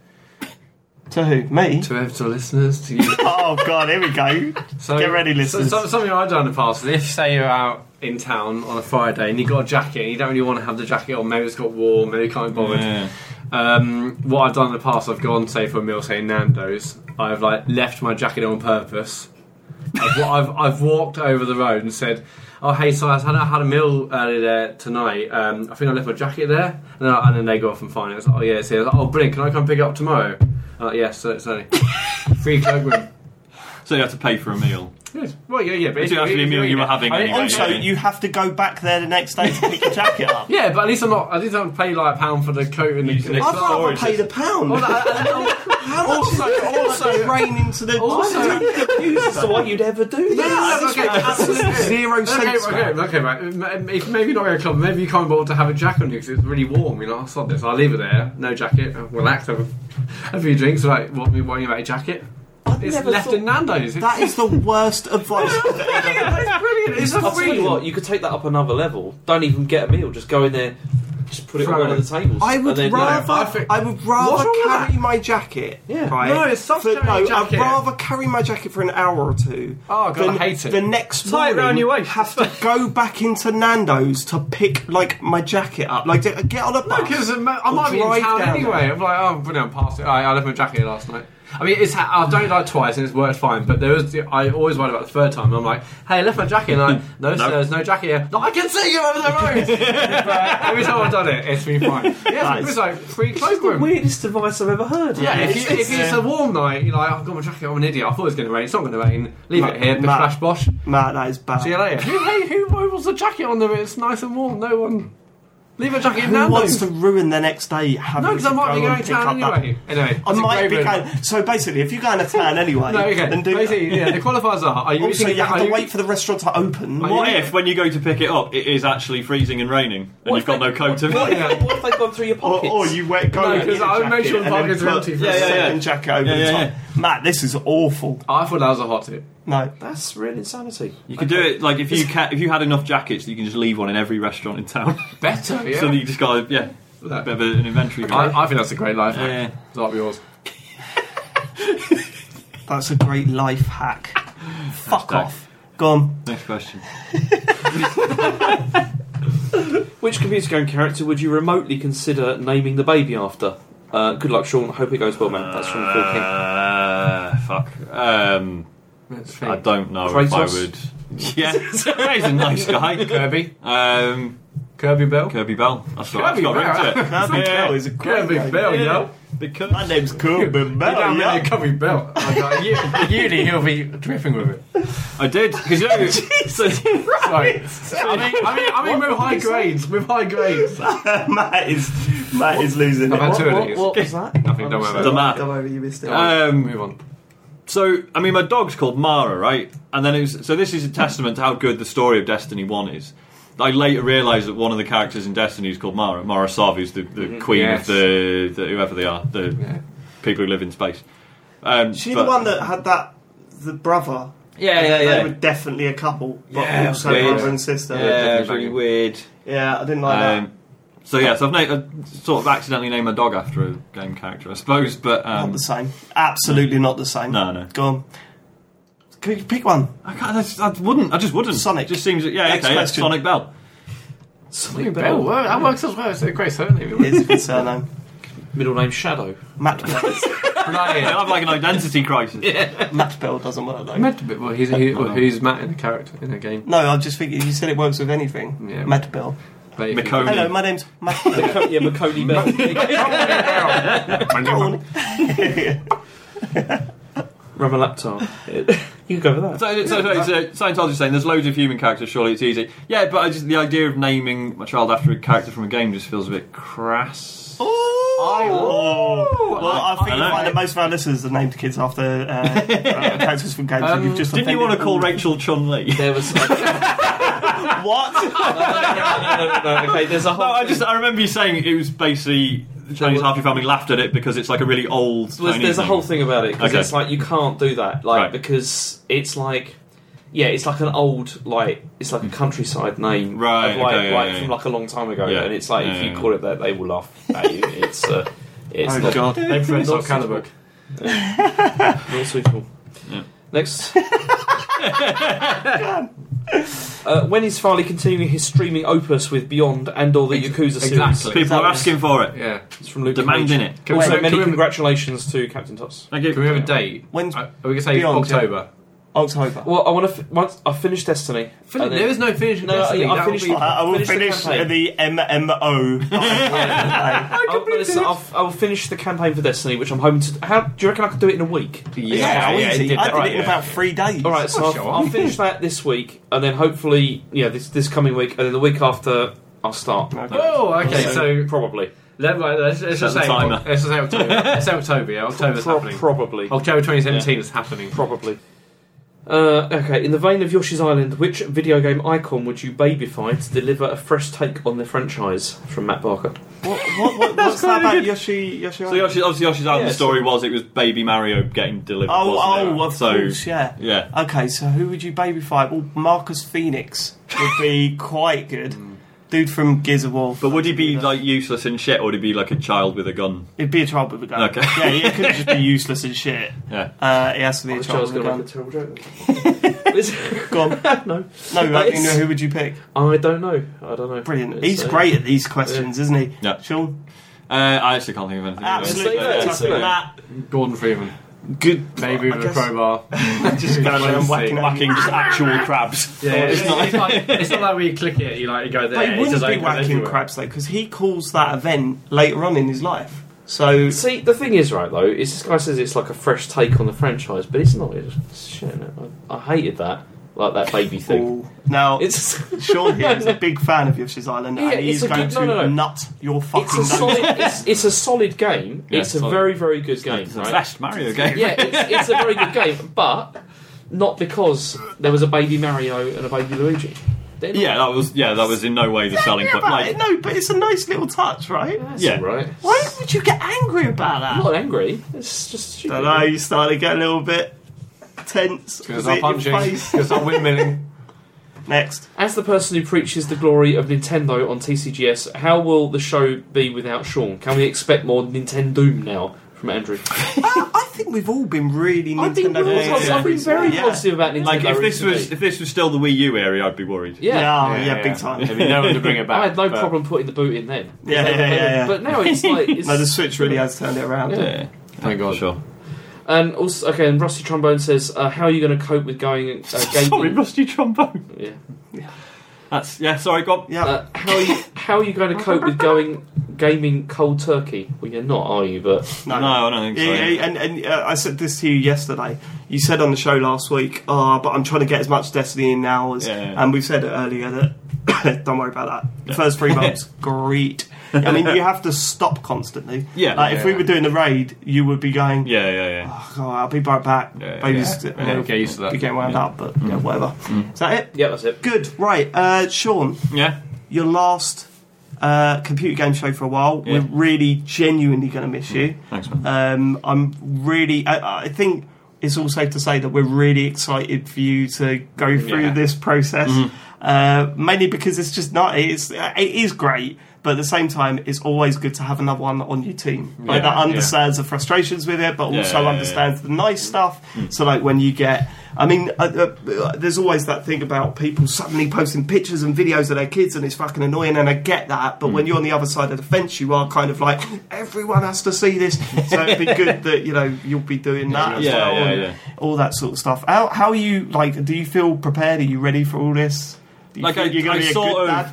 Speaker 1: To who? Me?
Speaker 4: To to listeners, to you.
Speaker 1: oh God, here we go.
Speaker 4: So,
Speaker 1: Get ready, listeners.
Speaker 4: So, so- something I've done in the past is if, say, you're out in town on a Friday and you've got a jacket and you don't really want to have the jacket on, maybe it's got warm, maybe you can't be bothered.
Speaker 2: Yeah.
Speaker 4: Um, what I've done in the past, I've gone, say, for a meal, say, Nando's. I've, like, left my jacket on purpose. I've, wa- I've, I've walked over the road and said, Oh, hey, so I had, I had a meal earlier there tonight. Um, I think I left my jacket there. And then, I, and then they go off and find it. It's like, oh, yeah, it's here. Like, oh, brilliant. Can I come pick it up tomorrow? Uh, yes, cer- certainly. Free cloakroom.
Speaker 2: So you have to pay for a meal.
Speaker 4: Yes. Well, yeah, yeah. But
Speaker 2: It's
Speaker 4: if-
Speaker 2: actually a
Speaker 4: if
Speaker 2: meal you were having
Speaker 4: I mean,
Speaker 2: anyway.
Speaker 1: also,
Speaker 2: yeah.
Speaker 1: you have to go back there the next day to pick your jacket up.
Speaker 4: Yeah, but at least I'm not. At least I don't pay like a pound for the coat and the.
Speaker 2: Using it
Speaker 1: I'd rather
Speaker 2: Storage
Speaker 1: pay the pound.
Speaker 4: Well, I- I-
Speaker 1: How much
Speaker 4: also-
Speaker 1: is it
Speaker 4: also-
Speaker 1: rain into the?
Speaker 4: also-
Speaker 1: I'm really confused
Speaker 3: That's
Speaker 1: as to
Speaker 3: why you'd ever do
Speaker 4: No,
Speaker 3: that.
Speaker 4: no, no,
Speaker 1: This
Speaker 4: okay,
Speaker 1: makes absolute zero
Speaker 4: Okay,
Speaker 1: sense.
Speaker 4: okay, okay, right. M- If maybe not your club, maybe you can't bother to have a jacket on you because it's really warm. You know, I saw this. I'll leave it there, no jacket, I'll relax, have a, a few drinks. Like, what me worrying about a jacket?
Speaker 1: I've
Speaker 4: It's
Speaker 1: never
Speaker 4: left
Speaker 1: thought-
Speaker 4: in Nando's. It's,
Speaker 1: That is the worst advice. I've ever
Speaker 4: it's brilliant. It's
Speaker 3: I'll
Speaker 4: not
Speaker 3: tell you
Speaker 4: brilliant.
Speaker 3: what, you could take that up another level. Don't even get a meal. Just go in there, just put it on
Speaker 4: Throw
Speaker 3: one
Speaker 4: it.
Speaker 3: of the tables.
Speaker 1: I would
Speaker 3: and then,
Speaker 1: rather.
Speaker 4: I
Speaker 1: I,
Speaker 4: think-
Speaker 1: would
Speaker 4: What's
Speaker 1: rather
Speaker 4: wrong with
Speaker 1: carry my jacket.
Speaker 3: Yeah.
Speaker 1: Right.
Speaker 4: No, it's soft
Speaker 1: for-
Speaker 4: carrying
Speaker 1: no,
Speaker 4: a jacket.
Speaker 1: I'd rather carry my jacket for an hour or two.
Speaker 4: Oh, God, I
Speaker 1: than
Speaker 4: hate it.
Speaker 1: The next
Speaker 4: Tie it
Speaker 1: morning,
Speaker 4: round your waist.
Speaker 1: Have to go back into Nando's to pick like my jacket up. Like to- get on a bus.
Speaker 4: Because I might be in
Speaker 1: drive
Speaker 4: town
Speaker 1: down
Speaker 4: anyway. I'm like, oh, brilliant, pass it. I, I left my jacket here last night. I mean, it's ha- I've done it like twice and it's worked fine, but there was the, I always worried about the third time. I'm like, hey, I left my jacket. And I, no, sir, there's no jacket here. No, I can see you over the road. but every time I've done it, it's been fine. Yeah,
Speaker 1: Nice.
Speaker 4: it's like free
Speaker 3: It's the
Speaker 4: cloakroom.
Speaker 3: weirdest advice I've ever heard.
Speaker 4: Yeah, if,
Speaker 1: It's
Speaker 4: you, if
Speaker 1: just-
Speaker 4: it's a warm night, you're like, I've got my jacket. I'm an idiot. I thought it was going to rain. It's not going to rain. Leave it here. Bish,
Speaker 1: Matt.
Speaker 4: flash bosh.
Speaker 1: Nah, that is bad.
Speaker 4: See you later. who, hey, who wants a jacket on them? It's nice and warm. No one. Leave a jacket in
Speaker 1: Who wants
Speaker 4: Nando's.
Speaker 1: to ruin the next day? Having
Speaker 4: No, because I
Speaker 1: to
Speaker 4: might
Speaker 1: go
Speaker 4: be
Speaker 1: and
Speaker 4: going
Speaker 1: pick
Speaker 4: to town
Speaker 1: up that-
Speaker 4: anyway. Anyway,
Speaker 1: I
Speaker 4: it's a
Speaker 1: might
Speaker 4: great
Speaker 1: be
Speaker 4: room.
Speaker 1: going. So basically, if you're going to town anyway,
Speaker 4: No, okay.
Speaker 1: then do that.
Speaker 4: Basically, yeah, the qualifiers are: Are you
Speaker 1: Also,
Speaker 4: eating?
Speaker 1: you
Speaker 4: are
Speaker 1: have to wait for the restaurant to open.
Speaker 4: Are
Speaker 2: What
Speaker 4: Yeah.
Speaker 2: if, when you go to pick it up, it is actually freezing and raining, and
Speaker 3: What
Speaker 2: you've got
Speaker 3: if
Speaker 2: no coat to
Speaker 3: What
Speaker 2: it?
Speaker 4: Yeah.
Speaker 3: if, what if they've gone through your
Speaker 1: Or,
Speaker 3: pockets?
Speaker 1: or you wet go
Speaker 4: No,
Speaker 1: and
Speaker 4: because
Speaker 1: get
Speaker 4: I
Speaker 1: a
Speaker 4: would make
Speaker 1: jacket
Speaker 4: sure the
Speaker 1: and then
Speaker 4: bucket's
Speaker 1: put
Speaker 4: empty for
Speaker 1: the
Speaker 2: a second.
Speaker 1: second jacket over
Speaker 2: Yeah,
Speaker 1: the
Speaker 2: yeah,
Speaker 1: top. Matt, this is awful.
Speaker 4: I thought that was a hot tip.
Speaker 1: No,
Speaker 3: That's real insanity.
Speaker 2: You could do it like if you ca- if you had enough jackets, you can just leave one in every restaurant in town.
Speaker 4: Better, yeah.
Speaker 2: so that you just got yeah, a
Speaker 4: That-
Speaker 2: bit of an inventory. right?
Speaker 4: I, I think that's a great life hack.
Speaker 2: Yeah.
Speaker 4: It's like yours.
Speaker 1: that's a great life hack. Fuck
Speaker 2: Hashtag.
Speaker 1: off. Gone.
Speaker 2: Next question.
Speaker 3: Which computer game character would you remotely consider naming the baby after? Uh, good luck, Sean. Hope it goes well, man. That's from Phil King.
Speaker 2: Uh, fuck. Um,
Speaker 4: Let's
Speaker 2: I
Speaker 4: think.
Speaker 2: don't know if I
Speaker 3: Kratos?
Speaker 2: would. Yeah, he's a nice guy.
Speaker 4: Kirby,
Speaker 2: Um,
Speaker 4: Kirby Bell,
Speaker 2: Kirby Bell. That's what
Speaker 4: Kirby
Speaker 2: I've got into
Speaker 4: Bell.
Speaker 1: Kirby Bell is a great
Speaker 4: Kirby
Speaker 1: name.
Speaker 4: Bell,
Speaker 2: Yeah.
Speaker 4: yo.
Speaker 2: it. Because
Speaker 1: My name's Kirby
Speaker 4: Get
Speaker 1: Bell.
Speaker 4: down with
Speaker 1: Yeah.
Speaker 4: your Kirby Bell. I got you. Uni, he'll be dripping with it.
Speaker 2: I did. Because you know,
Speaker 4: Sorry. I mean, I mean, I mean, with high grades, with high grades. I've
Speaker 1: Matt is Matt is losing
Speaker 4: had
Speaker 1: it. Uh,
Speaker 4: two of these.
Speaker 3: was that?
Speaker 4: Nothing. Don't worry
Speaker 2: The man.
Speaker 4: about
Speaker 1: Don't worry, you missed it.
Speaker 4: it.
Speaker 2: Um,
Speaker 4: Move on.
Speaker 2: So, I mean, my dog's called Mara, right? And then it was, so this is a testament to how good the story of Destiny 1 is. I later realised that one of the characters in Destiny is called Mara. Mara Sav, who's the, the queen
Speaker 4: Yes.
Speaker 2: of the, the whoever they are, the people who live in space. Um,
Speaker 1: She
Speaker 2: but-
Speaker 1: the one that had that the brother.
Speaker 2: Yeah, yeah,
Speaker 1: They
Speaker 2: yeah.
Speaker 1: were definitely a couple, but
Speaker 2: Yeah,
Speaker 1: also
Speaker 2: weird.
Speaker 1: brother and sister.
Speaker 2: yeah,
Speaker 4: definitely
Speaker 2: very
Speaker 4: banging.
Speaker 2: weird.
Speaker 1: Yeah, I didn't like that.
Speaker 2: Um, so yeah, so I've na- I sort of accidentally named my dog after a game character, I suppose. But
Speaker 1: not
Speaker 2: um,
Speaker 1: the same. Absolutely not the same.
Speaker 2: no, no,
Speaker 1: Go on. Can you pick one?
Speaker 2: I can't. I, just, I wouldn't. I just wouldn't.
Speaker 1: Sonic.
Speaker 2: Just seems. Yeah,
Speaker 1: Next
Speaker 2: okay. yeah,
Speaker 1: question.
Speaker 2: Sonic Bell.
Speaker 4: Kirby Bell. well, That works as well. It's a great surname.
Speaker 1: Is his surname
Speaker 3: Middle name Shadow.
Speaker 1: Matt Bell?
Speaker 4: Brilliant.
Speaker 2: I'll have like an identity crisis.
Speaker 1: Matt Bell doesn't work though.
Speaker 4: Matt, but well, he's, he, well, who's Matt in a character in a game?
Speaker 1: No, I'm just thinking. You said it works with anything.
Speaker 4: Yeah.
Speaker 1: Matt Bell.
Speaker 4: But if you-
Speaker 2: Macone.
Speaker 1: Hello, my name's Matt Bell.
Speaker 3: yeah, Makoni Bell. Ramalaptar. you can go for that.
Speaker 2: So, so, so, so, Scientology's saying there's loads of human characters. Surely it's easy. Yeah, but I just, the idea of naming my child after a character from a game just feels a bit crass.
Speaker 1: Oh, I will. Well, I think
Speaker 2: I
Speaker 1: you
Speaker 2: know.
Speaker 1: find that most of our listeners are named kids after uh, uh, characters from games. and
Speaker 4: Um,
Speaker 1: you've just
Speaker 2: Didn't you want to call Rachel Chun Li?
Speaker 5: There was.
Speaker 1: What?
Speaker 3: no, okay, there's a whole.
Speaker 2: No, I just I remember you saying it was basically the Chinese half your family laughed at it because it's like a really old.
Speaker 3: there's,
Speaker 2: Chinese
Speaker 3: there's a whole thing about it because
Speaker 2: Okay.
Speaker 3: it's like you can't do that, like
Speaker 2: Right.
Speaker 3: because it's like. Yeah, it's like an old, like it's like a countryside name,
Speaker 2: Right,
Speaker 3: Of like,
Speaker 2: okay, yeah,
Speaker 3: like
Speaker 2: yeah,
Speaker 3: from
Speaker 2: yeah.
Speaker 3: like a long time ago,
Speaker 2: Yeah.
Speaker 3: and it's like
Speaker 2: Yeah,
Speaker 3: if you
Speaker 2: yeah,
Speaker 3: call it that, they will laugh at you. It's, uh, it's
Speaker 4: oh
Speaker 3: not,
Speaker 4: god, they put
Speaker 3: not
Speaker 4: Soul Calibur.
Speaker 3: not suitable.
Speaker 2: Yeah.
Speaker 3: Next, uh, when is Farley continuing his streaming opus with Beyond and/or the Yakuza series?
Speaker 4: Exactly.
Speaker 2: People are asking for it,
Speaker 4: Yeah.
Speaker 3: It's from Luke.
Speaker 2: demanding
Speaker 3: Cage.
Speaker 2: it.
Speaker 4: Can we,
Speaker 1: Wait,
Speaker 4: so
Speaker 3: Also,
Speaker 4: many
Speaker 3: many
Speaker 4: can, we,
Speaker 3: congratulations to Captain Tots.
Speaker 2: Thank you.
Speaker 4: can we have a date?
Speaker 1: When's
Speaker 4: Uh, Are we going to say
Speaker 1: Beyond,
Speaker 4: October?
Speaker 1: October?
Speaker 3: Well, I want to. F- once I finish Destiny,
Speaker 4: Fin-
Speaker 3: and then-
Speaker 4: there is no finish.
Speaker 3: No,
Speaker 4: Destiny.
Speaker 3: I- I
Speaker 4: That will
Speaker 3: finished
Speaker 4: be-
Speaker 1: I, I will
Speaker 3: Finish the
Speaker 1: finish,
Speaker 3: campaign.
Speaker 1: the MMO.
Speaker 3: I'll, no, listen, I'll, I'll finish the campaign for Destiny, which I'm hoping to. How do you reckon I could do it in a week?
Speaker 1: yeah,
Speaker 4: yeah,
Speaker 1: easy.
Speaker 4: he did
Speaker 1: I
Speaker 4: that,
Speaker 1: did
Speaker 4: right,
Speaker 1: it in
Speaker 4: yeah.
Speaker 1: about three days.
Speaker 3: All right, so
Speaker 4: Oh,
Speaker 3: I'll,
Speaker 4: sure.
Speaker 3: I'll finish that this week, and then hopefully, yeah, this this coming week, and then the week after, I'll start.
Speaker 4: Oh, okay. So
Speaker 3: probably,
Speaker 4: let, right, let's, let's just
Speaker 2: the
Speaker 4: say
Speaker 2: timer.
Speaker 4: let's just say October. Let's say October. Yeah, October's
Speaker 3: Pro-
Speaker 4: happening.
Speaker 3: probably,
Speaker 4: October 2017 is happening.
Speaker 3: probably. Uh, okay, in the vein of Yoshi's Island, which video game icon would you babyfy to deliver a fresh take on the franchise? From Matt Barker.
Speaker 1: What, what, what, what's that about Yoshi? Yoshi?
Speaker 2: So Yoshi, obviously Yoshi's Island.
Speaker 3: Yeah,
Speaker 2: the story was it was Baby Mario getting delivered.
Speaker 1: oh,
Speaker 2: wasn't it?
Speaker 1: oh, of
Speaker 2: so
Speaker 1: course, yeah.
Speaker 2: yeah.
Speaker 1: Okay, so who would you baby fight? Well, Marcus Phoenix would be quite good. Dude from Gears of War.
Speaker 2: Mm. But would he be like useless and shit, or would he be like a child with a gun?
Speaker 1: It'd be a child with a gun.
Speaker 2: Okay.
Speaker 1: Yeah, it could just be useless and shit.
Speaker 2: Yeah.
Speaker 1: Uh, it has to be
Speaker 3: I
Speaker 1: a
Speaker 3: was
Speaker 1: child with a
Speaker 3: going to make
Speaker 1: gun.
Speaker 3: a terrible joke.
Speaker 1: Go on.
Speaker 3: no,
Speaker 1: No,
Speaker 3: That
Speaker 1: you know,
Speaker 3: is-
Speaker 1: who would you pick?
Speaker 3: I don't know. I don't know.
Speaker 1: Brilliant.
Speaker 3: It's,
Speaker 1: He's
Speaker 3: uh,
Speaker 1: great at these questions, isn't he?
Speaker 2: Yeah.
Speaker 1: Sean?
Speaker 2: Uh, I actually can't think of anything.
Speaker 1: Absolutely.
Speaker 3: Say that,
Speaker 1: fantastic.
Speaker 3: say that.
Speaker 1: Matt,
Speaker 4: Gordon Freeman,
Speaker 1: good.
Speaker 4: baby
Speaker 1: I
Speaker 4: with a
Speaker 1: guess-
Speaker 4: crowbar.
Speaker 1: Just going around whacking,
Speaker 2: Whacking
Speaker 1: at
Speaker 2: just actual crabs.
Speaker 4: Yeah, it's, not, it's, like, it's not like we click it. You like you go
Speaker 1: you.
Speaker 4: there.
Speaker 1: They
Speaker 4: it's
Speaker 1: wouldn't
Speaker 4: just
Speaker 1: be
Speaker 4: like-
Speaker 1: whacking
Speaker 4: everywhere.
Speaker 1: crabs, though, because he calls that event later on in his life. So,
Speaker 3: See, the thing is, right though, is this guy says it's like a fresh take on the franchise, but it's not. It's it's shit. innit? I, I hated that, like that baby thing.
Speaker 1: Ooh. now,
Speaker 3: It's
Speaker 1: Oh. Sean here is a big fan of Yoshi's Island,
Speaker 3: Yeah,
Speaker 1: and he's
Speaker 3: it's a
Speaker 1: going
Speaker 3: good-
Speaker 1: to
Speaker 3: no, no, no.
Speaker 1: nut your
Speaker 3: it's
Speaker 1: fucking
Speaker 3: a
Speaker 1: nose.
Speaker 3: solid. It's, it's a solid game.
Speaker 2: Yeah,
Speaker 3: it's a
Speaker 2: solid.
Speaker 3: very very good game.
Speaker 2: It's the
Speaker 3: Right?
Speaker 2: best Mario game.
Speaker 3: Yeah, it's, it's a very good game, but not because there was a baby Mario and a baby Luigi. They're not-
Speaker 2: Yeah, that was yeah, that was in no way the selling
Speaker 1: Yeah,
Speaker 2: point.
Speaker 1: but-
Speaker 2: Like,
Speaker 1: no, but it's a nice little touch, right?
Speaker 3: that's
Speaker 2: yeah.
Speaker 3: all right.
Speaker 1: Why would you get angry about
Speaker 3: I'm
Speaker 1: that?
Speaker 3: not angry. It's just stupid.
Speaker 1: Don't know. You started to get a little bit tense. Was
Speaker 4: Because
Speaker 1: it
Speaker 4: I'm
Speaker 1: your
Speaker 4: punching.
Speaker 1: face?
Speaker 4: Because I'm windmilling.
Speaker 1: Next,
Speaker 3: As the person who preaches the glory of Nintendo on TCGS, how will the show be without Sean? Can we expect more Nintendo now from Andrew?
Speaker 1: I, Uh, I think we've all been really.
Speaker 3: I think we're
Speaker 1: Nintendo
Speaker 3: all
Speaker 1: fans.
Speaker 2: yeah.
Speaker 3: I've been very
Speaker 1: Yeah.
Speaker 3: positive about Nintendo.
Speaker 2: like if this
Speaker 3: recently.
Speaker 2: was if this was still the Wii U area, I'd be worried.
Speaker 1: Yeah,
Speaker 3: yeah.
Speaker 1: Oh, yeah, big time.
Speaker 4: There'd be no one to bring it back.
Speaker 3: I had no
Speaker 4: but-
Speaker 3: problem putting the boot in then.
Speaker 1: Yeah, yeah, yeah, yeah.
Speaker 3: But now it's like it's,
Speaker 1: No, the Switch really has turned it around.
Speaker 3: Yeah.
Speaker 4: Thank God.
Speaker 2: For sure.
Speaker 3: and also okay. And Rusty Trombone says, uh, "How are you going to cope with going uh, gaming?"
Speaker 2: Sorry, rusty trombone.
Speaker 3: yeah.
Speaker 2: That's yeah. Sorry, go on.
Speaker 1: Yeah.
Speaker 3: Uh, how are you How are you going to cope with going gaming cold turkey? Well, you're not, are you? But
Speaker 2: No, I don't think so.
Speaker 1: Yeah, yeah, and and uh, I said this to you yesterday. You said on the show last week, "Ah, but I'm trying to get as much Destiny in now as."
Speaker 2: Yeah, yeah.
Speaker 1: And we've said it earlier that don't worry about that. The first three months, great. I mean, you have to stop constantly.
Speaker 2: Yeah.
Speaker 1: like if we
Speaker 4: Yeah.
Speaker 1: were doing the raid, you would be going,
Speaker 2: Yeah, yeah, yeah.
Speaker 1: "Oh, God, I'll be right back."
Speaker 2: Yeah, yeah,
Speaker 1: Baby's
Speaker 2: yeah.
Speaker 1: you know,
Speaker 4: Yeah, get used to that.
Speaker 1: be getting wound up, but
Speaker 2: Mm.
Speaker 1: yeah, whatever. Is that it?
Speaker 3: yeah, that's it.
Speaker 1: Good. Right, uh, Sean,
Speaker 2: Yeah.
Speaker 1: your last. Uh, computer game show for a while.
Speaker 2: Yeah. Mm.
Speaker 1: We're really genuinely going to miss you.
Speaker 2: Thanks, man.
Speaker 1: Um, I'm really. I, I think it's all safe to say that we're really excited for you to go through
Speaker 4: Yeah. Mm-hmm.
Speaker 1: this process, uh, mainly because it's just not. It's it is great, but at the same time, it's always good to have another one on your team. Like
Speaker 4: Yeah,
Speaker 1: that
Speaker 4: yeah.
Speaker 1: understands the frustrations with it, but
Speaker 2: Yeah,
Speaker 1: also
Speaker 2: yeah, yeah.
Speaker 1: understands the nice stuff. So like when you get. I mean, uh, uh, there's always that thing about people suddenly posting pictures and videos of their kids, and it's fucking annoying. And I get that, but
Speaker 2: Mm.
Speaker 1: when you're on the other side of the fence, you are kind of like everyone has to see this. So it'd be good that you know you'll be doing that as
Speaker 2: Yeah,
Speaker 1: well,
Speaker 2: yeah,
Speaker 1: and
Speaker 2: yeah.
Speaker 1: all that sort of stuff. How, how are you? Like, do you feel prepared? Are you ready for all this? Do you
Speaker 2: Like,
Speaker 1: think
Speaker 2: I-
Speaker 1: you're gonna
Speaker 2: I
Speaker 1: be a
Speaker 2: sort
Speaker 1: good
Speaker 2: of-
Speaker 1: dad?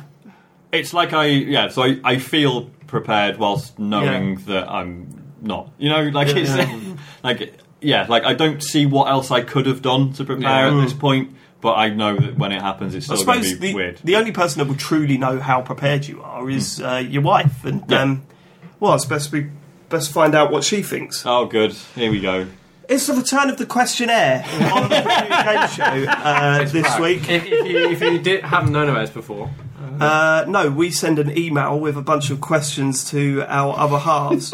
Speaker 2: It's like I yeah. So I, I feel prepared whilst knowing that I'm not. You know, like
Speaker 1: Yeah,
Speaker 2: it's
Speaker 1: yeah.
Speaker 2: like yeah. Like I don't see what else I could have done to prepare
Speaker 1: Yeah.
Speaker 2: at this point. But I know that when it happens, it's
Speaker 1: I
Speaker 2: still going to
Speaker 1: suppose
Speaker 2: be
Speaker 1: the,
Speaker 2: weird. Hmm.
Speaker 1: the only person that will truly know how prepared you are is uh, your wife, and um, well, I suppose we Best find out what she thinks.
Speaker 2: Oh, good. Here we go.
Speaker 1: It's the return of the questionnaire on the Computer Game Show uh, this
Speaker 4: Right.
Speaker 1: week.
Speaker 4: If, if you, if you did, haven't known about this before,
Speaker 1: Uh, no, we send an email with a bunch of questions to our other halves.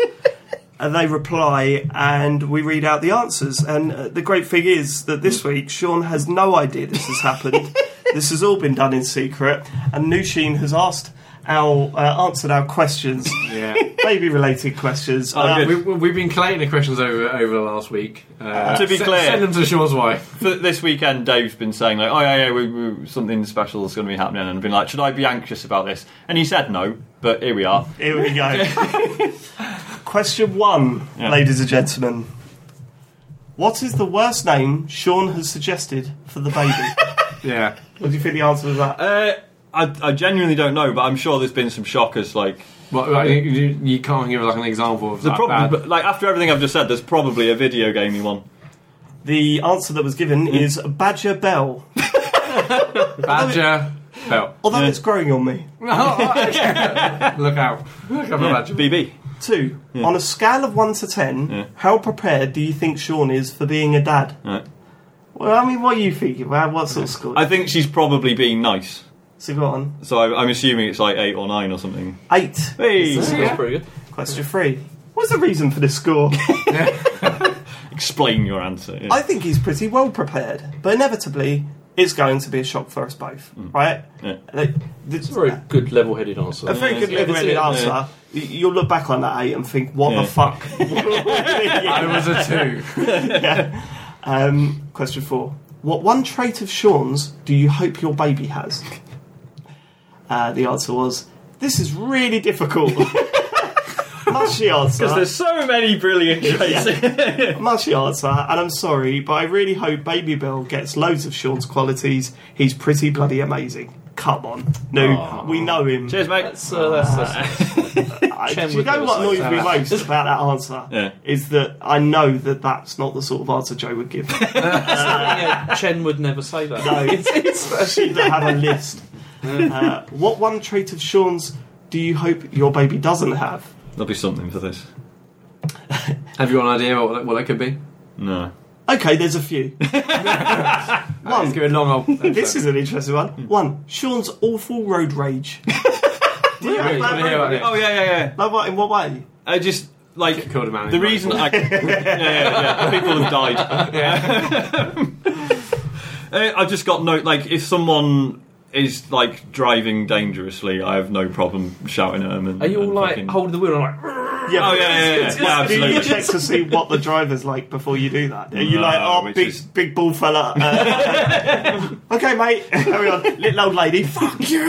Speaker 1: and they reply, and we read out the answers. And uh, the great thing is that this week, Sean has no idea this has happened. this has all been done in secret. And Nusheen has asked our uh, answered our questions,
Speaker 4: yeah.
Speaker 1: baby related questions.
Speaker 2: Oh,
Speaker 1: Uh,
Speaker 2: good.
Speaker 4: we, we- we've been collating the questions over over the last week. Uh,
Speaker 2: To be
Speaker 4: se-
Speaker 2: clear-
Speaker 4: send them to Sean's wife.
Speaker 2: Th- This weekend, Dave's been saying like, "Oh yeah, yeah, we, we, something special is going to be happening," and I've been like, "Should I be anxious about this?" And he said no, but here we are.
Speaker 1: Here we go. Question one,
Speaker 2: Yeah.
Speaker 1: ladies and gentlemen. What is the worst name Sean has suggested for the baby?
Speaker 4: Yeah,
Speaker 1: what do you think the answer was that?
Speaker 2: Uh, I, I genuinely don't know, but I'm sure there's been some shockers. Like
Speaker 4: well, like, you- you, you can't give like an example of
Speaker 2: the
Speaker 4: that
Speaker 2: problem,
Speaker 4: bad.
Speaker 2: but, like after everything I've just said, there's probably a video gamey one.
Speaker 1: The answer that was given is Badger Bell.
Speaker 4: badger. Belt.
Speaker 1: Although
Speaker 2: Yeah.
Speaker 1: it's growing on me.
Speaker 4: Look out! Look out for badger.
Speaker 2: BB.
Speaker 1: Two, on a scale of one to ten,
Speaker 2: Yeah.
Speaker 1: how prepared do you think Sean is for being a dad?
Speaker 2: Right.
Speaker 1: Well, I mean, what are you thinking? Well, what sort of school?
Speaker 2: I think she's probably being nice,
Speaker 1: so go on.
Speaker 2: so I, I'm assuming it's like eight or nine or something.
Speaker 1: Eight,
Speaker 2: Hey,
Speaker 3: That's
Speaker 4: Yeah.
Speaker 3: pretty good.
Speaker 1: question three. What's the reason for this score?
Speaker 2: explain your answer. Yeah.
Speaker 1: I think he's pretty well prepared, but inevitably, it's going to be a shock for us both, right?
Speaker 2: Mm. Yeah.
Speaker 1: Like, this-
Speaker 3: It's a very good level-headed
Speaker 1: a
Speaker 3: answer.
Speaker 1: very good
Speaker 2: Yeah,
Speaker 1: level-headed
Speaker 2: yeah.
Speaker 1: answer. Y- You'll look back on that eight and think, what
Speaker 2: Yeah.
Speaker 1: the fuck?
Speaker 4: I was a two.
Speaker 1: Um, question four. What one trait of Sean's do you hope your baby has? Uh, the answer was, this is really difficult. Must she answer?
Speaker 2: Because there's so many brilliant choices.
Speaker 1: Must she answer? And I'm sorry, but I really hope Baby Bill gets loads of Sean's qualities. He's pretty bloody amazing. Come on. No, we know him.
Speaker 2: Cheers, mate.
Speaker 3: That's, uh, that's, that's
Speaker 1: I-
Speaker 3: Chen
Speaker 1: do you
Speaker 3: would
Speaker 1: know
Speaker 3: never
Speaker 1: what
Speaker 3: say
Speaker 1: annoys
Speaker 3: that.
Speaker 1: me most about that answer?
Speaker 2: Yeah.
Speaker 1: Is that I know that that's not the sort of answer Joe would give.
Speaker 3: yeah, Chen would never say that.
Speaker 1: No.
Speaker 3: it's, it's,
Speaker 1: she that have a list. Uh, what one trait of Sean's do you hope your baby doesn't have?
Speaker 2: There'll be something for this.
Speaker 4: Have you got an idea what, what it could be?
Speaker 2: No.
Speaker 1: Okay, there's a few.
Speaker 4: It's
Speaker 1: one,
Speaker 4: going long. Old
Speaker 1: this is an interesting one. One, Sean's awful road rage. Do you have
Speaker 4: Really?
Speaker 1: that
Speaker 4: Wanna hear
Speaker 1: road
Speaker 4: about
Speaker 1: rage?
Speaker 4: it?
Speaker 2: Oh yeah, yeah, yeah.
Speaker 1: No, what, in what way?
Speaker 2: I just like
Speaker 4: Killed a man.
Speaker 2: the reason I yeah, yeah, yeah. people have died.
Speaker 4: Yeah.
Speaker 2: Uh, I've just got no like if someone is like driving dangerously, I have no problem shouting at them. And,
Speaker 3: are you all
Speaker 2: and
Speaker 3: like
Speaker 2: fucking-
Speaker 3: holding the wheel and like?
Speaker 2: Oh, yeah, yeah, yeah,
Speaker 1: it's-
Speaker 2: yeah,
Speaker 1: it's- Do you
Speaker 2: absolutely.
Speaker 1: check to see what the driver's like before you do that? Are you
Speaker 2: No,
Speaker 1: like, oh,
Speaker 2: which
Speaker 1: big,
Speaker 2: is-
Speaker 1: big ball fella? uh, okay, mate, carry on. Little old lady, fuck you.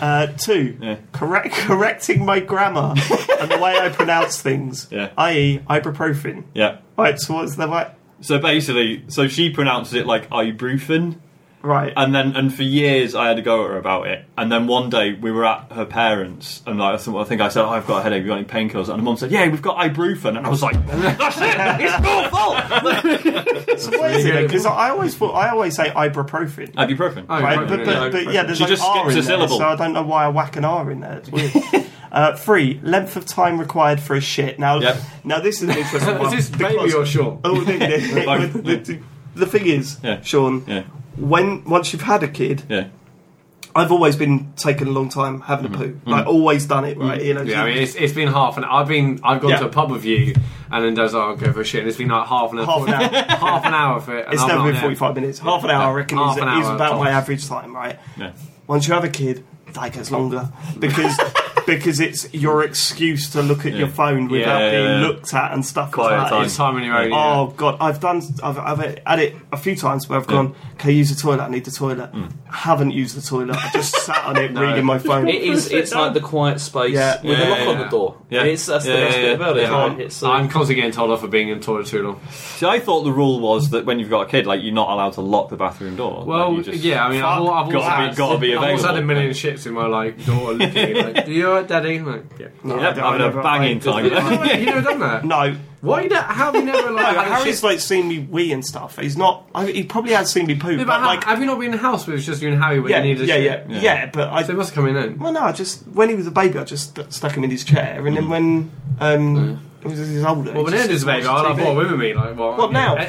Speaker 1: Uh, two,
Speaker 2: Yeah.
Speaker 1: correct, correcting my grammar and the way I pronounce things,
Speaker 2: Yeah.
Speaker 1: i.e., ibuprofen.
Speaker 2: Yeah.
Speaker 1: Right, so what's the right?
Speaker 2: So basically, so she pronounces it like ibuprofen,
Speaker 1: Right.
Speaker 2: and then and for years I had to go at her about it. And then one day we were at her parents, and like, I think- I think I said, oh, "I've got a headache. You got any painkillers?" And her mum said, "Yeah, we've got ibuprofen." And I was like, "That's it. It's your fault."
Speaker 1: so what is it? Because I always thought I always say ibuprofen.
Speaker 2: ibuprofen.
Speaker 4: Oh,
Speaker 1: Right,
Speaker 4: right,
Speaker 1: but,
Speaker 4: yeah.
Speaker 1: but, but yeah, there's
Speaker 2: She
Speaker 1: like
Speaker 2: just
Speaker 1: R in
Speaker 2: skips a
Speaker 1: there,
Speaker 2: syllable.
Speaker 1: so I don't know why I whack an R in there. It's weird. uh, three, length of time required for a shit. Now,
Speaker 2: Yep.
Speaker 1: now this is an interesting one.
Speaker 4: Is this baby
Speaker 1: because-
Speaker 4: or Sean?
Speaker 1: Oh, the, the-
Speaker 2: Both,
Speaker 1: the- the- the thing is,
Speaker 2: Yeah.
Speaker 1: Sean,
Speaker 2: Yeah.
Speaker 1: when once you've had a kid,
Speaker 2: Yeah. Mm-hmm.
Speaker 1: I've always been taking a long time having a poo. Like always done it, right? You know,
Speaker 4: Yeah, I mean, it's, it's been half an. I've been, I've gone
Speaker 1: Yeah.
Speaker 4: to a pub with you, and then does oh, I'll go for a shit. And it's been like half an hour,
Speaker 1: Half an hour.
Speaker 4: half an hour for it. and
Speaker 1: it's
Speaker 4: I'm
Speaker 1: never
Speaker 4: not
Speaker 1: been
Speaker 4: there.
Speaker 1: 45 minutes. Half an hour, I reckon,
Speaker 4: Half
Speaker 1: is,
Speaker 4: an hour
Speaker 1: is about my
Speaker 4: tops.
Speaker 1: average time, right?
Speaker 2: Yeah.
Speaker 1: Once you have a kid, that gets longer because because it's your excuse to look at your phone without
Speaker 2: Yeah, yeah,
Speaker 1: being
Speaker 2: yeah.
Speaker 1: looked at and stuff.
Speaker 2: Quiet
Speaker 1: like that.
Speaker 2: time.
Speaker 4: It's time on your own. yeah.
Speaker 1: Oh god, I've done. I've, I've had it a few times where I've gone. Can I use the toilet? I need the toilet. Haven't used the toilet. I just sat on it
Speaker 4: No.
Speaker 1: reading my phone.
Speaker 3: It is. It's like the quiet space
Speaker 1: Yeah.
Speaker 3: with a
Speaker 2: Yeah,
Speaker 3: lock on
Speaker 4: yeah.
Speaker 3: the door.
Speaker 2: Yeah.
Speaker 3: It's, that's
Speaker 2: Yeah,
Speaker 3: the best
Speaker 2: yeah,
Speaker 3: bit
Speaker 2: yeah.
Speaker 3: about it.
Speaker 2: Yeah.
Speaker 3: Right? It's, uh,
Speaker 4: I'm constantly getting told off for being in the toilet too long.
Speaker 2: See, I thought the rule was that when you've got a kid, like you're not allowed to lock the bathroom door.
Speaker 4: Well,
Speaker 2: Like, you just-
Speaker 4: yeah, I mean, I've, al- I've
Speaker 2: gotta
Speaker 4: also
Speaker 2: be-
Speaker 4: had,
Speaker 2: gotta be
Speaker 4: I've also had a
Speaker 2: available.
Speaker 4: million shits in my like daughter looking at me like, "You alright, daddy?" I'm like, yeah.
Speaker 1: No, I
Speaker 2: Yep,
Speaker 1: don't-
Speaker 2: having
Speaker 1: I
Speaker 2: a
Speaker 1: never-
Speaker 2: banging
Speaker 1: I-
Speaker 2: time.
Speaker 4: you never done that.
Speaker 1: No,
Speaker 4: Why not? How have you never like?
Speaker 1: But
Speaker 4: had a shit-
Speaker 1: Harry's like seen me wee and stuff. He's not. I, he probably has seen me poop.
Speaker 4: Yeah,
Speaker 1: but
Speaker 4: but ha-
Speaker 1: like,
Speaker 4: have you not been in the house where it was just you and Harry when
Speaker 1: yeah,
Speaker 4: you needed a
Speaker 1: yeah, yeah,
Speaker 4: shit?
Speaker 1: yeah,
Speaker 2: Yeah.
Speaker 1: But I.
Speaker 4: So it must come in then.
Speaker 1: well, no. I just when he was a baby, I just st- stuck him in his chair,
Speaker 3: Mm.
Speaker 1: and then when um, he was he's older.
Speaker 4: Well,
Speaker 1: he
Speaker 4: when
Speaker 1: just
Speaker 4: Andrew's a baby,
Speaker 1: watched
Speaker 4: I'll
Speaker 1: TV.
Speaker 4: have more women me. Like, well,
Speaker 1: What now?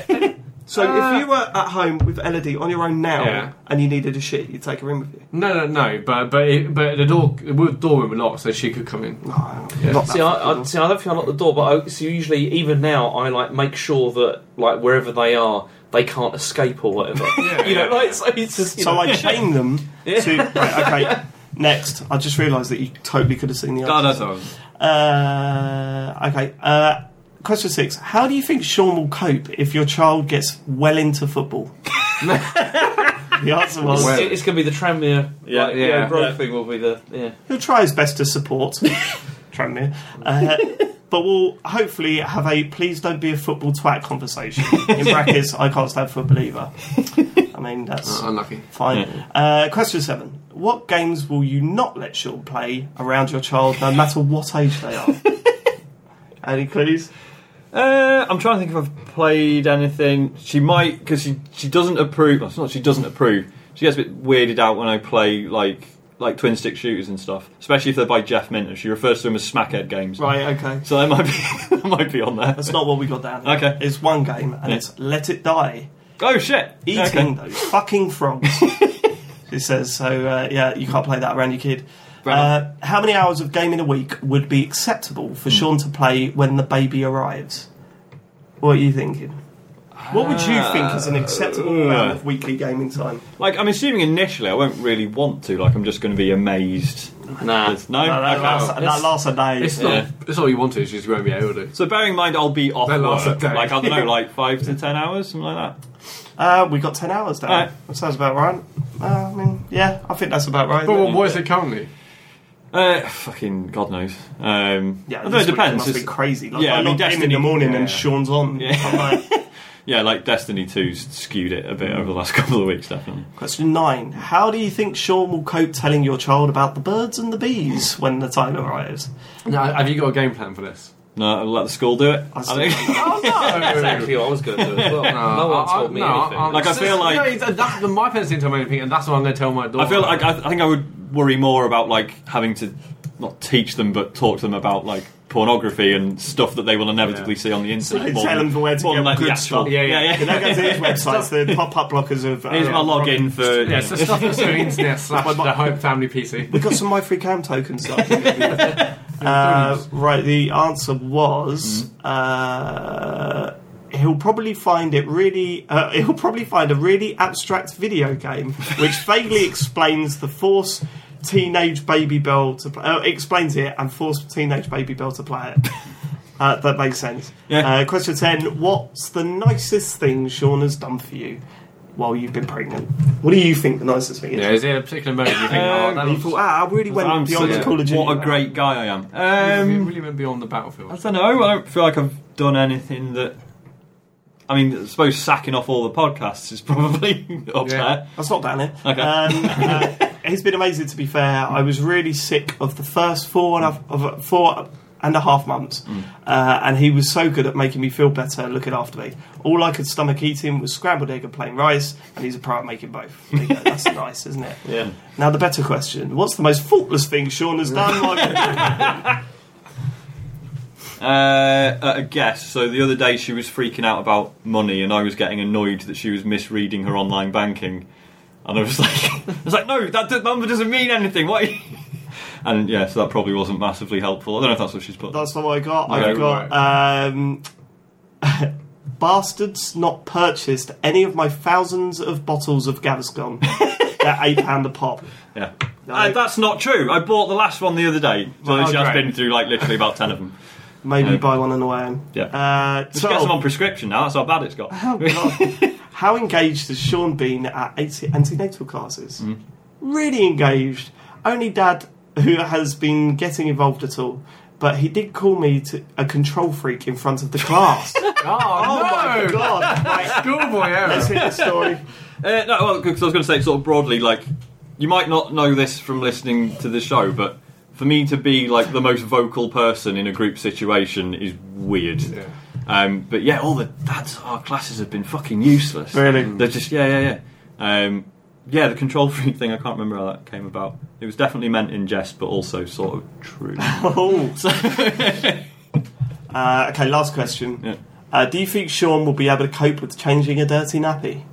Speaker 1: So
Speaker 4: Uh,
Speaker 1: if you were at home with Elodie on your own now
Speaker 4: Yeah.
Speaker 1: and you needed a shit, you'd take her in with you.
Speaker 4: No, no, no. But but it, but the door the wood- door room was locked, so she could come in.
Speaker 1: No,
Speaker 4: Yeah.
Speaker 1: not
Speaker 3: See,
Speaker 1: that
Speaker 3: I, I, see, I don't think I lock the door, but I, see, usually, even now, I like make sure that like wherever they are, they can't escape or whatever.
Speaker 4: Yeah,
Speaker 3: you know,
Speaker 4: yeah.
Speaker 3: like so it's just you
Speaker 1: So
Speaker 3: know.
Speaker 1: I chain them to. Right, okay. Next, I just realised that you totally could have seen the
Speaker 2: No,
Speaker 1: answer.
Speaker 2: that's all.
Speaker 1: Uh, okay. Uh, question six: How do you think Sean will cope if your child gets well into football? the answer was
Speaker 3: It's,
Speaker 4: Well-
Speaker 3: it's going to be the Tranmere,
Speaker 2: Yeah,
Speaker 3: like,
Speaker 4: yeah,
Speaker 3: yeah, Grove
Speaker 2: yeah.
Speaker 3: thing will be the yeah.
Speaker 1: he'll try his best to support Tranmere, uh, but we'll hopefully have a please don't be a football twat conversation. In brackets, I can't stand football either. I mean, that's
Speaker 4: Oh, unlucky.
Speaker 1: Fine. Uh, question seven. What games will you not let Sean play around your child no matter what age they are? Any clues?
Speaker 2: Uh, I'm trying to think if I've played anything. She might because she she doesn't approve. Well, it's not she doesn't approve. She gets a bit weirded out when I play like like twin stick shooters and stuff, especially if they're by Jeff Minter. She refers to them as smackhead games.
Speaker 1: Right, okay.
Speaker 2: So they might be they might be on there.
Speaker 1: That's not what we got down. there.
Speaker 2: Okay.
Speaker 1: It's one game and
Speaker 2: Yeah.
Speaker 1: it's Let It Die.
Speaker 2: Oh shit!
Speaker 1: Eating
Speaker 2: Okay.
Speaker 1: those fucking frogs. it says, so uh, yeah, you can't play that around your kid.
Speaker 2: Right.
Speaker 1: Uh, how many hours of gaming a week would be acceptable
Speaker 2: Hmm.
Speaker 1: for Sean to play when the baby arrives? What are you thinking? What would you think is an acceptable
Speaker 2: Uh,
Speaker 1: amount of weekly gaming time?
Speaker 2: Like I'm assuming initially I won't really want to. Like I'm just going to be amazed.
Speaker 3: Nah,
Speaker 2: There's- No.
Speaker 1: Ah. No, that,
Speaker 2: Okay.
Speaker 1: lasts, that
Speaker 3: It's-
Speaker 1: lasts a day.
Speaker 4: It's not.
Speaker 2: Yeah.
Speaker 4: It's all you want to. It's just you won't be able to.
Speaker 2: So bearing in mind I'll be off
Speaker 4: That lasts a
Speaker 2: work.
Speaker 4: day.
Speaker 2: Like I don't know, like five to ten hours, something like that.
Speaker 1: Uh, we got ten hours down.
Speaker 2: Alright.
Speaker 1: That sounds about right. Uh, I mean, yeah, I think that's about right.
Speaker 4: But
Speaker 1: isn't
Speaker 4: what,
Speaker 1: it?
Speaker 4: what is it currently?
Speaker 2: Uh, fucking God knows. Um,
Speaker 1: yeah,
Speaker 2: I don't know,
Speaker 1: this
Speaker 2: it
Speaker 1: week
Speaker 2: depends.
Speaker 1: Must be
Speaker 2: It's-
Speaker 1: crazy. Like,
Speaker 2: yeah,
Speaker 1: I
Speaker 2: I mean,
Speaker 1: logged in in
Speaker 2: Destiny-
Speaker 1: the morning
Speaker 2: yeah.
Speaker 1: and Sean's on.
Speaker 2: Yeah.
Speaker 1: I'm like-
Speaker 2: Yeah, like Destiny 2's skewed it a bit over the last couple of weeks, definitely.
Speaker 1: question nine: How do you think Sean will cope telling your child about the birds and the bees when the time arrives?
Speaker 4: Now, have you got a game plan for this?
Speaker 2: No, I'll let the school do it.
Speaker 1: I
Speaker 2: I
Speaker 1: see.
Speaker 2: think.
Speaker 4: Oh,
Speaker 3: that's exactly what I was going to do. As well. no,
Speaker 4: Uh,
Speaker 3: one told me anything.
Speaker 2: Like, I feel like-
Speaker 4: no, it's- that's, my parents didn't tell me anything, and that's what I'm going to tell my daughter.
Speaker 2: I feel like I, I think I would worry more about like having to not teach them, but talk to them about like pornography and stuff that they will inevitably
Speaker 4: Yeah.
Speaker 2: see on the internet.
Speaker 1: So
Speaker 2: more
Speaker 1: tell
Speaker 2: than-
Speaker 1: them where to
Speaker 2: more
Speaker 1: get
Speaker 2: than, like, the
Speaker 1: good
Speaker 2: actual-
Speaker 1: stuff.
Speaker 2: Yeah, yeah.
Speaker 1: You know, go to these websites, the pop-up blockers of. uh,
Speaker 2: Here's my login for.
Speaker 4: yeah, so stuff that's on the internet slash
Speaker 1: My-
Speaker 4: the home family PC.
Speaker 1: We got some my free cam tokens. that I can give you. uh, right, the answer was
Speaker 2: Mm.
Speaker 1: uh, he'll probably find it really. Uh, he'll probably find a really abstract video game which vaguely explains the force teenage baby bell to play. Uh, explains it and force teenage baby bell to play it. Uh, that makes sense.
Speaker 2: Yeah.
Speaker 1: Uh, question ten: What's the nicest thing Sean has done for you while you've been pregnant? What do you think the nicest thing is?
Speaker 4: Yeah, is there a particular moment you think? oh, that
Speaker 1: And you
Speaker 4: looks,
Speaker 1: thought, ah, I really went
Speaker 2: I'm
Speaker 1: beyond
Speaker 2: such
Speaker 1: the
Speaker 2: a-
Speaker 1: Call of Duty.
Speaker 2: What a great guy I am. Um, Oh,
Speaker 4: really went beyond the
Speaker 2: I
Speaker 4: battlefield.
Speaker 2: don't know. I don't feel like I've done anything that. I mean, I suppose sacking off all the podcasts is probably up
Speaker 4: Yeah.
Speaker 2: there.
Speaker 1: That's not down here.
Speaker 2: Okay.
Speaker 1: Um, uh, he's been amazing. To be fair, I was really sick of the first four and a, of four and a half months, uh, and he was so good at making me feel better and looking after me. All I could stomach eating was scrambled egg and plain rice, and he's a pro at making both. There you go. That's nice, isn't it?
Speaker 2: Yeah.
Speaker 1: Now the better question: What's the most faultless thing Sean has done? Like,
Speaker 2: Uh, at a guess. So the other day she was freaking out about money, and I was getting annoyed that she was misreading her online banking. And I was like, I was like, no, that d- number doesn't mean anything. What? are you-" And yeah, so that probably wasn't massively helpful. I don't know if that's what she's put.
Speaker 1: that's not what I got.
Speaker 2: Okay,
Speaker 1: I've got. Um, Bastards not purchased any of my thousands of bottles of Gaviscon. They're eight pound a pop.
Speaker 2: yeah,
Speaker 1: No.
Speaker 2: Uh, that's not true. I bought the last one the other day, so
Speaker 1: Oh,
Speaker 2: she's just
Speaker 1: great.
Speaker 2: been through like literally about ten of them.
Speaker 1: Maybe
Speaker 2: Yeah.
Speaker 1: buy one on the way home.
Speaker 2: Yeah.
Speaker 1: Uh,
Speaker 2: She gets them on
Speaker 1: so,
Speaker 2: prescription now. That's how bad it's got.
Speaker 1: how engaged has Sean been at ante- antenatal classes? Really engaged. Only dad who has been getting involved at all. But he did call me to a control freak in front of the class. oh
Speaker 4: Oh,
Speaker 1: my
Speaker 4: no!
Speaker 1: god! Right,
Speaker 4: Schoolboy
Speaker 1: let's
Speaker 4: error.
Speaker 1: hear the story.
Speaker 2: Uh, no, well, because I was going to say sort of broadly, like you might not know this from listening to the show, but for me to be like the most vocal person in a group situation is weird.
Speaker 4: Yeah.
Speaker 2: Um, but yeah, all the that's our classes have been fucking useless.
Speaker 1: Really?
Speaker 2: They're just yeah, yeah, yeah. Um, yeah, the control freak thing. I can't remember how that came about. It was definitely meant in jest, but also sort of true.
Speaker 1: Oh. uh, okay, last question.
Speaker 2: Yeah.
Speaker 1: Uh, do you think Sean will be able to cope with changing a dirty nappy?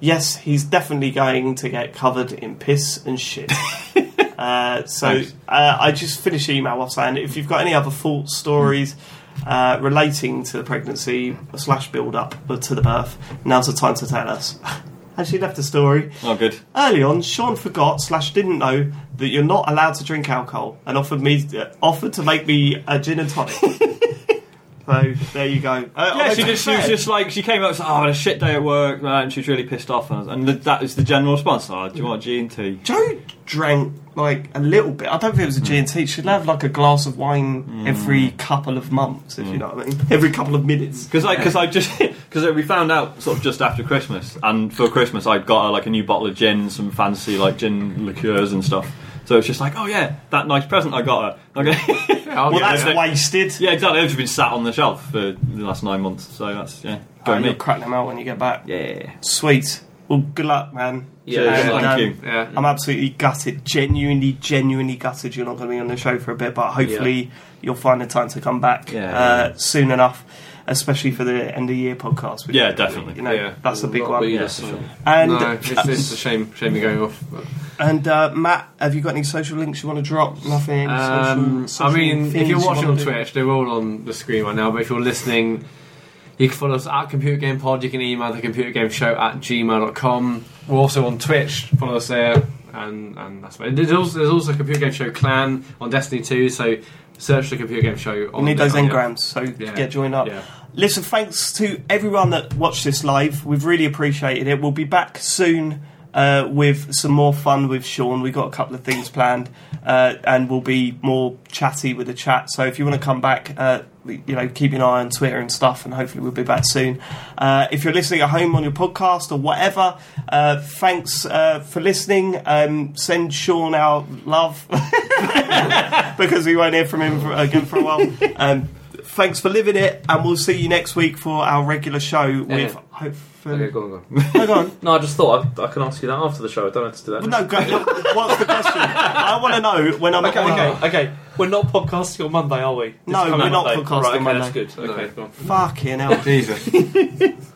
Speaker 1: Yes, he's definitely going to get covered in piss and shit. uh, so
Speaker 2: Thanks.
Speaker 1: uh, I just finished the email off saying if you've got any other thoughts, stories uh, relating to the pregnancy slash build up to the birth, now's the time to tell us. And she left a story.
Speaker 2: oh, good.
Speaker 1: Early on, Sean forgot slash didn't know that you're not allowed to drink alcohol, and offered me uh, offered to make me a gin and tonic. so there you go. Uh, although
Speaker 2: Yeah, she
Speaker 1: to
Speaker 2: just
Speaker 1: be
Speaker 2: she was
Speaker 1: fair-
Speaker 2: just like she came up. and said, Oh, I had a shit day at work, man. And she was really pissed off, and, I was- and th- that is the general response. Oh, do you want G and T?
Speaker 1: Joe drank like a little bit. I don't think it was a G and
Speaker 2: Mm.
Speaker 1: T. She'd have like a glass of wine every couple of months,
Speaker 2: Mm.
Speaker 1: if you know what I mean. Every couple of minutes.
Speaker 2: Because I, because I just, because we found out sort of just after Christmas, and for Christmas I got her like a new bottle of gin, some fancy like gin liqueurs and stuff. So it's just like, oh yeah, that nice present I got her. Okay,
Speaker 4: Oh, Yeah, I'll
Speaker 1: Well,
Speaker 4: get
Speaker 1: that's
Speaker 4: it.
Speaker 2: yeah.
Speaker 1: wasted.
Speaker 2: yeah, exactly. It's been sat on the shelf for the last nine months, so that's yeah,
Speaker 1: Uh,
Speaker 2: go
Speaker 1: you'll
Speaker 2: me.
Speaker 1: crack them out when you get back.
Speaker 2: Yeah,
Speaker 1: Sweet. Well, good luck, man.
Speaker 2: Cheers,
Speaker 1: And,
Speaker 2: thank
Speaker 1: um,
Speaker 2: you.
Speaker 4: yeah.
Speaker 1: I'm absolutely gutted, genuinely, genuinely gutted. You're not going to be on the show for a bit, but hopefully you'll find the time to come back
Speaker 2: Yeah.
Speaker 1: uh, soon enough, especially for the end of year podcast. which-
Speaker 2: Yeah, definitely.
Speaker 1: You know,
Speaker 4: Yeah.
Speaker 1: that's a big
Speaker 3: Not
Speaker 1: one.
Speaker 3: be
Speaker 2: Yeah,
Speaker 3: this
Speaker 2: for
Speaker 3: one.
Speaker 1: And uh,
Speaker 4: no, it's, it's a shame. Shame you're going off. but-
Speaker 1: and uh, Matt, have you got any social links you want to drop? Nothing.
Speaker 4: Um,
Speaker 1: social,
Speaker 4: I
Speaker 1: social
Speaker 4: mean, if
Speaker 1: things
Speaker 4: you're
Speaker 1: you
Speaker 4: watching
Speaker 1: wanna
Speaker 4: on
Speaker 1: do?
Speaker 4: Twitch, they're all on the screen right now. But if you're listening, you can follow us at Computer Game Pod. You can email the Computer Game Show at gmail.com. We're also on Twitch. Follow us there, and and that's about it. There's also, there's also a Computer Game Show clan on Destiny 2. So search the Computer Game Show.
Speaker 1: we
Speaker 4: on
Speaker 1: need those
Speaker 4: on-
Speaker 1: engrams, so
Speaker 4: Yeah.
Speaker 1: get joined up.
Speaker 4: Yeah.
Speaker 1: Listen, thanks to everyone that watched this live. We've really appreciated it. We'll be back soon uh, with some more fun with Sean. We've got a couple of things planned, uh, and we'll be more chatty with the chat. So if you want to come back, uh, you know, keep an eye on Twitter and stuff, and hopefully we'll be back soon. Uh, if you're listening at home on your podcast or whatever, uh, thanks uh, for listening. Um, send Sean our love because we won't hear from him for, again for a while. Um, thanks for living it, and we'll see you next week for our regular show with
Speaker 3: yeah.
Speaker 1: hopefully.
Speaker 4: Okay, go on, go on.
Speaker 1: Hang on.
Speaker 3: No, I just thought I, I can ask you that after the show. I don't have to do that.
Speaker 1: Well, No, go, what's the question? I want to know when I'm.
Speaker 3: Okay, okay, okay. We're not podcasting on Monday, are we? This
Speaker 1: Oh. No,
Speaker 3: coming
Speaker 1: we're
Speaker 3: out
Speaker 1: not
Speaker 3: Monday.
Speaker 1: podcasting
Speaker 3: right, okay,
Speaker 1: Monday.
Speaker 3: That's good. Okay, go on.
Speaker 1: Fucking hell.
Speaker 4: Jesus.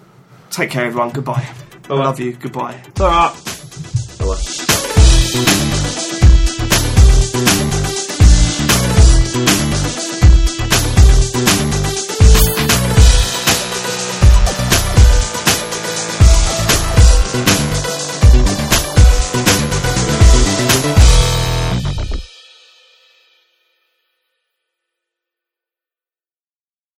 Speaker 1: Take care, everyone. Goodbye. I
Speaker 3: Bye-bye.
Speaker 1: love you. Goodbye.
Speaker 3: Bye-bye.